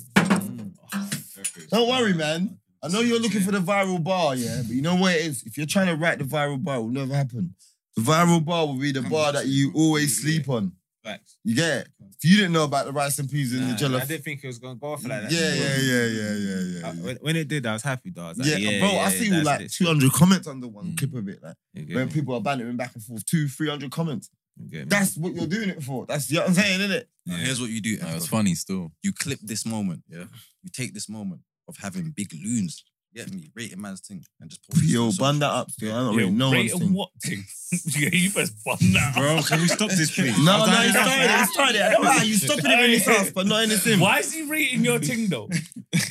Speaker 3: Don't worry, man. I know you're looking for the viral bar, yeah, but you know what it is? If you're trying to write the viral bar, it will never happen. The viral bar will be the bar that you always sleep on.
Speaker 6: Facts.
Speaker 3: You get it? If you didn't know about the rice and peas in the
Speaker 6: Nah,
Speaker 3: jello.
Speaker 6: I didn't think it was gonna go off like
Speaker 3: Yeah, yeah,
Speaker 6: that.
Speaker 3: yeah, yeah, yeah, yeah.
Speaker 6: I- when, when it did, I was happy though. I was like,
Speaker 3: yeah,
Speaker 6: yeah,
Speaker 3: bro,
Speaker 6: yeah,
Speaker 3: I see
Speaker 6: that's
Speaker 3: like
Speaker 6: lit.
Speaker 3: 200 comments under one
Speaker 1: Mm.
Speaker 3: clip of it. Like,
Speaker 6: You get
Speaker 3: when
Speaker 6: me?
Speaker 3: people are bantering back and forth, two, 300 comments.
Speaker 6: You get me?
Speaker 3: That's what you're doing it for. That's you know what I'm saying, isn't it?
Speaker 4: Now, here's what you do.
Speaker 1: Nah, it was
Speaker 4: Afro.
Speaker 1: funny still.
Speaker 4: you clip this moment, yeah. You take this moment of having big loons. Get me, rating man's thing, and just post. it
Speaker 3: Yo,
Speaker 4: on social
Speaker 3: bun that up, still. I don't
Speaker 5: Yo,
Speaker 3: really know
Speaker 5: rate
Speaker 3: one's
Speaker 5: and
Speaker 3: thing.
Speaker 5: what thing? *laughs* yeah, you best Oh, bun that
Speaker 2: Bro, can we stop
Speaker 5: *laughs*
Speaker 2: this, please?
Speaker 3: No,
Speaker 2: I've
Speaker 3: no,
Speaker 2: done
Speaker 3: you
Speaker 2: enough.
Speaker 3: started it. You started it. I don't know how you stopping him in his house, but not in his
Speaker 5: up.
Speaker 3: sim. I
Speaker 5: Why is he rating your thing
Speaker 2: *laughs*
Speaker 5: though?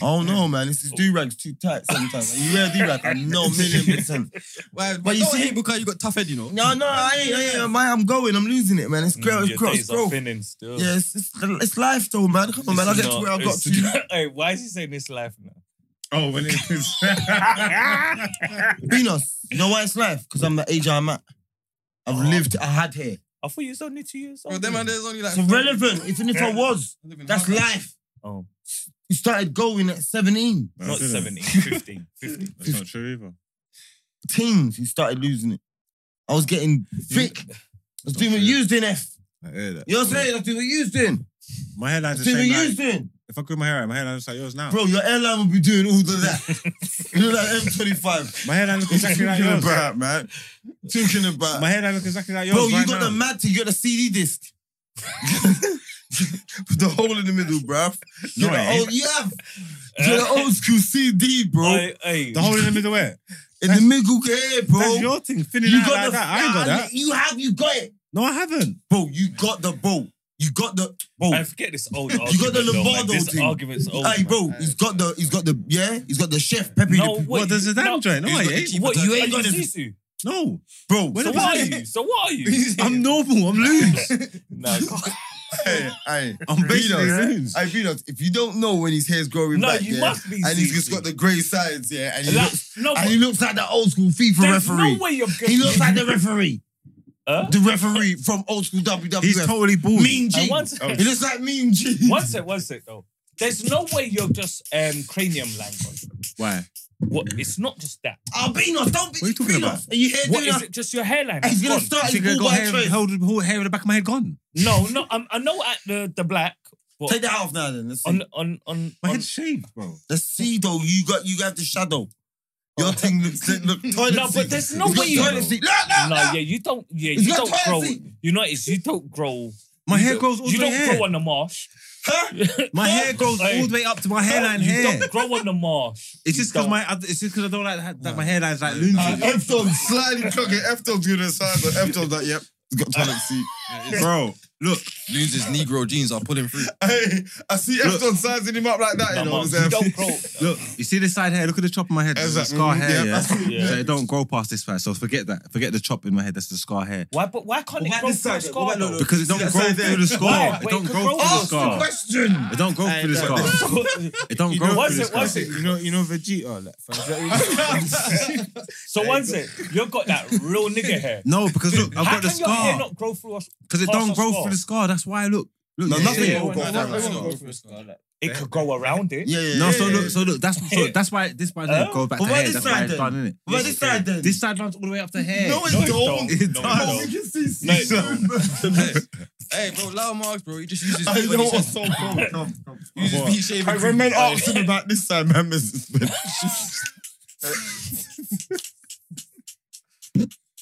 Speaker 3: don't know, man. This is do-rag's too tight sometimes. Like, you wear do-rag, I know, million percent.
Speaker 4: Why,
Speaker 3: But
Speaker 4: but
Speaker 3: you
Speaker 4: you don't
Speaker 3: see-
Speaker 4: hate because you got tough head, you know.
Speaker 3: No, no, I ain't. I ain't man, I'm going. I'm losing it, man. It's gross.
Speaker 5: Mm, Your
Speaker 3: It's gross.
Speaker 5: days
Speaker 3: It's
Speaker 5: are
Speaker 3: gross.
Speaker 5: thinning still.
Speaker 3: Yeah, it's, it's, it's life, though, man. Come on, man. I'll get to where I got to.
Speaker 5: *laughs* hey, why is he saying this life now?
Speaker 2: Oh, when it is.
Speaker 3: Venus, you know why it's life? Because I'm the age I'm at. I've lived, I had hair.
Speaker 5: I thought you was only two years
Speaker 4: Bro,
Speaker 5: old.
Speaker 4: them man, there's only like.
Speaker 3: It's irrelevant, even if I was. That's life.
Speaker 5: Oh,
Speaker 3: You started going at 17.
Speaker 5: not
Speaker 2: *laughs*
Speaker 5: 17, 15, 15.
Speaker 3: *laughs*
Speaker 2: That's not true either.
Speaker 3: Teens, you started losing it. I was getting thick. I
Speaker 2: Oh,
Speaker 3: was doing what you was doing, F.
Speaker 6: I hear that.
Speaker 3: You know what I'm saying? I was doing what you was doing.
Speaker 2: My headline's
Speaker 3: I
Speaker 2: the
Speaker 3: was doing
Speaker 2: same
Speaker 3: what you was
Speaker 2: night.
Speaker 3: doing.
Speaker 2: If I grew my hair out, my hairline looks like yours now.
Speaker 3: Bro, your airline will be doing all of
Speaker 2: *laughs*
Speaker 3: that. you know that M25.
Speaker 2: My
Speaker 6: *laughs*
Speaker 2: hairline looks exactly
Speaker 3: Talking
Speaker 2: like yours.
Speaker 3: about, man. Talking about.
Speaker 2: My hairline looks exactly like yours.
Speaker 3: Bro, you
Speaker 2: right
Speaker 3: got
Speaker 2: now.
Speaker 3: the mad thing. You got the CD disc. *laughs* With the hole in the middle, bruv. You're
Speaker 2: No, it
Speaker 3: the
Speaker 2: ain't.
Speaker 3: old, you have. You're the old school CD, bro.
Speaker 5: Hey, Uh, hey.
Speaker 2: The hole in the middle where?
Speaker 3: in the middle, yeah, bro.
Speaker 2: That's your thing. Thinning
Speaker 3: you
Speaker 2: out
Speaker 3: got
Speaker 2: like
Speaker 3: the.
Speaker 2: that. I ain't got
Speaker 3: nah,
Speaker 2: that.
Speaker 3: You have. You got it,
Speaker 2: No, I haven't.
Speaker 3: bro. You got the bro. You got the bro.
Speaker 5: I forget this old argument.
Speaker 3: got the
Speaker 5: though, man.
Speaker 3: Lombardo
Speaker 5: this
Speaker 3: thing.
Speaker 5: argument's old.
Speaker 3: Hey,
Speaker 5: man.
Speaker 3: bro. He's got the. He's got the. Yeah. He's got the chef Pepe.
Speaker 5: No,
Speaker 3: Le Pew.
Speaker 5: what?
Speaker 2: What, there's a damn
Speaker 5: no.
Speaker 2: joint. No, I
Speaker 4: Who's got the
Speaker 2: ain't.
Speaker 4: cheap-
Speaker 5: What you ain't
Speaker 3: Are
Speaker 5: got
Speaker 3: you
Speaker 5: Sisu?
Speaker 2: No. Bro,
Speaker 5: So what are you? So what
Speaker 3: *laughs*
Speaker 5: are you?
Speaker 2: I'm normal. I'm
Speaker 1: *laughs*
Speaker 2: loose.
Speaker 5: no,
Speaker 3: Hey, hey,
Speaker 2: I'm basically
Speaker 3: Beano,
Speaker 2: loose.
Speaker 3: hey, Beano, If you don't know when his hair's growing
Speaker 5: no,
Speaker 3: back,
Speaker 5: you
Speaker 3: yeah,
Speaker 5: must be.
Speaker 3: and he's
Speaker 5: Sisu.
Speaker 3: just got the grey sides, yeah, and he,
Speaker 5: Like,
Speaker 3: looks,
Speaker 5: no,
Speaker 3: and he looks like the old school FIFA
Speaker 5: there's
Speaker 3: referee.
Speaker 5: no way you're
Speaker 3: he
Speaker 5: getting.
Speaker 3: looks like the referee,
Speaker 5: Huh?
Speaker 3: the referee from old school WWF.
Speaker 2: He's totally bald.
Speaker 3: mean G. Oh.
Speaker 5: And one sec.
Speaker 3: He looks like Mean G.
Speaker 5: *laughs* One sec, one sec though. There's no way you're just um, cranium language.
Speaker 2: Why?
Speaker 5: What? It's not just that.
Speaker 3: Oh, Beano, don't be
Speaker 2: What are you talking
Speaker 3: Beano,
Speaker 2: about?
Speaker 3: Are you here
Speaker 5: What
Speaker 3: doing
Speaker 5: is it? Just your hairline?
Speaker 3: He's
Speaker 5: It's
Speaker 3: gonna
Speaker 5: gone.
Speaker 3: start
Speaker 2: You think I
Speaker 3: his ball
Speaker 2: got
Speaker 3: by
Speaker 2: hair,
Speaker 3: trade.
Speaker 2: held- whole hair in the back of my head gone? *laughs*
Speaker 5: No, no. I'm, I know at the the black. But
Speaker 3: Take that off now, then. Let's see.
Speaker 5: on on on.
Speaker 2: My
Speaker 5: on
Speaker 2: head's shaved, bro.
Speaker 3: Let's see though. You got you got the shadow. Your thing looks look toilet
Speaker 5: no,
Speaker 3: seat.
Speaker 5: but there's no
Speaker 3: He's
Speaker 5: way.
Speaker 3: got
Speaker 5: You,
Speaker 3: toilet
Speaker 5: no,
Speaker 3: seat. Look, look, look.
Speaker 5: yeah, you don't. Yeah,
Speaker 3: He's
Speaker 5: you
Speaker 3: got
Speaker 5: don't
Speaker 3: toilet
Speaker 5: grow.
Speaker 3: seat.
Speaker 5: You notice you don't grow.
Speaker 2: My
Speaker 5: you
Speaker 2: hair
Speaker 5: don't-
Speaker 2: grows all
Speaker 5: You
Speaker 2: the way
Speaker 5: don't
Speaker 2: here.
Speaker 5: grow on the marsh. *laughs*
Speaker 2: My hair grows
Speaker 5: Hey.
Speaker 2: all the way up to my hairline
Speaker 5: you
Speaker 2: hair.
Speaker 5: don't grow on the marsh.
Speaker 2: *laughs* It's just
Speaker 5: You
Speaker 2: because
Speaker 5: don't.
Speaker 2: my it's just because I don't like that, that my hairline's like loony.
Speaker 3: F Dog sliding clocking. F Dog's gonna side, but F Dog's like, yep, he's got toilet seat.
Speaker 2: bro, look,
Speaker 4: Lose his Negro jeans. I'll pull him through.
Speaker 3: Hey, I see F Dog sizing him up like that, you
Speaker 5: No,
Speaker 3: know.
Speaker 5: Mark,
Speaker 3: it's
Speaker 5: you
Speaker 3: F-
Speaker 5: don't grow.
Speaker 2: look. You see this side hair? Look at the chop in my head. There's a
Speaker 3: Exactly.
Speaker 2: scar
Speaker 3: Mm,
Speaker 2: hair.
Speaker 3: yeah,
Speaker 5: *laughs*
Speaker 2: Yeah,
Speaker 3: that's-
Speaker 5: yeah.
Speaker 2: *laughs* So it don't grow past this side. So forget that. Forget the chop in my head. That's the scar hair.
Speaker 5: Why? But why
Speaker 3: What
Speaker 5: can't it
Speaker 3: about
Speaker 5: grow
Speaker 3: this
Speaker 5: through the
Speaker 3: side?
Speaker 5: scar?
Speaker 3: What about-
Speaker 5: though?
Speaker 3: no,
Speaker 2: Because it don't
Speaker 3: See that
Speaker 2: grow
Speaker 3: side
Speaker 2: through
Speaker 3: there?
Speaker 2: the scar.
Speaker 5: Why?
Speaker 2: It
Speaker 5: Wait, it
Speaker 2: don't grow through
Speaker 5: grows
Speaker 2: the
Speaker 5: off.
Speaker 2: scar.
Speaker 3: question.
Speaker 2: It don't grow through the
Speaker 6: Hey,
Speaker 2: scar. It don't grow
Speaker 5: One
Speaker 2: through the
Speaker 5: sec, one
Speaker 2: scar.
Speaker 5: sec.
Speaker 6: You know, you know Vegeta. Like, for example.
Speaker 5: *laughs* So one sec, you've got that real nigga hair.
Speaker 2: No, because look, I've
Speaker 5: How
Speaker 2: got the
Speaker 5: can your hair
Speaker 2: scar.
Speaker 5: not grow through? us?
Speaker 2: Because it
Speaker 5: past
Speaker 2: don't
Speaker 5: the
Speaker 2: grow
Speaker 5: scar?
Speaker 2: through the scar. That's why. Look, look.
Speaker 3: No,
Speaker 2: yeah,
Speaker 3: *laughs* nothing
Speaker 2: yeah,
Speaker 3: will
Speaker 2: yeah.
Speaker 3: go down that scar.
Speaker 5: It could grow around it.
Speaker 3: Yeah, yeah.
Speaker 2: No,
Speaker 3: yeah,
Speaker 2: so
Speaker 3: yeah,
Speaker 2: look,
Speaker 3: yeah.
Speaker 2: so look. That's so that's why this part doesn't
Speaker 5: Huh?
Speaker 2: go back
Speaker 3: But
Speaker 2: to
Speaker 3: why
Speaker 2: hair.
Speaker 3: this
Speaker 2: That's why
Speaker 3: side
Speaker 2: it's
Speaker 3: then?
Speaker 2: done, innit?
Speaker 3: What about this side then?
Speaker 2: This side runs all the way up to hair.
Speaker 3: No, it
Speaker 5: No, it
Speaker 3: don't.
Speaker 5: don't.
Speaker 2: It
Speaker 5: No, it
Speaker 2: does.
Speaker 3: Oh,
Speaker 5: don't.
Speaker 3: you can see
Speaker 5: No, it
Speaker 3: Caesar.
Speaker 4: Hey, bro, Lau Marks, bro. He just
Speaker 3: *laughs*
Speaker 4: uses.
Speaker 3: I know what's
Speaker 4: He
Speaker 3: so cool. Come, come.
Speaker 4: uses V shaving.
Speaker 3: I
Speaker 4: cream.
Speaker 3: remember
Speaker 4: *laughs*
Speaker 3: asking about this time, man, Mrs. Smith.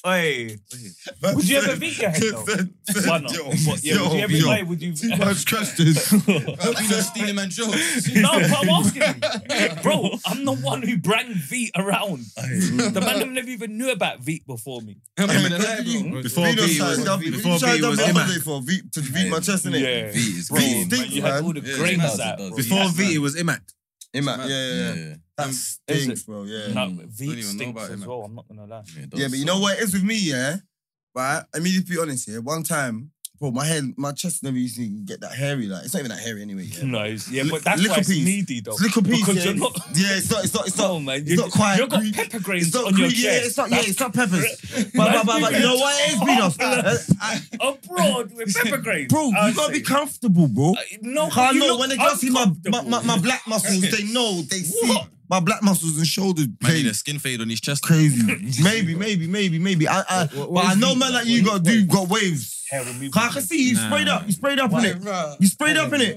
Speaker 5: Hey, would you ever *laughs* beat your
Speaker 3: *laughs*
Speaker 5: head though? Why not?
Speaker 3: Yo,
Speaker 5: What, yeah, would you ever?
Speaker 3: yo,
Speaker 5: why would you?
Speaker 3: Too
Speaker 5: *laughs*
Speaker 3: much questions.
Speaker 4: I've been stealing
Speaker 3: *laughs*
Speaker 4: man jokes.
Speaker 5: No, but I'm asking you. Bro, I'm the one who brang Veet around. the man them never even knew about Veet before me.
Speaker 4: I'm in the
Speaker 3: Hey,
Speaker 4: lie, bro.
Speaker 2: Before
Speaker 3: Vito
Speaker 2: B
Speaker 3: signed
Speaker 2: was
Speaker 3: up- Vito
Speaker 2: before
Speaker 3: signed
Speaker 2: B
Speaker 3: up
Speaker 2: was
Speaker 3: the other
Speaker 2: Imac.
Speaker 3: day for V to beat my chest, innit?
Speaker 5: Yeah.
Speaker 4: V is
Speaker 3: Bro,
Speaker 4: green.
Speaker 3: think-
Speaker 5: You had all the
Speaker 4: Yeah,
Speaker 5: grains
Speaker 4: does, it
Speaker 5: out,
Speaker 4: does.
Speaker 5: bro.
Speaker 2: Before
Speaker 4: Yes,
Speaker 2: V,
Speaker 4: man.
Speaker 2: it was Imac.
Speaker 3: Imac, yeah, yeah,
Speaker 4: Yeah,
Speaker 3: yeah.
Speaker 4: yeah.
Speaker 3: That
Speaker 5: Is
Speaker 3: stinks,
Speaker 5: it?
Speaker 3: bro, yeah.
Speaker 5: No,
Speaker 4: Don't
Speaker 5: Veet
Speaker 4: even know
Speaker 5: stinks
Speaker 4: about him,
Speaker 5: as
Speaker 4: man.
Speaker 5: well, I'm not gonna lie.
Speaker 1: Yeah, it does
Speaker 3: Yeah, but you
Speaker 1: suck.
Speaker 3: know what it is with me, yeah? Right? I mean, to be honest, yeah, one time, bro, my head, my chest never used to get that hairy, like, it's not even that hairy anyway, yeah.
Speaker 5: No, it's- yeah,
Speaker 3: Li-
Speaker 5: but that's
Speaker 3: little
Speaker 5: why it's
Speaker 3: piece.
Speaker 5: needy though.
Speaker 3: It's little piece,
Speaker 5: Because
Speaker 3: yeah.
Speaker 5: you're not-
Speaker 3: *laughs* Yeah, it's not, it's not, it's not.
Speaker 5: *laughs* Oh man,
Speaker 3: not quite
Speaker 5: You've got
Speaker 3: green.
Speaker 5: pepper
Speaker 3: It's
Speaker 5: grains
Speaker 3: not
Speaker 5: on your
Speaker 3: green,
Speaker 5: chest.
Speaker 3: yeah, it's not, yeah, it's not peppers.
Speaker 5: *laughs*
Speaker 3: but,
Speaker 5: That's
Speaker 3: but, but, but, you know
Speaker 5: green.
Speaker 3: what it is,
Speaker 5: *laughs*
Speaker 3: Beanos? Uh, I-
Speaker 5: abroad with pepper grains.
Speaker 3: Bro, you
Speaker 5: I'd
Speaker 3: gotta be
Speaker 5: say.
Speaker 3: comfortable, bro.
Speaker 5: Uh, No,
Speaker 3: I
Speaker 5: you
Speaker 3: know
Speaker 5: look
Speaker 3: when they just see my, my,
Speaker 5: uncomfortable.
Speaker 3: my, my black muscles, they know,
Speaker 5: *laughs*
Speaker 3: they see
Speaker 5: What?
Speaker 3: my black muscles and shoulders.
Speaker 4: Man,
Speaker 3: pain.
Speaker 4: need a skin fade on his chest.
Speaker 3: crazy.
Speaker 4: *laughs*
Speaker 3: maybe, maybe, maybe, maybe. I, I, but I know, man, like you got do got waves.
Speaker 5: Hair removal.
Speaker 3: I can see you sprayed up. You sprayed up in it. You sprayed up in it.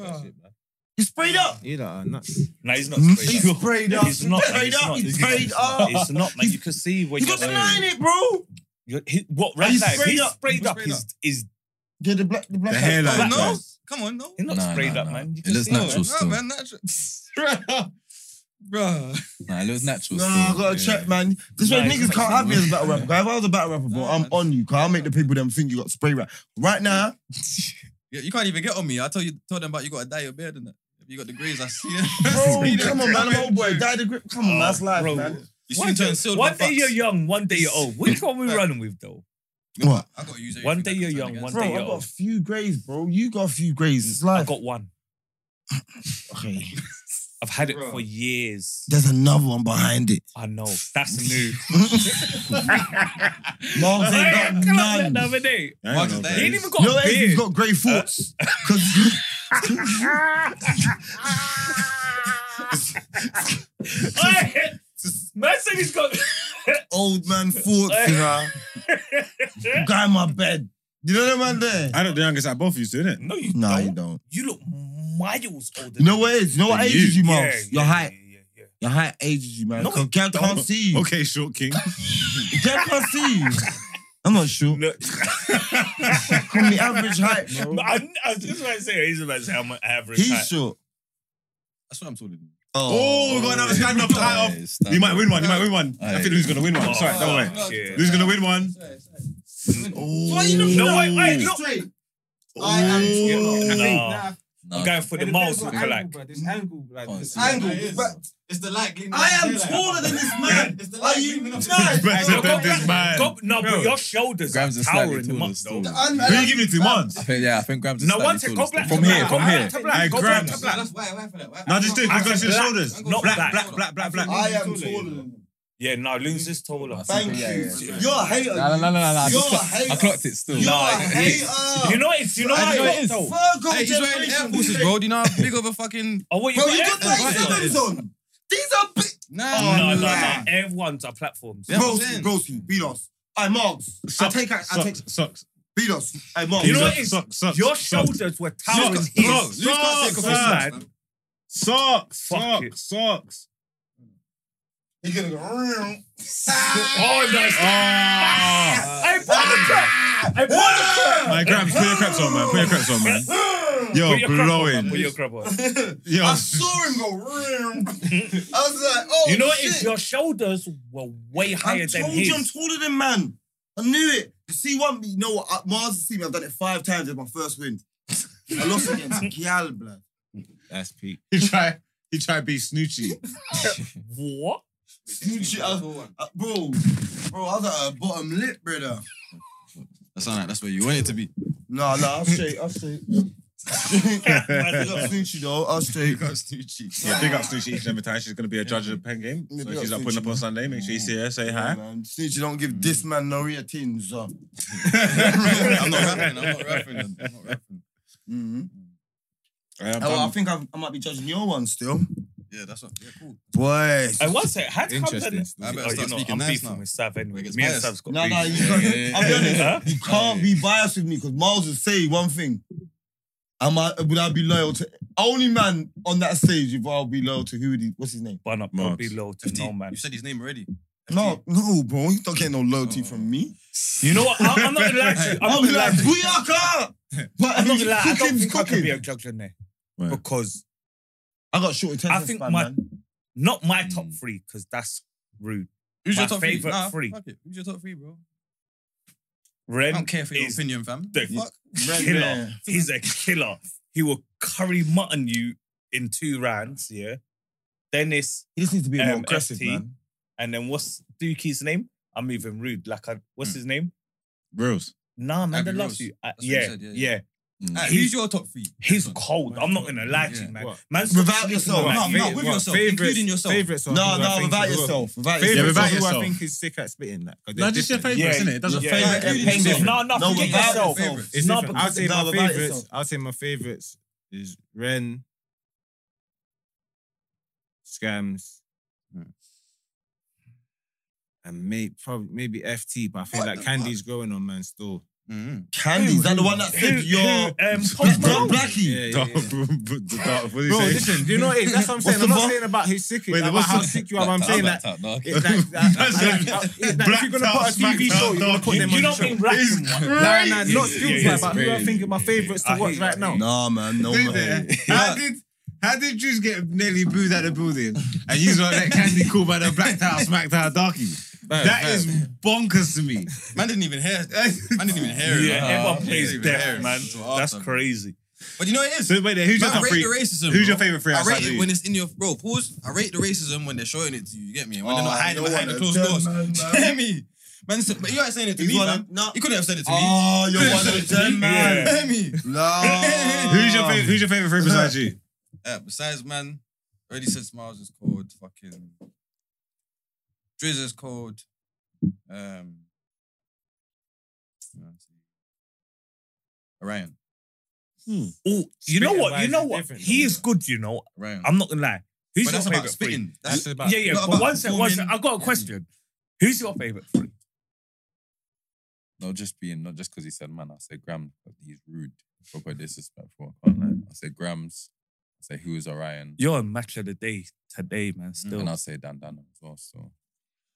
Speaker 3: You sprayed up.
Speaker 6: You lot are nuts.
Speaker 5: No, he's not
Speaker 3: He
Speaker 5: straight up.
Speaker 3: sprayed up.
Speaker 5: He's not, man,
Speaker 3: Sprayed
Speaker 5: he's
Speaker 3: up.
Speaker 5: not.
Speaker 3: He sprayed up.
Speaker 5: It's not, man. You can see when
Speaker 3: You
Speaker 5: you're
Speaker 3: got the line in it, bro.
Speaker 5: You're, he, what right
Speaker 3: he's
Speaker 5: now? if
Speaker 3: sprayed
Speaker 5: He's
Speaker 3: up.
Speaker 5: sprayed up.
Speaker 4: He's
Speaker 5: Is is
Speaker 3: Yeah, the black, the black.
Speaker 2: The hairline.
Speaker 5: Black
Speaker 4: No,
Speaker 5: man.
Speaker 4: come on, no.
Speaker 5: he's not
Speaker 1: Nah,
Speaker 5: sprayed
Speaker 1: nah,
Speaker 5: up,
Speaker 1: nah.
Speaker 5: man. You
Speaker 1: It
Speaker 5: can
Speaker 1: looks
Speaker 5: see it.
Speaker 1: natural
Speaker 4: No,
Speaker 1: still.
Speaker 4: man, natural. *laughs* Bro,
Speaker 1: Nah, it looks natural
Speaker 3: No,
Speaker 1: still.
Speaker 3: I gotta
Speaker 1: Yeah.
Speaker 3: check, man. This
Speaker 5: Nah,
Speaker 3: way
Speaker 5: it's
Speaker 3: niggas
Speaker 5: like-
Speaker 3: can't have me as a battle rapper. 'cause If I was a battle rapper, bro, I'm on you. Cause I make the people them think you got spray rap. Right now,
Speaker 4: yeah, you can't even get on me. I told you, told them about you got to dye your beard and that. You got the grays. I *laughs* see them.
Speaker 3: *laughs* bro, come on, man. I'm old boy. Die the grip. Come on, that's life,
Speaker 5: bro.
Speaker 3: man.
Speaker 4: You
Speaker 5: One
Speaker 4: soon
Speaker 5: day,
Speaker 4: turn silver.
Speaker 5: one day
Speaker 4: fucks.
Speaker 5: you're young, one day you're old. Which one we running with though?
Speaker 3: What?
Speaker 4: I gotta use
Speaker 5: One
Speaker 4: everything
Speaker 5: day
Speaker 4: I can
Speaker 5: you're
Speaker 4: turn
Speaker 5: young,
Speaker 4: against
Speaker 5: one
Speaker 4: it.
Speaker 3: Bro,
Speaker 5: day
Speaker 3: I
Speaker 5: you're
Speaker 3: got a
Speaker 5: old.
Speaker 3: few grays, bro. You got a few grays. It's
Speaker 5: I
Speaker 3: life.
Speaker 5: got one.
Speaker 3: Okay.
Speaker 5: *laughs* I've had it for years.
Speaker 3: There's another one behind it.
Speaker 5: I know. That's *laughs* new.
Speaker 3: Marv's
Speaker 5: Hey,
Speaker 3: ain't
Speaker 5: come
Speaker 3: got
Speaker 5: on, the
Speaker 3: none.
Speaker 5: other day.
Speaker 4: Mark's is there.
Speaker 5: He ain't even
Speaker 3: You know
Speaker 5: got a
Speaker 3: he's
Speaker 5: beard.
Speaker 3: got grey thoughts. Because
Speaker 5: Hey, *laughs* Man said he's got. *laughs*
Speaker 3: old man thoughts, you know.
Speaker 5: Uh,
Speaker 3: Guy in my bed. You know that man there?
Speaker 2: I look the youngest out of both of you, isn't it?
Speaker 5: No, you
Speaker 3: Nah, you
Speaker 5: don't.
Speaker 3: don't.
Speaker 5: You look miles older.
Speaker 3: You
Speaker 5: than
Speaker 3: know
Speaker 5: me.
Speaker 3: what it is? You know what
Speaker 5: Than
Speaker 3: ages you,
Speaker 5: Yeah,
Speaker 3: Miles?
Speaker 5: yeah,
Speaker 3: Your height.
Speaker 5: Yeah, yeah,
Speaker 3: Your height ages you, man.
Speaker 5: No,
Speaker 3: No, Girl can't see you.
Speaker 1: Okay, short
Speaker 3: *laughs*
Speaker 1: king.
Speaker 3: Girl can't see you. I'm not sure.
Speaker 5: Look.
Speaker 3: From the average height,
Speaker 5: yeah.
Speaker 3: bro.
Speaker 5: *laughs* But I, I was just about to say, he's about to say how much average
Speaker 3: He's
Speaker 5: *laughs* height.
Speaker 3: short.
Speaker 4: That's what I'm talking about.
Speaker 2: Oh, we've got another stand up tie off.
Speaker 3: oh.
Speaker 2: You might win one. You might win one. I think who's gonna win one. Sorry, don't worry.
Speaker 5: Yeah.
Speaker 2: Who's gonna win one?
Speaker 8: Sorry, sorry.
Speaker 2: Oh,
Speaker 5: No, wait, wait, look.
Speaker 7: Straight.
Speaker 2: I am.
Speaker 5: No.
Speaker 1: No.
Speaker 5: I'm going for the miles look alike.
Speaker 7: This angle, like
Speaker 1: Can't
Speaker 7: this
Speaker 1: see.
Speaker 7: angle.
Speaker 3: It is.
Speaker 7: but-
Speaker 8: It's the light gleaming.
Speaker 3: I am
Speaker 8: Yeah, like-
Speaker 3: taller than this man.
Speaker 8: It's the light
Speaker 3: Are you
Speaker 8: gleaming.
Speaker 3: nice?
Speaker 2: better
Speaker 5: go,
Speaker 2: than this
Speaker 5: go-
Speaker 2: man.
Speaker 5: go- no,
Speaker 6: Bro.
Speaker 5: but your shoulders are
Speaker 1: Grams are slightly
Speaker 5: towering him
Speaker 1: taller
Speaker 5: up,
Speaker 1: still.
Speaker 5: though.
Speaker 1: I
Speaker 4: *laughs*
Speaker 2: Who are you giving it to, Mons?
Speaker 1: think, yeah, I think Grams is
Speaker 5: No,
Speaker 1: slightly
Speaker 5: one sec,
Speaker 1: taller
Speaker 5: go
Speaker 1: still.
Speaker 5: black.
Speaker 1: From
Speaker 5: to
Speaker 1: here,
Speaker 5: black,
Speaker 1: from
Speaker 5: black
Speaker 1: here.
Speaker 5: to black,
Speaker 2: Hey,
Speaker 5: go
Speaker 2: grab.
Speaker 5: black to
Speaker 8: So
Speaker 5: black.
Speaker 8: that's why- why- why- why-
Speaker 2: No, just do it.
Speaker 5: I
Speaker 2: We've got to see the
Speaker 5: black,
Speaker 2: shoulders.
Speaker 5: not
Speaker 2: Black,
Speaker 5: black.
Speaker 2: black, black, black, black.
Speaker 3: I am taller than you.
Speaker 5: Yeah, no, Loons is taller.
Speaker 3: Thank
Speaker 1: Yeah,
Speaker 3: you.
Speaker 1: yeah, yeah.
Speaker 3: You're a hater.
Speaker 1: No, no, no, no, no. I
Speaker 3: You're
Speaker 1: just
Speaker 3: a
Speaker 1: clocked- I
Speaker 3: hater.
Speaker 1: clocked it still.
Speaker 3: You're
Speaker 1: No,
Speaker 3: a
Speaker 1: it is.
Speaker 3: hater.
Speaker 5: You know what it's, you know
Speaker 1: I
Speaker 5: what
Speaker 1: know it
Speaker 5: it
Speaker 1: is.
Speaker 5: is, though.
Speaker 3: Virgo
Speaker 4: Hey, he's wearing Air
Speaker 3: generation,
Speaker 4: Forces,
Speaker 3: baby.
Speaker 4: bro. Do you know how big of a fucking.
Speaker 5: Oh, what, you
Speaker 3: Bro, you got
Speaker 5: got Air Force on?
Speaker 3: 37s on. These are big.
Speaker 4: Nah,
Speaker 5: No, no, no.
Speaker 3: Nah.
Speaker 5: Everyone's are platforms.
Speaker 4: Yeah.
Speaker 3: Bros,
Speaker 4: I'm
Speaker 3: bros, you beat us. I marks. I take, I, I take,
Speaker 1: Socks, socks.
Speaker 3: beat us. I marks.
Speaker 5: You know
Speaker 1: He's
Speaker 5: what
Speaker 1: a-
Speaker 5: it is?
Speaker 1: Socks, socks.
Speaker 5: Your
Speaker 1: socks.
Speaker 5: shoulders were towering
Speaker 1: Socks,
Speaker 5: his.
Speaker 1: socks,
Speaker 5: This man-
Speaker 1: socks, man. Socks,
Speaker 5: Fuck
Speaker 1: socks, socks.
Speaker 3: He's gonna go.
Speaker 5: *laughs* Oh, no. *laughs*
Speaker 1: Ah.
Speaker 5: I bought the crap. I bought the crap.
Speaker 1: My Grams, put your craps on, man. Put your craps on, man.
Speaker 5: Put
Speaker 1: You're
Speaker 5: your crap on, man.
Speaker 1: blowing.
Speaker 5: Put your crap on.
Speaker 3: Oh,
Speaker 1: Yo.
Speaker 3: I saw him go. I was like, oh,
Speaker 5: You know what
Speaker 3: shit.
Speaker 5: it is? Your shoulders were way higher
Speaker 3: I
Speaker 5: than
Speaker 3: told
Speaker 5: his.
Speaker 3: you I'm taller than man. I knew it. The C1, you know what? Uh, Mars has seen me. I've done it five times in my first win. I lost against Gyal, blood.
Speaker 6: That's peak.
Speaker 1: He try, he try to be snoochie.
Speaker 5: what?
Speaker 3: Snoochie, I- uh, bro, bro, I was at a bottom lip, brother.
Speaker 4: That's all right. That's where you want it to
Speaker 5: *laughs*
Speaker 4: be.
Speaker 3: Nah, nah,
Speaker 1: *laughs*
Speaker 3: I'm straight, I'm straight. Big up Snoochie, though. I'm straight.
Speaker 1: Yeah, big up Snoochie each and every time. She's going to be a judge of the pen game.
Speaker 3: Yeah,
Speaker 1: So
Speaker 3: big
Speaker 1: she's
Speaker 3: up
Speaker 1: up putting up
Speaker 3: Snoochie,
Speaker 1: on Mm. Sunday. Make sure you see her, say hi.
Speaker 3: Man, Snoochie don't give this man no real tins. Uh.
Speaker 4: I'm not rapping. I'm not rapping. I'm not rapping.
Speaker 1: Mm-hmm.
Speaker 3: Mhm.
Speaker 1: I am
Speaker 3: Oh, well, I
Speaker 1: done.
Speaker 3: think I've, I might be judging your one still.
Speaker 4: Yeah, that's what. Yeah, cool.
Speaker 3: Boy.
Speaker 5: I was saying, how come
Speaker 6: Interesting.
Speaker 5: that...
Speaker 4: I better
Speaker 5: Oh,
Speaker 4: start
Speaker 5: you know,
Speaker 4: speaking
Speaker 5: I'm
Speaker 4: nice
Speaker 5: beefing
Speaker 4: now.
Speaker 5: with Sav anyway.
Speaker 4: Like, it's
Speaker 5: Me and
Speaker 4: biased.
Speaker 5: Sav's got
Speaker 3: Nah,
Speaker 5: beef.
Speaker 3: nah, you can't, I'll be honest,
Speaker 5: Huh?
Speaker 3: you can't be biased with me because Miles would say one thing. Am I would I be loyal to only man on that stage if I'll be loyal to who it is, what's his name?
Speaker 5: One up,
Speaker 1: Marks.
Speaker 5: don't be low to
Speaker 4: *laughs*
Speaker 5: no man.
Speaker 4: You said his name already.
Speaker 3: No, no, bro, you don't get no loyalty
Speaker 1: Oh.
Speaker 3: from me.
Speaker 5: You know what? I'm, I'm not gonna lie to you. I'm
Speaker 3: I'll
Speaker 5: not
Speaker 3: be
Speaker 5: gonna lie
Speaker 3: like,
Speaker 5: to you.
Speaker 3: Booyaka! *laughs* But
Speaker 5: I'm not gonna lie. I don't
Speaker 3: cooking's
Speaker 5: think I
Speaker 3: cooking.
Speaker 5: can be a judge on there
Speaker 1: Right.
Speaker 5: because
Speaker 3: I got short attention.
Speaker 5: I think
Speaker 3: span,
Speaker 5: my-
Speaker 3: man.
Speaker 5: not my
Speaker 3: Hmm.
Speaker 5: top three because that's rude.
Speaker 4: Who's
Speaker 5: My
Speaker 4: your top
Speaker 5: favourite
Speaker 4: Nah,
Speaker 5: three.
Speaker 4: fuck it. Who's your top three, bro? I
Speaker 5: Ren
Speaker 4: don't care for your
Speaker 5: is
Speaker 4: opinion, fam.
Speaker 5: the
Speaker 4: Fuck.
Speaker 5: killer. He's a killer. He will curry mutton you in two rounds. Yeah. Dennis
Speaker 3: He just needs to be more
Speaker 5: Um,
Speaker 3: aggressive,
Speaker 5: FT.
Speaker 3: man.
Speaker 5: and then what's Dookie's name? I'm even rude. Like, I, what's
Speaker 3: Hmm.
Speaker 5: his name?
Speaker 1: Rose.
Speaker 5: Nah, man,
Speaker 4: Abby
Speaker 5: they
Speaker 4: Rose.
Speaker 5: loves you. Uh,
Speaker 4: That's what you
Speaker 5: yeah,
Speaker 4: said, yeah,
Speaker 5: yeah,
Speaker 4: yeah. Hmm. Alright,
Speaker 5: He's-
Speaker 4: Who's your top three? Next
Speaker 5: He's
Speaker 4: one.
Speaker 5: cold. I'm not gonna lie to you, man.
Speaker 6: What?
Speaker 5: Man's
Speaker 3: Without
Speaker 5: sleeping
Speaker 3: yourself.
Speaker 4: No,
Speaker 5: on my
Speaker 4: no, with
Speaker 5: face.
Speaker 6: What?
Speaker 4: yourself,
Speaker 6: Favorites-
Speaker 4: including yourself.
Speaker 6: Favorites are
Speaker 3: No,
Speaker 6: who I
Speaker 3: no,
Speaker 6: think
Speaker 3: without
Speaker 6: is-
Speaker 3: yourself. Without
Speaker 6: Favorites
Speaker 1: Yeah,
Speaker 3: yourself.
Speaker 1: without
Speaker 6: are who I
Speaker 1: yourself.
Speaker 6: think is sick at spitting that. 'cause
Speaker 1: No,
Speaker 6: they're
Speaker 1: just your
Speaker 6: different.
Speaker 1: favourites,
Speaker 5: Yeah,
Speaker 1: innit? It doesn't
Speaker 5: yeah.
Speaker 1: favourite.
Speaker 4: Yeah,
Speaker 1: it
Speaker 4: yeah.
Speaker 1: pains
Speaker 5: No, no,
Speaker 3: No,
Speaker 5: forget
Speaker 3: without
Speaker 5: yourself.
Speaker 3: yourself.
Speaker 6: It's
Speaker 5: No,
Speaker 6: different. I'll
Speaker 5: because
Speaker 6: say
Speaker 3: no,
Speaker 6: my
Speaker 3: without
Speaker 6: favorites.
Speaker 3: yourself.
Speaker 6: I'll say my favorites is Ren, Scams, Hmm. and may, probably maybe FT. But I feel like Candy's growing on man still.
Speaker 5: Mm.
Speaker 4: Mhm.
Speaker 3: Candy, is that the one that
Speaker 5: Who-
Speaker 3: said
Speaker 5: who,
Speaker 3: you're *laughs*
Speaker 5: um,
Speaker 3: Black-
Speaker 5: Pogba?
Speaker 3: Blackie?
Speaker 6: Yeah, yeah,
Speaker 1: Dark,
Speaker 6: yeah. *laughs*
Speaker 1: the dark, what do you
Speaker 6: Bro,
Speaker 1: say?
Speaker 6: listen, do you know what it is? That's what I'm saying.
Speaker 3: What's
Speaker 6: I'm
Speaker 3: the
Speaker 6: not
Speaker 3: bar?
Speaker 6: saying about who sick you
Speaker 1: Wait,
Speaker 6: is, about
Speaker 1: what's
Speaker 6: how
Speaker 1: the-
Speaker 6: sick you are. but I'm
Speaker 1: Black
Speaker 6: saying
Speaker 1: tap,
Speaker 6: that.
Speaker 1: black tap, dark.
Speaker 6: It's like, that,
Speaker 1: That's
Speaker 6: like,
Speaker 1: like-
Speaker 6: that- it's like if you're gonna put a TV show, you're gonna put
Speaker 5: You,
Speaker 6: them
Speaker 5: you
Speaker 3: *laughs*
Speaker 6: on the
Speaker 5: don't
Speaker 6: show.
Speaker 5: mean rapping one.
Speaker 6: Nah, nah, not
Speaker 1: Yeah,
Speaker 6: skills,
Speaker 1: yeah,
Speaker 6: yeah,
Speaker 1: yeah,
Speaker 6: but who
Speaker 1: yeah,
Speaker 6: I think are my
Speaker 1: yeah,
Speaker 6: favorites
Speaker 5: yeah.
Speaker 6: to watch right now.
Speaker 3: Nah, man, no
Speaker 1: Did
Speaker 3: man. *laughs*
Speaker 1: they? How did how did Jews get nearly booed at the building and you not let Candy call by the black towel smack towel darkie? That is bonkers to me.
Speaker 4: Man didn't even hear. *laughs* Man didn't even hear it.
Speaker 5: Yeah,
Speaker 4: man.
Speaker 5: everyone
Speaker 4: Man
Speaker 5: plays
Speaker 4: didn't even hear
Speaker 5: death,
Speaker 4: it.
Speaker 5: man.
Speaker 4: That's what
Speaker 5: That's
Speaker 4: I'm saying.
Speaker 5: crazy.
Speaker 4: But you know what it is.
Speaker 1: So wait, there, who's your
Speaker 4: Man, I
Speaker 1: top
Speaker 4: rate
Speaker 1: three?
Speaker 4: the racism.
Speaker 1: Who's your
Speaker 4: bro.
Speaker 1: favorite three
Speaker 4: I
Speaker 1: outside
Speaker 4: rate
Speaker 1: of
Speaker 4: it
Speaker 1: you?
Speaker 4: when it's in your bro. Pause. I rate the racism when they're showing it to you. You get me? When they're not
Speaker 3: Oh,
Speaker 4: hiding
Speaker 3: you're
Speaker 4: behind
Speaker 3: one
Speaker 4: the
Speaker 3: of
Speaker 4: closed
Speaker 3: them,
Speaker 4: doors.
Speaker 3: man,
Speaker 4: *laughs* You
Speaker 3: man.
Speaker 4: hear me? Man, said- but you ain't saying it to
Speaker 3: He's
Speaker 4: me,
Speaker 3: one
Speaker 4: man.
Speaker 3: of- no.
Speaker 4: You couldn't have said it to me.
Speaker 3: Oh, you're one of them, Oh. man.
Speaker 5: Yeah.
Speaker 4: You hear me?
Speaker 3: No.
Speaker 1: Who's your favorite? Who's your favorite three besides you?
Speaker 4: Uh, besides, man, already said Smiles is cold. Fucking Drizz is cold. Um, Orion.
Speaker 5: Oh, you know what? You
Speaker 6: Spitting-wise
Speaker 5: know
Speaker 6: is
Speaker 5: what?
Speaker 6: different,
Speaker 5: He
Speaker 6: though.
Speaker 5: is good. You know,
Speaker 4: Orion.
Speaker 5: I'm not gonna lie. Who's
Speaker 4: but
Speaker 5: your
Speaker 4: that's about
Speaker 5: favorite three?
Speaker 4: spitting. That's
Speaker 6: That's about
Speaker 5: Yeah, yeah.
Speaker 4: not
Speaker 5: But
Speaker 4: about
Speaker 5: one sec, one sec.
Speaker 4: performing.
Speaker 5: I got a question. Who's your favorite three?
Speaker 1: No, just being not just because he said man. I said Grams, but he's rude, proper disrespectful. I can't lie. I said Grams,
Speaker 9: say who is Orion,
Speaker 5: You're a match of the day today, man. Still.
Speaker 9: and I'll say Dan Dano as well. So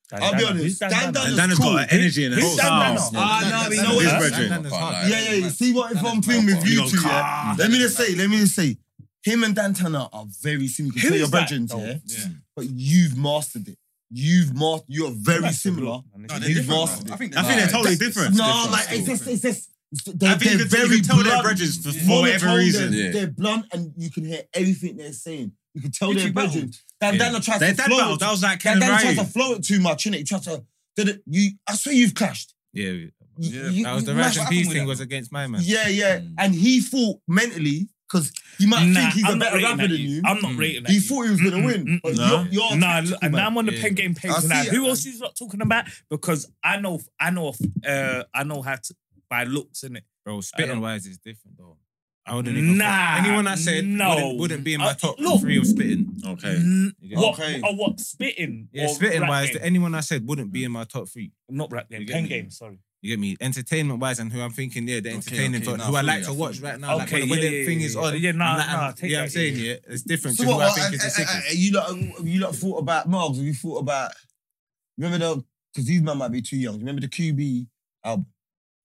Speaker 5: Dan
Speaker 3: I'll be
Speaker 5: Dano.
Speaker 3: honest,
Speaker 5: Who's Dan
Speaker 3: Dan
Speaker 5: Dano?
Speaker 3: Dano's
Speaker 2: And Dan has
Speaker 3: cool.
Speaker 2: got an energy in
Speaker 5: Who's
Speaker 2: his
Speaker 5: Dan Dano?
Speaker 2: soul.
Speaker 3: Ah, no, you know
Speaker 2: His
Speaker 3: what?
Speaker 2: brethren.
Speaker 9: I can't lie.
Speaker 3: Yeah, yeah, you see what if I'm thing with you two, yeah? Let me just say, let me just say, him and Dan Tanner are very similar. You can
Speaker 5: Who
Speaker 3: play your
Speaker 5: is that,
Speaker 3: brethren,
Speaker 5: though?
Speaker 3: yeah? But you've mastered it. You've mastered, you're very similar.
Speaker 4: No,
Speaker 3: And
Speaker 4: they're
Speaker 3: he's
Speaker 4: different,
Speaker 3: mastered
Speaker 4: bro.
Speaker 3: it.
Speaker 4: I think
Speaker 2: I think they're
Speaker 4: different.
Speaker 2: totally different.
Speaker 3: No,
Speaker 9: different
Speaker 3: like,
Speaker 9: still.
Speaker 3: it's just, it's just,
Speaker 2: I
Speaker 3: they're,
Speaker 2: think
Speaker 3: they're
Speaker 2: you can, you
Speaker 3: very
Speaker 2: can tell their
Speaker 3: blunt.
Speaker 2: bridges for, for
Speaker 3: Monotone,
Speaker 2: whatever reason.
Speaker 3: They're,
Speaker 9: Yeah.
Speaker 3: they're blunt and you can hear everything they're saying. You can tell
Speaker 5: Who'd
Speaker 3: they're
Speaker 5: you
Speaker 3: brethren. Dan
Speaker 9: Yeah.
Speaker 3: Tanner tries
Speaker 2: Their
Speaker 3: to
Speaker 2: dad
Speaker 3: flow
Speaker 2: battle,
Speaker 3: it.
Speaker 2: that was
Speaker 3: Dan
Speaker 2: like Ken and
Speaker 3: Tanner tries to
Speaker 2: Ryan.
Speaker 3: flow it too much, innit? He tries to, did it, you, I swear you've clashed.
Speaker 6: Yeah,
Speaker 3: You-
Speaker 4: Yeah.
Speaker 3: you-
Speaker 6: that was the
Speaker 3: you
Speaker 6: Rash
Speaker 3: mashed
Speaker 6: and
Speaker 3: up
Speaker 6: Peace
Speaker 3: with
Speaker 6: thing
Speaker 3: that.
Speaker 6: was against my man.
Speaker 3: Yeah, yeah.
Speaker 9: Mm.
Speaker 3: And he thought mentally, because you might
Speaker 5: Nah,
Speaker 3: think he's
Speaker 5: I'm
Speaker 3: a
Speaker 5: not
Speaker 3: better
Speaker 5: rating
Speaker 3: rapper
Speaker 5: that
Speaker 3: than you.
Speaker 5: I'm not rating that.
Speaker 3: He
Speaker 5: you.
Speaker 3: thought he was going to win. But
Speaker 2: No.
Speaker 3: you're, you're
Speaker 5: Nah,
Speaker 3: tactical,
Speaker 5: look, and
Speaker 3: man.
Speaker 5: I'm on the
Speaker 6: Yeah.
Speaker 5: pen game page
Speaker 3: I
Speaker 5: now.
Speaker 3: see it,
Speaker 5: Who
Speaker 3: man.
Speaker 5: else is not talking about? Because I know, I know, uh, I know how to by looks in it.
Speaker 6: Bro,
Speaker 5: I
Speaker 6: spitting
Speaker 5: don't-
Speaker 6: wise is different though. I wouldn't even.
Speaker 5: Nah,
Speaker 6: anyone I said
Speaker 5: no.
Speaker 6: wouldn't, wouldn't be in my
Speaker 5: Uh,
Speaker 6: top
Speaker 5: look.
Speaker 6: three of spitting.
Speaker 2: Okay.
Speaker 6: You get
Speaker 5: What
Speaker 6: me?
Speaker 5: or what spitting?
Speaker 6: Yeah,
Speaker 5: or
Speaker 6: spitting
Speaker 5: rap
Speaker 6: wise,
Speaker 5: game?
Speaker 6: anyone I said wouldn't be in my top three.
Speaker 5: not rap game,
Speaker 6: You get
Speaker 5: pen
Speaker 6: me?
Speaker 5: game. Sorry.
Speaker 6: You get me? Entertainment wise, and who I'm thinking, yeah, the entertaining,
Speaker 4: okay,
Speaker 6: for,
Speaker 4: nah,
Speaker 6: who
Speaker 4: I
Speaker 6: I
Speaker 4: feel you,
Speaker 6: like
Speaker 4: I
Speaker 6: to
Speaker 4: feel
Speaker 6: watch
Speaker 4: you.
Speaker 6: right now.
Speaker 5: Okay,
Speaker 6: like, when, when
Speaker 5: yeah,
Speaker 6: the
Speaker 5: yeah,
Speaker 6: thing
Speaker 5: yeah,
Speaker 6: is
Speaker 5: yeah.
Speaker 6: on,
Speaker 5: Yeah, nah,
Speaker 6: I'm like, I'm-
Speaker 5: nah, take
Speaker 6: yeah,
Speaker 5: that,
Speaker 6: I'm saying,
Speaker 5: yeah,
Speaker 6: yeah, it's different
Speaker 3: So
Speaker 6: to who
Speaker 3: what?
Speaker 6: I
Speaker 3: I-
Speaker 6: think is the
Speaker 3: I- I-
Speaker 6: sickest.
Speaker 3: I- you lot, have you lot thought about Margs? Have you thought about? Remember though, because these man might be too young. Remember the QB album,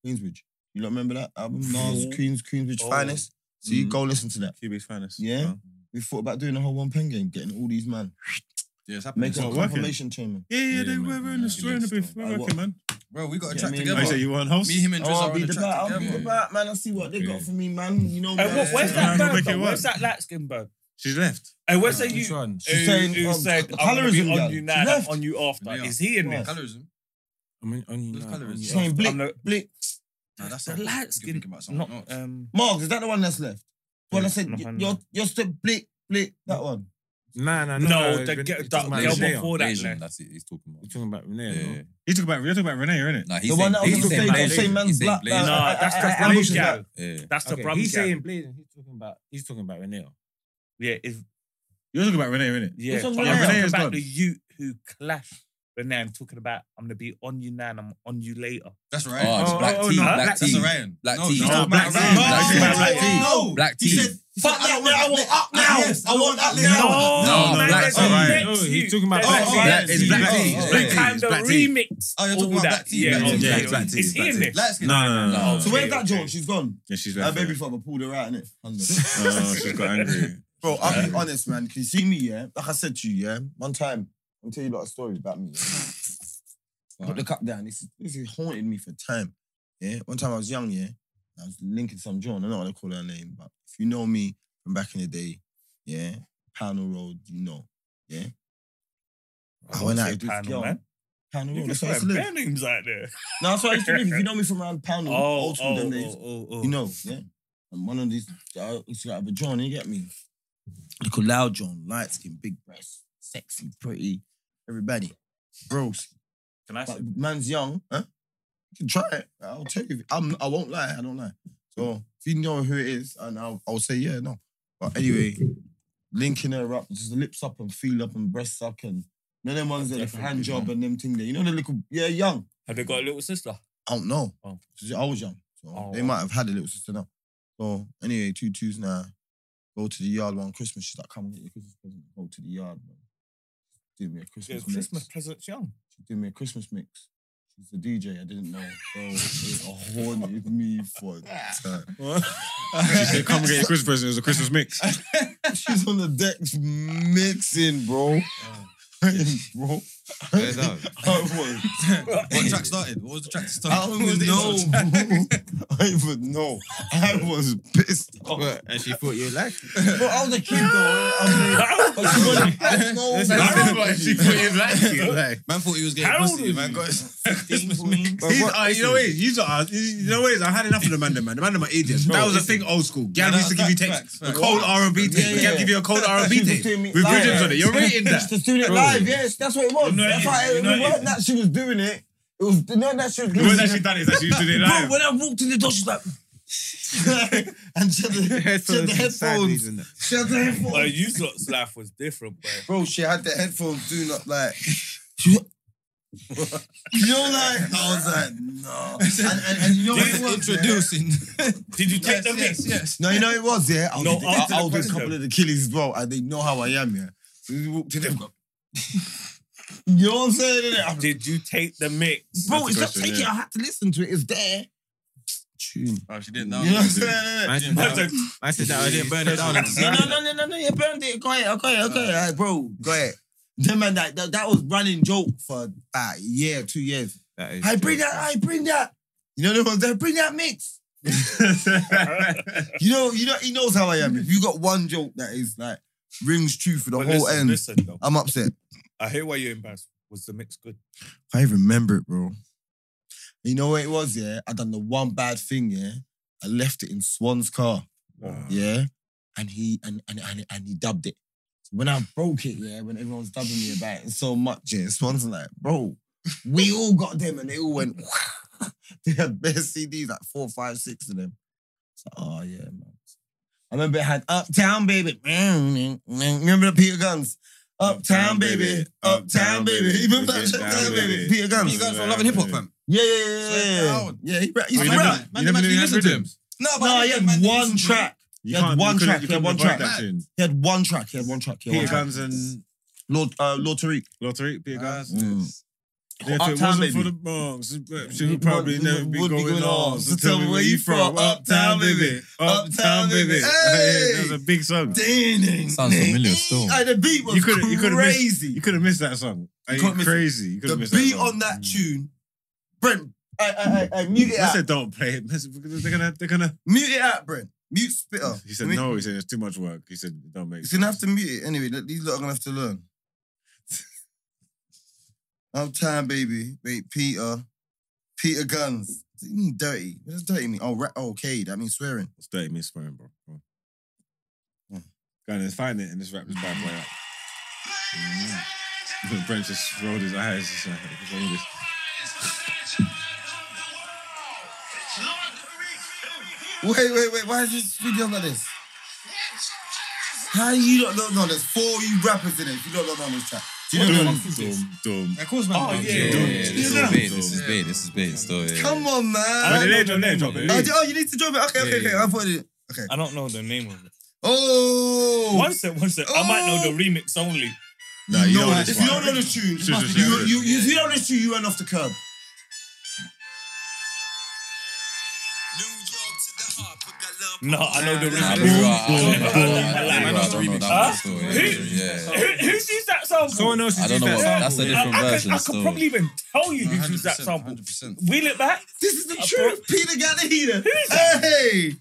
Speaker 3: Queensbridge. You lot remember that album? Nas Queens Queensbridge
Speaker 5: Oh. Mm.
Speaker 3: Finest. So you go listen to that.
Speaker 2: QB's finest.
Speaker 3: Yeah. We thought about doing a whole one pen game, getting all these man,
Speaker 4: Yeah, it's happening.
Speaker 3: making a
Speaker 2: not working.
Speaker 3: confirmation chain.
Speaker 2: Yeah, yeah,
Speaker 9: Yeah,
Speaker 2: they
Speaker 9: man.
Speaker 2: were in the store in a bit.
Speaker 9: Yeah,
Speaker 3: I
Speaker 2: Working,
Speaker 3: what-
Speaker 2: man.
Speaker 4: Bro, we got a
Speaker 3: Yeah,
Speaker 4: track
Speaker 3: I mean,
Speaker 4: together.
Speaker 2: I say you want host.
Speaker 4: Me, him, and
Speaker 3: Oh,
Speaker 4: Drizzle
Speaker 3: I'll
Speaker 4: are
Speaker 3: be the
Speaker 4: on a
Speaker 3: bat.
Speaker 4: track
Speaker 3: I'll be
Speaker 4: together.
Speaker 3: the bat, man. I see what they got for me, man. You know.
Speaker 5: Hey,
Speaker 3: man.
Speaker 5: Uh, what, where's
Speaker 2: Yeah,
Speaker 5: that
Speaker 2: I'm gonna
Speaker 5: bird?
Speaker 2: make it
Speaker 5: though? Where's
Speaker 2: work.
Speaker 5: that light skin bird?
Speaker 2: She's left.
Speaker 4: *laughs*
Speaker 5: Hey, where's that
Speaker 6: Which
Speaker 5: you?
Speaker 6: one?
Speaker 5: Who,
Speaker 3: She's saying,
Speaker 5: who
Speaker 3: um,
Speaker 5: said
Speaker 3: the
Speaker 5: I'm gonna be
Speaker 3: colorism
Speaker 5: on
Speaker 3: guy.
Speaker 5: you
Speaker 3: She
Speaker 5: now,
Speaker 3: left.
Speaker 5: on you after?
Speaker 4: Yeah.
Speaker 5: Is he in there?
Speaker 3: Yeah.
Speaker 4: Colorism?
Speaker 6: I mean, on you.
Speaker 4: Those
Speaker 6: now,
Speaker 4: colours.
Speaker 6: on you
Speaker 4: Same
Speaker 6: now.
Speaker 3: Saying
Speaker 5: I'm
Speaker 3: Blick,
Speaker 5: not-
Speaker 3: Blick.
Speaker 4: Nah, that's
Speaker 5: The
Speaker 4: not-
Speaker 5: light
Speaker 4: You're
Speaker 5: skin,
Speaker 4: thinking about something
Speaker 5: not
Speaker 4: else.
Speaker 5: um.
Speaker 3: Margs, is that the one that's left? The one I said,
Speaker 5: Yeah,
Speaker 3: y-
Speaker 5: no,
Speaker 3: your your step Blick, Blick, that one.
Speaker 6: Nah, nah,
Speaker 5: No,
Speaker 6: no.
Speaker 5: the
Speaker 6: Renee- you're
Speaker 5: girl- that
Speaker 6: talking about
Speaker 5: girl
Speaker 6: Renee.
Speaker 5: before that.
Speaker 9: Asian,
Speaker 5: left.
Speaker 9: that's it. He's talking
Speaker 6: You're
Speaker 9: about.
Speaker 6: talking about Renee,
Speaker 9: Yeah,
Speaker 6: no?
Speaker 9: yeah.
Speaker 2: You're talking about, you're talking about Renee, innit?
Speaker 9: Nah, he's
Speaker 3: The one that
Speaker 9: saying-
Speaker 3: was
Speaker 9: he's saying
Speaker 3: on the stage, I was
Speaker 9: Blazing.
Speaker 3: saying man's
Speaker 9: He's saying
Speaker 3: black.
Speaker 9: Blazing.
Speaker 5: No,
Speaker 3: I-
Speaker 5: that's
Speaker 3: I-
Speaker 5: the
Speaker 3: I- I-
Speaker 5: Brahmin
Speaker 3: ambushes
Speaker 5: gal.
Speaker 3: that.
Speaker 9: Yeah.
Speaker 5: That's the
Speaker 6: Okay,
Speaker 5: Brahmin
Speaker 6: he's
Speaker 5: gal.
Speaker 6: saying blazing. He's talking about. He's talking about Reneo.
Speaker 5: Yeah, is
Speaker 2: You're talking about Renee, innit?
Speaker 5: Yeah,
Speaker 3: Which
Speaker 5: but
Speaker 3: one's
Speaker 5: I'm
Speaker 3: Renee?
Speaker 5: talking
Speaker 2: Renee's
Speaker 5: about
Speaker 2: gone.
Speaker 5: the you who clash. But now I'm talking about I'm gonna be on you now and I'm on you later.
Speaker 4: That's Orion.
Speaker 9: Oh, it's
Speaker 6: Oh,
Speaker 9: black
Speaker 6: oh,
Speaker 9: tea.
Speaker 6: no,
Speaker 9: Black
Speaker 4: That's
Speaker 9: tea.
Speaker 4: Orion.
Speaker 9: Black
Speaker 4: No,
Speaker 9: tea.
Speaker 4: no,
Speaker 9: No,
Speaker 2: black
Speaker 9: black Black tea.
Speaker 2: tea. No,
Speaker 9: Black tea.
Speaker 3: no, no.
Speaker 9: Black
Speaker 3: He
Speaker 9: tea.
Speaker 3: said, fuck that, man, I want up now.
Speaker 4: Yes,
Speaker 3: I want up
Speaker 5: No,
Speaker 3: now.
Speaker 9: no,
Speaker 5: Oh, man,
Speaker 9: black
Speaker 5: that's
Speaker 9: tea.
Speaker 5: next
Speaker 6: Oh,
Speaker 5: to
Speaker 6: he's
Speaker 5: you.
Speaker 6: talking about
Speaker 5: That's
Speaker 6: black
Speaker 5: next
Speaker 4: tea.
Speaker 5: to you.
Speaker 4: Black-
Speaker 2: it's black
Speaker 9: Oh, oh,
Speaker 2: tea. It's
Speaker 9: oh.
Speaker 2: black
Speaker 5: We
Speaker 2: tea.
Speaker 5: kind
Speaker 2: It's
Speaker 5: of
Speaker 2: black tea.
Speaker 5: remix
Speaker 4: Oh, you're
Speaker 5: all
Speaker 4: talking about
Speaker 5: that.
Speaker 4: black tea.
Speaker 5: Yeah,
Speaker 4: Black
Speaker 5: okay.
Speaker 4: tea.
Speaker 2: Yeah, it's black
Speaker 5: Is
Speaker 2: tea. It's
Speaker 5: he in
Speaker 2: black
Speaker 5: there?
Speaker 4: Light skin.
Speaker 2: No, no, no, no.
Speaker 3: So
Speaker 5: Oh, okay,
Speaker 3: where's that
Speaker 5: okay.
Speaker 3: John? She's gone.
Speaker 2: Yeah, she's
Speaker 3: Her
Speaker 2: left.
Speaker 3: baby
Speaker 2: innit?
Speaker 3: father pulled her out, innit?
Speaker 2: Oh, she's got angry.
Speaker 3: Bro, I'll be honest, man. Can you see me, yeah? Like I said to you, yeah? One time, I'll tell you a lot of stories about me. yeah? Put the cup down. This, is- this is haunted me for time. Yeah? One time I was young, yeah? I was linking some John. I don't want to call her name, but if you know me from back in the day, yeah? Panel Road, you know. Yeah? I
Speaker 5: Oh,
Speaker 3: went out with this
Speaker 5: Panel,
Speaker 3: girl.
Speaker 5: man.
Speaker 3: Panel
Speaker 5: You
Speaker 3: Road,
Speaker 5: can
Speaker 3: that's where I
Speaker 5: swear
Speaker 3: used to live.
Speaker 5: bare names out *laughs* there.
Speaker 3: No, that's where I used to live.
Speaker 5: *laughs*
Speaker 3: If you know me from around Panel, old school them days,
Speaker 5: oh, oh.
Speaker 3: you know, yeah. And one of these, I used to have a John, you get me? Look at loud John, light skin, big breasts, sexy, pretty, everybody. Gross.
Speaker 5: Can I say?
Speaker 3: But man's young, huh? You can try it. I'll tell you. I'm, I won't lie. I don't lie. So if you know who it is, and I'll, I'll say, yeah, no. But anyway, linking her up, just lips up and feel up and breasts up and then them ones that like hand job and them thing there. You know the little, yeah, young.
Speaker 5: Have they got a little sister?
Speaker 3: I don't know.
Speaker 5: Oh.
Speaker 3: 'Cause I was young. So
Speaker 5: Oh.
Speaker 3: they might have had a little sister now. So anyway, two twos now. Go to the yard one Christmas. She's like, come and get your Christmas present. Go to the yard, man. Do me a
Speaker 5: Yeah,
Speaker 3: Christmas mix.
Speaker 5: Christmas presents young. *laughs*
Speaker 3: She do me a Christmas mix. She's a DJ. I didn't know. Bro, it haunted me
Speaker 2: *laughs*
Speaker 3: for time. *laughs*
Speaker 2: She said, come and get your Christmas present. It was a Christmas mix.
Speaker 3: She's on the decks mixing,
Speaker 2: *laughs*
Speaker 3: bro. *laughs* bro.
Speaker 6: Fair enough.
Speaker 3: I was
Speaker 4: What track started? What was the track started?
Speaker 3: I don't even know, bro. *laughs* I don't even know. I was pissed off.
Speaker 6: But- and she thought you liked it.
Speaker 3: But I was a kid though.
Speaker 5: Oh, *laughs*
Speaker 3: I mean, but she wasn't- I know that-
Speaker 1: *laughs*
Speaker 4: Man thought he was getting
Speaker 5: How old
Speaker 4: pussy.
Speaker 5: was
Speaker 4: Man
Speaker 5: you?
Speaker 4: got
Speaker 2: He's, uh, you know what it is? He's, uh, you know what it is? I had enough of the man, them, man. The man, them are idiots. That was a thing old school. Gal
Speaker 4: No,
Speaker 2: used to
Speaker 4: no,
Speaker 2: give you
Speaker 4: facts,
Speaker 2: tapes.
Speaker 4: facts,
Speaker 2: The cold R&B tape.
Speaker 3: Yeah,
Speaker 2: Yeah,
Speaker 3: yeah.
Speaker 2: give you a cold
Speaker 3: She
Speaker 2: R&B
Speaker 3: was
Speaker 2: tape.
Speaker 3: doing me
Speaker 2: With
Speaker 3: live.
Speaker 2: rhythms on it. You're rating
Speaker 3: She
Speaker 2: that.
Speaker 3: was doing it live, yes. That's what it was.
Speaker 2: You know it
Speaker 3: that's
Speaker 2: is.
Speaker 3: why
Speaker 2: You
Speaker 3: it,
Speaker 2: know
Speaker 3: it
Speaker 2: it
Speaker 3: wasn't
Speaker 2: is.
Speaker 3: that she was doing it. It was you know that she was
Speaker 2: It
Speaker 3: doing
Speaker 2: wasn't actually done. It's actually used to do it
Speaker 3: Bro,
Speaker 2: live.
Speaker 3: when I walked in the door, she's like, *laughs* and she had the, she had the headphones. She had the
Speaker 5: Uh,
Speaker 3: headphones.
Speaker 5: you lot's life was different, bro.
Speaker 3: *laughs* Bro, she had the headphones doing up like. She was- You're like, I was like, *laughs* no. And, and, and you know what it was?
Speaker 4: introducing.
Speaker 5: Did you take
Speaker 4: Yes,
Speaker 5: the mix?
Speaker 4: yes,
Speaker 3: Yeah? No, you know it was, yeah? I was,
Speaker 5: No,
Speaker 3: no, I,
Speaker 5: after
Speaker 3: I was with
Speaker 5: the
Speaker 3: a
Speaker 5: question.
Speaker 3: couple of the killies, bro, and they know how I am, yeah? So we walked to them, go, you know what I'm saying? innit? I'm
Speaker 5: Did you take the mix?
Speaker 3: Bro, it's not taking. I had to listen to it. It's there. Tune.
Speaker 4: Oh, she didn't know.
Speaker 3: You know what I'm saying?
Speaker 6: I said that- I said that I didn't burn it down.
Speaker 3: No, no, no, no, no, no. You burned it. Go ahead. Go ahead. Go ahead. Alright, bro, go ahead. Them man, that, that that was running joke for about a year, two years.
Speaker 6: That is
Speaker 3: I bring
Speaker 6: true.
Speaker 3: that. I bring that. You know the ones that bring that mix. you know, you know, he knows how I am. If you got one joke that is like rings true for the
Speaker 5: But
Speaker 3: whole
Speaker 5: listen,
Speaker 3: end,
Speaker 5: Listen, though.
Speaker 3: I'm upset.
Speaker 5: I hear why you're embarrassed. Was the mix good?
Speaker 3: I even remember it, bro. You know what it was, yeah? I done the one bad thing, yeah? I left it in Swan's car. Yeah. And he and and, and and he dubbed it. So when I broke it, yeah, when everyone was dubbing me about it so much, yeah, Swan's like, bro, we all got them and they all went, *laughs* they had bare CDs, like four, five, six of them. So, oh yeah, man. I remember it had Uptown Baby. Remember the Peter Guns? Uptown Baby. Uptown Baby. You remember that shit? Uptown Baby? Peter
Speaker 4: You
Speaker 3: Guns.
Speaker 4: guys from Love and Hip Hop, fam.
Speaker 3: Yeah, yeah, yeah, yeah, yeah. Yeah, he
Speaker 2: Oh,
Speaker 3: rap. He used to
Speaker 4: You
Speaker 3: rap.
Speaker 4: never- you never knew he had rhythms. No, but
Speaker 3: No,
Speaker 4: I
Speaker 3: he
Speaker 4: think
Speaker 3: had
Speaker 4: that man did
Speaker 3: one
Speaker 4: listen to
Speaker 3: track.
Speaker 2: You
Speaker 3: He had
Speaker 2: can't-
Speaker 3: one
Speaker 2: you couldn't-
Speaker 3: track,
Speaker 2: you
Speaker 3: he had
Speaker 2: couldn't
Speaker 3: one
Speaker 2: avoid
Speaker 3: track.
Speaker 2: that tune.
Speaker 3: He had one track. He had one track. He had
Speaker 2: Peter
Speaker 3: one track.
Speaker 2: Guns and
Speaker 3: Lord, uh, Lord Tariq.
Speaker 2: Lottery, Peter Guns.
Speaker 3: Mm.
Speaker 2: Yeah, if it
Speaker 3: Uptown
Speaker 2: wasn't
Speaker 3: Baby.
Speaker 2: for the Bronx,
Speaker 3: It
Speaker 2: it would
Speaker 3: would-
Speaker 2: probably
Speaker 3: would-
Speaker 2: never be
Speaker 3: would be
Speaker 2: going,
Speaker 3: going
Speaker 2: on.
Speaker 3: on.
Speaker 2: So tell me where you from. Uptown, baby. Uptown, baby. Hey, that's a big song.
Speaker 9: Sounds familiar still.
Speaker 3: Like, the beat was
Speaker 2: You could've- you could've missed-
Speaker 3: crazy.
Speaker 2: You could have missed that song. Are you
Speaker 3: can't miss it.
Speaker 2: crazy? You could
Speaker 3: the
Speaker 2: have missed that Mm.
Speaker 3: beat
Speaker 2: song.
Speaker 3: on that tune, Brent. I, I, I, I mute it
Speaker 2: I
Speaker 3: out.
Speaker 2: said, don't play it. That's- They're gonna, they're gonna.
Speaker 3: mute it out, Brent. Mute spitter.
Speaker 2: He said
Speaker 3: Mute-
Speaker 2: no. He said it's too much work. He said don't make.
Speaker 3: He's
Speaker 2: it.
Speaker 3: gonna have to mute it anyway. Look, These lot are gonna have to learn. *laughs* I'm time, baby. Wait, Peter. Peter Guns. What do you mean dirty? What does dirty mean? Oh, ra- oh, okay. That means swearing.
Speaker 2: It's dirty me swearing, bro. Go
Speaker 3: Yeah.
Speaker 2: on. Go on, let's find it and just wrap this bad boy *laughs* up. Brent just rolled his eyes. He's like, "What's wrong with this?"
Speaker 3: Wait, wait, wait. Why is this video like this? How you don't know? No, there's four you rappers in it. You don't know on this track. Do you know
Speaker 2: Dum,
Speaker 3: them?
Speaker 2: dum, dum.
Speaker 4: Of course, man. Oh,
Speaker 9: Yeah, yeah, yeah, this is
Speaker 3: Yeah.
Speaker 9: bait. This is bait. This is bait. Still, yeah.
Speaker 3: Come on, man.
Speaker 2: Oh, the name drop, name drop,
Speaker 3: Oh,
Speaker 2: name
Speaker 3: you-
Speaker 2: drop.
Speaker 3: oh, you need to drop it. Okay, okay, okay. I thought it. Okay.
Speaker 5: I don't know the name of it.
Speaker 3: Oh.
Speaker 5: One sec, one sec. I might know the remix only.
Speaker 2: No, you know
Speaker 3: If
Speaker 2: this
Speaker 3: you
Speaker 2: one.
Speaker 3: don't know the tune,
Speaker 2: Sure, sure,
Speaker 3: you,
Speaker 2: sure.
Speaker 3: you, you, if you don't know the tune, you run off the curb.
Speaker 5: No, I know the
Speaker 9: Nah,
Speaker 5: remix.
Speaker 9: bro, I-
Speaker 5: Boom,
Speaker 9: I
Speaker 5: boom,
Speaker 9: don't know.
Speaker 5: boom.
Speaker 9: I don't know. I don't know that one still. Yeah, yeah.
Speaker 5: Who, who sees that sample?
Speaker 6: Someone else
Speaker 9: I
Speaker 6: is
Speaker 9: don't
Speaker 6: used
Speaker 9: know
Speaker 6: that
Speaker 9: what. That's a
Speaker 6: sample.
Speaker 9: different
Speaker 5: I, I,
Speaker 9: version.
Speaker 5: can, I
Speaker 9: still.
Speaker 5: could probably even tell you who used that
Speaker 4: 100%.
Speaker 5: sample.
Speaker 4: 100%.
Speaker 5: Wheel it back.
Speaker 3: This is the
Speaker 5: I
Speaker 3: truth. Peter got the heater. Hey.
Speaker 4: You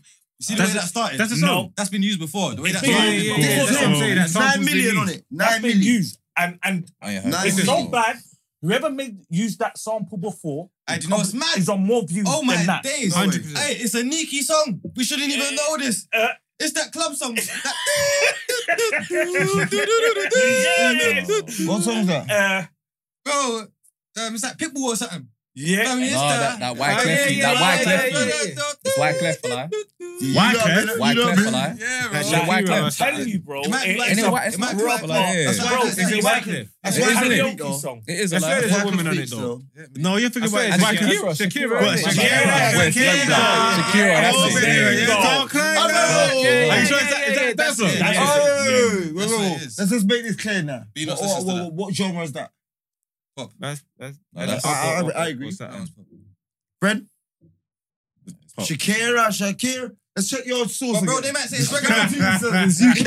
Speaker 4: see the way that started?
Speaker 2: That's a
Speaker 5: No.
Speaker 2: song.
Speaker 4: That's been used before. The way that
Speaker 5: Yeah,
Speaker 4: started.
Speaker 5: yeah,
Speaker 4: before.
Speaker 5: yeah.
Speaker 4: That's
Speaker 2: That's what I'm
Speaker 6: saying, that
Speaker 3: Nine
Speaker 6: sample's
Speaker 3: million
Speaker 6: been
Speaker 3: on it.
Speaker 5: That's
Speaker 3: Nine
Speaker 5: been
Speaker 3: million.
Speaker 5: used. And and
Speaker 9: I ain't heard
Speaker 3: Nah,
Speaker 9: that
Speaker 5: it's
Speaker 3: Listen.
Speaker 5: so
Speaker 9: song.
Speaker 5: bad. Whoever made used that sample before
Speaker 4: I do know it's mad.
Speaker 5: is on more views
Speaker 4: Oh
Speaker 5: than
Speaker 4: my
Speaker 5: that. *laughs*
Speaker 4: days.
Speaker 3: No way.
Speaker 4: Hey, it's a Nikki song. We shouldn't even know this.
Speaker 5: Uh,
Speaker 4: It's that club song. That- *laughs*
Speaker 5: yeah.
Speaker 3: What song's that?
Speaker 5: Uh,
Speaker 4: Bro, um, it's like Pitbull or something.
Speaker 5: yeah.
Speaker 4: Um, yes,
Speaker 9: No,
Speaker 1: Ah,
Speaker 4: sir.
Speaker 9: that that white
Speaker 4: Yeah,
Speaker 9: clefty.
Speaker 4: yeah,
Speaker 9: That white
Speaker 4: yeah, yeah,
Speaker 9: clefty.
Speaker 4: yeah, yeah.
Speaker 9: It's white clef for life.
Speaker 2: Why,
Speaker 3: You know
Speaker 2: Kev?
Speaker 3: better-
Speaker 9: White
Speaker 3: you know
Speaker 9: clef for
Speaker 3: better-
Speaker 9: life.
Speaker 4: Yeah, bro.
Speaker 6: That's
Speaker 5: Like,
Speaker 6: Shakira
Speaker 9: I'm
Speaker 6: or
Speaker 5: telling
Speaker 6: something.
Speaker 5: you, bro.
Speaker 4: It might be
Speaker 5: it-
Speaker 4: like-
Speaker 5: it's
Speaker 9: Ain't
Speaker 5: a-
Speaker 9: it white? It's
Speaker 4: It
Speaker 9: not rap like. yeah.
Speaker 4: might be white clef. That's why it's
Speaker 5: bro, it's
Speaker 4: like-
Speaker 5: a
Speaker 4: it's
Speaker 5: white
Speaker 4: like-
Speaker 5: clef.
Speaker 3: That's
Speaker 5: It's
Speaker 3: why it's
Speaker 5: a
Speaker 3: a
Speaker 5: karaoke
Speaker 3: beat, though.
Speaker 5: song.
Speaker 9: It is a
Speaker 6: That's
Speaker 9: lie.
Speaker 6: where there's a woman on it though.
Speaker 3: though.
Speaker 2: No, you're thinking about
Speaker 9: And Shakira.
Speaker 2: Shakira.
Speaker 9: Shakira.
Speaker 2: What,
Speaker 9: Shakira.
Speaker 2: Shakira?
Speaker 9: Where's
Speaker 2: Shakira.
Speaker 9: Club Dog? Shakira.
Speaker 2: Oh,
Speaker 9: That's
Speaker 2: baby,
Speaker 9: it.
Speaker 2: yeah, Dark
Speaker 3: I
Speaker 2: Cloud.
Speaker 3: know.
Speaker 2: Are you
Speaker 3: Yeah,
Speaker 2: sure it's that- is that that song?
Speaker 4: yeah, yeah.
Speaker 3: Oh, wait, wait,
Speaker 4: That's what it
Speaker 3: wait.
Speaker 4: is.
Speaker 3: Let's just make this clear now.
Speaker 4: Be not
Speaker 3: What-
Speaker 4: sisters to
Speaker 3: what-
Speaker 4: that.
Speaker 3: What what genre is that?
Speaker 6: That's that's.
Speaker 9: No, that's-
Speaker 3: I- I- I agree. Fred?
Speaker 2: Pop.
Speaker 3: Shakira, Shakira. Let's check your source.
Speaker 4: But bro, they
Speaker 3: again.
Speaker 4: might say it's
Speaker 6: *laughs*
Speaker 4: reggaeton.
Speaker 3: It's UK.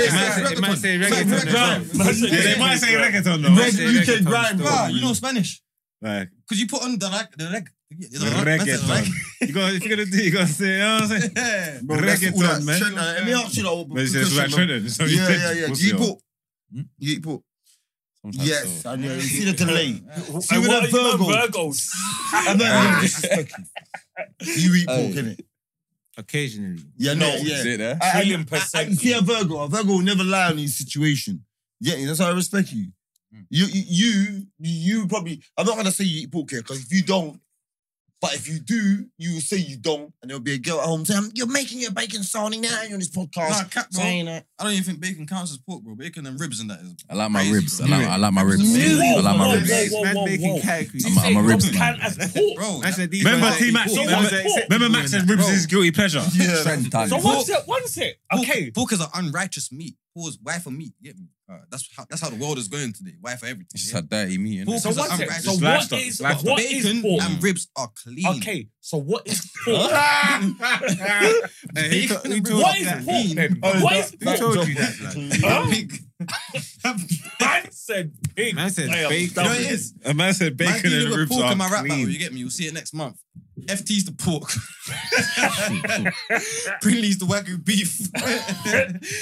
Speaker 4: They
Speaker 6: Might say-
Speaker 4: Reggaeton.
Speaker 6: It might say reggaeton. as
Speaker 4: It's
Speaker 6: well.
Speaker 4: reggaeton.
Speaker 5: Listen,
Speaker 2: Yeah, they
Speaker 5: listen,
Speaker 2: might say
Speaker 5: bro.
Speaker 2: reggaeton
Speaker 3: Reg-
Speaker 2: though.
Speaker 6: Might say
Speaker 3: UK
Speaker 6: reggaeton
Speaker 3: grind,
Speaker 6: still.
Speaker 4: Bro, you know Spanish.
Speaker 2: Like,
Speaker 4: Because you put on the reg. The reg. the reg- that's the
Speaker 2: Reggaeton.
Speaker 4: reg.
Speaker 2: You got if you're gonna do, you gotta say. You know what I'm saying?
Speaker 4: Yeah.
Speaker 3: Bro, that's all
Speaker 2: Reggaeton,
Speaker 3: that
Speaker 2: man.
Speaker 3: Trent, uh, Let me ask you that.
Speaker 2: But you said it's like
Speaker 3: question,
Speaker 2: Trinidad. It's
Speaker 3: though.
Speaker 6: Oh,
Speaker 2: only
Speaker 3: Yeah,
Speaker 2: French,
Speaker 3: yeah, yeah.
Speaker 2: what's
Speaker 3: You
Speaker 2: it all?
Speaker 3: put. Hmm? You put.
Speaker 9: Sometimes
Speaker 3: Yes,
Speaker 9: so.
Speaker 3: I know. You see the *laughs* delay. See
Speaker 5: And
Speaker 3: with
Speaker 5: what
Speaker 3: that
Speaker 5: are you,
Speaker 3: Virgo.
Speaker 5: Virgos.
Speaker 3: I'm not even disrespecting. *laughs* You eat pork,
Speaker 9: Hey.
Speaker 3: innit?
Speaker 6: Occasionally.
Speaker 3: Yeah, no, yeah.
Speaker 9: Is it there?
Speaker 3: I- I-
Speaker 5: Trillion
Speaker 3: I- I-
Speaker 5: percent.
Speaker 3: You see a Virgo. A Virgo will never lie on his situation. Yeah, that's how I respect you. You, you, you, you probably. I'm not gonna say you eat pork here because if you don't, But if you do, you will say you don't, and there'll be a girl at home saying, "You're making your bacon salty now. You're on this podcast
Speaker 4: Nah, cap, bro.
Speaker 3: saying
Speaker 4: *laughs*
Speaker 3: that."
Speaker 4: I don't even think bacon counts as pork, bro. Bacon and ribs and that is.
Speaker 1: I like my
Speaker 4: Crazy,
Speaker 1: ribs. I
Speaker 4: bro.
Speaker 1: like, I like my ribs. I
Speaker 5: Whoa,
Speaker 1: like
Speaker 5: whoa,
Speaker 1: my
Speaker 5: whoa,
Speaker 1: ribs.
Speaker 5: whoa,
Speaker 6: Man
Speaker 5: whoa,
Speaker 6: making
Speaker 5: whoa.
Speaker 6: categories.
Speaker 1: I'm a- I'm a
Speaker 5: Ribs
Speaker 1: ribs
Speaker 5: count
Speaker 1: man.
Speaker 5: as pork.
Speaker 4: Bro,
Speaker 6: That's a
Speaker 2: Remember T Max?
Speaker 5: So what's pork?
Speaker 2: Remember Max said ribs
Speaker 4: Bro.
Speaker 2: is his guilty pleasure.
Speaker 3: Yeah,
Speaker 1: Trend time.
Speaker 5: So
Speaker 4: Pork-
Speaker 5: what's it? What's it?
Speaker 4: Pork-
Speaker 5: Okay.
Speaker 4: Pork is an unrighteous meat. Pork's wife for meat. You Get me? Uh, that's how that's how the world is going today. Wife for everything.
Speaker 1: It's just
Speaker 4: yeah?
Speaker 1: a dirty meat. innit?
Speaker 4: Pork
Speaker 5: So
Speaker 4: is
Speaker 5: what's it?
Speaker 4: unrighteous.
Speaker 5: So what
Speaker 2: Livestock.
Speaker 5: is
Speaker 1: Livestock.
Speaker 5: what
Speaker 4: Bacon
Speaker 5: is pork?
Speaker 4: and ribs are clean.
Speaker 5: Okay. So what is pork?
Speaker 6: Hey, who to- who told
Speaker 5: What
Speaker 6: you
Speaker 5: is
Speaker 6: that?
Speaker 5: pork then? What is
Speaker 6: Who
Speaker 5: pork?
Speaker 6: told you that? blood?
Speaker 5: Huh?
Speaker 4: *laughs*
Speaker 5: Man said pig.
Speaker 6: Man said
Speaker 5: Hey, I'm
Speaker 6: bacon.
Speaker 5: dumb.
Speaker 4: You know it is?
Speaker 2: A man said
Speaker 4: Man,
Speaker 2: bacon
Speaker 4: you
Speaker 2: and
Speaker 4: look at
Speaker 2: ribs
Speaker 4: pork
Speaker 2: are
Speaker 4: in my rap battle,
Speaker 2: clean.
Speaker 4: you get me? You'll see it next month. FT's the pork. Brinley's the wagyu beef.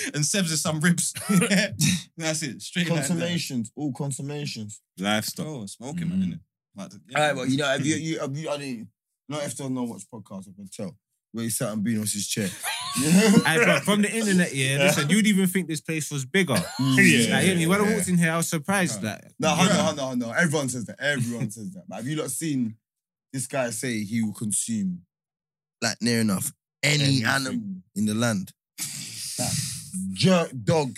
Speaker 4: *laughs* and Seb's is some ribs. *laughs* That's it. Straight like that.
Speaker 3: consummations, all consummations.
Speaker 2: Livestock.
Speaker 4: Oh, smoking, man, innit? Like, yeah.
Speaker 3: All right, well, you know,
Speaker 1: *clears throat*
Speaker 3: have you, you, have you, I didn't, not after I know what's podcast, I can tell where he sat and been on his
Speaker 1: *laughs*
Speaker 3: chair. *laughs*
Speaker 6: Hey, bro, from the internet, yeah, listen, you'd even think this place was
Speaker 2: *laughs*
Speaker 6: bigger.
Speaker 2: Yeah.
Speaker 6: Like, you know, when I walked in here, I was surprised that.
Speaker 3: No, hold on, hold on, hold on. Everyone says that. Everyone says that. But have you not seen this guy say he will consume like near enough any animal in the
Speaker 1: *sighs*
Speaker 3: land? That jerk
Speaker 1: *laughs*
Speaker 3: dog.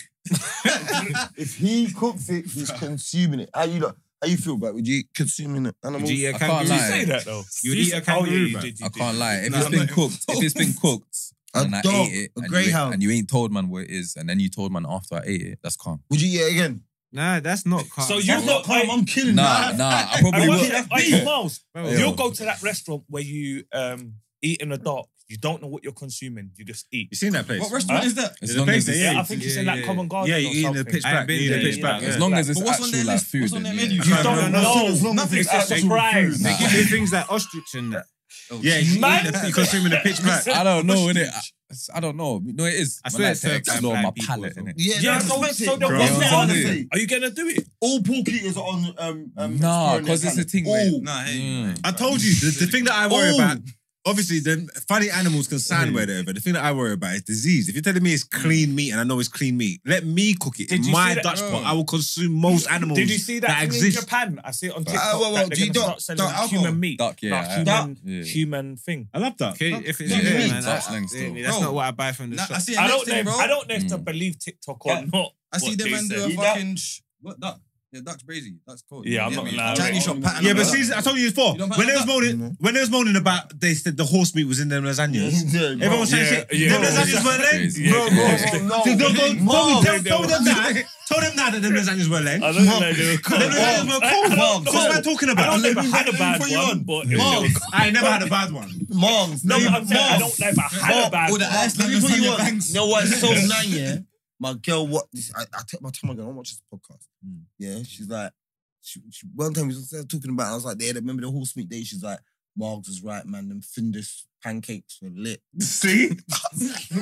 Speaker 3: if he cooks it, he's consuming it. How you look? How you feel about? it? Would you consuming an animal?
Speaker 6: Would you eat a
Speaker 1: I can't
Speaker 6: kangaroo?
Speaker 1: lie.
Speaker 5: You say that though.
Speaker 6: You would eat a
Speaker 5: said-
Speaker 6: kangaroo,
Speaker 5: oh, yeah, you
Speaker 6: bro.
Speaker 5: did, you
Speaker 1: I
Speaker 5: did.
Speaker 1: can't lie. If
Speaker 4: Nah,
Speaker 1: it's
Speaker 4: I'm
Speaker 1: been
Speaker 4: not-
Speaker 1: cooked, if it's been cooked,
Speaker 3: A
Speaker 1: and I
Speaker 3: dog,
Speaker 1: ate it,
Speaker 3: a
Speaker 1: and you, ain't-
Speaker 3: greyhound.
Speaker 1: and you ain't told man what it is, and then you told man after I ate it, that's calm.
Speaker 3: Would you eat it again?
Speaker 6: Nah, that's not calm.
Speaker 5: So
Speaker 3: That's
Speaker 5: you've
Speaker 3: not
Speaker 5: got
Speaker 3: calm. I'm killing.
Speaker 1: Nah,
Speaker 3: you.
Speaker 1: nah, I probably
Speaker 5: And
Speaker 1: will.
Speaker 5: what- Hey, Miles,
Speaker 6: Bro,
Speaker 5: you'll go to that restaurant where you um, eat in the dark. You don't know what you're consuming. You just eat.
Speaker 2: You seen that place?
Speaker 4: what restaurant is that?
Speaker 1: As
Speaker 2: The
Speaker 1: long
Speaker 2: place
Speaker 1: as
Speaker 2: that-
Speaker 1: it's,
Speaker 5: Yeah,
Speaker 2: yeah,
Speaker 5: I think it's in
Speaker 6: yeah,
Speaker 5: like
Speaker 6: yeah.
Speaker 5: Common Garden.
Speaker 2: Yeah, you
Speaker 5: or
Speaker 2: eating the
Speaker 5: something.
Speaker 2: pitch
Speaker 6: I ain't
Speaker 2: black.
Speaker 6: been
Speaker 2: You eating
Speaker 6: there,
Speaker 2: the pitch
Speaker 6: yeah,
Speaker 2: black.
Speaker 6: yeah.
Speaker 1: as
Speaker 2: yeah.
Speaker 1: long as it's
Speaker 4: But what's on
Speaker 1: actual
Speaker 4: their
Speaker 1: like
Speaker 4: list?
Speaker 1: food.
Speaker 4: What's on
Speaker 1: in
Speaker 4: their
Speaker 1: it,
Speaker 4: menu?
Speaker 1: yeah.
Speaker 5: You
Speaker 2: No, no,
Speaker 5: don't
Speaker 2: no,
Speaker 5: know.
Speaker 3: as long as
Speaker 5: It's a
Speaker 3: it's actual
Speaker 5: surprise.
Speaker 6: They give
Speaker 1: Nah.
Speaker 6: you things like ostrich and that.
Speaker 4: Oh,
Speaker 2: Yeah, you
Speaker 5: Man.
Speaker 2: eating the- you consuming the pitch black.
Speaker 1: I don't know, innit? I, it's- I don't know. No, it is.
Speaker 6: I swear
Speaker 1: like
Speaker 6: it's
Speaker 1: to
Speaker 6: served by
Speaker 1: explore
Speaker 6: black
Speaker 1: my
Speaker 6: people
Speaker 1: palate,
Speaker 6: as well.
Speaker 1: innit?
Speaker 3: Yeah,
Speaker 5: Yeah,
Speaker 3: that's
Speaker 5: so,
Speaker 3: expensive.
Speaker 5: so then
Speaker 2: Bro.
Speaker 5: what's
Speaker 3: That's
Speaker 5: that
Speaker 3: what
Speaker 5: on
Speaker 3: I'm
Speaker 1: Yeah.
Speaker 5: it?
Speaker 3: saying.
Speaker 5: Are you gonna do it?
Speaker 3: All pork eaters are on. Um, um,
Speaker 1: Nah,
Speaker 3: exploring
Speaker 1: because
Speaker 3: their
Speaker 1: it's the
Speaker 3: talent.
Speaker 1: thing where.
Speaker 3: All.
Speaker 4: Nah, hey.
Speaker 1: Mm.
Speaker 2: I told you the, the thing that I worry
Speaker 3: Oh.
Speaker 2: about. Obviously, the funny animals can sign whatever. The thing that I worry about is disease. If you're telling me it's clean meat and I know it's clean meat, let me cook it
Speaker 5: Did
Speaker 2: in
Speaker 5: you
Speaker 2: my
Speaker 5: see that-
Speaker 2: Dutch pot. I will consume most animals.
Speaker 5: Did you see that,
Speaker 2: that
Speaker 5: thing in
Speaker 2: exists.
Speaker 5: Japan? I see it on TikTok.
Speaker 3: well, well,
Speaker 5: that
Speaker 3: do
Speaker 5: they're
Speaker 3: you
Speaker 5: gonna
Speaker 3: duck-
Speaker 5: start selling
Speaker 3: duck alcohol?
Speaker 5: human meat,
Speaker 1: Duck, yeah.
Speaker 5: like
Speaker 1: I-
Speaker 5: human,
Speaker 1: yeah.
Speaker 5: human thing.
Speaker 2: I love that. Oh.
Speaker 6: Okay, if it's
Speaker 4: Yeah,
Speaker 6: yeah,
Speaker 4: yeah,
Speaker 6: there,
Speaker 4: yeah.
Speaker 6: man,
Speaker 1: That's
Speaker 6: that-
Speaker 1: next
Speaker 6: yeah,
Speaker 1: door.
Speaker 6: that's
Speaker 4: Bro.
Speaker 6: not what I buy from the
Speaker 4: Nah, I
Speaker 6: shop.
Speaker 4: see a
Speaker 5: I
Speaker 4: next
Speaker 5: don't know.
Speaker 4: thing,
Speaker 5: If,
Speaker 4: bro.
Speaker 5: I don't know if to
Speaker 1: Mm.
Speaker 5: believe TikTok or
Speaker 3: Yeah.
Speaker 5: not.
Speaker 4: I see
Speaker 5: what
Speaker 4: them
Speaker 5: they
Speaker 4: man do
Speaker 5: said.
Speaker 4: a
Speaker 3: You duck?
Speaker 4: fucking sh- what duck? Yeah, duck's crazy. Duck's cold.
Speaker 5: Yeah, I'm
Speaker 4: You
Speaker 5: not
Speaker 4: get me?
Speaker 5: lying.
Speaker 4: Chinese shop pattern.
Speaker 2: Yeah, but
Speaker 4: like that.
Speaker 2: see, I told you this before.
Speaker 4: You don't
Speaker 2: When they was
Speaker 4: like
Speaker 2: moaning, when they was moaning about, they said the horse meat was in them lasagnas.
Speaker 3: Yeah, bro.
Speaker 2: Everyone was saying
Speaker 5: Yeah,
Speaker 2: shit.
Speaker 5: yeah.
Speaker 2: them
Speaker 5: Bro,
Speaker 2: lasagnas
Speaker 5: that's
Speaker 2: were lame.
Speaker 1: crazy. Bro,
Speaker 2: bro,
Speaker 1: Yeah.
Speaker 2: bro,
Speaker 3: no.
Speaker 2: So don't go-
Speaker 3: Mom.
Speaker 2: tell- Tell them that. Tell them now that them lasagnas were lame.
Speaker 5: I don't know. They were
Speaker 2: Them
Speaker 5: cool.
Speaker 2: lasagnas were cool.
Speaker 3: Mom.
Speaker 2: What's man talking
Speaker 5: I
Speaker 2: about?
Speaker 5: don't know if I had a bad one, but it was-
Speaker 2: I ain't never had a bad one.
Speaker 5: *laughs*
Speaker 3: Moms.
Speaker 5: no,
Speaker 3: they-
Speaker 5: but I'm saying I
Speaker 3: moms.
Speaker 5: don't know if I had a bad
Speaker 4: All
Speaker 5: one.
Speaker 4: the
Speaker 3: Let
Speaker 4: Iceland
Speaker 3: me put you
Speaker 4: lasagna
Speaker 3: on. You
Speaker 4: bangs.
Speaker 3: know what? It's so nine, yeah. My girl, what? This, I, I take my time. I go, I watch this podcast. Yeah, she's like, she, she, one time we was talking about. I was like, yeah, remember the horse meat day? She's like, Margs was right, man. Them Findus pancakes were lit. *laughs*
Speaker 2: See?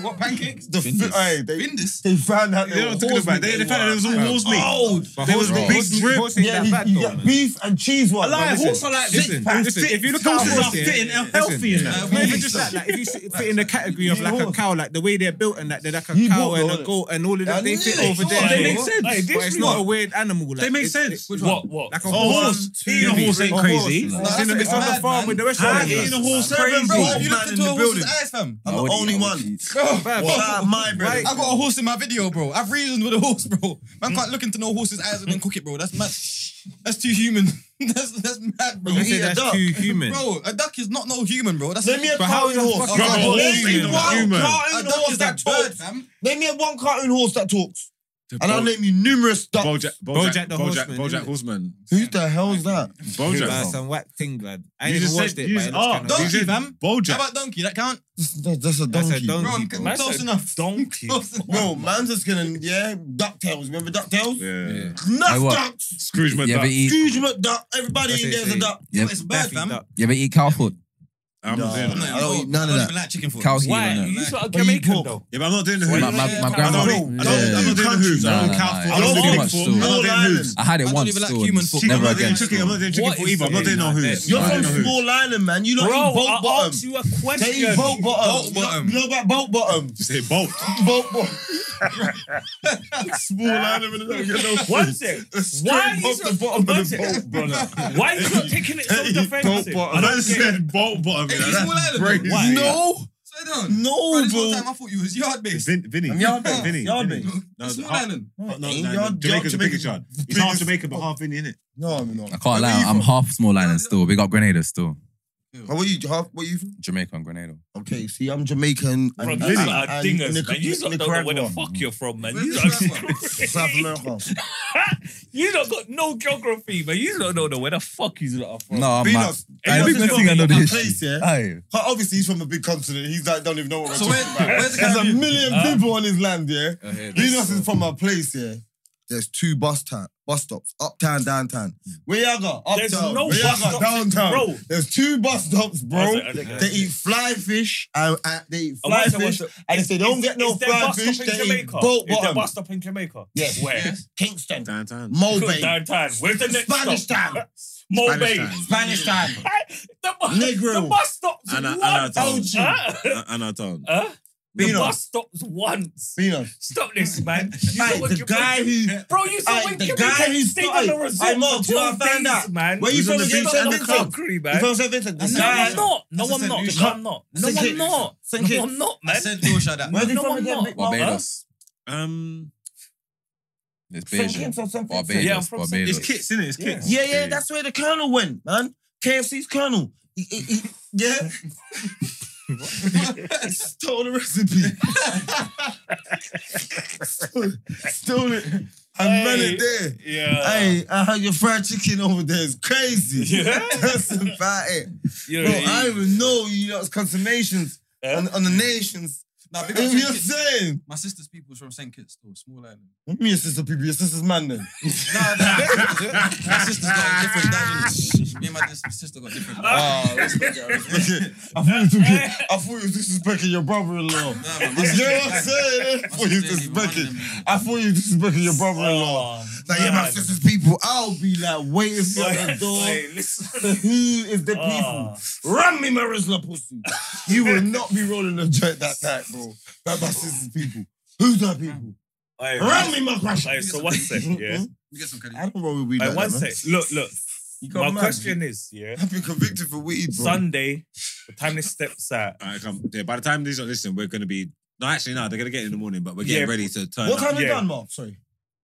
Speaker 4: What pancakes?
Speaker 3: The
Speaker 1: Findus?
Speaker 3: Aye, they,
Speaker 4: Findus.
Speaker 3: they found out
Speaker 2: They
Speaker 3: they
Speaker 2: know
Speaker 3: were
Speaker 2: what I'm
Speaker 3: horse
Speaker 2: talking
Speaker 3: meat.
Speaker 2: about. They, they found out it was all horse meat.
Speaker 6: But
Speaker 2: There was
Speaker 6: horse,
Speaker 2: big
Speaker 6: horse,
Speaker 2: rib.
Speaker 6: horse ain't
Speaker 3: Yeah,
Speaker 6: that
Speaker 3: you,
Speaker 6: bad
Speaker 3: you
Speaker 6: though,
Speaker 3: get
Speaker 6: man.
Speaker 3: beef and cheese one.
Speaker 2: A lot
Speaker 3: man.
Speaker 2: of horse are like
Speaker 6: Listen,
Speaker 2: six packs.
Speaker 6: listen,
Speaker 2: thick.
Speaker 6: if you look at
Speaker 2: Horses
Speaker 6: horse
Speaker 2: are
Speaker 6: here-
Speaker 2: fit and
Speaker 6: listen,
Speaker 2: healthy in
Speaker 4: uh,
Speaker 2: that.
Speaker 6: No, even just that, like if you sit- fit in the category of like a cow, like the way they're built and that they're like a
Speaker 3: You
Speaker 6: cow
Speaker 3: walk
Speaker 6: and
Speaker 3: on
Speaker 6: a
Speaker 3: it.
Speaker 6: goat and all of that, they
Speaker 3: Yeah,
Speaker 6: fit
Speaker 3: yeah,
Speaker 6: over
Speaker 3: sure,
Speaker 6: there.
Speaker 3: they
Speaker 6: bro.
Speaker 3: make
Speaker 5: sense. Hey,
Speaker 6: But
Speaker 5: this
Speaker 6: it's
Speaker 5: we
Speaker 6: not
Speaker 5: want.
Speaker 6: a weird animal. Like,
Speaker 2: They make
Speaker 6: it's-
Speaker 2: sense.
Speaker 6: it's-
Speaker 5: What? What?
Speaker 6: Like a
Speaker 2: A
Speaker 6: horse.
Speaker 2: horse. Eating a horse ain't
Speaker 6: A
Speaker 2: crazy.
Speaker 6: horse,
Speaker 3: No,
Speaker 6: like,
Speaker 3: that's
Speaker 6: it's in the-
Speaker 3: it,
Speaker 6: it's on the
Speaker 4: man,
Speaker 6: farm
Speaker 4: man.
Speaker 6: with the rest
Speaker 2: Ah,
Speaker 6: of
Speaker 2: eating a
Speaker 6: them.
Speaker 2: horse
Speaker 3: Crazy.
Speaker 2: ain't
Speaker 4: Bro,
Speaker 2: crazy.
Speaker 4: if you
Speaker 3: man
Speaker 4: looked
Speaker 3: in
Speaker 4: into
Speaker 3: the
Speaker 4: a horse's
Speaker 3: building.
Speaker 4: eyes, fam.
Speaker 3: I'm
Speaker 1: I
Speaker 3: the
Speaker 1: would eat-
Speaker 3: only
Speaker 1: I would
Speaker 3: one.
Speaker 1: eat.
Speaker 6: Bruv,
Speaker 3: Shout out my brother.
Speaker 4: I got a horse in my video, bro. I've reasoned with a horse, bro. Man can't look into no horse's eyes and then cook it, bro. That's mad. That's too human. *laughs* that's that's mad, bro.
Speaker 6: You
Speaker 3: eat
Speaker 6: say
Speaker 3: a
Speaker 6: that's
Speaker 3: duck.
Speaker 6: too human.
Speaker 4: Bro, a duck is not no human, bro. That's
Speaker 3: Let me a
Speaker 6: But how
Speaker 3: cartoon
Speaker 6: is a
Speaker 3: horse.
Speaker 6: fucking
Speaker 2: Bro, a
Speaker 6: horse
Speaker 2: horse
Speaker 6: human,
Speaker 2: ain't
Speaker 6: bro?
Speaker 2: no human.
Speaker 4: a
Speaker 3: Cartoon
Speaker 4: duck
Speaker 3: horse
Speaker 4: is that
Speaker 3: that
Speaker 4: bird,
Speaker 3: talks.
Speaker 4: fam.
Speaker 3: Name me one cartoon horse that talks. And I'll name you numerous ducks.
Speaker 2: Bojack,
Speaker 6: Bojack the Horseman,
Speaker 2: Bojack
Speaker 6: innit?
Speaker 2: Horseman.
Speaker 3: Who the hell's that?
Speaker 6: Nah,
Speaker 2: Bojack.
Speaker 6: some whack thing, lad. I
Speaker 2: You
Speaker 6: ain't even
Speaker 2: just
Speaker 6: watched
Speaker 2: said,
Speaker 6: it,
Speaker 2: you
Speaker 6: but it
Speaker 2: just,
Speaker 6: looks
Speaker 2: oh,
Speaker 6: kind
Speaker 2: you
Speaker 6: of.
Speaker 2: said
Speaker 4: fam. How
Speaker 2: Bojack.
Speaker 4: about donkey? That count?
Speaker 3: That's, that's, that's a
Speaker 6: That's
Speaker 3: donkey.
Speaker 6: a
Speaker 4: Bro,
Speaker 6: donkey,
Speaker 4: I'm
Speaker 6: bro.
Speaker 5: Man
Speaker 4: close
Speaker 3: *laughs*
Speaker 5: said
Speaker 4: enough.
Speaker 5: Donkey.
Speaker 4: Close enough.
Speaker 3: Bro, man's just gonna, yeah, DuckTales. Remember DuckTales?
Speaker 2: Yeah.
Speaker 1: Hey,
Speaker 3: Enough
Speaker 1: what?
Speaker 3: ducks.
Speaker 2: Scrooge
Speaker 1: You ever
Speaker 2: McDuck.
Speaker 1: eat?
Speaker 3: Huge McDuck. Everybody
Speaker 6: That's
Speaker 3: in
Speaker 6: it,
Speaker 3: there's
Speaker 6: so
Speaker 3: a duck.
Speaker 1: You ever-
Speaker 4: It's a bird,
Speaker 6: Daffy
Speaker 4: fam.
Speaker 6: Duck.
Speaker 1: you ever eat cow food?
Speaker 2: I'm not doing
Speaker 3: Nah.
Speaker 2: that.
Speaker 3: I don't eat none of
Speaker 4: I don't
Speaker 3: that.
Speaker 4: even like chicken foot.
Speaker 1: Cow skin.
Speaker 5: Why?
Speaker 1: innit?
Speaker 5: You sort of
Speaker 3: Why you
Speaker 5: Jamaican
Speaker 3: pork?
Speaker 5: though.
Speaker 2: Yeah, but I'm not doing the
Speaker 1: My
Speaker 2: hoof.
Speaker 1: my-
Speaker 2: I'm not
Speaker 1: my
Speaker 4: Yeah.
Speaker 1: grandma.
Speaker 3: Bro, I don't-
Speaker 2: doing
Speaker 1: Yeah.
Speaker 3: I don't-
Speaker 2: the
Speaker 1: Nah, nah,
Speaker 2: hooves. I'm not doing
Speaker 1: nah.
Speaker 2: cow foot.
Speaker 1: I
Speaker 2: I'm
Speaker 1: don't
Speaker 2: not
Speaker 1: do
Speaker 2: doing
Speaker 1: much
Speaker 2: foot.
Speaker 1: still.
Speaker 2: I'm not doing hooves.
Speaker 1: I had it
Speaker 4: I don't
Speaker 1: once
Speaker 4: even like
Speaker 1: still.
Speaker 4: human
Speaker 1: and
Speaker 4: foot.
Speaker 2: Chicken, I'm
Speaker 1: Never
Speaker 2: not doing
Speaker 1: again.
Speaker 2: chicken. I'm not doing chicken
Speaker 5: What
Speaker 2: foot
Speaker 5: is
Speaker 2: either. I'm not doing no
Speaker 6: it?
Speaker 2: hooves.
Speaker 3: You're
Speaker 2: I'm not
Speaker 3: from
Speaker 2: doing no hooves.
Speaker 3: Small Island, man. You don't
Speaker 5: Bro,
Speaker 3: eat bolt
Speaker 5: I
Speaker 3: bottom.
Speaker 5: asked you a
Speaker 3: They
Speaker 5: question.
Speaker 3: eat bolt bottom.
Speaker 4: Bolt bottom.
Speaker 3: You know about bolt bottom?
Speaker 2: You say bolt.
Speaker 3: Bolt bottom. *laughs*
Speaker 10: Small island in the middle. You know,
Speaker 3: *laughs*
Speaker 5: One sec.
Speaker 10: straight
Speaker 5: Why
Speaker 10: off
Speaker 5: is
Speaker 10: the bottom
Speaker 5: one
Speaker 10: of the
Speaker 5: sec.
Speaker 10: boat, brother?
Speaker 5: *laughs* Why is he not taking it so defensive? I don't
Speaker 1: Man
Speaker 5: get it.
Speaker 1: said bolt bottom. you know,
Speaker 4: Small
Speaker 1: that's
Speaker 4: Island,
Speaker 1: crazy.
Speaker 5: Why?
Speaker 10: No,
Speaker 4: Slow down. Bro,
Speaker 10: no,
Speaker 4: this whole
Speaker 10: bro.
Speaker 4: time I thought you was yard based.
Speaker 2: Vin, Vinny.
Speaker 3: Yard
Speaker 4: Bay.
Speaker 2: Vinny.
Speaker 7: Yard
Speaker 2: Vinny. No,
Speaker 4: Small
Speaker 2: half-
Speaker 4: island.
Speaker 2: no, no,
Speaker 3: Ain't
Speaker 2: no,
Speaker 3: yard-
Speaker 2: Jamaica's the
Speaker 3: yard-
Speaker 2: biggest yard. He's half Jamaican, but half Vinny, innit?
Speaker 3: No, I'm not.
Speaker 9: I can't lie. I'm half small island still. Big up Grenada still.
Speaker 3: How are you? Half, what are you from?
Speaker 9: Jamaica and Grenada.
Speaker 3: Okay, see, I'm Jamaican.
Speaker 5: Bro,
Speaker 3: and-
Speaker 5: you
Speaker 3: and-
Speaker 5: lot are
Speaker 3: and
Speaker 5: dingers,
Speaker 3: Nic-
Speaker 5: man. You lot don't know where the
Speaker 3: Nicaragua.
Speaker 5: fuck you're from, man.
Speaker 4: Where's
Speaker 5: You
Speaker 3: South
Speaker 5: lot
Speaker 3: America.
Speaker 5: *laughs* You lot got no geography, man. You lot don't know where the fuck you lot are from.
Speaker 9: No, I'm not.
Speaker 3: Venus.
Speaker 9: I
Speaker 3: Venus is
Speaker 9: think I
Speaker 3: from
Speaker 9: know the
Speaker 3: a
Speaker 9: history.
Speaker 3: place, yeah?
Speaker 9: Aye.
Speaker 3: But Obviously, he's from a big continent. He's like, don't even know what we're
Speaker 4: So
Speaker 3: talking
Speaker 4: where-
Speaker 3: about.
Speaker 4: where's the
Speaker 3: There's a
Speaker 4: Caribbean?
Speaker 3: million
Speaker 5: Huh?
Speaker 3: people on his land, yeah?
Speaker 9: I hear that.
Speaker 3: Venus is from a place, yeah? There's two bus ta- bus stops, uptown, downtown. Where y'all got?
Speaker 5: There's
Speaker 3: Uptown.
Speaker 5: no
Speaker 3: Where
Speaker 5: bus
Speaker 3: y'all got?
Speaker 5: stops in-
Speaker 3: Downtown.
Speaker 5: bro.
Speaker 3: There's two bus stops,
Speaker 5: I
Speaker 3: bro.
Speaker 5: said- I said- I
Speaker 3: They
Speaker 5: said-
Speaker 3: eat fly fish. And, and they eat
Speaker 5: I
Speaker 3: fly
Speaker 5: want to watch
Speaker 3: fish.
Speaker 5: the-
Speaker 3: And if they
Speaker 5: Is-
Speaker 3: don't
Speaker 5: is-
Speaker 3: get no
Speaker 5: is there
Speaker 3: fly
Speaker 5: bus
Speaker 3: fish,
Speaker 5: stop in
Speaker 3: they eat
Speaker 5: Jamaica?
Speaker 3: boat
Speaker 5: Is there
Speaker 3: bottom.
Speaker 5: bus stop in Jamaica?
Speaker 3: Yes.
Speaker 5: Where?
Speaker 3: Kingston,
Speaker 2: Downtown.
Speaker 3: Mulbay,
Speaker 5: Downtown. Where's the next
Speaker 3: Spanish
Speaker 5: stop?
Speaker 3: town.
Speaker 5: Mo Bay.
Speaker 3: Spanish
Speaker 2: Spanish
Speaker 3: town.
Speaker 5: the, bu-
Speaker 3: Negro.
Speaker 5: the bus stops
Speaker 2: Anna-
Speaker 5: once.
Speaker 2: Anatole.
Speaker 5: Huh?
Speaker 2: And I don't.
Speaker 5: Huh? The
Speaker 3: Bino.
Speaker 5: bus stops once.
Speaker 3: Venus.
Speaker 5: Stop this, man. You
Speaker 3: Aye,
Speaker 5: know
Speaker 3: the guy who
Speaker 5: Bro, you said
Speaker 3: Aye,
Speaker 5: when
Speaker 3: the
Speaker 5: Jamaica
Speaker 3: guy who
Speaker 5: stayed
Speaker 3: started-
Speaker 5: on the resort
Speaker 3: Aye, Mark,
Speaker 5: for
Speaker 3: you
Speaker 5: 12
Speaker 3: understand
Speaker 5: days,
Speaker 3: that?
Speaker 5: man.
Speaker 3: Where you
Speaker 5: He's
Speaker 3: from
Speaker 5: on the
Speaker 3: again,
Speaker 5: resort
Speaker 3: Saint
Speaker 5: on the
Speaker 3: Vincent?
Speaker 5: fuckery, man.
Speaker 3: You from St. Vincent? The
Speaker 5: No,
Speaker 3: guy-
Speaker 5: I'm not. No,
Speaker 3: That's a
Speaker 5: I'm not.
Speaker 3: solution.
Speaker 5: No, I'm not. No,
Speaker 3: Saint
Speaker 5: I'm
Speaker 3: Kitts.
Speaker 5: not.
Speaker 3: Saint
Speaker 5: No,
Speaker 3: Kitts.
Speaker 5: I'm not,
Speaker 4: I
Speaker 5: man.
Speaker 4: said Wilshire that.
Speaker 3: Where's he
Speaker 5: No,
Speaker 3: from
Speaker 5: I'm
Speaker 3: again?
Speaker 5: not.
Speaker 9: Barbados.
Speaker 2: Um,
Speaker 9: It's Beijing.
Speaker 3: Saint Kitts or Saint Vincent?
Speaker 9: Barbados.
Speaker 5: Yeah, I'm from-
Speaker 9: Barbados.
Speaker 2: it's kits, innit? It's kits.
Speaker 3: Yeah, yeah, that's where the colonel went, man. KFC's colonel. He- he- he-
Speaker 5: *laughs*
Speaker 3: yeah. *laughs* Stole the recipe. *laughs* Stole it. I ran it there.
Speaker 5: Yeah.
Speaker 3: Hey, I had your fried chicken over there. It's crazy.
Speaker 5: Yeah.
Speaker 3: *laughs* That's about it.
Speaker 5: You
Speaker 3: Bro,
Speaker 5: know,
Speaker 3: I don't even know you know, it's consummations
Speaker 5: Yeah.
Speaker 3: on, on the nations.
Speaker 4: Nah,
Speaker 3: You
Speaker 4: big
Speaker 3: know
Speaker 4: up
Speaker 3: what
Speaker 4: Saint
Speaker 3: I'm
Speaker 4: Kitts.
Speaker 3: saying?
Speaker 4: My sister's people is from St. Kitts, though, small island.
Speaker 3: Me and sister people, your sister's man
Speaker 5: *laughs*
Speaker 3: then.
Speaker 4: Nah, nah. my sister's got a different dynamic. Me and my dis- sister got different.
Speaker 3: Oh, respect it, respect it. I thought you was thinking- I thought you was disrespecting your brother-in-law.
Speaker 4: Nah, man, my
Speaker 3: You
Speaker 4: sister-
Speaker 3: know what I'm saying? I
Speaker 4: my
Speaker 3: thought you was
Speaker 4: sister ain't even one of
Speaker 3: disrespecting.
Speaker 4: them.
Speaker 3: I thought you was disrespecting your brother-in-law.
Speaker 5: Oh,
Speaker 3: Like, yeah, my
Speaker 5: man.
Speaker 3: sister's people. I'll be like waiting
Speaker 5: *laughs*
Speaker 3: for the
Speaker 5: Wait,
Speaker 3: door.
Speaker 5: wait, listen.
Speaker 3: Who is the
Speaker 2: Ah.
Speaker 3: people?
Speaker 5: Oh.
Speaker 3: Run me, Marisla pussy. You
Speaker 2: *laughs*
Speaker 3: will not be rolling a joint that night, bro. That my sister's people. Who's that people?
Speaker 5: Hey,
Speaker 3: Run me, my crush. Mm-hmm,
Speaker 5: Hey, so one sec,
Speaker 3: *laughs*
Speaker 5: yeah.
Speaker 4: We get some credit.
Speaker 3: I don't roll with weed
Speaker 5: Hey,
Speaker 3: like
Speaker 5: one
Speaker 3: that, man.
Speaker 5: sec. Look, look.
Speaker 3: You got
Speaker 5: My
Speaker 3: mad.
Speaker 5: question is, yeah,
Speaker 3: I've been convicted for weed, bro.
Speaker 5: Sunday, the time this steps out,
Speaker 2: All right, come. Yeah, by the time these are listening, we're gonna be. No, actually, no. They're gonna get in the morning, but we're getting
Speaker 5: Yeah.
Speaker 2: ready to turn.
Speaker 3: What
Speaker 2: up.
Speaker 3: time you
Speaker 5: Yeah.
Speaker 3: done, Mark? Sorry.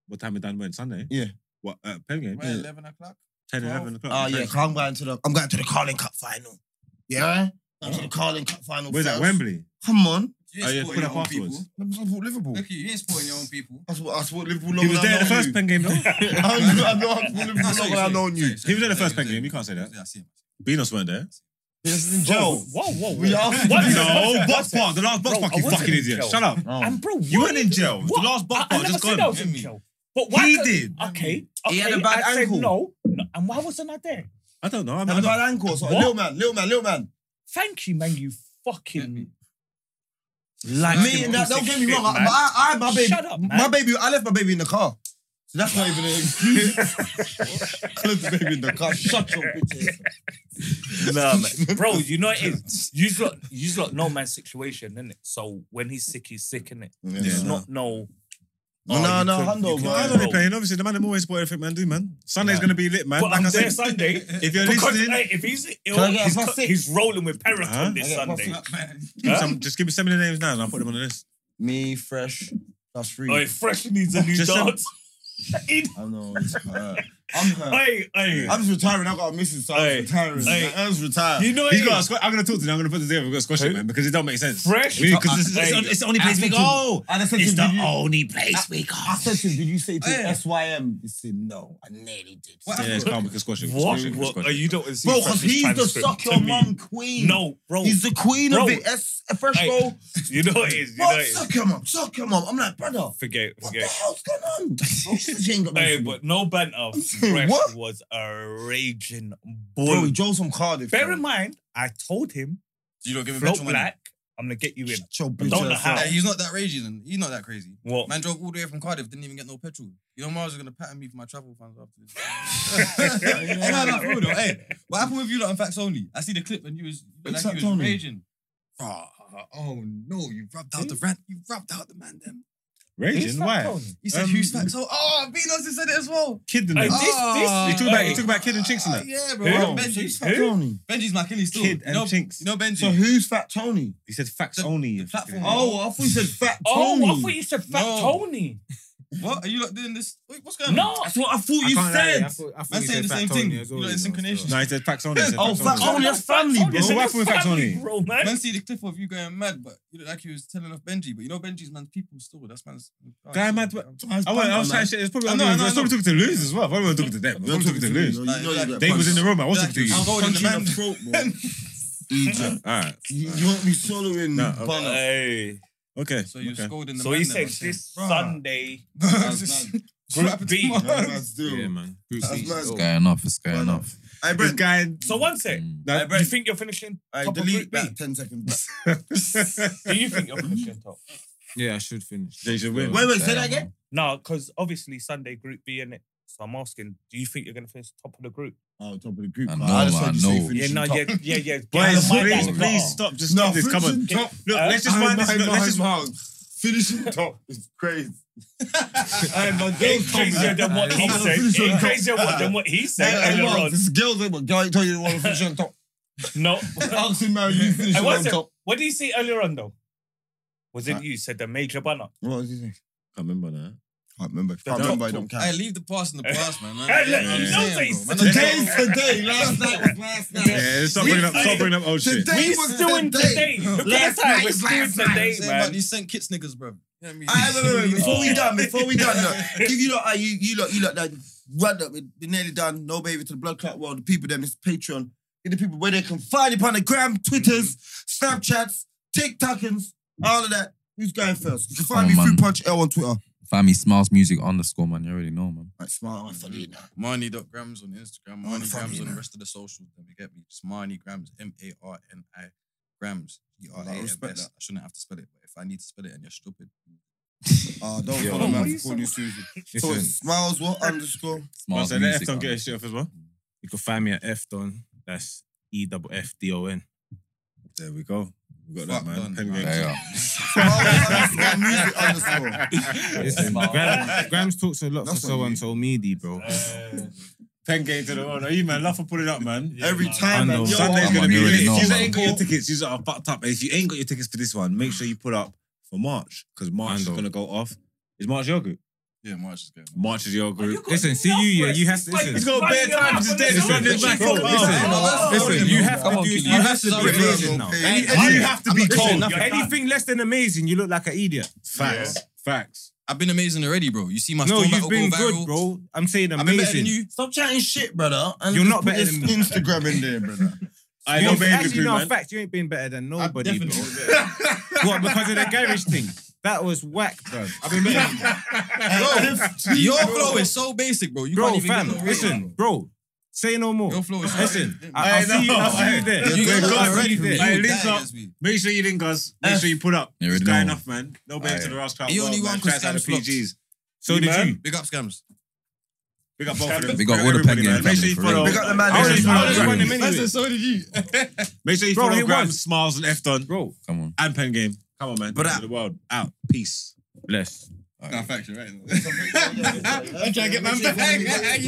Speaker 2: What time is done when Sunday?
Speaker 3: Yeah.
Speaker 2: What uh, pen game?
Speaker 4: Right, 11 o'clock?
Speaker 2: 10, 11 o'clock.
Speaker 5: Ah,
Speaker 3: Oh yeah,
Speaker 2: Pen-
Speaker 3: 'cause I'm going to the I'm going to the Carling Cup final. Yeah, I'm to the Carling Cup final.
Speaker 2: Where's that?
Speaker 3: first.
Speaker 2: Wembley.
Speaker 3: Come on,
Speaker 4: You
Speaker 2: Oh,
Speaker 4: ain't
Speaker 2: yeah,
Speaker 4: supporting
Speaker 2: put
Speaker 4: your
Speaker 2: up
Speaker 4: own
Speaker 2: afterwards.
Speaker 4: people.
Speaker 3: I support Liverpool.
Speaker 4: Look at you, you ain't supporting your own people.
Speaker 3: I support, I support Liverpool.
Speaker 2: He
Speaker 3: longer
Speaker 2: was
Speaker 3: than
Speaker 2: there
Speaker 3: I
Speaker 2: the
Speaker 3: know
Speaker 2: first
Speaker 3: you. *laughs*
Speaker 2: pen
Speaker 5: *laughs*
Speaker 2: game. though.
Speaker 3: I know- I know I support
Speaker 2: *laughs*
Speaker 3: Liverpool
Speaker 4: Nah, sorry,
Speaker 3: longer than I know
Speaker 4: sorry, sorry,
Speaker 3: you.
Speaker 4: sorry,
Speaker 2: He was there the
Speaker 4: sorry,
Speaker 2: first pen
Speaker 4: sorry.
Speaker 2: game. You can't say that.
Speaker 4: Yeah, I see him.
Speaker 2: Venus
Speaker 5: *laughs*
Speaker 2: weren't there.
Speaker 3: This is Joe.
Speaker 5: Whoa, whoa,
Speaker 3: We
Speaker 5: whoa.
Speaker 3: are.
Speaker 5: What?
Speaker 2: No, box
Speaker 5: Bro,
Speaker 2: park. The last box
Speaker 5: I
Speaker 2: park. You
Speaker 5: wasn't
Speaker 2: fucking
Speaker 5: in
Speaker 2: idiot.
Speaker 5: jail.
Speaker 2: Shut up.
Speaker 5: And bro,
Speaker 2: You
Speaker 5: why
Speaker 2: weren't in jail. It was
Speaker 5: what?
Speaker 2: The last
Speaker 5: I,
Speaker 2: box
Speaker 5: I
Speaker 2: park
Speaker 5: never
Speaker 2: just
Speaker 5: said
Speaker 2: gone.
Speaker 5: I was in
Speaker 4: Didn't he?
Speaker 5: jail. But why
Speaker 2: He
Speaker 5: could-
Speaker 2: did.
Speaker 5: Okay, okay.
Speaker 3: He had a bad
Speaker 5: I
Speaker 3: ankle.
Speaker 5: Said no, no, and why wasn't I there?
Speaker 2: I don't know. I'm
Speaker 3: Have
Speaker 2: not.
Speaker 3: a bad ankle. So
Speaker 5: What?
Speaker 3: little man, little man, little man.
Speaker 5: Thank you, man. You fucking
Speaker 3: Like me and that.
Speaker 5: piece
Speaker 3: Don't
Speaker 5: of
Speaker 3: get me
Speaker 5: shit,
Speaker 3: wrong. I,
Speaker 5: man.
Speaker 3: I, I, my baby,
Speaker 5: Shut up, man.
Speaker 3: my baby. I left my baby in the car. So that's not even an *laughs* excuse. I left the baby in the car. Shut
Speaker 2: *laughs*
Speaker 3: your bitch. ass.
Speaker 5: no, man. bro. You know it is. You lot, you lot know man's situation, innit? So when he's sick, he's sick, innit? It's not no.
Speaker 3: No,
Speaker 5: oh, you
Speaker 3: no,
Speaker 5: could-
Speaker 3: hand
Speaker 5: you
Speaker 3: over.
Speaker 5: could-
Speaker 2: I
Speaker 3: Handover.
Speaker 2: don't be
Speaker 5: bro.
Speaker 2: playing. Obviously, the man I'm always support everything man do, man. Sunday's gonna be lit, man.
Speaker 5: But
Speaker 2: Like
Speaker 5: I'm
Speaker 2: I
Speaker 5: there
Speaker 2: said,
Speaker 5: Sunday.
Speaker 2: if you're
Speaker 5: Because
Speaker 2: listening,
Speaker 5: hey, if he's ill,
Speaker 3: Can I get a
Speaker 5: he's,
Speaker 3: plus
Speaker 5: co-
Speaker 3: six?
Speaker 5: he's rolling with Periton
Speaker 2: Huh?
Speaker 5: this
Speaker 3: I get a plus
Speaker 5: Sunday.
Speaker 3: six?
Speaker 2: give me some, just give me so many names now, and I'll put them on the list.
Speaker 3: Me fresh. That's free.
Speaker 5: Oi, Oh, Fresh needs a new
Speaker 2: Just send-
Speaker 5: dance. *laughs* He-
Speaker 3: I know. It's hurt. I'm hurt.
Speaker 5: Oi, oi.
Speaker 3: I'm just retiring. I got a missus, so I'm
Speaker 5: Hey,
Speaker 3: retiring.
Speaker 5: hey.
Speaker 3: I'm just retired.
Speaker 5: You know
Speaker 2: He's
Speaker 5: it
Speaker 2: got. A
Speaker 5: is.
Speaker 2: squ- I'm gonna talk to them. I'm gonna put this together. We've got a squash it, man, because it don't make sense.
Speaker 5: Fresh.
Speaker 2: Because this is
Speaker 5: Hey,
Speaker 2: it's, it's the only place we go.
Speaker 3: And I said to him, did you,
Speaker 2: only place we go.
Speaker 3: I said to him, did you say to
Speaker 4: Oh, yeah.
Speaker 3: SYM? He said, no, I nearly did.
Speaker 4: What
Speaker 2: Yeah, it's
Speaker 4: happened?
Speaker 2: calm. We can squash it. we can
Speaker 5: What?
Speaker 2: squash it, we can
Speaker 5: what?
Speaker 2: squash
Speaker 5: Are
Speaker 2: it.
Speaker 5: you don't see
Speaker 3: Bro, because
Speaker 5: Fresh's
Speaker 3: he's the
Speaker 5: transcript
Speaker 3: suck
Speaker 5: to
Speaker 3: your
Speaker 5: me.
Speaker 3: mum queen.
Speaker 5: No, bro.
Speaker 3: He's the queen
Speaker 5: Bro.
Speaker 3: of it. S- fresh
Speaker 5: Hey,
Speaker 3: bro.
Speaker 5: you know it is. You know
Speaker 3: Bro,
Speaker 5: it is.
Speaker 3: suck your mum. Suck your mum. I'm like, brother,
Speaker 5: Forget,
Speaker 3: what the
Speaker 5: forget.
Speaker 3: hell's going on? Bro, she ain't got no
Speaker 5: Hey,
Speaker 3: food.
Speaker 5: but no banter.
Speaker 3: saying,
Speaker 5: Fresh
Speaker 3: what?
Speaker 5: was a raging
Speaker 3: Bro,
Speaker 5: bull.
Speaker 3: he drove from Cardiff.
Speaker 5: Bear
Speaker 3: bro.
Speaker 5: in mind, I told him,
Speaker 4: You don't give him
Speaker 5: float
Speaker 4: petrol money.
Speaker 5: black, I'm going to get you in.
Speaker 3: Shut your
Speaker 5: I
Speaker 3: bitch
Speaker 5: don't know
Speaker 3: ass
Speaker 5: how.
Speaker 3: up.
Speaker 4: Hey, he's not that raging. and He's not that crazy.
Speaker 5: What?
Speaker 4: Man drove all the way from Cardiff, didn't even get no petrol. Your mom's gonna pattern me for my travel funds after this. *laughs* hey, no, no, for real though. Hey, what happened with you lot in facts only? I see the clip and you was you looked like
Speaker 3: Facts
Speaker 4: you was
Speaker 3: Only?
Speaker 4: Ah, Hmm? raging. Bruh, oh no, you rubbed out the rant. You rubbed out the man then.
Speaker 2: Raging? Why? Um,
Speaker 4: He said, "Who's that?" So, oh, Venus has said it as well.
Speaker 2: Kid and
Speaker 5: Hey,
Speaker 2: them.
Speaker 5: this- this-
Speaker 2: You talk about you talk about kid and chicks and that.
Speaker 4: Yeah, bro.
Speaker 5: Who?
Speaker 4: Benji's,
Speaker 5: Who?
Speaker 4: Benji's my killie still.
Speaker 2: Kid
Speaker 4: you
Speaker 2: and
Speaker 4: know,
Speaker 2: chinks.
Speaker 4: you know Benji.
Speaker 3: So who's Fat Tony?
Speaker 2: He said facts
Speaker 4: The-
Speaker 2: only.
Speaker 4: the platform.
Speaker 3: Oh, I thought you said Fat Tony.
Speaker 5: Oh, I thought you said Fat
Speaker 4: No.
Speaker 5: Tony.
Speaker 4: what are you lot doing this? Wait, what's going
Speaker 5: No,
Speaker 4: on?
Speaker 5: that's what I thought
Speaker 6: I can't lie, I
Speaker 5: said.
Speaker 6: thought, I thought
Speaker 4: Man
Speaker 6: you
Speaker 4: saying
Speaker 6: said
Speaker 4: the
Speaker 6: Fat
Speaker 4: same
Speaker 6: Tony as
Speaker 4: thing. You
Speaker 6: well,
Speaker 4: know,
Speaker 6: you
Speaker 4: in
Speaker 6: know,
Speaker 4: synchronization.
Speaker 6: so-
Speaker 2: No, he said facts only. he said
Speaker 3: Oh,
Speaker 2: facts
Speaker 3: facts
Speaker 2: only.
Speaker 3: only.
Speaker 5: that's family, bro.
Speaker 2: It's
Speaker 5: That's
Speaker 2: with Fat
Speaker 5: family,
Speaker 2: Tony.
Speaker 5: bro, man.
Speaker 4: Man, see the clip of you going mad, but you look like you was telling off Benji, but you know Benji's man's people still. That's man's. Oh,
Speaker 2: Guy mad, but- I went. I was trying to. It's probably.
Speaker 4: I
Speaker 2: I
Speaker 4: know, I know, I
Speaker 2: was probably
Speaker 4: know.
Speaker 2: talking to Luz as well. I wasn't talking to them. I was probably talking to Luz.
Speaker 4: Like, like,
Speaker 2: They was in the room. I was
Speaker 4: Like,
Speaker 2: talking to you.
Speaker 4: I'm going in the
Speaker 3: Punching
Speaker 4: man.
Speaker 3: the throat, bro.
Speaker 2: All
Speaker 3: Egypt.
Speaker 2: right.
Speaker 3: You, *laughs* you won't be soloing
Speaker 2: No, okay.
Speaker 3: Bonner. *laughs*
Speaker 5: Hey.
Speaker 2: Okay.
Speaker 4: *laughs* So you
Speaker 2: okay.
Speaker 4: scolding the
Speaker 5: So
Speaker 4: man.
Speaker 5: he
Speaker 4: then,
Speaker 5: said
Speaker 4: I'm saying,
Speaker 5: this
Speaker 4: bruh.
Speaker 5: Sunday.
Speaker 4: That's mad.
Speaker 5: Group B.
Speaker 3: That's mad still.
Speaker 6: Yeah, man. Group
Speaker 3: That's
Speaker 6: C.
Speaker 3: mad.
Speaker 9: It's going off. It's
Speaker 3: Why
Speaker 9: going
Speaker 3: not?
Speaker 9: off.
Speaker 3: Hey,
Speaker 2: This
Speaker 3: Brent.
Speaker 2: guy.
Speaker 5: So one sec.
Speaker 9: Mm.
Speaker 2: No,
Speaker 5: Do you think you're finishing
Speaker 3: Hey,
Speaker 5: top of
Speaker 3: delete
Speaker 5: Group B?
Speaker 3: that 10 seconds back.
Speaker 5: Do you think you're finishing top?
Speaker 6: Yeah, I should finish.
Speaker 2: They should win.
Speaker 3: Wait, wait, say
Speaker 9: Damn.
Speaker 3: that again?
Speaker 5: No, because obviously Sunday Group B in it. So I'm asking, do you think you're going to finish top of the group?
Speaker 3: Oh, top of the group.
Speaker 9: I know,
Speaker 3: man. just heard
Speaker 9: I
Speaker 3: you say
Speaker 9: know.
Speaker 5: Yeah,
Speaker 3: finishing
Speaker 5: no,
Speaker 3: top.
Speaker 5: yeah, yeah, yeah.
Speaker 2: Boys,
Speaker 5: Yeah, my
Speaker 2: please,
Speaker 5: dad's
Speaker 2: please
Speaker 5: better.
Speaker 2: stop. Just
Speaker 3: No,
Speaker 2: stop this. Come on.
Speaker 3: finishing top.
Speaker 2: Look,
Speaker 5: Uh,
Speaker 2: let's just
Speaker 3: I'm
Speaker 2: wind this.
Speaker 3: not-
Speaker 2: Look, let's just.
Speaker 3: I'm not- Finishing top is crazy.
Speaker 5: Hey, my dad's crazier than what he
Speaker 3: I'm gonna
Speaker 5: said.
Speaker 3: finish on
Speaker 5: Ain't
Speaker 3: top.
Speaker 5: crazier what- than what he said.
Speaker 3: Hey,
Speaker 5: earlier
Speaker 3: hey,
Speaker 5: on.
Speaker 3: Mark, this girl's name, but girl, I told you they want to finish on top.
Speaker 5: No.
Speaker 3: Oxen *laughs* married, you finish
Speaker 5: Hey,
Speaker 3: on
Speaker 5: what's it-
Speaker 3: top.
Speaker 5: *laughs* What did you say earlier on though? Was it
Speaker 3: Huh?
Speaker 5: you said the major banner?
Speaker 3: What was he saying?
Speaker 2: Can't remember now.
Speaker 3: Can't remember. Can't remember. I don't *laughs*
Speaker 4: Hey,
Speaker 3: care.
Speaker 4: leave the past in the past, man. man.
Speaker 5: Hey,
Speaker 4: You know
Speaker 5: look,
Speaker 4: what I'm
Speaker 5: you know
Speaker 4: saying,
Speaker 5: they
Speaker 4: bro? Man,
Speaker 5: said-
Speaker 3: Today's the day. Last night was last night.
Speaker 2: Yeah, stop bringing up. Stop bringing up old shit.
Speaker 3: Today
Speaker 5: We
Speaker 3: was
Speaker 5: still
Speaker 3: the
Speaker 5: in
Speaker 3: day. *laughs*
Speaker 5: today. Look at
Speaker 3: Last
Speaker 5: the time.
Speaker 3: night
Speaker 5: We're
Speaker 3: was
Speaker 5: still in
Speaker 3: last night.
Speaker 5: today,
Speaker 4: saying about
Speaker 5: man.
Speaker 4: *laughs* these Saint Kitts niggas, bro. You know what
Speaker 3: I wait, wait, wait, before we done, before we done, look,
Speaker 5: *laughs* Oh.
Speaker 3: give you lot, uh, you you lot, you lot, like, run up, we nearly done. No baby to the blood clot world. The people, them is Patreon. Get the people where they can find it on the gram, Twitters, Snapchats, TikTokings, all of that. Who's going first? You can find
Speaker 9: Oh,
Speaker 3: me
Speaker 9: man.
Speaker 3: through Punch L on Twitter.
Speaker 9: Family smiles music underscore man. You already know man.
Speaker 3: Like smart, I'm funny now.
Speaker 4: Marnie.grams on Instagram,
Speaker 3: Oh,
Speaker 4: Marnie
Speaker 3: fuck
Speaker 4: Grams
Speaker 3: you,
Speaker 4: on the
Speaker 3: man.
Speaker 4: rest of the socials. Then you get me. It's Marnie Grams, M A R N I Grams.
Speaker 3: I respect
Speaker 4: E-R-A-M-S.
Speaker 3: that.
Speaker 4: I shouldn't have to spell it, but if I need to spell it and you're stupid,
Speaker 3: Oh, don't
Speaker 6: Yeah.
Speaker 3: follow
Speaker 5: what
Speaker 3: man
Speaker 5: you
Speaker 3: for calling you Susie. So
Speaker 6: Listen.
Speaker 3: it's smiles what underscore?
Speaker 9: Smiles
Speaker 2: So let
Speaker 9: music.
Speaker 2: F don't get
Speaker 9: man.
Speaker 2: his shit off as well.
Speaker 6: You can find me at F Don. That's E double F D O N.
Speaker 2: There we go. We
Speaker 4: Fuck done, man.
Speaker 2: Pen game.
Speaker 9: There you are.
Speaker 3: Smiles underscore music underscore.
Speaker 6: Listen,
Speaker 5: Smart.
Speaker 6: Grams, Grams talks a lot for
Speaker 3: That's
Speaker 6: so
Speaker 3: what
Speaker 6: and so meaty, bro.
Speaker 2: Pen game to the world. Are you man? Love for putting up, man.
Speaker 3: Every
Speaker 6: I
Speaker 3: time, man.
Speaker 6: know.
Speaker 3: Yo,
Speaker 2: Sunday's
Speaker 9: I'm
Speaker 2: gonna be
Speaker 9: on
Speaker 2: lit.
Speaker 9: already know,
Speaker 2: If you
Speaker 9: man.
Speaker 2: ain't got your tickets, you are fucked up. If you ain't got your tickets for this one, make sure you put up for March because March
Speaker 6: I
Speaker 2: is
Speaker 6: know.
Speaker 2: gonna go off. Is March your group?
Speaker 4: yeah, March is going.
Speaker 2: March is your group.
Speaker 6: Listen, see you, yeah, you have to- listen.
Speaker 2: He's got bare time to stay. He's running back.
Speaker 6: Bro,
Speaker 2: Come on.
Speaker 6: listen. Listen, you have
Speaker 9: Come
Speaker 6: to
Speaker 9: on,
Speaker 6: do.
Speaker 9: Keely.
Speaker 6: You have to
Speaker 3: Bro,
Speaker 6: be
Speaker 4: This is amazing
Speaker 6: amazing
Speaker 3: bro,
Speaker 6: now.
Speaker 3: hey,
Speaker 2: And
Speaker 3: hey,
Speaker 2: you have to be cold.
Speaker 5: nothing.
Speaker 6: Anything less than amazing, you look like an idiot.
Speaker 2: Facts. Facts.
Speaker 4: I've been amazing already, bro. You see my
Speaker 6: No,
Speaker 4: storm
Speaker 6: you've
Speaker 4: battle go
Speaker 6: been
Speaker 4: viral.
Speaker 6: good, bro. I'm saying
Speaker 4: I've been better than
Speaker 6: amazing.
Speaker 4: you.
Speaker 3: Stop chatting shit, brother. And
Speaker 6: You're
Speaker 3: just
Speaker 6: not
Speaker 3: put
Speaker 6: better
Speaker 3: this
Speaker 4: *laughs*
Speaker 6: than me.
Speaker 3: Instagram in there, brother.
Speaker 2: I know baby
Speaker 6: actually,
Speaker 2: group,
Speaker 6: no,
Speaker 2: man.
Speaker 6: fact, you ain't been better than nobody, bro.
Speaker 4: definitely
Speaker 6: *laughs* what, because of the garage thing? That was whack, bro. I've been better.
Speaker 4: Your flow is so basic, bro. You
Speaker 6: bro,
Speaker 4: can't even
Speaker 6: fam,
Speaker 4: get no rating,
Speaker 6: listen, bro. Say no more.
Speaker 4: bro. Your flow is so
Speaker 6: Listen,
Speaker 4: basic.
Speaker 6: I, I'll
Speaker 2: I
Speaker 6: see you. I'll
Speaker 2: know.
Speaker 6: see you there.
Speaker 4: *laughs* You
Speaker 2: Yeah,
Speaker 4: guys
Speaker 2: go
Speaker 4: are
Speaker 2: on,
Speaker 4: already
Speaker 2: ready
Speaker 4: for me.
Speaker 2: for
Speaker 4: You
Speaker 2: it. Hey,
Speaker 4: dying
Speaker 2: link up.
Speaker 4: as we-
Speaker 2: Make sure you link us. Make sure you put up.
Speaker 9: You
Speaker 2: It's
Speaker 9: already
Speaker 2: guy
Speaker 9: know.
Speaker 2: enough, man. No baby to the
Speaker 9: Aye.
Speaker 2: Ross Club.
Speaker 4: He only
Speaker 2: World,
Speaker 4: one
Speaker 2: man.
Speaker 4: cause
Speaker 2: Shout out to the
Speaker 4: Scams
Speaker 2: PGs.
Speaker 6: So did
Speaker 2: man.
Speaker 6: you.
Speaker 4: Big up, scams.
Speaker 2: Big up both of them.
Speaker 9: Big up all the
Speaker 2: Everybody,
Speaker 9: Penguin
Speaker 2: man. Make sure
Speaker 9: family,
Speaker 2: you
Speaker 9: for
Speaker 2: follow.
Speaker 9: real.
Speaker 3: Big up the man.
Speaker 6: I already, I already
Speaker 2: Grams.
Speaker 6: won him anyway.
Speaker 2: so did you. Make sure you
Speaker 6: Bro,
Speaker 2: follow
Speaker 6: he
Speaker 2: Graham,
Speaker 6: won.
Speaker 2: Smiles, and F Don
Speaker 6: Bro,
Speaker 9: Come on.
Speaker 2: and Pen Game. Come on, man.
Speaker 3: But
Speaker 2: to
Speaker 3: I-
Speaker 2: the world out. Peace.
Speaker 6: bless.
Speaker 4: *laughs*
Speaker 3: *laughs* I'm trying to get my bag.